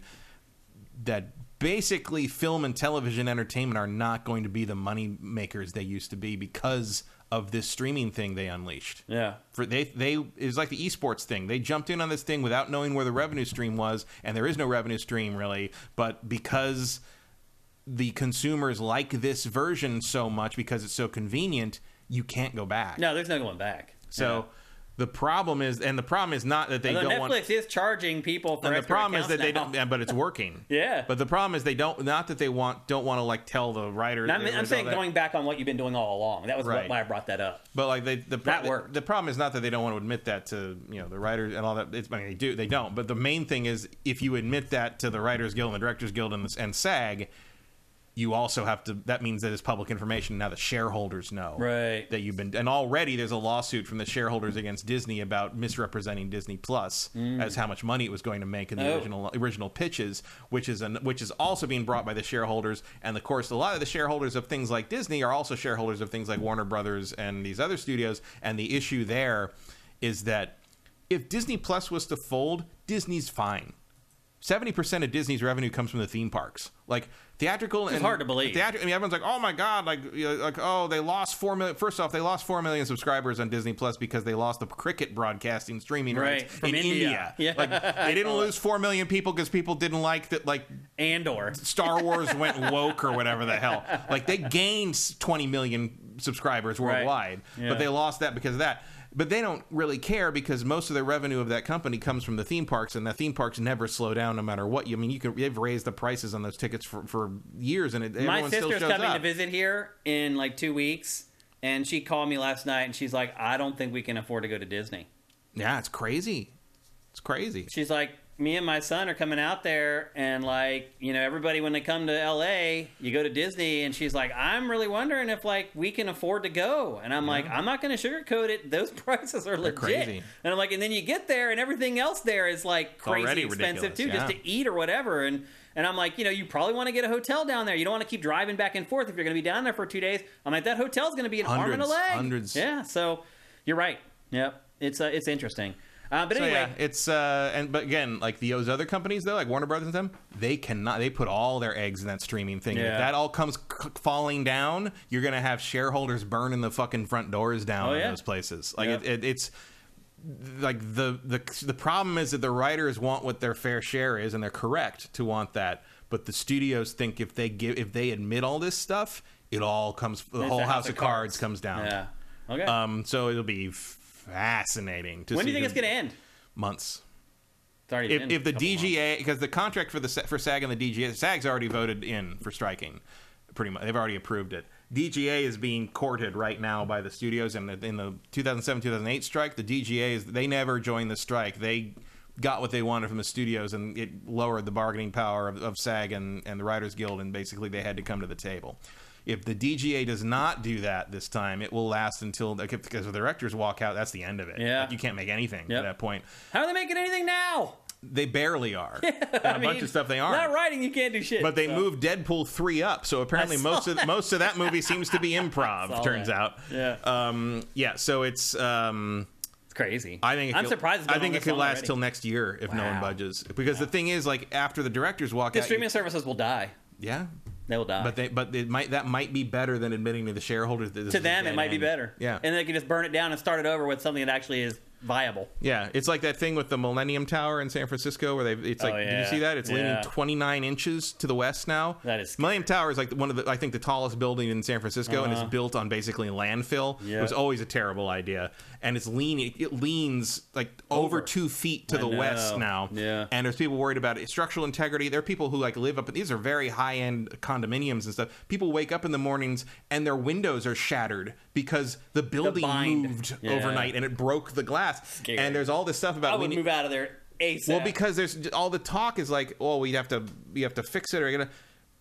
[SPEAKER 2] that basically film and television entertainment are not going to be the money makers they used to be because of this streaming thing they unleashed.
[SPEAKER 3] Yeah.
[SPEAKER 2] For they they it was like the esports thing. They jumped in on this thing without knowing where the revenue stream was, and there is no revenue stream really, but because the consumers like this version so much because it's so convenient, you can't go back.
[SPEAKER 3] No, there's no going back.
[SPEAKER 2] So the problem is and the problem is not that they
[SPEAKER 3] Although
[SPEAKER 2] don't
[SPEAKER 3] Uh, Netflix
[SPEAKER 2] want
[SPEAKER 3] is charging people for
[SPEAKER 2] and the
[SPEAKER 3] extra
[SPEAKER 2] problem is that
[SPEAKER 3] accounts
[SPEAKER 2] they
[SPEAKER 3] now.
[SPEAKER 2] don't yeah, but it's working.
[SPEAKER 3] Yeah.
[SPEAKER 2] But the problem is they don't not that they want don't want to like tell the writers.
[SPEAKER 3] And I'm, I'm
[SPEAKER 2] all
[SPEAKER 3] saying
[SPEAKER 2] that.
[SPEAKER 3] going back on what you've been doing all along. That was what
[SPEAKER 2] Right.
[SPEAKER 3] why I brought that up.
[SPEAKER 2] But like they, the pro-
[SPEAKER 3] That worked.
[SPEAKER 2] The problem is not that they don't want to admit that to you know the writers and all that. It's, I mean, they do, they don't. But the main thing is if you admit that to the Writers Guild and the Directors Guild and, and SAG, you also have to. That means that it's public information. Now the shareholders know
[SPEAKER 3] Right.
[SPEAKER 2] that you've been. And already there's a lawsuit from the shareholders against Disney about misrepresenting Disney Plus as how much money it was going to make in the
[SPEAKER 3] Mm. Oh.
[SPEAKER 2] original original pitches, which is an, which is also being brought by the shareholders. And of course, a lot of the shareholders of things like Disney are also shareholders of things like Warner Brothers and these other studios. And the issue there is that if Disney Plus was to fold, Disney's fine. Seventy percent of Disney's revenue comes from the theme parks, like theatrical. It's
[SPEAKER 3] hard to believe.
[SPEAKER 2] I mean, everyone's like, "Oh my god!" Like, you know, like, oh, they lost four million. First off, they lost four million subscribers on Disney Plus because they lost the cricket broadcasting streaming
[SPEAKER 3] Right,
[SPEAKER 2] rights
[SPEAKER 3] from
[SPEAKER 2] in
[SPEAKER 3] India.
[SPEAKER 2] India.
[SPEAKER 3] Yeah.
[SPEAKER 2] Like, they didn't lose four million people because people didn't like that. Like,
[SPEAKER 3] Andor.
[SPEAKER 2] Star Wars went woke or whatever the hell. Like they gained 20 million subscribers worldwide,
[SPEAKER 3] Yeah.
[SPEAKER 2] but they lost that because of that. But they don't really care because most of the revenue of that company comes from the theme parks, and the theme parks never slow down no matter what. You I mean, you can they've raised the prices on those tickets for, for years, and it,
[SPEAKER 3] My
[SPEAKER 2] everyone still
[SPEAKER 3] sister's
[SPEAKER 2] shows
[SPEAKER 3] coming
[SPEAKER 2] up.
[SPEAKER 3] to visit here in like two weeks, and she called me last night and she's like, I don't think we can afford to go to Disney.
[SPEAKER 2] Yeah, it's crazy. It's crazy.
[SPEAKER 3] She's like, me and my son are coming out there, and like you know, everybody when they come to L.A., you go to Disney, and she's like, "I'm really wondering if like we can afford to go," and I'm like, "I'm not going to sugarcoat it. Those prices are legit."
[SPEAKER 2] crazy.
[SPEAKER 3] And I'm like, and then you get there, and everything else there is like crazy
[SPEAKER 2] already
[SPEAKER 3] expensive
[SPEAKER 2] ridiculous,
[SPEAKER 3] too, just
[SPEAKER 2] yeah.
[SPEAKER 3] to eat or whatever, and. And I'm like, you know, you probably want to get a hotel down there. You don't want to keep driving back and forth if you're going to be down there for two days. I'm like, that hotel's going to be an arm and a
[SPEAKER 2] Hundreds,
[SPEAKER 3] leg.
[SPEAKER 2] hundreds.
[SPEAKER 3] Yeah. So you're right. Yep. It's uh, it's interesting. Uh, but
[SPEAKER 2] So
[SPEAKER 3] anyway,
[SPEAKER 2] yeah, it's uh, and but again, like those other companies though, like Warner Brothers and them, they cannot. They put all their eggs in that streaming thing.
[SPEAKER 3] Yeah.
[SPEAKER 2] If that all comes c- falling down, you're gonna have shareholders burning the fucking front doors down
[SPEAKER 3] Oh,
[SPEAKER 2] in
[SPEAKER 3] yeah.
[SPEAKER 2] those places. Like
[SPEAKER 3] Yeah.
[SPEAKER 2] it, it, it's like the the the problem is that the writers want what their fair share is, and they're correct to want that. But the studios think if they give if they admit all this stuff, it all comes. The
[SPEAKER 3] a
[SPEAKER 2] whole
[SPEAKER 3] house
[SPEAKER 2] house,
[SPEAKER 3] of
[SPEAKER 2] of cards. comes down.
[SPEAKER 3] yeah. Okay.
[SPEAKER 2] Um. So it'll be fascinating to
[SPEAKER 3] when do
[SPEAKER 2] see
[SPEAKER 3] you think
[SPEAKER 2] who-
[SPEAKER 3] it's going to end?
[SPEAKER 2] months.
[SPEAKER 3] Sorry.
[SPEAKER 2] If, if the DGA, because the contract for the sa- for SAG and the DGA, SAG's already voted in for striking, pretty much they've already approved it. DGA is being courted right now by the studios, and the, in the 2007-2008 strike, the DGA is they never joined the strike. They got what they wanted from the studios, and it lowered the bargaining power of, of SAG and, and the Writers Guild, and basically they had to come to the table. If the DGA does not do that this time, it will last until like, if- because if the directors walk out, that's the end of it.
[SPEAKER 3] Yeah.
[SPEAKER 2] Like, you can't make anything
[SPEAKER 3] Yep.
[SPEAKER 2] at that point
[SPEAKER 3] How are they making anything now?
[SPEAKER 2] they barely are. And a bunch of stuff they aren't.
[SPEAKER 3] Not writing, you can't do shit.
[SPEAKER 2] But they
[SPEAKER 3] so.
[SPEAKER 2] moved Deadpool three up, so apparently
[SPEAKER 3] I saw
[SPEAKER 2] most of most of that movie seems to be
[SPEAKER 3] saw
[SPEAKER 2] improv. Turns
[SPEAKER 3] that.
[SPEAKER 2] out,
[SPEAKER 3] Yeah.
[SPEAKER 2] um, yeah. So it's, um,
[SPEAKER 3] It's crazy.
[SPEAKER 2] I think it
[SPEAKER 3] I'm
[SPEAKER 2] could-
[SPEAKER 3] surprised. It's
[SPEAKER 2] I
[SPEAKER 3] been
[SPEAKER 2] think
[SPEAKER 3] on
[SPEAKER 2] it
[SPEAKER 3] this
[SPEAKER 2] could
[SPEAKER 3] long
[SPEAKER 2] last
[SPEAKER 3] already.
[SPEAKER 2] till next year if no
[SPEAKER 3] Wow.
[SPEAKER 2] one budges. Because the thing is, like after the directors walk
[SPEAKER 3] the
[SPEAKER 2] out,
[SPEAKER 3] streaming
[SPEAKER 2] you-
[SPEAKER 3] services will die.
[SPEAKER 2] yeah.
[SPEAKER 3] They will die.
[SPEAKER 2] But they, but it might that might be better than admitting to the shareholders that this
[SPEAKER 3] to
[SPEAKER 2] is a
[SPEAKER 3] them, it
[SPEAKER 2] dead
[SPEAKER 3] might be
[SPEAKER 2] end.
[SPEAKER 3] better.
[SPEAKER 2] Yeah,
[SPEAKER 3] And they can just burn it down and start it over with something that actually is viable.
[SPEAKER 2] Yeah, it's like that thing with the Millennium Tower in San Francisco where they it's like did
[SPEAKER 3] Oh, yeah.
[SPEAKER 2] you see that? It's
[SPEAKER 3] Yeah.
[SPEAKER 2] leaning 29 inches to the west now.
[SPEAKER 3] That is scary. Uh-huh.
[SPEAKER 2] Millennium Tower is like one of the I think the tallest building in San Francisco and it's built on basically landfill.
[SPEAKER 3] Yeah.
[SPEAKER 2] It was always a terrible idea and it's leaning it leans like over,
[SPEAKER 3] Over.
[SPEAKER 2] 2 feet to
[SPEAKER 3] I
[SPEAKER 2] the west
[SPEAKER 3] know.
[SPEAKER 2] now.
[SPEAKER 3] Yeah.
[SPEAKER 2] And there's people worried about it. structural integrity. There are people who like live up these are very high-end condominiums and stuff. People wake up in the mornings and their windows are shattered because the building
[SPEAKER 3] bind.
[SPEAKER 2] moved
[SPEAKER 3] Yeah.
[SPEAKER 2] overnight and it broke the glass.
[SPEAKER 3] Scary.
[SPEAKER 2] And there's all this stuff about
[SPEAKER 3] I
[SPEAKER 2] we
[SPEAKER 3] would
[SPEAKER 2] need-
[SPEAKER 3] move out of there ASAP.
[SPEAKER 2] well because there's j- all the talk is like, well, we have to you have to fix it or you're gonna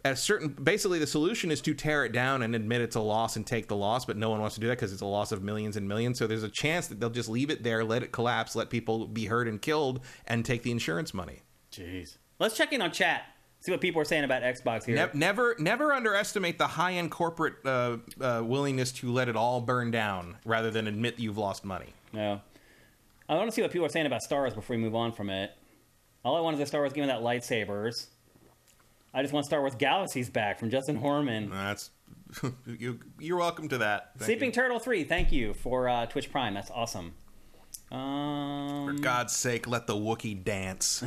[SPEAKER 2] at a certain basically the solution is to tear it down and admit it's a loss and take the loss, but no one wants to do that because it's a loss of millions and millions. So there's a chance that they'll just leave it there, let it collapse, let people be hurt and killed, and take the insurance money.
[SPEAKER 3] Jeez. Let's check in on chat. See what people are saying about Xbox here.
[SPEAKER 2] Ne- never, never underestimate the high-end corporate uh, uh, willingness to let it all burn down rather than admit you've lost money.
[SPEAKER 3] No. I want to see what people are saying about Star Wars before we move on from it. All I want is a Star Wars game without lightsabers. I just want Star Wars Galaxies back from Justin Horman.
[SPEAKER 2] That's you. You're welcome to that. Thank
[SPEAKER 3] Sleeping
[SPEAKER 2] you.
[SPEAKER 3] Turtle 3, thank you for uh, Twitch Prime. That's awesome. Um,
[SPEAKER 2] For God's sake, let the Wookiee dance.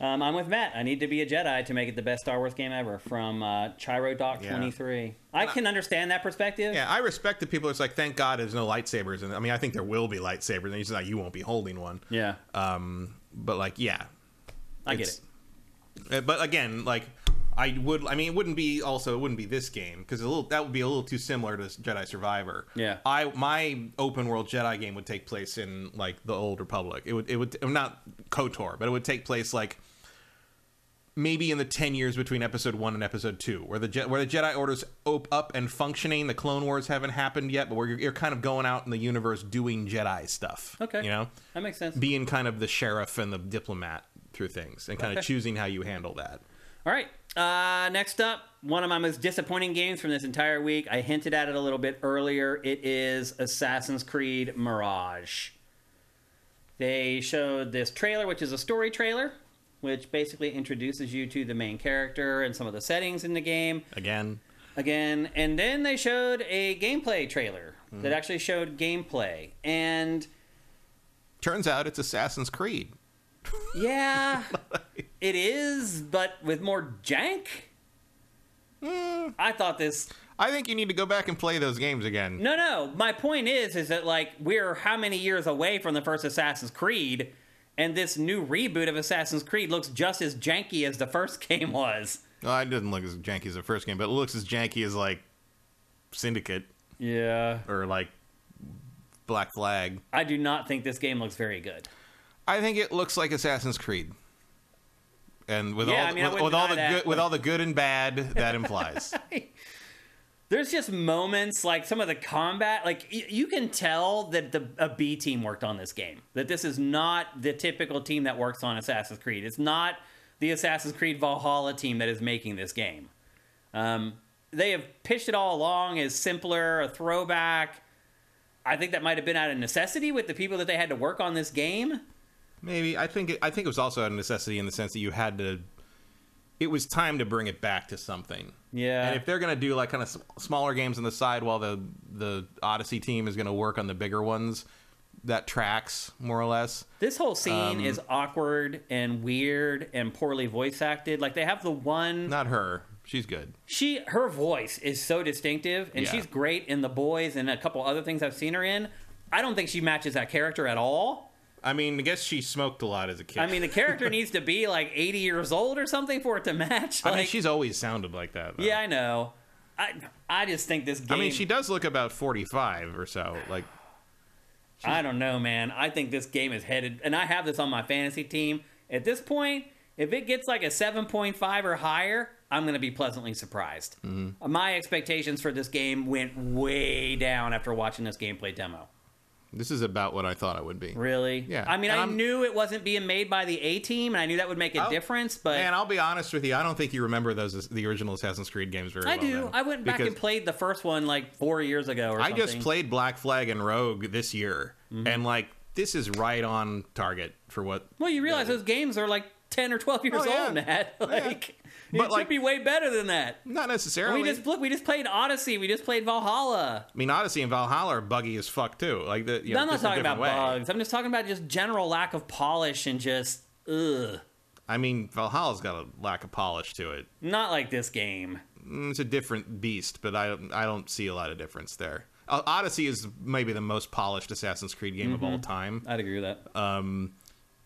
[SPEAKER 3] um, I'm with Matt. I need to be a Jedi to make it the best Star Wars game ever from uh, Chiro Doc
[SPEAKER 2] Yeah.
[SPEAKER 3] 23. I can understand that perspective.
[SPEAKER 2] yeah, I respect the people. It's like, thank God, there's no lightsabers. And I mean, I think there will be lightsabers. And it's not you won't be holding one.
[SPEAKER 3] Yeah.
[SPEAKER 2] Um, but like, yeah,
[SPEAKER 3] I get
[SPEAKER 2] it's-
[SPEAKER 3] it.
[SPEAKER 2] Uh, But again, like, I would. I mean, it wouldn't be also. It wouldn't be this game because a little that would be a little too similar to Jedi Survivor.
[SPEAKER 3] Yeah.
[SPEAKER 2] I my open world Jedi game would take place in like the Old Republic. It would. It would not Kotor, but it would take place like maybe in the 10 years between episode 1 and episode 2 where the Je- where the jedi orders op- up and functioning the clone wars haven't happened yet but where you're, you're kind of going out in the universe doing jedi stuff
[SPEAKER 3] Okay.
[SPEAKER 2] you know
[SPEAKER 3] That makes sense.
[SPEAKER 2] being kind of the sheriff and the diplomat through things and kind of
[SPEAKER 3] Okay.
[SPEAKER 2] choosing how you handle that
[SPEAKER 3] All right. Uh, next up, one of my most disappointing games from this entire week. I hinted at it a little bit earlier. It is Assassin's Creed Mirage. They showed this trailer, which is a story trailer, which basically introduces you to the main character and some of the settings in the game
[SPEAKER 2] again
[SPEAKER 3] again. And then they showed a gameplay trailer that actually showed gameplay. And
[SPEAKER 2] turns out it's assassin's creed
[SPEAKER 3] Yeah, it is, but with more jank. I thought this.
[SPEAKER 2] i think you need to go back and play those games again
[SPEAKER 3] No, no. My point is, is that like we're how many years away from the first Assassin's Creed, and this new reboot of Assassin's Creed looks just as janky as the first game was.
[SPEAKER 2] well, it doesn't look as janky as the first game but it looks as janky as like syndicate
[SPEAKER 3] Yeah.
[SPEAKER 2] or like black flag
[SPEAKER 3] I do not think this game looks very good.
[SPEAKER 2] I think it looks like Assassin's Creed, and with
[SPEAKER 3] Yeah,
[SPEAKER 2] all
[SPEAKER 3] I mean, I
[SPEAKER 2] with,
[SPEAKER 3] wouldn't
[SPEAKER 2] with all
[SPEAKER 3] deny
[SPEAKER 2] the
[SPEAKER 3] that,
[SPEAKER 2] good with
[SPEAKER 3] but-
[SPEAKER 2] all the good and bad that implies.
[SPEAKER 3] There's just moments like some of the combat, like y- you can tell that the a B team worked on this game. That this is not the typical team that works on Assassin's Creed. It's not the Assassin's Creed Valhalla team that is making this game. Um, they have pitched it all along as simpler, a throwback. I think that might have been out of necessity with the people that they had to work on this game.
[SPEAKER 2] Maybe I think it, I think it was also a necessity in the sense that you had to. It was time to bring it back to something.
[SPEAKER 3] Yeah.
[SPEAKER 2] And if they're gonna do like kind of smaller games on the side while the the Odyssey team is gonna work on the bigger ones, that tracks more or less.
[SPEAKER 3] This whole scene is awkward and weird and poorly voice acted. Like they have the one
[SPEAKER 2] Not her. She's good.
[SPEAKER 3] she her voice is so distinctive and
[SPEAKER 2] Yeah.
[SPEAKER 3] she's great in The Boys and a couple other things I've seen her in. I don't think she matches that character at all.
[SPEAKER 2] I mean, I guess she smoked a lot as a kid.
[SPEAKER 3] I mean, the character needs to be like 80 years old or something for it to match.
[SPEAKER 2] I
[SPEAKER 3] Like,
[SPEAKER 2] mean, she's always sounded like that. though.
[SPEAKER 3] yeah, I know. I I just think this
[SPEAKER 2] I
[SPEAKER 3] game
[SPEAKER 2] mean, she does look about forty-five or so. Like,
[SPEAKER 3] I don't know, man. I think this game is headed, and I have this on my fantasy team. At this point, if it gets like a 7.5 or higher, I'm going to be pleasantly surprised.
[SPEAKER 2] Mm-hmm.
[SPEAKER 3] My expectations for this game went way down after watching this gameplay demo.
[SPEAKER 2] this is about what I thought it would be.
[SPEAKER 3] Really?
[SPEAKER 2] Yeah,
[SPEAKER 3] I mean,
[SPEAKER 2] and
[SPEAKER 3] I
[SPEAKER 2] I'm- Oh.
[SPEAKER 3] knew it wasn't being made by the A team, and I knew that would make a
[SPEAKER 2] I'll-
[SPEAKER 3] difference, but.
[SPEAKER 2] And I'll be honest with you, I don't think you remember those the original Assassin's Creed games very
[SPEAKER 3] I
[SPEAKER 2] well.
[SPEAKER 3] do.
[SPEAKER 2] then.
[SPEAKER 3] I went back and
[SPEAKER 2] Because
[SPEAKER 3] played the first one like four years ago or
[SPEAKER 2] I
[SPEAKER 3] something. Mm-hmm.
[SPEAKER 2] just played Black Flag and Rogue this year, and like this is right on target for what.
[SPEAKER 3] Well, you realize those games are like 10 or 12 years
[SPEAKER 2] Oh, yeah.
[SPEAKER 3] old, Matt. Like, it
[SPEAKER 2] But,
[SPEAKER 3] should
[SPEAKER 2] like-
[SPEAKER 3] be way better than that.
[SPEAKER 2] Not necessarily.
[SPEAKER 3] We just look. We just played Odyssey. We just played Valhalla.
[SPEAKER 2] I mean, Odyssey and Valhalla are buggy as fuck too. Like the. You know,
[SPEAKER 3] I'm not
[SPEAKER 2] just a
[SPEAKER 3] talking about
[SPEAKER 2] different way.
[SPEAKER 3] bugs. I'm just talking about just general lack of polish and just ugh.
[SPEAKER 2] I mean, Valhalla's got a lack of polish to it.
[SPEAKER 3] Not like this game.
[SPEAKER 2] Mm, It's a different beast, but I don't. I don't see a lot of difference there. O- Odyssey is maybe the most polished Assassin's Creed game
[SPEAKER 3] Mm-hmm.
[SPEAKER 2] of all time.
[SPEAKER 3] I'd agree with
[SPEAKER 2] Uh,
[SPEAKER 3] that.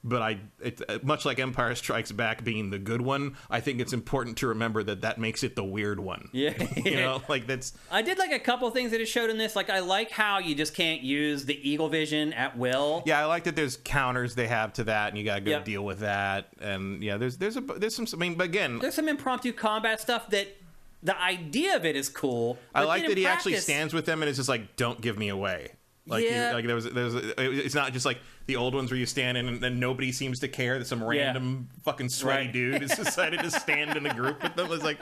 [SPEAKER 2] but I, it, uh, much like Empire Strikes Back being the good one, I think it's important to remember that that makes it the weird one.
[SPEAKER 3] yeah.
[SPEAKER 2] you know, like that's
[SPEAKER 3] I did like a couple things that it showed in this. Like I like how you just can't use the eagle vision at will.
[SPEAKER 2] yeah. I like that there's counters they have to that, and you gotta go
[SPEAKER 3] Yeah.
[SPEAKER 2] deal with that. And yeah, there's there's a there's some. I mean, but again,
[SPEAKER 3] There's some impromptu combat stuff that the idea of it is cool.
[SPEAKER 2] I
[SPEAKER 3] but
[SPEAKER 2] like
[SPEAKER 3] then
[SPEAKER 2] that
[SPEAKER 3] in
[SPEAKER 2] he actually
[SPEAKER 3] practice-
[SPEAKER 2] stands with them and is just like, "Don't give me away." Like, you-
[SPEAKER 3] Yeah.
[SPEAKER 2] like there was, there was, it- it's not just like the old ones where you stand in and then nobody seems to care that some random fucking sweaty
[SPEAKER 3] Right.
[SPEAKER 2] dude has decided to stand in a group with them. It's like,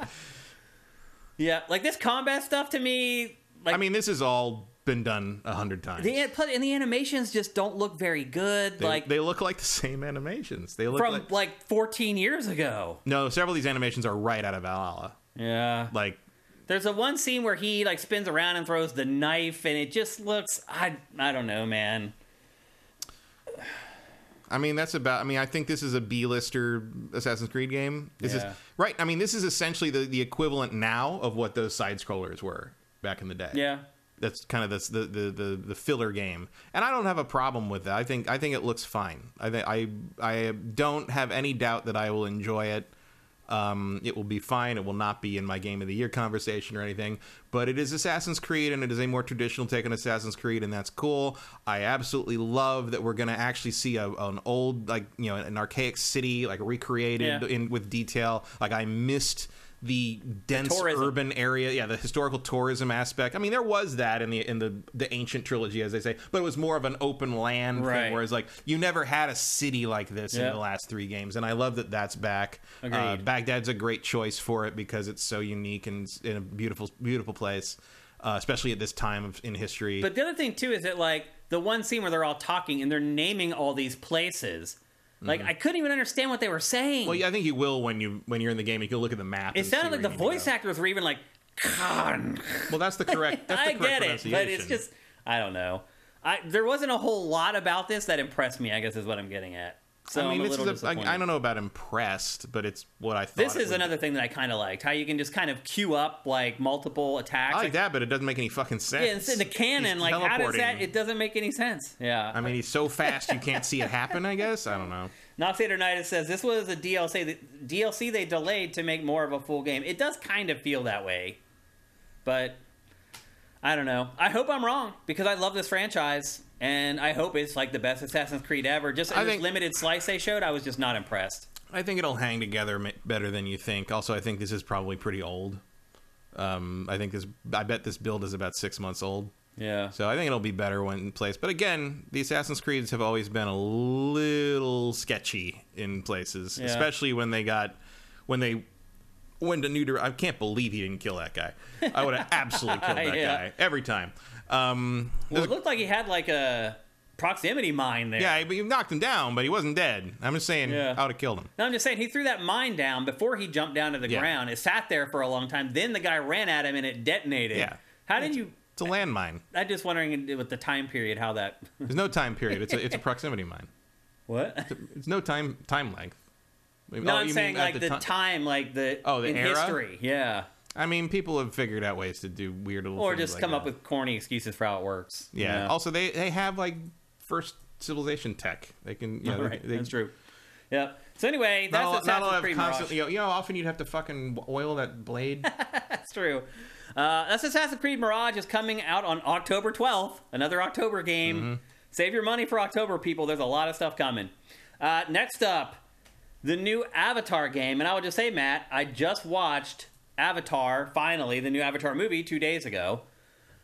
[SPEAKER 3] Yeah, like this combat stuff to me. Like
[SPEAKER 2] I mean, this has all been done a hundred times.
[SPEAKER 3] the an- plus- and the animations just don't look very good.
[SPEAKER 2] They,
[SPEAKER 3] like
[SPEAKER 2] they look like the same animations. They look
[SPEAKER 3] from
[SPEAKER 2] like,
[SPEAKER 3] like 14 years ago.
[SPEAKER 2] no. Several of these animations are right out of Valhalla.
[SPEAKER 3] Yeah.
[SPEAKER 2] Like
[SPEAKER 3] There's a one scene where he like spins around and throws the knife, and it just looks I I don't know, man.
[SPEAKER 2] I mean, that's about. I mean, I think this is a B-lister Assassin's Creed game. This
[SPEAKER 3] Yeah.
[SPEAKER 2] is right. I mean, this is essentially the, the equivalent now of what those side scrollers were back in the day.
[SPEAKER 3] Yeah,
[SPEAKER 2] that's kind of this, the, the the the filler game, and I don't have a problem with that. I think I think it looks fine. I think I I don't have any doubt that I will enjoy it. Um, it will be fine. It will not be in my game of the year conversation or anything, but it is Assassin's Creed, and it is a more traditional take on Assassin's Creed, and that's cool. I absolutely love that we're going to actually see a, an old, like you know, an archaic city like recreated
[SPEAKER 3] Yeah.
[SPEAKER 2] in with detail. Like I missed the dense
[SPEAKER 3] tourism.
[SPEAKER 2] urban urban area yeah the historical tourism aspect i mean there was that in the in the the ancient trilogy as they say but it was more of an open land
[SPEAKER 3] Right.
[SPEAKER 2] thing whereas like you never had a city like this
[SPEAKER 3] Yeah.
[SPEAKER 2] in the last three games and i love that that's back Uh,
[SPEAKER 3] Agreed.
[SPEAKER 2] baghdad's a great choice for it because it's so unique and s- in a beautiful beautiful place uh, especially at this time of, in history
[SPEAKER 3] but the other thing too is that like the one scene where they're all talking and they're naming all these places. Like I couldn't even understand what they were saying.
[SPEAKER 2] Mm-hmm. well, yeah, I think you will when you when you're in the game. You can look at the map.
[SPEAKER 3] it sounded like the voice
[SPEAKER 2] actor.
[SPEAKER 3] actors were even like, "Khan."
[SPEAKER 2] Well, that's the correct. That's the
[SPEAKER 3] I
[SPEAKER 2] correct
[SPEAKER 3] get it, but it's
[SPEAKER 2] pronunciation.
[SPEAKER 3] just I don't know. I there wasn't a whole lot about this that impressed me. I guess is what I'm getting at. So
[SPEAKER 2] I mean,
[SPEAKER 3] am a
[SPEAKER 2] this
[SPEAKER 3] little
[SPEAKER 2] is a,
[SPEAKER 3] disappointed.
[SPEAKER 2] I, I don't know about impressed, but it's what I thought.
[SPEAKER 3] This
[SPEAKER 2] it
[SPEAKER 3] is
[SPEAKER 2] would be.
[SPEAKER 3] another thing that I kind of liked how you can just kind of queue up like multiple attacks.
[SPEAKER 2] I like that, but it doesn't make any fucking sense.
[SPEAKER 3] Yeah, it's in the canon.
[SPEAKER 2] He's
[SPEAKER 3] like, how does that?
[SPEAKER 2] teleporting.
[SPEAKER 3] It doesn't make any sense. Yeah.
[SPEAKER 2] I mean, he's so fast you can't see it happen. I guess I don't know.
[SPEAKER 3] Noxatornitis says this was a DLC that DLC they delayed to make more of a full game. It does kind of feel that way, but I don't know. I hope I'm wrong because I love this franchise and I hope it's like the best Assassin's Creed ever. Just in
[SPEAKER 2] I
[SPEAKER 3] this
[SPEAKER 2] think-
[SPEAKER 3] limited slice they showed, I was just not impressed.
[SPEAKER 2] I think it'll hang together m- better than you think. Also, I think this is probably pretty old. Um, I think this. I bet this build is about six months old.
[SPEAKER 3] Yeah.
[SPEAKER 2] So I think it'll be better when in place. But again, the Assassin's Creeds have always been a little sketchy in places,
[SPEAKER 3] Yeah.
[SPEAKER 2] especially when they got when they went to new. Dir- I can't believe he didn't kill that guy. I would have absolutely killed that
[SPEAKER 3] Yeah.
[SPEAKER 2] guy every time. Um,
[SPEAKER 3] Well, it looked like he had like a proximity mine there.
[SPEAKER 2] yeah, but you knocked him down, but he wasn't dead. I'm just saying,
[SPEAKER 3] Yeah.
[SPEAKER 2] I would have killed him.
[SPEAKER 3] No, I'm just saying he threw that mine down before he jumped down to the
[SPEAKER 2] Yeah.
[SPEAKER 3] ground. It sat there for a long time. Then the guy ran at him and it detonated.
[SPEAKER 2] Yeah.
[SPEAKER 3] How did you?
[SPEAKER 2] It's a landmine.
[SPEAKER 3] I'm just wondering with the time period how that.
[SPEAKER 2] There's no time period. It's a it's a proximity mine.
[SPEAKER 3] what?
[SPEAKER 2] It's no time time length.
[SPEAKER 3] No, I'm saying like the, time, like the
[SPEAKER 2] Oh, the
[SPEAKER 3] in
[SPEAKER 2] era?
[SPEAKER 3] history, yeah,
[SPEAKER 2] I mean, people have figured out ways to do weird little
[SPEAKER 3] or
[SPEAKER 2] things
[SPEAKER 3] just
[SPEAKER 2] like
[SPEAKER 3] come
[SPEAKER 2] that.
[SPEAKER 3] up with corny excuses for how it works. you
[SPEAKER 2] Yeah.
[SPEAKER 3] know?
[SPEAKER 2] Also, they they have like first civilization tech. They can. You know,
[SPEAKER 3] right,
[SPEAKER 2] they,
[SPEAKER 3] that's true. Yep. So anyway,
[SPEAKER 2] Not, a
[SPEAKER 3] that's
[SPEAKER 2] lot- not a
[SPEAKER 3] Assassin's
[SPEAKER 2] lot of
[SPEAKER 3] Creed Mirage.
[SPEAKER 2] constantly. You know, you know, often you'd have to fucking oil that blade.
[SPEAKER 3] That's true. Uh, that's Assassin's Creed Mirage is coming out on October 12th. Another October game.
[SPEAKER 2] Mm-hmm.
[SPEAKER 3] Save your money for October, people. There's a lot of stuff coming. Uh, next up, the new Avatar game. And I would just say, Matt, I just watched Avatar, finally, the new Avatar movie two days ago.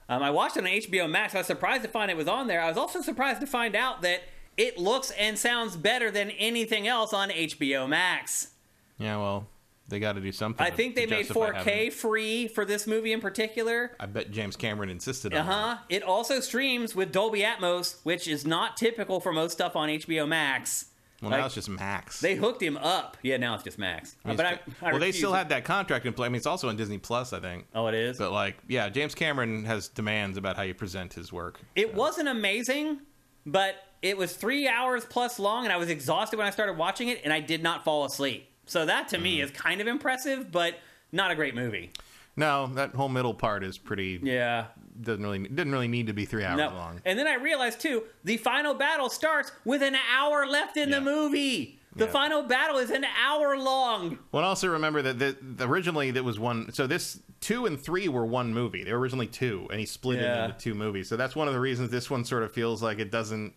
[SPEAKER 3] Um, I watched it on HBO Max. I was surprised to find it was on there. I was also surprised to find out that it looks and sounds better than anything else on HBO Max.
[SPEAKER 2] yeah. Well, they got to do something.
[SPEAKER 3] I
[SPEAKER 2] to
[SPEAKER 3] think they made
[SPEAKER 2] justify
[SPEAKER 3] 4K
[SPEAKER 2] having it.
[SPEAKER 3] free for this movie in particular.
[SPEAKER 2] I bet James Cameron insisted
[SPEAKER 3] Uh
[SPEAKER 2] on.
[SPEAKER 3] huh. It also streams with Dolby Atmos, which is not typical for most stuff on HBO Max.
[SPEAKER 2] It. Well,
[SPEAKER 3] Like,
[SPEAKER 2] now it's just Max.
[SPEAKER 3] They hooked him up. Yeah, now it's just Max.
[SPEAKER 2] I
[SPEAKER 3] Uh,
[SPEAKER 2] mean,
[SPEAKER 3] but I,
[SPEAKER 2] it's-
[SPEAKER 3] I
[SPEAKER 2] well, they still
[SPEAKER 3] refuse-
[SPEAKER 2] had that contract in play. I mean, it's also on Disney Plus, I think.
[SPEAKER 3] Oh, it is.
[SPEAKER 2] But like, yeah, James Cameron has demands about how you present his work.
[SPEAKER 3] It wasn't amazing, but it was three hours plus long, and I was exhausted when I started watching it, and I did not fall asleep. So that to
[SPEAKER 2] Mm.
[SPEAKER 3] me is kind of impressive, but not a great movie.
[SPEAKER 2] No, that whole middle part is pretty.
[SPEAKER 3] Yeah.
[SPEAKER 2] Doesn't really didn't really need to be three hours
[SPEAKER 3] No.
[SPEAKER 2] long.
[SPEAKER 3] And then I realized too, the final battle starts with an hour left in
[SPEAKER 2] Yeah.
[SPEAKER 3] the movie. The
[SPEAKER 2] Yeah.
[SPEAKER 3] final battle is an hour long.
[SPEAKER 2] Well, and also remember that the, the- originally that was one. So this two and three were one movie. They were originally two, and he split
[SPEAKER 3] Yeah.
[SPEAKER 2] it into two movies. So that's one of the reasons this one sort of feels like it doesn't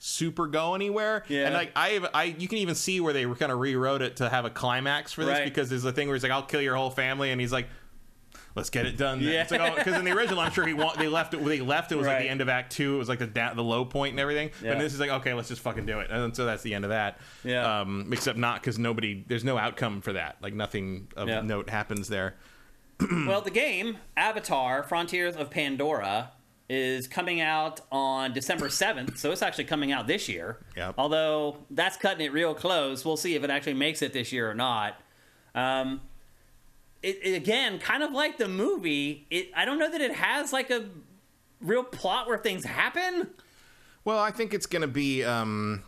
[SPEAKER 2] super go anywhere.
[SPEAKER 3] Yeah.
[SPEAKER 2] And like I, I, you can even see where they kind of rewrote it to have a climax for this
[SPEAKER 3] Right.
[SPEAKER 2] because there's a thing where he's like, "I'll kill your whole family," and he's like. Let's get it done.
[SPEAKER 3] Yeah.
[SPEAKER 2] Because oh, in the original, I'm sure he wa- they left it. They left it was like
[SPEAKER 3] Right.
[SPEAKER 2] the end of Act Two. It was like the da- the low point and everything.
[SPEAKER 3] Yeah.
[SPEAKER 2] But this is like okay, let's just fucking do it. And then- so that's the end of that.
[SPEAKER 3] Yeah.
[SPEAKER 2] Um, except not because nobody, there's no outcome for that. Like nothing of
[SPEAKER 3] Yeah.
[SPEAKER 2] note happens there.
[SPEAKER 3] Well, the game Avatar: Frontiers of Pandora is coming out on December 7th, so it's actually coming out this year.
[SPEAKER 2] Yep.
[SPEAKER 3] Although that's cutting it real close. We'll see if it actually makes it this year or not. Um, it, it- again, kind of like the movie, it, I don't know that it has like a real plot where things happen.
[SPEAKER 2] Well, I think it's going to be. Um,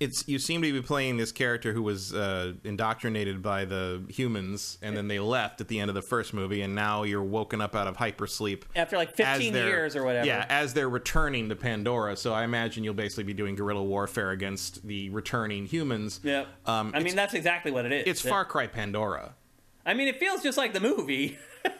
[SPEAKER 2] it's you seem to be playing this character who was uh, indoctrinated by the humans, and then they left at the end of the first movie, and now you're woken up out of hypersleep.
[SPEAKER 3] After like
[SPEAKER 2] as
[SPEAKER 3] 15
[SPEAKER 2] they're-
[SPEAKER 3] years or whatever.
[SPEAKER 2] Yeah, as they're returning to Pandora. So I imagine you'll basically be doing guerrilla warfare against the returning humans.
[SPEAKER 3] Yep.
[SPEAKER 2] Um,
[SPEAKER 3] I
[SPEAKER 2] it's-
[SPEAKER 3] mean, that's exactly what it is.
[SPEAKER 2] it's Far Cry Pandora.
[SPEAKER 3] I mean, it feels just like the movie.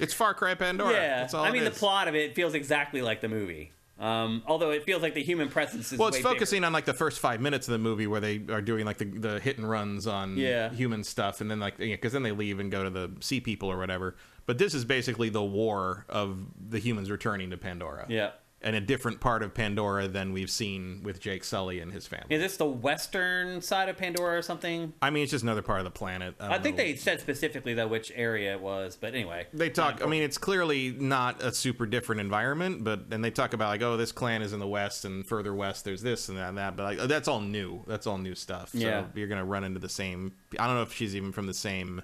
[SPEAKER 2] It's Far Cry Pandora.
[SPEAKER 3] Yeah,
[SPEAKER 2] That's all
[SPEAKER 3] I
[SPEAKER 2] it
[SPEAKER 3] mean the
[SPEAKER 2] is.
[SPEAKER 3] plot of it feels exactly like the movie. Um, although it feels like the human presence is
[SPEAKER 2] Well, it's
[SPEAKER 3] way bigger.
[SPEAKER 2] focusing on like the first five minutes of the movie where they are doing like the, the hit and runs on
[SPEAKER 3] Yeah.
[SPEAKER 2] human stuff, and then like because then they leave and go to the sea people or whatever. But this is basically the war of the humans returning to Pandora.
[SPEAKER 3] Yeah.
[SPEAKER 2] and a different part of Pandora than we've seen with Jake Sully and his family.
[SPEAKER 3] Is this the western side of Pandora or something?
[SPEAKER 2] I mean, it's just another part of the planet.
[SPEAKER 3] I
[SPEAKER 2] don't
[SPEAKER 3] think
[SPEAKER 2] know.
[SPEAKER 3] they said specifically though which area it was, but anyway.
[SPEAKER 2] They talk. I mean, it's clearly not a super different environment, but and they talk about like, oh, this clan is in the west, and further west, there's this and that, and that. But like, oh, that's all new. That's all new stuff. So
[SPEAKER 3] Yeah.
[SPEAKER 2] you're gonna run into the same. I don't know if she's even from the same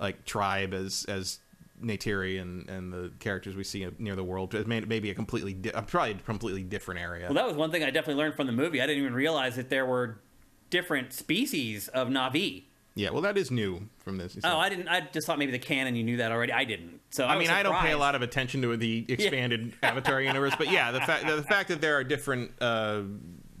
[SPEAKER 2] like tribe as as Neytiri and and the characters we see near the world. It may, maybe a completely di- uh, probably a completely different area.
[SPEAKER 3] Well, that was one thing I definitely learned from the movie. I didn't even realize that there were different species of Navi.
[SPEAKER 2] yeah. Well, that is new from this.
[SPEAKER 3] Oh, I didn't. I just thought maybe the canon you knew that already. I didn't. So I,
[SPEAKER 2] I mean, I don't pay a lot of attention to the expanded Avatar universe, but yeah, the fact the fact that there are different uh,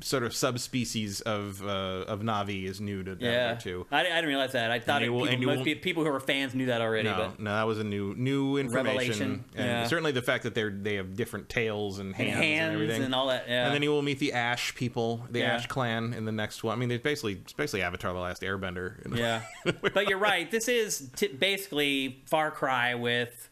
[SPEAKER 2] sort of subspecies of uh, of Navi is new to
[SPEAKER 3] Yeah,
[SPEAKER 2] Battlefield Two.
[SPEAKER 3] I, I didn't realize that. I thought
[SPEAKER 2] you
[SPEAKER 3] it,
[SPEAKER 2] will-
[SPEAKER 3] people,
[SPEAKER 2] and you
[SPEAKER 3] most
[SPEAKER 2] will-
[SPEAKER 3] pe- people who were fans knew that already.
[SPEAKER 2] No,
[SPEAKER 3] but
[SPEAKER 2] no, that was a new new information,
[SPEAKER 3] Revelation,
[SPEAKER 2] and
[SPEAKER 3] yeah.
[SPEAKER 2] certainly the fact that they're they have different tails and hands,
[SPEAKER 3] hands, and,
[SPEAKER 2] everything.
[SPEAKER 3] all that. Yeah.
[SPEAKER 2] And then you will meet the Ash people, the
[SPEAKER 3] Yeah.
[SPEAKER 2] Ash clan in the next one. I mean, it's basically it's basically Avatar: The Last Airbender. in a
[SPEAKER 3] yeah. but you're right. This is t- basically Far Cry with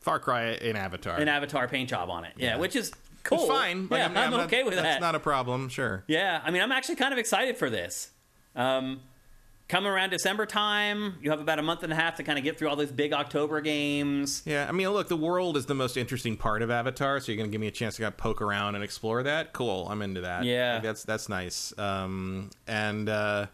[SPEAKER 2] Far Cry in Avatar.
[SPEAKER 3] an Avatar paint job on it. Yeah,
[SPEAKER 2] Yeah.
[SPEAKER 3] which is cool.
[SPEAKER 2] It's fine. Like,
[SPEAKER 3] Oh, yeah,
[SPEAKER 2] I
[SPEAKER 3] I'm,
[SPEAKER 2] mean, not-
[SPEAKER 3] okay with
[SPEAKER 2] That's
[SPEAKER 3] that.
[SPEAKER 2] not a problem. Sure.
[SPEAKER 3] yeah, I mean, I'm actually kind of excited for this. Um, come around December time, you have about a month and a half to kind of get through all those big October games.
[SPEAKER 2] Yeah. I mean, look, the world is the most interesting part of Avatar, so you're gonna give me a chance to kind of poke around and explore that. Cool. I'm into that.
[SPEAKER 3] Yeah.
[SPEAKER 2] Like, that's that's nice. Um, and uh,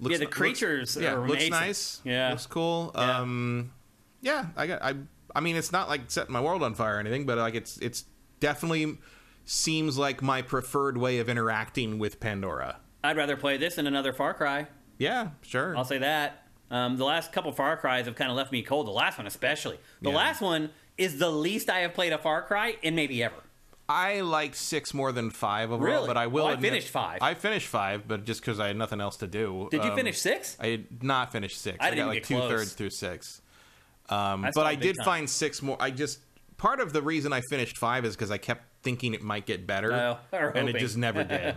[SPEAKER 2] looks,
[SPEAKER 3] Yeah, the
[SPEAKER 2] looks-
[SPEAKER 3] creatures
[SPEAKER 2] yeah,
[SPEAKER 3] are
[SPEAKER 2] looks
[SPEAKER 3] amazing.
[SPEAKER 2] nice.
[SPEAKER 3] Yeah.
[SPEAKER 2] Looks cool.
[SPEAKER 3] Yeah.
[SPEAKER 2] Um, yeah. I got. I. I mean, it's not like setting my world on fire or anything, but like it's it's definitely seems like my preferred way of interacting with Pandora.
[SPEAKER 3] I'd rather play this than another Far Cry.
[SPEAKER 2] Yeah. Sure.
[SPEAKER 3] I'll say that. Um, the last couple Far Cries have kind of left me cold. The last one, especially. The
[SPEAKER 2] Yeah.
[SPEAKER 3] last one is the least I have played a Far Cry in maybe ever.
[SPEAKER 2] I liked six more than five overall,
[SPEAKER 3] Really?
[SPEAKER 2] but I will.
[SPEAKER 3] Oh, I
[SPEAKER 2] admit-
[SPEAKER 3] finished five.
[SPEAKER 2] I finished five, but just because I had nothing else to do.
[SPEAKER 3] Did you
[SPEAKER 2] Um,
[SPEAKER 3] finish six?
[SPEAKER 2] I did not finish six.
[SPEAKER 3] I
[SPEAKER 2] I, got
[SPEAKER 3] didn't even
[SPEAKER 2] like
[SPEAKER 3] get
[SPEAKER 2] two
[SPEAKER 3] close.
[SPEAKER 2] thirds through six. Um,
[SPEAKER 3] That's
[SPEAKER 2] but
[SPEAKER 3] not
[SPEAKER 2] I
[SPEAKER 3] big
[SPEAKER 2] did
[SPEAKER 3] time.
[SPEAKER 2] find six more. I just part of the reason I finished five is because I kept thinking it might get better,
[SPEAKER 3] Oh, we're
[SPEAKER 2] and it
[SPEAKER 3] hoping.
[SPEAKER 2] just never did.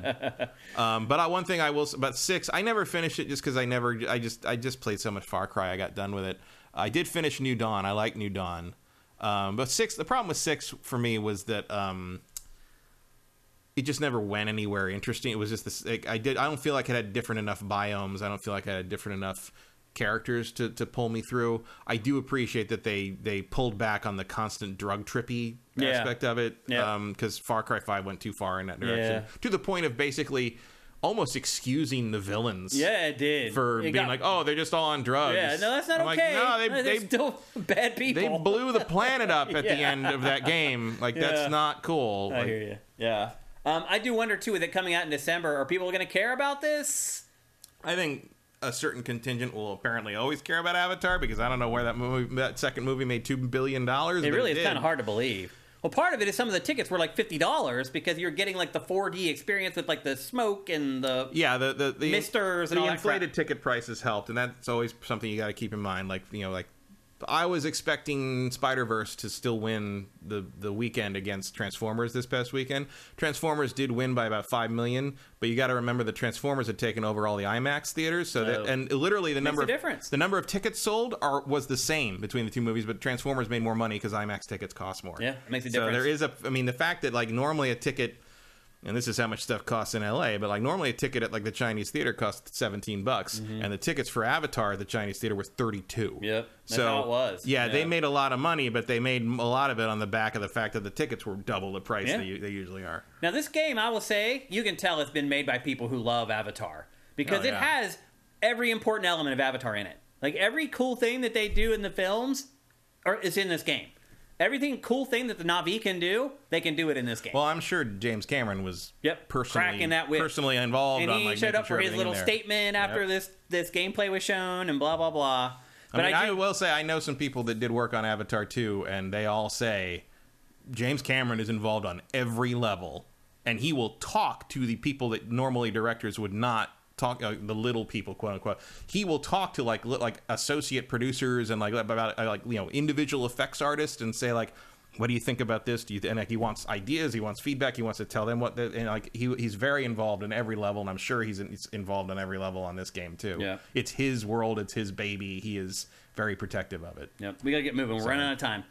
[SPEAKER 2] um, but I, one thing I will, s- about six, I never finished it just because I never. I just I just played so much Far Cry. I got done with it. I did finish New Dawn. I like New Dawn. Um, but six, the problem with six for me was that. Um, it just never went anywhere interesting. It was just this. Like, I did. I don't feel like it had different enough biomes. I don't feel like I had different enough characters to, to pull me through. I do appreciate that they they pulled back on the constant drug trippy
[SPEAKER 3] Yeah.
[SPEAKER 2] aspect of it.
[SPEAKER 3] Yeah.
[SPEAKER 2] Because Far Cry Five went too far in that direction
[SPEAKER 3] Yeah.
[SPEAKER 2] to the point of basically almost excusing the villains.
[SPEAKER 3] Yeah, it did.
[SPEAKER 2] For
[SPEAKER 3] It
[SPEAKER 2] being
[SPEAKER 3] got-
[SPEAKER 2] like, oh, they're just all on drugs.
[SPEAKER 3] yeah, no, that's not
[SPEAKER 2] I'm like,
[SPEAKER 3] okay.
[SPEAKER 2] no,
[SPEAKER 3] They're
[SPEAKER 2] they, they
[SPEAKER 3] still bad people.
[SPEAKER 2] they blew the planet up at the
[SPEAKER 3] Yeah.
[SPEAKER 2] end of that game. Like
[SPEAKER 3] Yeah.
[SPEAKER 2] that's not cool.
[SPEAKER 3] I
[SPEAKER 2] Like,
[SPEAKER 3] hear you. Yeah. Um, I do wonder too with it coming out in December, are people going to care about this?
[SPEAKER 2] I think a certain contingent will apparently always care about Avatar because I don't know where that movie, that second movie made two billion dollars.
[SPEAKER 3] It
[SPEAKER 2] but
[SPEAKER 3] really is
[SPEAKER 2] did.
[SPEAKER 3] kind of hard to believe. Well, part of it is some of the tickets were like fifty dollars because you're getting like the 4D experience with like the smoke and the
[SPEAKER 2] Yeah, the the, the
[SPEAKER 3] Misters and
[SPEAKER 2] the
[SPEAKER 3] all that crap.
[SPEAKER 2] inflated ticket prices helped, and that's always something you got to keep in mind. Like you know, like I was expecting Spider Verse to still win the the weekend against Transformers this past weekend. Transformers did win by about five million, but you got to remember the Transformers had taken over all the IMAX theaters. So
[SPEAKER 3] Oh.
[SPEAKER 2] that, and literally the number
[SPEAKER 3] a
[SPEAKER 2] of,
[SPEAKER 3] difference.
[SPEAKER 2] the number of tickets sold are was the same between the two movies, but Transformers made more money because IMAX tickets cost more.
[SPEAKER 3] Yeah, it makes a
[SPEAKER 2] So
[SPEAKER 3] difference.
[SPEAKER 2] there is a. I mean, the fact that like normally a ticket, and this is how much stuff costs in LA, but like normally a ticket at like the Chinese theater costs seventeen bucks, and the tickets for Avatar at the Chinese theater was thirty two.
[SPEAKER 3] Mm-hmm. Yep, that's
[SPEAKER 2] so
[SPEAKER 3] how it was.
[SPEAKER 2] Yeah, they
[SPEAKER 3] Yeah.
[SPEAKER 2] made a lot of money, but they made a lot of it on the back of the fact that the tickets were double the price
[SPEAKER 3] Yeah.
[SPEAKER 2] they, u- they usually are.
[SPEAKER 3] Now, this game, I will say, you can tell it's been made by people who love Avatar because
[SPEAKER 2] Oh,
[SPEAKER 3] it
[SPEAKER 2] yeah.
[SPEAKER 3] has every important element of Avatar in it. Like every cool thing that they do in the films or is in this game. Everything cool thing that the Navi can do, they can do it in this game.
[SPEAKER 2] Well, I'm sure James Cameron was
[SPEAKER 3] Yep,
[SPEAKER 2] personally
[SPEAKER 3] cracking that whip.
[SPEAKER 2] personally involved.
[SPEAKER 3] and
[SPEAKER 2] on,
[SPEAKER 3] he
[SPEAKER 2] like,
[SPEAKER 3] showed
[SPEAKER 2] making
[SPEAKER 3] up for
[SPEAKER 2] sure
[SPEAKER 3] his
[SPEAKER 2] everything in
[SPEAKER 3] little
[SPEAKER 2] there.
[SPEAKER 3] statement after
[SPEAKER 2] Yep.
[SPEAKER 3] this this gameplay was shown and blah blah blah.
[SPEAKER 2] I mean, I,
[SPEAKER 3] do,
[SPEAKER 2] will say I know some people that did work on Avatar 2, and they all say James Cameron is involved on every level, and he will talk to the people that normally directors would not talk uh, the little people quote unquote he will talk to like li- like associate producers and like about uh, like you know individual effects artists and say like what do you think about this do you th-? and like he wants ideas he wants feedback he wants to tell them what the, and like he, he's very involved in every level and i'm sure he's, in, he's involved on every level on this game too
[SPEAKER 3] Yeah.
[SPEAKER 2] it's his world. It's his baby. He is very protective of it.
[SPEAKER 3] Yep, we gotta get moving. We're running out of time.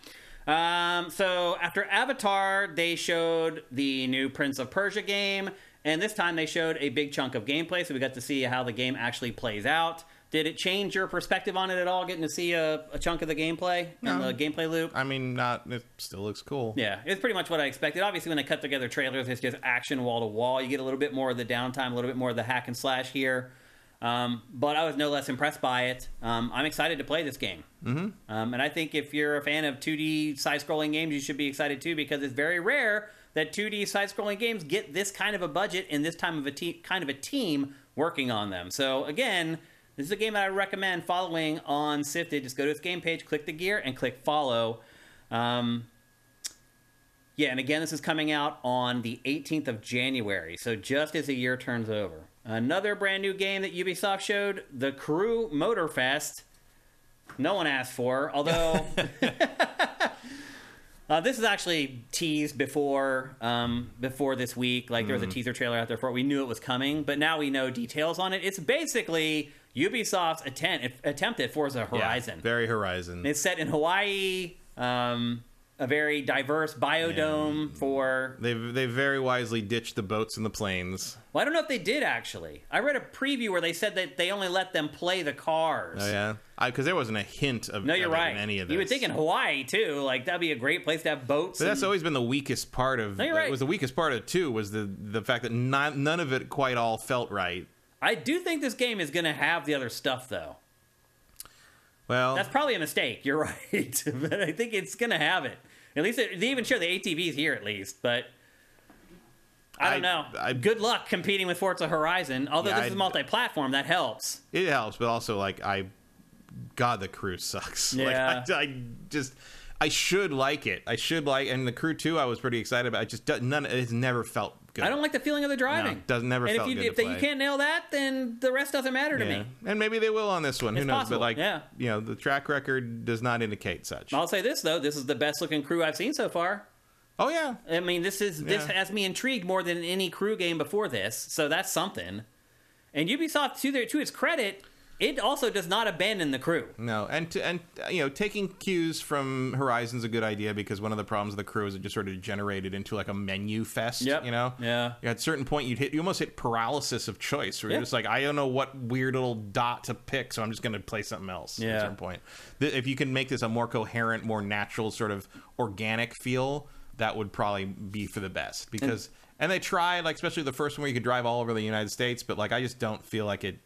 [SPEAKER 3] Um, so after Avatar, they showed the new Prince of Persia game, and this time they showed a big chunk of gameplay, so we got to see how the game actually plays out. Did it change your perspective on it at all? Getting to see a, a chunk of the gameplay and the gameplay loop.
[SPEAKER 2] I mean, not. It still looks cool.
[SPEAKER 3] Yeah, it's pretty much what I expected. Obviously, when they cut together trailers, it's just action wall to wall. You get a little bit more of the downtime, a little bit more of the hack and slash here. Um, but I was no less impressed by it. Um, I'm excited to play this game. Mm-hmm. Um, and I think if you're a fan of 2D side scrolling games, you should be excited too because it's very rare that 2D side scrolling games get this kind of a budget and this time of a te- kind of a team working on them. So again, this is a game that I recommend following on Sifted. Just go to its game page, click the gear, and click follow. Um, Yeah, and again, this is coming out on the 18th of January, so just as the year turns over. Another brand new game that Ubisoft showed, the Crew Motorfest. No one asked for, although uh, this is actually teased before um, before this week. Like there was a teaser trailer out there for it. We knew it was coming, but now we know details on it. It's basically Ubisoft's attempt attempt at Forza Horizon.
[SPEAKER 2] Very Horizon.
[SPEAKER 3] It's set in Hawaii, um, a very diverse biodome for.
[SPEAKER 2] they they very wisely ditched the boats and the planes.
[SPEAKER 3] Well, I don't know if they did actually. I read a preview where they said that they only let them play the cars.
[SPEAKER 2] Oh yeah, because there wasn't a hint of
[SPEAKER 3] No, you're
[SPEAKER 2] of it
[SPEAKER 3] right.
[SPEAKER 2] in any of this.
[SPEAKER 3] you would think in Hawaii too, like that'd be a great place to have boats.
[SPEAKER 2] But that's
[SPEAKER 3] and-
[SPEAKER 2] always been the weakest part of.
[SPEAKER 3] you're right.
[SPEAKER 2] It was the weakest part of two was the the fact that not, none of it quite all felt right.
[SPEAKER 3] I do think this game is going to have the other stuff though.
[SPEAKER 2] Well,
[SPEAKER 3] That's probably a mistake. You're right, but I think it's going to have it. At least it, they even show the ATVs here, at least. But I don't
[SPEAKER 2] I-
[SPEAKER 3] know.
[SPEAKER 2] I-
[SPEAKER 3] Good luck competing with Forza Horizon. Although
[SPEAKER 2] Yeah,
[SPEAKER 3] this is
[SPEAKER 2] I-
[SPEAKER 3] multi-platform, that helps.
[SPEAKER 2] it helps, but also like I, God, the crew sucks.
[SPEAKER 3] Yeah.
[SPEAKER 2] Like I, I just I should like it. I should like and the crew too. I was pretty excited about. I just don't- none. It's never felt good.
[SPEAKER 3] I don't like the feeling of the driving.
[SPEAKER 2] No, doesn't- never
[SPEAKER 3] and
[SPEAKER 2] felt
[SPEAKER 3] if you,
[SPEAKER 2] good
[SPEAKER 3] if
[SPEAKER 2] to
[SPEAKER 3] they- you
[SPEAKER 2] play.
[SPEAKER 3] can't nail that, then the rest doesn't matter to
[SPEAKER 2] Yeah.
[SPEAKER 3] me.
[SPEAKER 2] And maybe they will on this one.
[SPEAKER 3] It's
[SPEAKER 2] Who knows?
[SPEAKER 3] possible,
[SPEAKER 2] But like,
[SPEAKER 3] yeah.
[SPEAKER 2] you know, the track record does not indicate such.
[SPEAKER 3] I'll say this though: this is the best looking crew I've seen so far.
[SPEAKER 2] oh yeah,
[SPEAKER 3] I mean, this is this
[SPEAKER 2] Yeah.
[SPEAKER 3] has me intrigued more than any crew game before this, so that's something. And Ubisoft, to their to its credit, it also does not abandon the crew.
[SPEAKER 2] No, and to, and uh, you know, taking cues from Horizon's a good idea because one of the problems of the crew is it just sort of generated into like a menu fest.
[SPEAKER 3] Yep.
[SPEAKER 2] You know.
[SPEAKER 3] Yeah.
[SPEAKER 2] At a certain point, you'd hit you almost hit paralysis of choice where
[SPEAKER 3] Yeah.
[SPEAKER 2] you're just like, I don't know what weird little dot to pick, so I'm just going to play something else. At
[SPEAKER 3] Yeah.
[SPEAKER 2] a certain point, Th- if you can make this a more coherent, more natural sort of organic feel, that would probably be for the best because. and they tried, like especially the first one where you could drive all over the United States, but like I just don't feel like it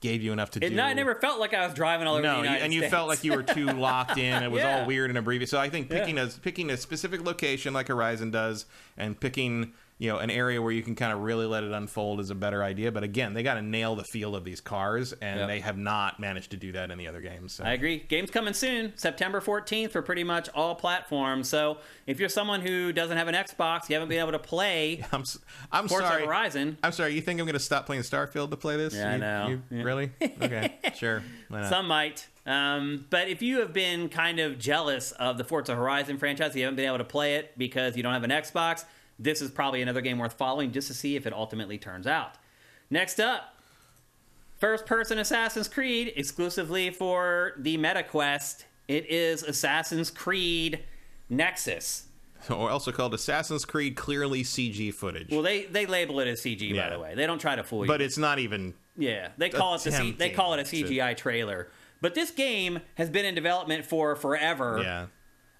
[SPEAKER 2] gave you enough to
[SPEAKER 3] And
[SPEAKER 2] do.
[SPEAKER 3] I never felt like I was driving all over
[SPEAKER 2] No,
[SPEAKER 3] the
[SPEAKER 2] you-
[SPEAKER 3] United
[SPEAKER 2] and you
[SPEAKER 3] States.
[SPEAKER 2] felt like you were too locked in. It was
[SPEAKER 3] Yeah.
[SPEAKER 2] all weird and abbreviated. So I think picking a picking a specific location like Horizon does, and picking you know an area where you can kind of really let it unfold is a better idea. But again, they got to nail the feel of these cars, and
[SPEAKER 3] Yep.
[SPEAKER 2] they have not managed to do that in the other games. So.
[SPEAKER 3] I agree. Game's coming soon, September 14th for pretty much all platforms. So if you're someone who doesn't have an Xbox, you haven't been able to play
[SPEAKER 2] I'm s- I'm
[SPEAKER 3] Forza
[SPEAKER 2] sorry.
[SPEAKER 3] Horizon,
[SPEAKER 2] I'm sorry. You think I'm going to stop playing Starfield to play this?
[SPEAKER 3] Yeah, I
[SPEAKER 2] You-
[SPEAKER 3] know.
[SPEAKER 2] you-
[SPEAKER 3] Yeah.
[SPEAKER 2] Really? Okay. sure. Why not?
[SPEAKER 3] Some might. Um, but if you have been kind of jealous of the Forza Horizon franchise, you haven't been able to play it because you don't have an Xbox, this is probably another game worth following just to see if it ultimately turns out. Next up, first person Assassin's Creed exclusively for the MetaQuest. It is Assassin's Creed Nexus.
[SPEAKER 2] Or also called Assassin's Creed, clearly CG footage.
[SPEAKER 3] Well, they, they label it as CG, by
[SPEAKER 2] Yeah.
[SPEAKER 3] the way. They don't try to fool you.
[SPEAKER 2] but it's not even
[SPEAKER 3] Yeah, they call it the C- they
[SPEAKER 2] attempting
[SPEAKER 3] call it a
[SPEAKER 2] to-
[SPEAKER 3] CGI trailer. But this game has been in development for forever.
[SPEAKER 2] yeah.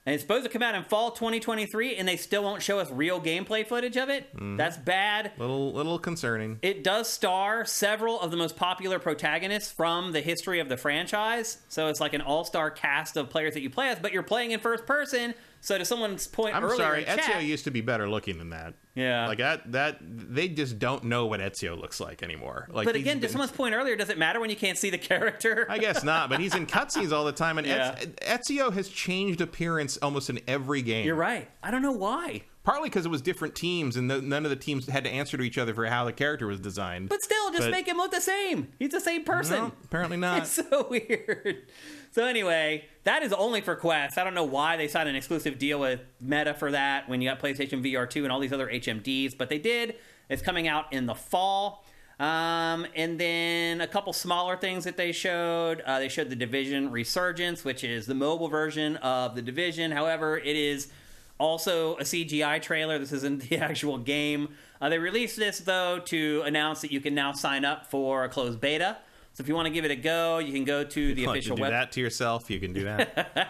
[SPEAKER 3] And it's supposed to come out in fall 2023 and they still won't show us real gameplay footage of it.
[SPEAKER 2] Mm-hmm.
[SPEAKER 3] That's bad.
[SPEAKER 2] Little little concerning.
[SPEAKER 3] It does star several of the most popular protagonists from the history of the franchise. So it's like an all-star cast of players that you play as, but you're playing in first person. So to someone's point
[SPEAKER 2] I'm
[SPEAKER 3] earlier,
[SPEAKER 2] sorry,
[SPEAKER 3] in chat,
[SPEAKER 2] Ezio used to be better looking than that.
[SPEAKER 3] Yeah.
[SPEAKER 2] like that. That they just don't know what Ezio looks like anymore. Like,
[SPEAKER 3] but
[SPEAKER 2] he's
[SPEAKER 3] again, to
[SPEAKER 2] been-
[SPEAKER 3] someone's point earlier, does it matter when you can't see the character?
[SPEAKER 2] I guess not. But he's in cutscenes all the time, and
[SPEAKER 3] Yeah.
[SPEAKER 2] Ez- Ezio has changed appearance almost in every game.
[SPEAKER 3] you're right. I don't know why.
[SPEAKER 2] Partly because it was different teams, and no- none of the teams had to answer to each other for how the character was designed.
[SPEAKER 3] But still, just
[SPEAKER 2] But-
[SPEAKER 3] make him look the same. He's the same person.
[SPEAKER 2] no, apparently not.
[SPEAKER 3] It's so weird. So anyway, that is only for Quest. I don't know why they signed an exclusive deal with Meta for that when you got PlayStation VR 2 and all these other HMDs, but they did. It's coming out in the fall. Um, and then a couple smaller things that they showed. Uh, they showed the Division Resurgence, which is the mobile version of the Division. However, it is also a CGI trailer. This isn't the actual game. Uh, they released this though to announce that you can now sign up for a closed beta. So if you want to give it a go, you can go to the
[SPEAKER 2] Like,
[SPEAKER 3] official
[SPEAKER 2] you do
[SPEAKER 3] web.
[SPEAKER 2] that to yourself. You can do that.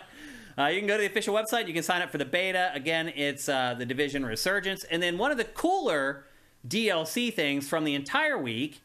[SPEAKER 3] Uh, you can go to the official website. You can sign up for the beta. Again, it's uh, the Division Resurgence. And then one of the cooler DLC things from the entire week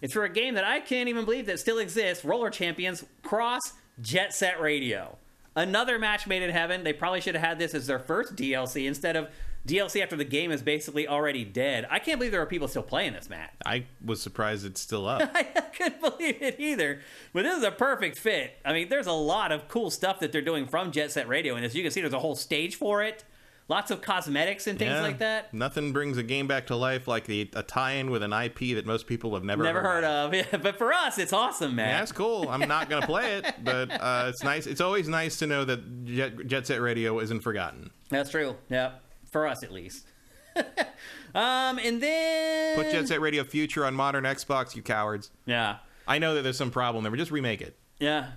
[SPEAKER 3] is for a game that I can't even believe that still exists Roller Champions Cross Jet Set Radio. Another match made in heaven. They probably should have had this as their first DLC instead of DLC after the game is basically already dead. I can't believe there are people still playing this, Matt.
[SPEAKER 2] I was surprised it's still up.
[SPEAKER 3] I couldn't believe it either. But this is a perfect fit. I mean, there's a lot of cool stuff that they're doing from Jet Set Radio, and as you can see, there's a whole stage for it. lots of cosmetics and things
[SPEAKER 2] Yeah.
[SPEAKER 3] like that.
[SPEAKER 2] Nothing brings a game back to life like the, a tie-in with an IP that most people have never
[SPEAKER 3] Never heard
[SPEAKER 2] of.
[SPEAKER 3] of. Yeah, but for us, it's awesome, man.
[SPEAKER 2] Yeah, that's cool. I'm not gonna play it, but uh, it's nice. It's always nice to know that Jet, Jet Set Radio isn't forgotten.
[SPEAKER 3] That's true. Yep. For us, at least. um, and then
[SPEAKER 2] Put Jet Set Radio Future on modern Xbox, you cowards.
[SPEAKER 3] yeah,
[SPEAKER 2] I know that there's some problem there, but just remake it.
[SPEAKER 3] yeah.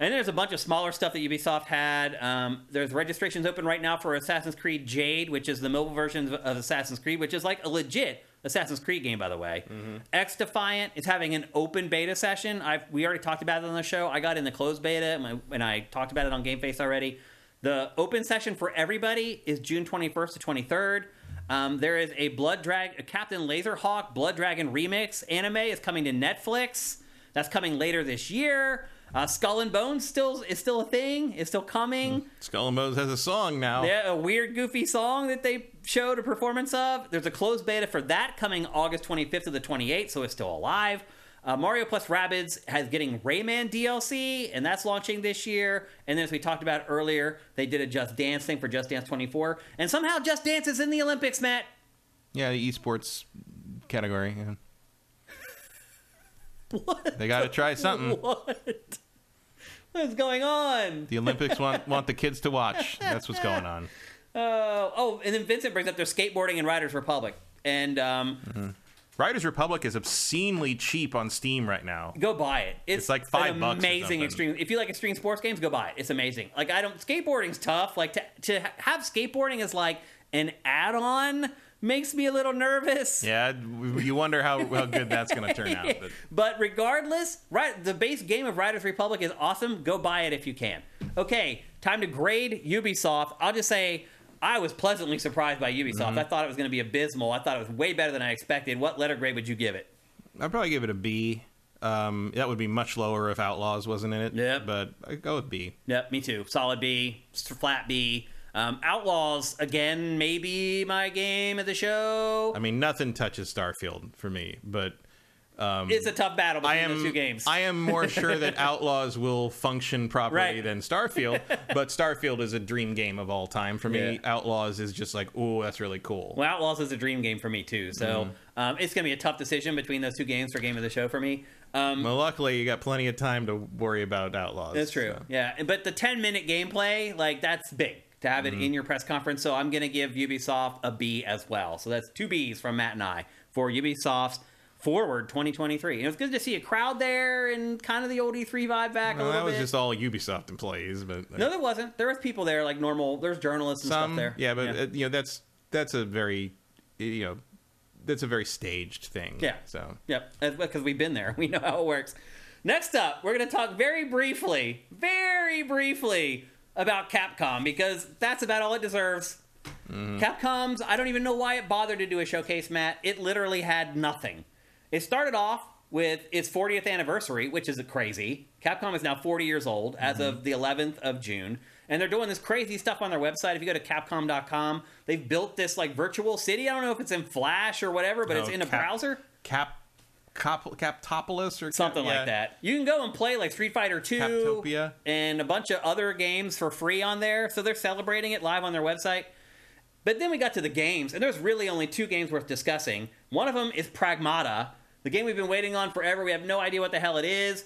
[SPEAKER 3] And there's a bunch of smaller stuff that Ubisoft had. Um, there's registrations open right now for Assassin's Creed Jade, which is the mobile version of Assassin's Creed, which is like a legit Assassin's Creed game, by the way. X Defiant is having an open beta session. I've, we already talked about it on the show. I got in the closed beta, and, I- and I talked about it on Game Face already. The open session for everybody is June 21st to 23rd. Um, there is a Blood Drag a Captain Laserhawk Blood Dragon remix anime is coming to Netflix. That's coming later this year. Uh, Skull and Bones still is still a thing. Is still coming.
[SPEAKER 2] Skull and Bones has a song now.
[SPEAKER 3] Yeah, a weird, goofy song that they showed a performance of. There's a closed beta for that coming August 25th to the 28th, so it's still alive. Uh, Mario plus Rabbids has getting Rayman DLC, and that's launching this year. And then, as we talked about earlier, they did a Just Dance thing for Just Dance 24, and somehow Just Dance is in the Olympics, Matt.
[SPEAKER 2] Yeah, the esports category. Yeah. They got to try something.
[SPEAKER 3] What? What's going on?
[SPEAKER 2] The Olympics want want the kids to watch. That's what's going on.
[SPEAKER 3] Oh, oh, and then Vincent brings up their skateboarding and Riders Republic, and um,
[SPEAKER 2] Riders Republic is obscenely cheap on Steam right now.
[SPEAKER 3] go buy it. It's,
[SPEAKER 2] like five
[SPEAKER 3] an
[SPEAKER 2] bucks or
[SPEAKER 3] Amazing
[SPEAKER 2] something.
[SPEAKER 3] extreme. If you like extreme sports games, go buy it. It's amazing. Like I don't skateboarding's tough. Like to to ha- have skateboarding as like an add on makes me a little nervous.
[SPEAKER 2] Yeah, you wonder how, how good that's going to turn out. But
[SPEAKER 3] But regardless, right, the base game of Riders Republic is awesome. Go buy it if you can. Okay, time to grade Ubisoft. I'll just say I was pleasantly surprised by Ubisoft. I thought it was going to be abysmal. I thought it was way better than I expected. What letter grade would you give it?
[SPEAKER 2] I'd probably give it a B. Um, that would be much lower if Outlaws wasn't in it.
[SPEAKER 3] Yep.
[SPEAKER 2] But I go with B.
[SPEAKER 3] Yep, me too. Solid B, s- flat B. Um, Outlaws again, maybe my game of the show.
[SPEAKER 2] I mean, nothing touches Starfield for me, but
[SPEAKER 3] it's a tough battle
[SPEAKER 2] I
[SPEAKER 3] between
[SPEAKER 2] am
[SPEAKER 3] those two games.
[SPEAKER 2] I am more sure that Outlaws will function properly
[SPEAKER 3] Right.
[SPEAKER 2] than Starfield, but Starfield is a dream game of all time for me.
[SPEAKER 3] Yeah.
[SPEAKER 2] Outlaws is just like, oh, that's really cool.
[SPEAKER 3] well, Outlaws is a dream game for me too, so um, it's gonna be a tough decision between those two games for game of the show for me. Um,
[SPEAKER 2] Well, luckily you got plenty of time to worry about Outlaws.
[SPEAKER 3] That's true.
[SPEAKER 2] so.
[SPEAKER 3] Yeah, and- but the 10 minute gameplay, like that's big to have
[SPEAKER 2] Mm-hmm.
[SPEAKER 3] it in your press conference. So I'm going to give Ubisoft a B as well. So that's two Bs from Matt and I for Ubisoft's Forward 2023. And it was good to see a crowd there and kind of the old E3 vibe back a
[SPEAKER 2] Well,
[SPEAKER 3] little
[SPEAKER 2] that was
[SPEAKER 3] bit.
[SPEAKER 2] just all Ubisoft employees, but
[SPEAKER 3] no, there wasn't. There was people there, like normal. There's journalists and
[SPEAKER 2] some,
[SPEAKER 3] stuff there.
[SPEAKER 2] yeah, but Uh, you know that's that's a very, you know, that's a very staged thing.
[SPEAKER 3] Yeah.
[SPEAKER 2] So
[SPEAKER 3] Yep, because we've been there. We know how it works. Next up, we're going to talk very briefly, very briefly about Capcom because that's about all it deserves. Capcom's, I don't even know why it bothered to do a showcase, Matt. It literally had nothing. It started off with its 40th anniversary, which is crazy. Capcom is now 40 years old as of the 11th of June, and they're doing this crazy stuff on their website. If you go to capcom.com, they've built this like virtual city. I don't know if it's in Flash or whatever, but it's
[SPEAKER 2] Oh,
[SPEAKER 3] in a
[SPEAKER 2] Cap-
[SPEAKER 3] browser
[SPEAKER 2] Cap, Cap, Captopolis or
[SPEAKER 3] something
[SPEAKER 2] yeah.
[SPEAKER 3] like that. You can go and play like Street Fighter Two,
[SPEAKER 2] Captopia.
[SPEAKER 3] and a bunch of other games for free on there. So they're celebrating it live on their website. But then we got to the games, and there's really only two games worth discussing. One of them is Pragmata, the game we've been waiting on forever. We have no idea what the hell it is.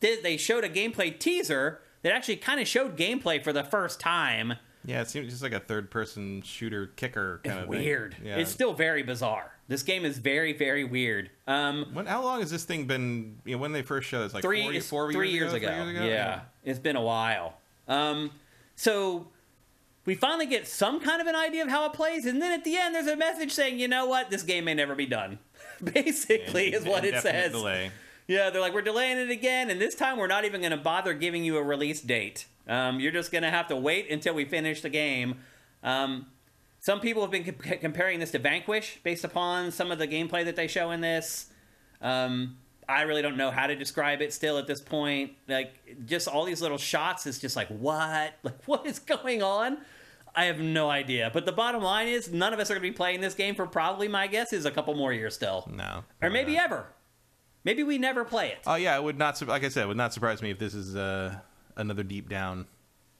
[SPEAKER 3] Did they showed a gameplay teaser that actually kind of showed gameplay for the first time?
[SPEAKER 2] Yeah, it seems just like a third-person shooter kicker kind of thing.
[SPEAKER 3] Weird.
[SPEAKER 2] Yeah.
[SPEAKER 3] It's still very bizarre. This game is very, very weird. Um,
[SPEAKER 2] When, how long has this thing been? You know, when they first showed, it, it's like
[SPEAKER 3] three,
[SPEAKER 2] four,
[SPEAKER 3] it's
[SPEAKER 2] four
[SPEAKER 3] three years, ago.
[SPEAKER 2] three
[SPEAKER 3] Yeah. it's been a while. Um, so we finally get some kind of an idea of how it plays, and then at the end, there's a message saying, "You know what? This game may never be done." Basically, is what it
[SPEAKER 2] Indefinite
[SPEAKER 3] says.
[SPEAKER 2] Delay.
[SPEAKER 3] Yeah, they're like, "We're delaying it again, and this time we're not even going to bother giving you a release date. Um, you're just going to have to wait until we finish the game." Um, some people have been comp- comparing this to Vanquish based upon some of the gameplay that they show in this. Um, I really don't know how to describe it still at this point. Like, just all these little shots is just like, what? Like, what is going on? I have no idea. But the bottom line is, none of us are going to be playing this game for probably, my guess is, a couple more years still.
[SPEAKER 2] No.
[SPEAKER 3] Or maybe
[SPEAKER 2] Yeah.
[SPEAKER 3] ever. Maybe we never play it.
[SPEAKER 2] Oh yeah, it would not. sur- Like I said, it would not surprise me if this is uh, another deep down.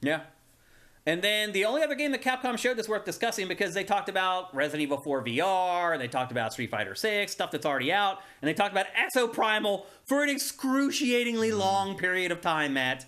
[SPEAKER 3] Yeah. And then the only other game that Capcom showed that's worth discussing because they talked about Resident Evil 4 VR, and they talked about Street Fighter 6, stuff that's already out, and they talked about Exo Primal for an excruciatingly
[SPEAKER 2] Hmm.
[SPEAKER 3] long period of time, Matt.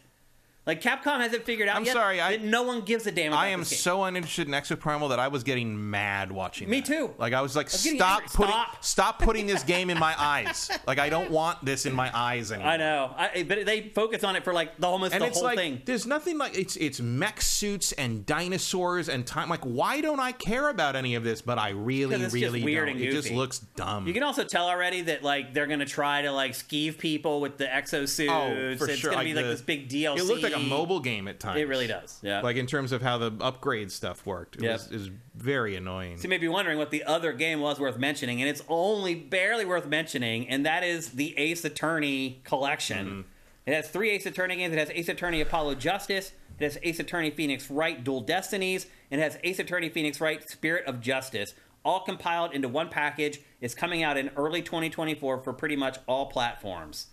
[SPEAKER 3] Like Capcom hasn't figured out
[SPEAKER 2] I'm
[SPEAKER 3] yet
[SPEAKER 2] sorry, I-
[SPEAKER 3] that no one gives a damn about
[SPEAKER 2] I am
[SPEAKER 3] this game.
[SPEAKER 2] so uninterested in Exoprimal that I was getting mad watching.
[SPEAKER 3] Me
[SPEAKER 2] that.
[SPEAKER 3] too.
[SPEAKER 2] Like I was like,
[SPEAKER 3] getting
[SPEAKER 2] stop
[SPEAKER 3] angry.
[SPEAKER 2] putting
[SPEAKER 3] Stop."
[SPEAKER 2] stop. putting this game in my eyes. Like I don't want this in my eyes anymore.
[SPEAKER 3] I know. I, but they focus on it for like the, almost
[SPEAKER 2] And
[SPEAKER 3] the
[SPEAKER 2] it's
[SPEAKER 3] whole
[SPEAKER 2] like
[SPEAKER 3] thing.
[SPEAKER 2] there's nothing like it's it's mech suits and dinosaurs and time. Like why don't I care about any of this? But I really,
[SPEAKER 3] 'Cause it's just
[SPEAKER 2] really
[SPEAKER 3] weird
[SPEAKER 2] don't.
[SPEAKER 3] and
[SPEAKER 2] It just
[SPEAKER 3] goofy.
[SPEAKER 2] looks dumb.
[SPEAKER 3] You can also tell already that like they're gonna try to like skeeve people with the exosuits.
[SPEAKER 2] oh, for
[SPEAKER 3] it's
[SPEAKER 2] sure.
[SPEAKER 3] gonna be like this big DLC.
[SPEAKER 2] It looked like a mobile game at times.
[SPEAKER 3] It really does. Yeah.
[SPEAKER 2] Like in terms of how the upgrade stuff worked, it,
[SPEAKER 3] Yep.
[SPEAKER 2] was, it was very annoying.
[SPEAKER 3] So you may be wondering what the other game was worth mentioning, and it's only barely worth mentioning, and that is the Ace Attorney collection.
[SPEAKER 2] Mm-hmm.
[SPEAKER 3] It has three Ace Attorney games. It has Ace Attorney Apollo Justice. It has Ace Attorney Phoenix Wright Dual Destinies, and it has Ace Attorney Phoenix Wright Spirit of Justice. All compiled into one package. It's coming out in early 2024 for pretty much all platforms.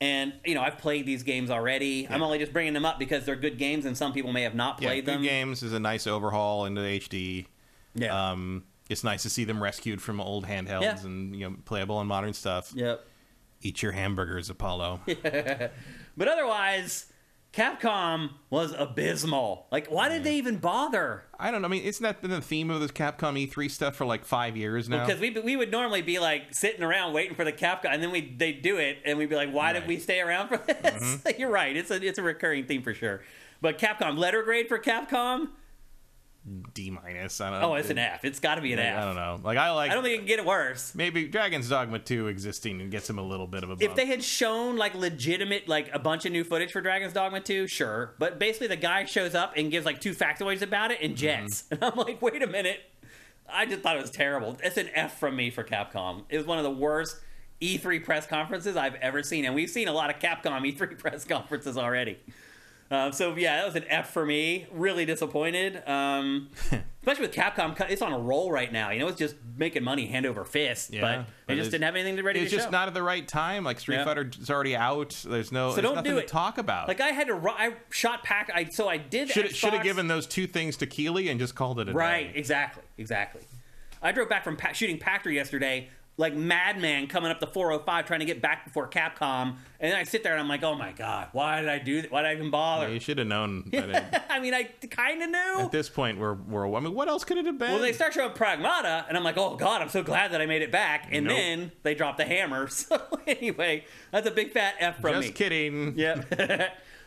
[SPEAKER 3] And you know, I've played these games already. I'm only just bringing them up because they're good games, and some people may have not
[SPEAKER 2] yeah,
[SPEAKER 3] played
[SPEAKER 2] Good
[SPEAKER 3] them.
[SPEAKER 2] Games is a nice overhaul into HD.
[SPEAKER 3] Yeah.
[SPEAKER 2] Um, it's nice to see them rescued from old handhelds
[SPEAKER 3] Yeah.
[SPEAKER 2] and you know playable and modern stuff.
[SPEAKER 3] yep.
[SPEAKER 2] Eat your hamburgers, Apollo.
[SPEAKER 3] But otherwise, Capcom was abysmal. Like, why did they even bother?
[SPEAKER 2] I don't know. I mean, isn't that been the theme of this Capcom E3 stuff for like five years now?
[SPEAKER 3] Because we, we would normally be like sitting around waiting for the Capcom, and then we they do it, and we'd be like, why did
[SPEAKER 2] Right. Mm-hmm.
[SPEAKER 3] we stay around for this? You're right. It's a it's a recurring theme for sure. But Capcom letter grade for Capcom?
[SPEAKER 2] D minus. I don't know.
[SPEAKER 3] Oh, it's an F. It's got to be an
[SPEAKER 2] I
[SPEAKER 3] F.
[SPEAKER 2] don't know. Like I like.
[SPEAKER 3] I don't think it can get it worse.
[SPEAKER 2] maybe Dragon's Dogma 2 existing and gets him a little bit of a bump.
[SPEAKER 3] If they had shown like legitimate, like a bunch of new footage for Dragon's Dogma 2, sure. But basically, the guy shows up and gives like two factoids about it
[SPEAKER 2] Mm-hmm.
[SPEAKER 3] and jets. And I'm like, wait a minute. I just thought it was terrible. It's an F from me for Capcom. It was one of the worst E3 press conferences I've ever seen. And we've seen a lot of Capcom E3 press conferences already. Um, so yeah, that was an F for me. Really disappointed. Um, especially with Capcom, it's on a roll right now. You know, it's just making money hand over fist.
[SPEAKER 2] Yeah,
[SPEAKER 3] but
[SPEAKER 2] but
[SPEAKER 3] they
[SPEAKER 2] it's-
[SPEAKER 3] just didn't have anything ready
[SPEAKER 2] it's
[SPEAKER 3] to
[SPEAKER 2] just
[SPEAKER 3] show.
[SPEAKER 2] not at the right time. Like Street
[SPEAKER 3] Yeah.
[SPEAKER 2] Fighter is already out. There's no. there's
[SPEAKER 3] don't
[SPEAKER 2] nothing
[SPEAKER 3] do
[SPEAKER 2] to
[SPEAKER 3] it.
[SPEAKER 2] talk about.
[SPEAKER 3] Like I had to, ru- I shot pack. I so I did.
[SPEAKER 2] should should have
[SPEAKER 3] Xbox-
[SPEAKER 2] given those two things to Keeley and just called it a
[SPEAKER 3] Right,
[SPEAKER 2] day.
[SPEAKER 3] exactly, exactly. I drove back from pa- shooting Pactor yesterday, like madman, coming up the 405, trying to get back before Capcom. And then I sit there and I'm like, oh my god, why did I do? Th- why did I even bother?
[SPEAKER 2] You should have known. That it,
[SPEAKER 3] I mean, I kind of knew.
[SPEAKER 2] at this point, we're we're. I mean, what else could it have been?
[SPEAKER 3] Well, they start showing Pragmata, and I'm like, oh god, I'm so glad that I made it back. And
[SPEAKER 2] Nope.
[SPEAKER 3] then they drop the hammer. So anyway, that's a big fat F from
[SPEAKER 2] just
[SPEAKER 3] me.
[SPEAKER 2] kidding.
[SPEAKER 3] Yep.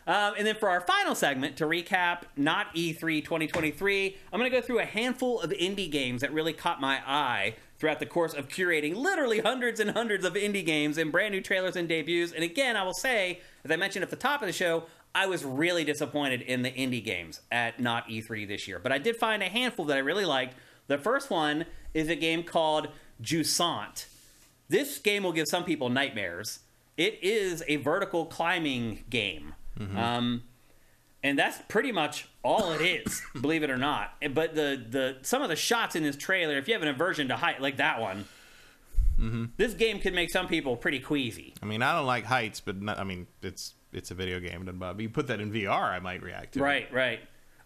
[SPEAKER 3] um, and then for our final segment, to recap, not E E3 2023, I'm going to go through a handful of indie games that really caught my eye throughout the course of curating literally hundreds and hundreds of indie games and brand new trailers and debuts. And again, I will say, as I mentioned at the top of the show, I was really disappointed in the indie games at not E3 this year. But I did find a handful that I really liked. The first one is a game called Jusant. This game will give some people nightmares. It is a vertical climbing game. Um, and that's pretty much all it is, believe it or not. But the, the some of the shots in this trailer, if you have an aversion to height like that one, this game could make some people pretty queasy.
[SPEAKER 2] I mean, I don't like heights, but not, I mean, it's it's a video game. doesn't bother me. You put that in VR, I might react to. it.
[SPEAKER 3] Right, right.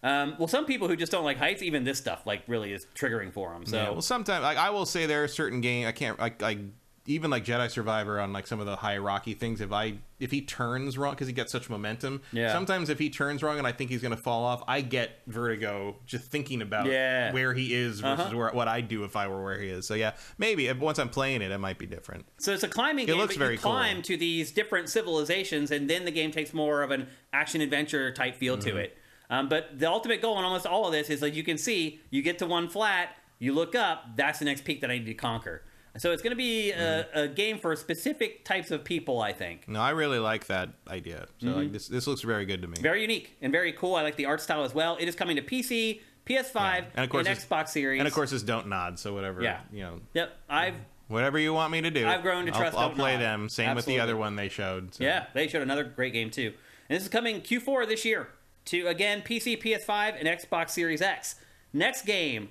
[SPEAKER 3] Um, well, some people who just don't like heights, even this stuff like really is triggering for them. So
[SPEAKER 2] Yeah, well, sometimes like, I will say there are certain game I can't like like even like Jedi Survivor on like some of the high rocky things. If I if he turns wrong because he gets such momentum,
[SPEAKER 3] Yeah.
[SPEAKER 2] Sometimes if he turns wrong and I think he's gonna fall off, I get vertigo just thinking about
[SPEAKER 3] Yeah. Uh-huh.
[SPEAKER 2] where he is versus where, what I do if I were where he is. So yeah, maybe if, once I'm playing it, it might be different.
[SPEAKER 3] So it's a climbing game.
[SPEAKER 2] looks
[SPEAKER 3] but
[SPEAKER 2] very
[SPEAKER 3] you climb
[SPEAKER 2] cool.
[SPEAKER 3] to these different civilizations, and then the game takes more of an action adventure type feel
[SPEAKER 2] Mm-hmm.
[SPEAKER 3] to it. Um, but the ultimate goal in almost all of this is like you can see, you get to one flat, you look up, that's the next peak that I need to conquer. So it's going to be
[SPEAKER 2] Mm-hmm.
[SPEAKER 3] a, a game for specific types of people, I think.
[SPEAKER 2] No, I really like that idea. So like this this looks very good to me.
[SPEAKER 3] Mm-hmm. Very unique and very cool. I like the art style as well. It is coming to PC, PS5,
[SPEAKER 2] And of course it's-
[SPEAKER 3] Xbox Series.
[SPEAKER 2] and of course, Mm-hmm. it's don't nod. So whatever,
[SPEAKER 3] Yeah.
[SPEAKER 2] you know,
[SPEAKER 3] yep. I've
[SPEAKER 2] whatever you want me to do,
[SPEAKER 3] I've grown to
[SPEAKER 2] I'll-
[SPEAKER 3] trust
[SPEAKER 2] I'll,
[SPEAKER 3] Don't
[SPEAKER 2] play
[SPEAKER 3] Nod.
[SPEAKER 2] them. Same with
[SPEAKER 3] Absolutely.
[SPEAKER 2] the other one they showed. so.
[SPEAKER 3] Yeah, they showed another great game too. And this is coming Q4 this year to again PC, PS5, and Xbox Series X. Next game,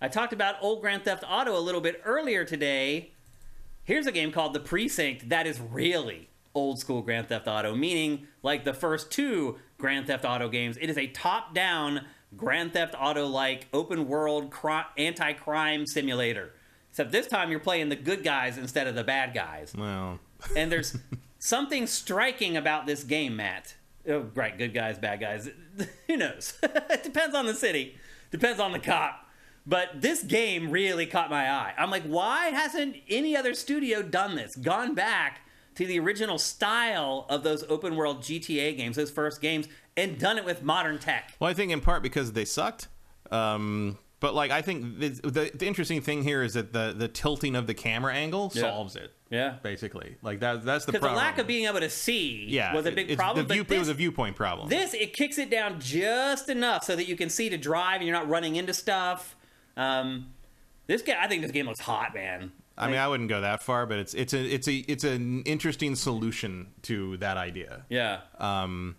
[SPEAKER 3] I talked about old Grand Theft Auto a little bit earlier today. Here's a game called The Precinct that is really old school Grand Theft Auto, meaning like the first two Grand Theft Auto games. It is a top down Grand Theft Auto like open world cri- anti crime simulator. Except this time you're playing the good guys instead of the bad guys.
[SPEAKER 2] Well,
[SPEAKER 3] And there's something striking about this game, Matt. Oh, right, good guys, bad guys. Who knows? it depends on the city, depends on the cop. But this game really caught my eye. I'm like, why hasn't any other studio done this? Gone back to the original style of those open world GTA games, those first games, and done it with modern tech.
[SPEAKER 2] well, I think in part because they sucked. Um, but like, I think the, the, the interesting thing here is that the the tilting of the camera angle solves it.
[SPEAKER 3] Yeah.
[SPEAKER 2] basically, like that. That's the
[SPEAKER 3] Because the
[SPEAKER 2] problem.
[SPEAKER 3] lack of being able to see
[SPEAKER 2] yeah
[SPEAKER 3] was a
[SPEAKER 2] it-
[SPEAKER 3] big
[SPEAKER 2] it's
[SPEAKER 3] problem.
[SPEAKER 2] The
[SPEAKER 3] but
[SPEAKER 2] view, it
[SPEAKER 3] this-
[SPEAKER 2] was a viewpoint problem.
[SPEAKER 3] This it kicks it down just enough so that you can see to drive and you're not running into stuff. Um, this game, I think this game looks hot, man.
[SPEAKER 2] I mean, I wouldn't go that far, but it's it's a it's a it's an interesting solution to that idea.
[SPEAKER 3] Yeah. Um,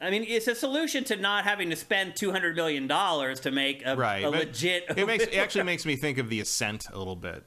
[SPEAKER 3] I mean, it's a solution to not having to spend two hundred million dollars to make a,
[SPEAKER 2] Right,
[SPEAKER 3] a
[SPEAKER 2] but
[SPEAKER 3] legit.
[SPEAKER 2] It makes it actually makes me think of the Ascent a little bit.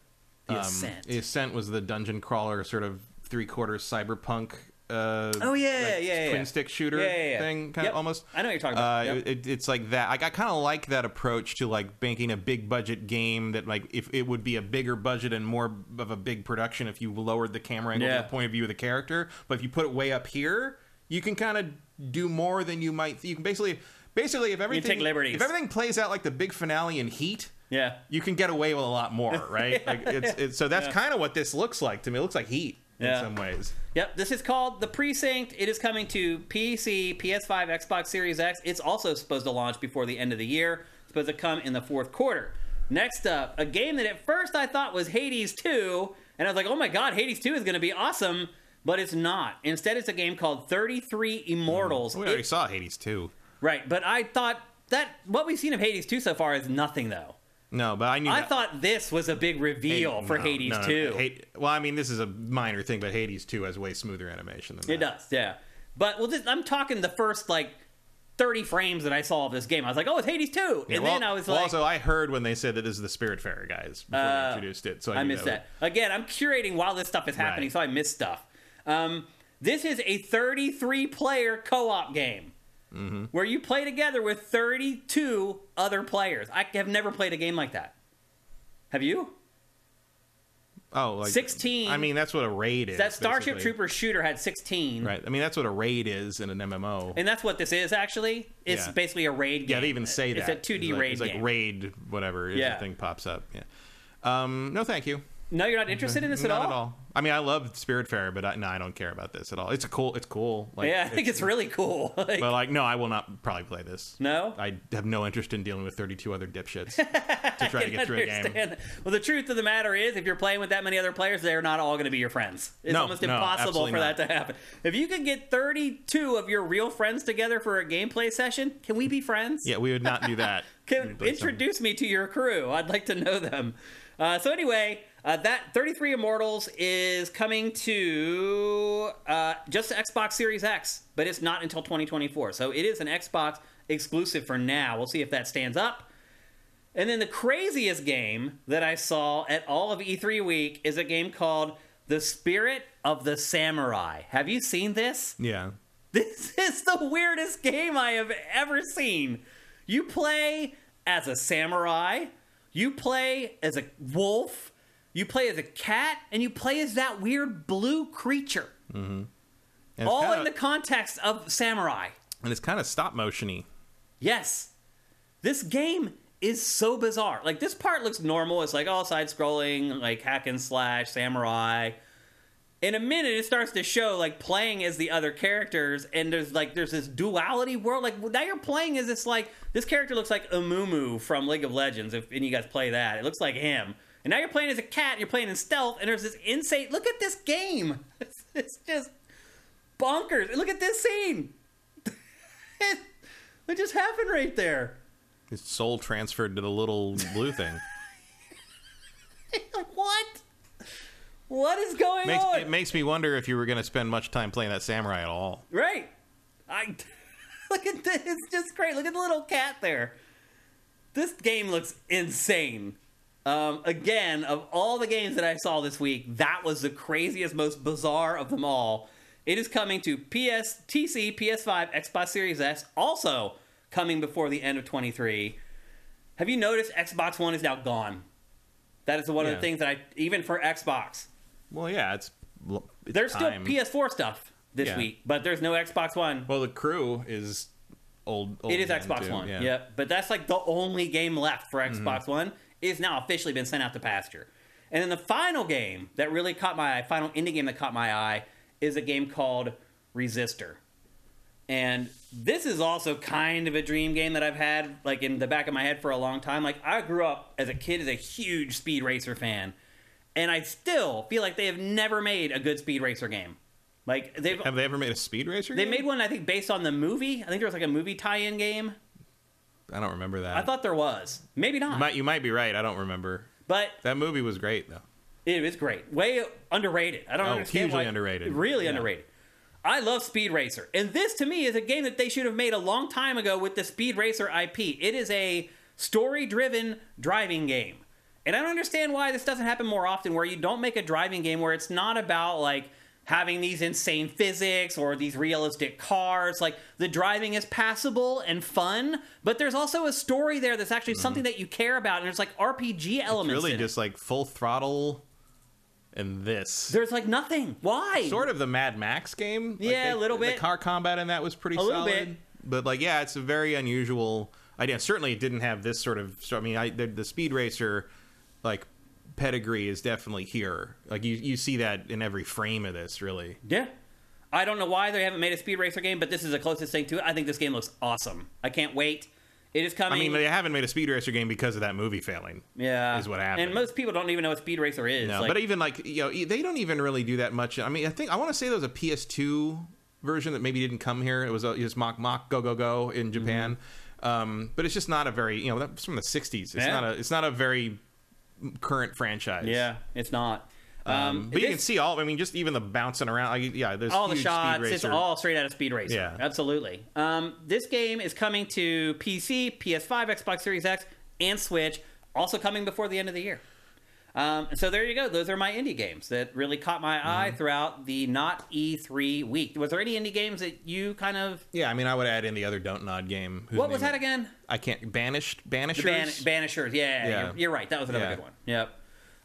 [SPEAKER 2] Um,
[SPEAKER 3] The Ascent.
[SPEAKER 2] The Ascent was the dungeon crawler, sort of three quarters cyberpunk. Uh,
[SPEAKER 3] Oh yeah,
[SPEAKER 2] like,
[SPEAKER 3] yeah, yeah.
[SPEAKER 2] twin stick shooter
[SPEAKER 3] Yeah, yeah, yeah.
[SPEAKER 2] thing, kind
[SPEAKER 3] Yep.
[SPEAKER 2] of almost.
[SPEAKER 3] I know what you're talking about.
[SPEAKER 2] Uh,
[SPEAKER 3] Yep.
[SPEAKER 2] it, it's like that. Like I kind of like that approach to like banking a big budget game that like if it would be a bigger budget and more of a big production if you lowered the camera angle
[SPEAKER 3] Yeah.
[SPEAKER 2] to the point of view of the character, but if you put it way up here, you can kind of do more than you might. You can basically, basically, if everything
[SPEAKER 3] take liberties.
[SPEAKER 2] if everything plays out like the big finale in Heat.
[SPEAKER 3] Yeah.
[SPEAKER 2] You can get away with a lot more, right? Like it's, it's so that's
[SPEAKER 3] Yeah.
[SPEAKER 2] kind of what this looks like to me. It looks like heat
[SPEAKER 3] Yeah.
[SPEAKER 2] in some ways.
[SPEAKER 3] Yep, this is called The Precinct. It is coming to PC, PS5, Xbox Series X. It's also supposed to launch before the end of the year. It's supposed to come in the fourth quarter. Next up, a game that at first I thought was Hades 2, and I was like, oh my god, Hades 2 is going to be awesome, but it's not. Instead, it's a game called 33 Immortals.
[SPEAKER 2] We already
[SPEAKER 3] It-
[SPEAKER 2] saw Hades too.
[SPEAKER 3] right, but I thought that what we've seen of Hades 2 so far is nothing, though.
[SPEAKER 2] No, but I knew.
[SPEAKER 3] I
[SPEAKER 2] that-
[SPEAKER 3] thought this was a big reveal
[SPEAKER 2] Hey,
[SPEAKER 3] for
[SPEAKER 2] no,
[SPEAKER 3] Hades
[SPEAKER 2] no, no,
[SPEAKER 3] 2.
[SPEAKER 2] Had- well, I mean, this is a minor thing, but Hades 2 has way smoother animation than that.
[SPEAKER 3] It does, yeah. But well, this, I'm talking the first like 30 frames that I saw of this game. I was like, oh, it's Hades 2.
[SPEAKER 2] Yeah,
[SPEAKER 3] and
[SPEAKER 2] well-
[SPEAKER 3] then I was
[SPEAKER 2] well,
[SPEAKER 3] like, Uh,
[SPEAKER 2] also, I heard when they said that this is the Spirit Fairer guys before they introduced it, so I,
[SPEAKER 3] I
[SPEAKER 2] knew
[SPEAKER 3] missed that. Again, I'm curating while this stuff is happening,
[SPEAKER 2] Right.
[SPEAKER 3] so I miss stuff. Um, this is a 33 player co op game
[SPEAKER 2] Mm-hmm.
[SPEAKER 3] where you play together with 32 other players. I have never played a game like that. Have you?
[SPEAKER 2] Oh, like
[SPEAKER 3] 16
[SPEAKER 2] I mean, that's what a raid is.
[SPEAKER 3] That Starship
[SPEAKER 2] basically.
[SPEAKER 3] Trooper shooter had 16.
[SPEAKER 2] Right. I mean, that's what a raid is in an MMO.
[SPEAKER 3] And that's what this is actually. It's
[SPEAKER 2] Yeah.
[SPEAKER 3] basically a raid game.
[SPEAKER 2] yeah, they even say
[SPEAKER 3] it's
[SPEAKER 2] that.
[SPEAKER 3] a 2D
[SPEAKER 2] it's like,
[SPEAKER 3] raid
[SPEAKER 2] It's like
[SPEAKER 3] game.
[SPEAKER 2] raid, whatever. Yeah.
[SPEAKER 3] Yeah.
[SPEAKER 2] The thing pops up. Yeah. Um, no, thank you.
[SPEAKER 3] No, you're not interested in this
[SPEAKER 2] Not at all. I mean, I love Spiritfarer, but I, no, I don't care about this at all. It's a cool. It's cool. Like,
[SPEAKER 3] Yeah, I think it's really cool. Like,
[SPEAKER 2] But like, no, I will not probably play this.
[SPEAKER 3] no,
[SPEAKER 2] I have no interest in dealing with 32 other dipshits to try to get through a game.
[SPEAKER 3] understand. Well, the truth of the matter is, if you're playing with that many other players, they're not all going to be your friends. It's
[SPEAKER 2] No,
[SPEAKER 3] almost
[SPEAKER 2] no,
[SPEAKER 3] impossible
[SPEAKER 2] absolutely
[SPEAKER 3] for that
[SPEAKER 2] not.
[SPEAKER 3] to happen. If you can get 32 of your real friends together for a gameplay session, can we be friends?
[SPEAKER 2] Yeah, we would not do that.
[SPEAKER 3] Can introduce me to your crew. I'd like to know them. Uh, so anyway, uh, that 33 Immortals is coming to uh, just Xbox Series X, but it's not until 2024. So it is an Xbox exclusive for now. We'll see if that stands up. And then the craziest game that I saw at all of E3 week is a game called The Spirit of the Samurai. Have you seen this?
[SPEAKER 2] Yeah.
[SPEAKER 3] This is the weirdest game I have ever seen. You play as a samurai, you play as a wolf, you play as a cat, and you play as that weird blue creature.
[SPEAKER 2] And it's
[SPEAKER 3] All
[SPEAKER 2] kinda,
[SPEAKER 3] in the context of samurai.
[SPEAKER 2] and it's kind of stop motiony.
[SPEAKER 3] Yes. This game is so bizarre. Like this part looks normal. It's like all side scrolling, like hack and slash, samurai. In a minute it starts to show like playing as the other characters and there's like there's this duality world. Like now you're playing as this like this character looks like Amumu from League of Legends, if any of you guys play that. It looks like him. And now you're playing as a cat, you're playing in stealth, and there's this insane look at this game. It's, it's just bonkers. Look at this scene. What just happened right there?
[SPEAKER 2] His soul transferred to the little blue thing.
[SPEAKER 3] what? What is going
[SPEAKER 2] Makes,
[SPEAKER 3] on?
[SPEAKER 2] it makes me wonder if you were going to spend much time playing that samurai at all.
[SPEAKER 3] right. I look at this. It's just great. Look at the little cat there. This game looks insane. Um, again, of all the games that I saw this week, that was the craziest, most bizarre of them all. It is coming to PS, TC, PS5, Xbox Series S, also coming before the end of 23. Have you noticed Xbox One is now gone? That is one of
[SPEAKER 2] Yeah.
[SPEAKER 3] the things that I, even for Xbox,
[SPEAKER 2] Well, yeah, it's, l- it's
[SPEAKER 3] there's
[SPEAKER 2] time.
[SPEAKER 3] still PS4 stuff this
[SPEAKER 2] Yeah.
[SPEAKER 3] week, but there's no Xbox One.
[SPEAKER 2] Well, the crew is old. old
[SPEAKER 3] it is
[SPEAKER 2] again,
[SPEAKER 3] Xbox
[SPEAKER 2] too,
[SPEAKER 3] One.
[SPEAKER 2] Yeah. Mm-hmm.
[SPEAKER 3] Yep. But that's like the only game left for Xbox One. Is now officially been sent out to pasture. And then the final game that really caught my eye, final indie game that caught my eye, is a game called Resistor. And this is also kind of a dream game that I've had like in the back of my head for a long time. Like I grew up as a kid as a huge speed racer fan. And I still feel like they have never made a good speed racer game. Like they've
[SPEAKER 2] Have they ever made a speed racer?
[SPEAKER 3] they
[SPEAKER 2] game?
[SPEAKER 3] made one I think based on the movie. I think there was like a movie tie-in game.
[SPEAKER 2] I don't remember that.
[SPEAKER 3] I thought there was. Maybe not.
[SPEAKER 2] you might, you might be right. I don't remember.
[SPEAKER 3] but
[SPEAKER 2] That movie was great though.
[SPEAKER 3] it is great. Way underrated. I don't
[SPEAKER 2] Oh,
[SPEAKER 3] understand
[SPEAKER 2] hugely
[SPEAKER 3] why-
[SPEAKER 2] underrated.
[SPEAKER 3] Really
[SPEAKER 2] Yeah.
[SPEAKER 3] underrated. I love Speed Racer. And this to me is a game that they should have made a long time ago with the Speed Racer IP. It is a story-driven driving game. And I don't understand why this doesn't happen more often where you don't make a driving game where it's not about like having these insane physics or these realistic cars. Like the driving is passable and fun, but there's also a story there that's actually something that you care about and there's like RPG elements.
[SPEAKER 2] Mm-hmm. Really,
[SPEAKER 3] in it.
[SPEAKER 2] just like full throttle, and this.
[SPEAKER 3] There's like nothing. Why?
[SPEAKER 2] sort of the Mad Max game. Like,
[SPEAKER 3] Yeah, a
[SPEAKER 2] they-
[SPEAKER 3] little
[SPEAKER 2] The
[SPEAKER 3] bit.
[SPEAKER 2] car combat in that was pretty
[SPEAKER 3] A
[SPEAKER 2] solid.
[SPEAKER 3] little bit.
[SPEAKER 2] But like, yeah, it's a very unusual idea. Certainly, it didn't have this sort of. So, I mean, I, the, the Speed Racer, like pedigree is definitely here. Like you, you see that in every frame of this, really.
[SPEAKER 3] Yeah. I don't know why they haven't made a Speed Racer game, but this is the closest thing to it. I think this game looks awesome. I can't wait. It is
[SPEAKER 2] I
[SPEAKER 3] coming.
[SPEAKER 2] mean, they haven't made a Speed Racer game because of that movie failing.
[SPEAKER 3] yeah,
[SPEAKER 2] is what happened.
[SPEAKER 3] And most people don't even know what Speed Racer is.
[SPEAKER 2] No,
[SPEAKER 3] like,
[SPEAKER 2] but even like you know, e- they don't even really do that much. I mean, I think I want to say there was a PS2 version that maybe didn't come here. It was a, just mock mock go go go
[SPEAKER 3] Mm-hmm.
[SPEAKER 2] in Japan, um, but it's just not a very you know that's from the '60s. It's
[SPEAKER 3] Yeah.
[SPEAKER 2] not a it's not a very current franchise.
[SPEAKER 3] yeah, it's not. Um,
[SPEAKER 2] but you can
[SPEAKER 3] this-
[SPEAKER 2] see all. I mean, just even the bouncing around. Like, yeah, there's
[SPEAKER 3] all the
[SPEAKER 2] huge
[SPEAKER 3] shots.
[SPEAKER 2] Speed
[SPEAKER 3] It's
[SPEAKER 2] Racer.
[SPEAKER 3] all straight out of Speed Racer.
[SPEAKER 2] Yeah.
[SPEAKER 3] absolutely. Um, this game is coming to PC, PS5, Xbox Series X, and Switch. Also coming before the end of the year. Um, so there you go. Those are my indie games that really caught my eye
[SPEAKER 2] Mm-hmm.
[SPEAKER 3] throughout the not E3 week. Was there any indie games that you kind of
[SPEAKER 2] Yeah, I mean, I would add in the other Don't Nod game. whose
[SPEAKER 3] what was
[SPEAKER 2] name
[SPEAKER 3] that again?
[SPEAKER 2] I can't banished
[SPEAKER 3] The
[SPEAKER 2] banishers.
[SPEAKER 3] Ban- Banishers. Yeah,
[SPEAKER 2] Yeah.
[SPEAKER 3] You're, you're right. That was another
[SPEAKER 2] Yeah.
[SPEAKER 3] good one. Yep.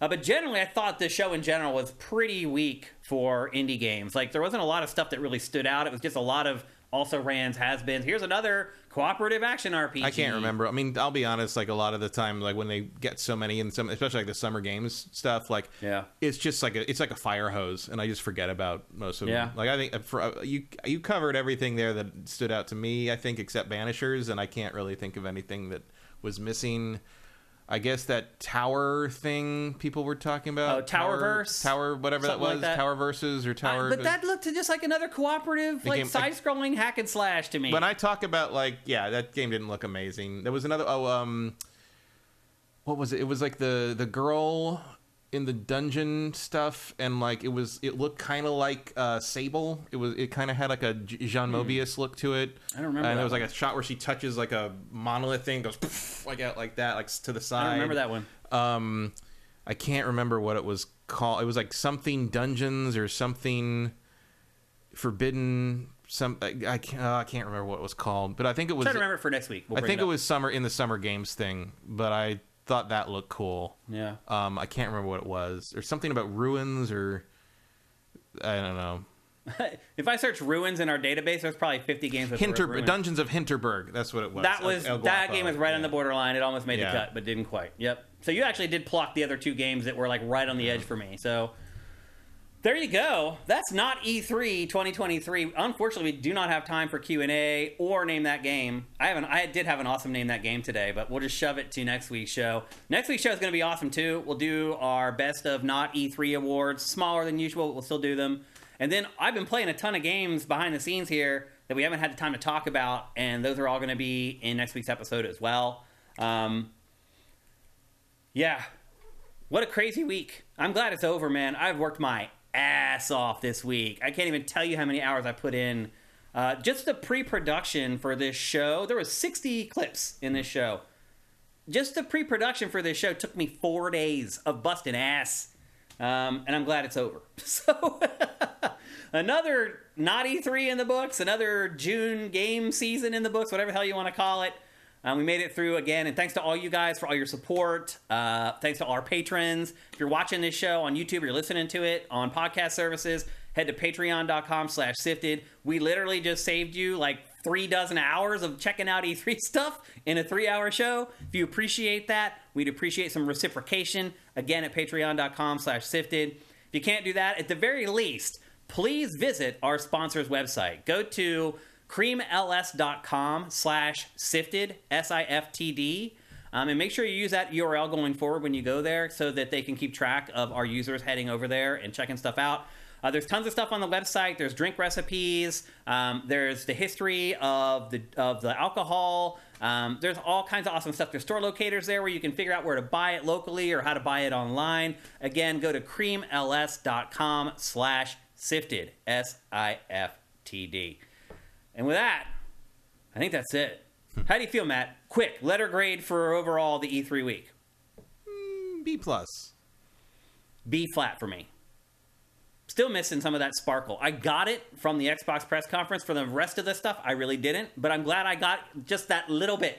[SPEAKER 3] Uh, but generally, I thought the show in general was pretty weak for indie games. Like there wasn't a lot of stuff that really stood out. It was just a lot of also rans has been. Here's another cooperative action RPG.
[SPEAKER 2] I can't remember. I mean, I'll be honest. Like a lot of the time, like when they get so many, and some, especially like the summer games stuff, like
[SPEAKER 3] Yeah.
[SPEAKER 2] it's just like a, it's like a fire hose, and I just forget about most of
[SPEAKER 3] Yeah.
[SPEAKER 2] them. Like I think for, uh, you you covered everything there that stood out to me. I think except Banishers, and I can't really think of anything that was missing. I guess that tower thing people were talking about.
[SPEAKER 3] Oh, Towerverse?
[SPEAKER 2] Tower, whatever that
[SPEAKER 3] Something like
[SPEAKER 2] was.
[SPEAKER 3] that.
[SPEAKER 2] Tower versus or
[SPEAKER 3] Uh,
[SPEAKER 2] tower.
[SPEAKER 3] but that looked just like another cooperative, like
[SPEAKER 2] game-
[SPEAKER 3] side-scrolling hack and slash to me.
[SPEAKER 2] when I talk about like yeah, that game didn't look amazing. There was another oh um what was it? It was like the the girl in the dungeon stuff and like it was it looked kind of like uh Sable. It was it kind of had like a J- Jean Mobius look to it.
[SPEAKER 3] Hmm. I don't remember
[SPEAKER 2] And
[SPEAKER 3] that
[SPEAKER 2] there was
[SPEAKER 3] one.
[SPEAKER 2] like a shot where she touches like a monolith thing goes poof, like out like that like s- to the side.
[SPEAKER 3] I don't remember that one.
[SPEAKER 2] Um I can't remember what it was called. It was like something dungeons or something forbidden some I, I can't, uh, I can't remember what it was called, but I think it was
[SPEAKER 3] Try to remember it for next week. We'll
[SPEAKER 2] I
[SPEAKER 3] bring
[SPEAKER 2] think
[SPEAKER 3] it,
[SPEAKER 2] it
[SPEAKER 3] up.
[SPEAKER 2] was summer in the summer games thing, but I thought that looked cool.
[SPEAKER 3] Yeah.
[SPEAKER 2] Um I can't remember what it was. Or something about ruins or I don't know.
[SPEAKER 3] if I search ruins in our database, there's probably 50 games with
[SPEAKER 2] Hinter
[SPEAKER 3] ruins.
[SPEAKER 2] Dungeons of Hinterberg, that's what it was.
[SPEAKER 3] That was
[SPEAKER 2] El
[SPEAKER 3] that
[SPEAKER 2] Guapo,
[SPEAKER 3] game was right on
[SPEAKER 2] yeah.
[SPEAKER 3] the borderline. It almost made
[SPEAKER 2] Yeah.
[SPEAKER 3] the cut, but didn't quite. Yep. So you actually did pluck the other two games that were like right on the
[SPEAKER 2] Uh-huh.
[SPEAKER 3] edge for me. So there you go. That's not E E3 2023. Unfortunately, we do not have time for Q and A or name that game. I haven't. I did have an awesome name that game today, but we'll just shove it to next week's show. Next week's show is going to be awesome too. We'll do our best of not E3 awards, smaller than usual, but we'll still do them. And then I've been playing a ton of games behind the scenes here that we haven't had the time to talk about, and those are all going to be in next week's episode as well. Um, yeah. What a crazy week. I'm glad it's over, man. I've worked my ass off this week. I can't even tell you how many hours I put in. Uh, just the pre production for this show, there was 60 clips in this show. just the pre-production for this show took me four days of busting ass, um, and I'm glad it's over. So another not E3 in the books, another June game season in the books, whatever the hell you want to call it. Um, we made it through again, and thanks to all you guys for all your support. Uh, thanks to all our patrons. If you're watching this show on YouTube, or you're listening to it on podcast services. Head to Patreon.com/sifted. We literally just saved you like three dozen hours of checking out E3 stuff in a three-hour show. If you appreciate that, we'd appreciate some reciprocation. Again, at Patreon.com/sifted. If you can't do that, at the very least, please visit our sponsor's website. Go to creamls.com slash sifted, S-I-F-T-D, um, and make sure you use that URL going forward when you go there so that they can keep track of our users heading over there and checking stuff out. Uh, there's tons of stuff on the website. There's drink recipes. Um, there's the history of the of the alcohol. Um, there's all kinds of awesome stuff. There's store locators there where you can figure out where to buy it locally or how to buy it online. Again, go to creamls.com slash sifted, S-I-F-T-D. And with that, I think that's it. How do you feel, Matt? Quick, letter grade for overall the E3 week.
[SPEAKER 2] B plus.
[SPEAKER 3] B flat for me. Still missing some of that sparkle. I got it from the Xbox press conference. For the rest of the stuff, I really didn't, but I'm glad I got just that little bit.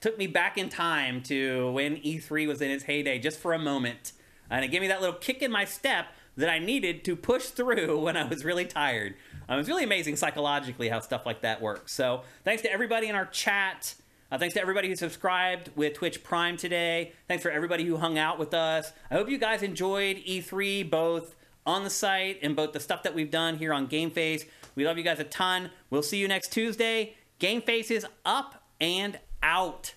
[SPEAKER 3] Took me back in time to when E3 was in its heyday just for a moment. And it gave me that little kick in my step that I needed to push through when I was really tired. Um, it's really amazing psychologically how stuff like that works. So, thanks to everybody in our chat. Uh, thanks to everybody who subscribed with Twitch Prime today. Thanks for everybody who hung out with us. I hope you guys enjoyed E3 both on the site and both the stuff that we've done here on Game Face. We love you guys a ton. We'll see you next Tuesday. Game Face is up and out.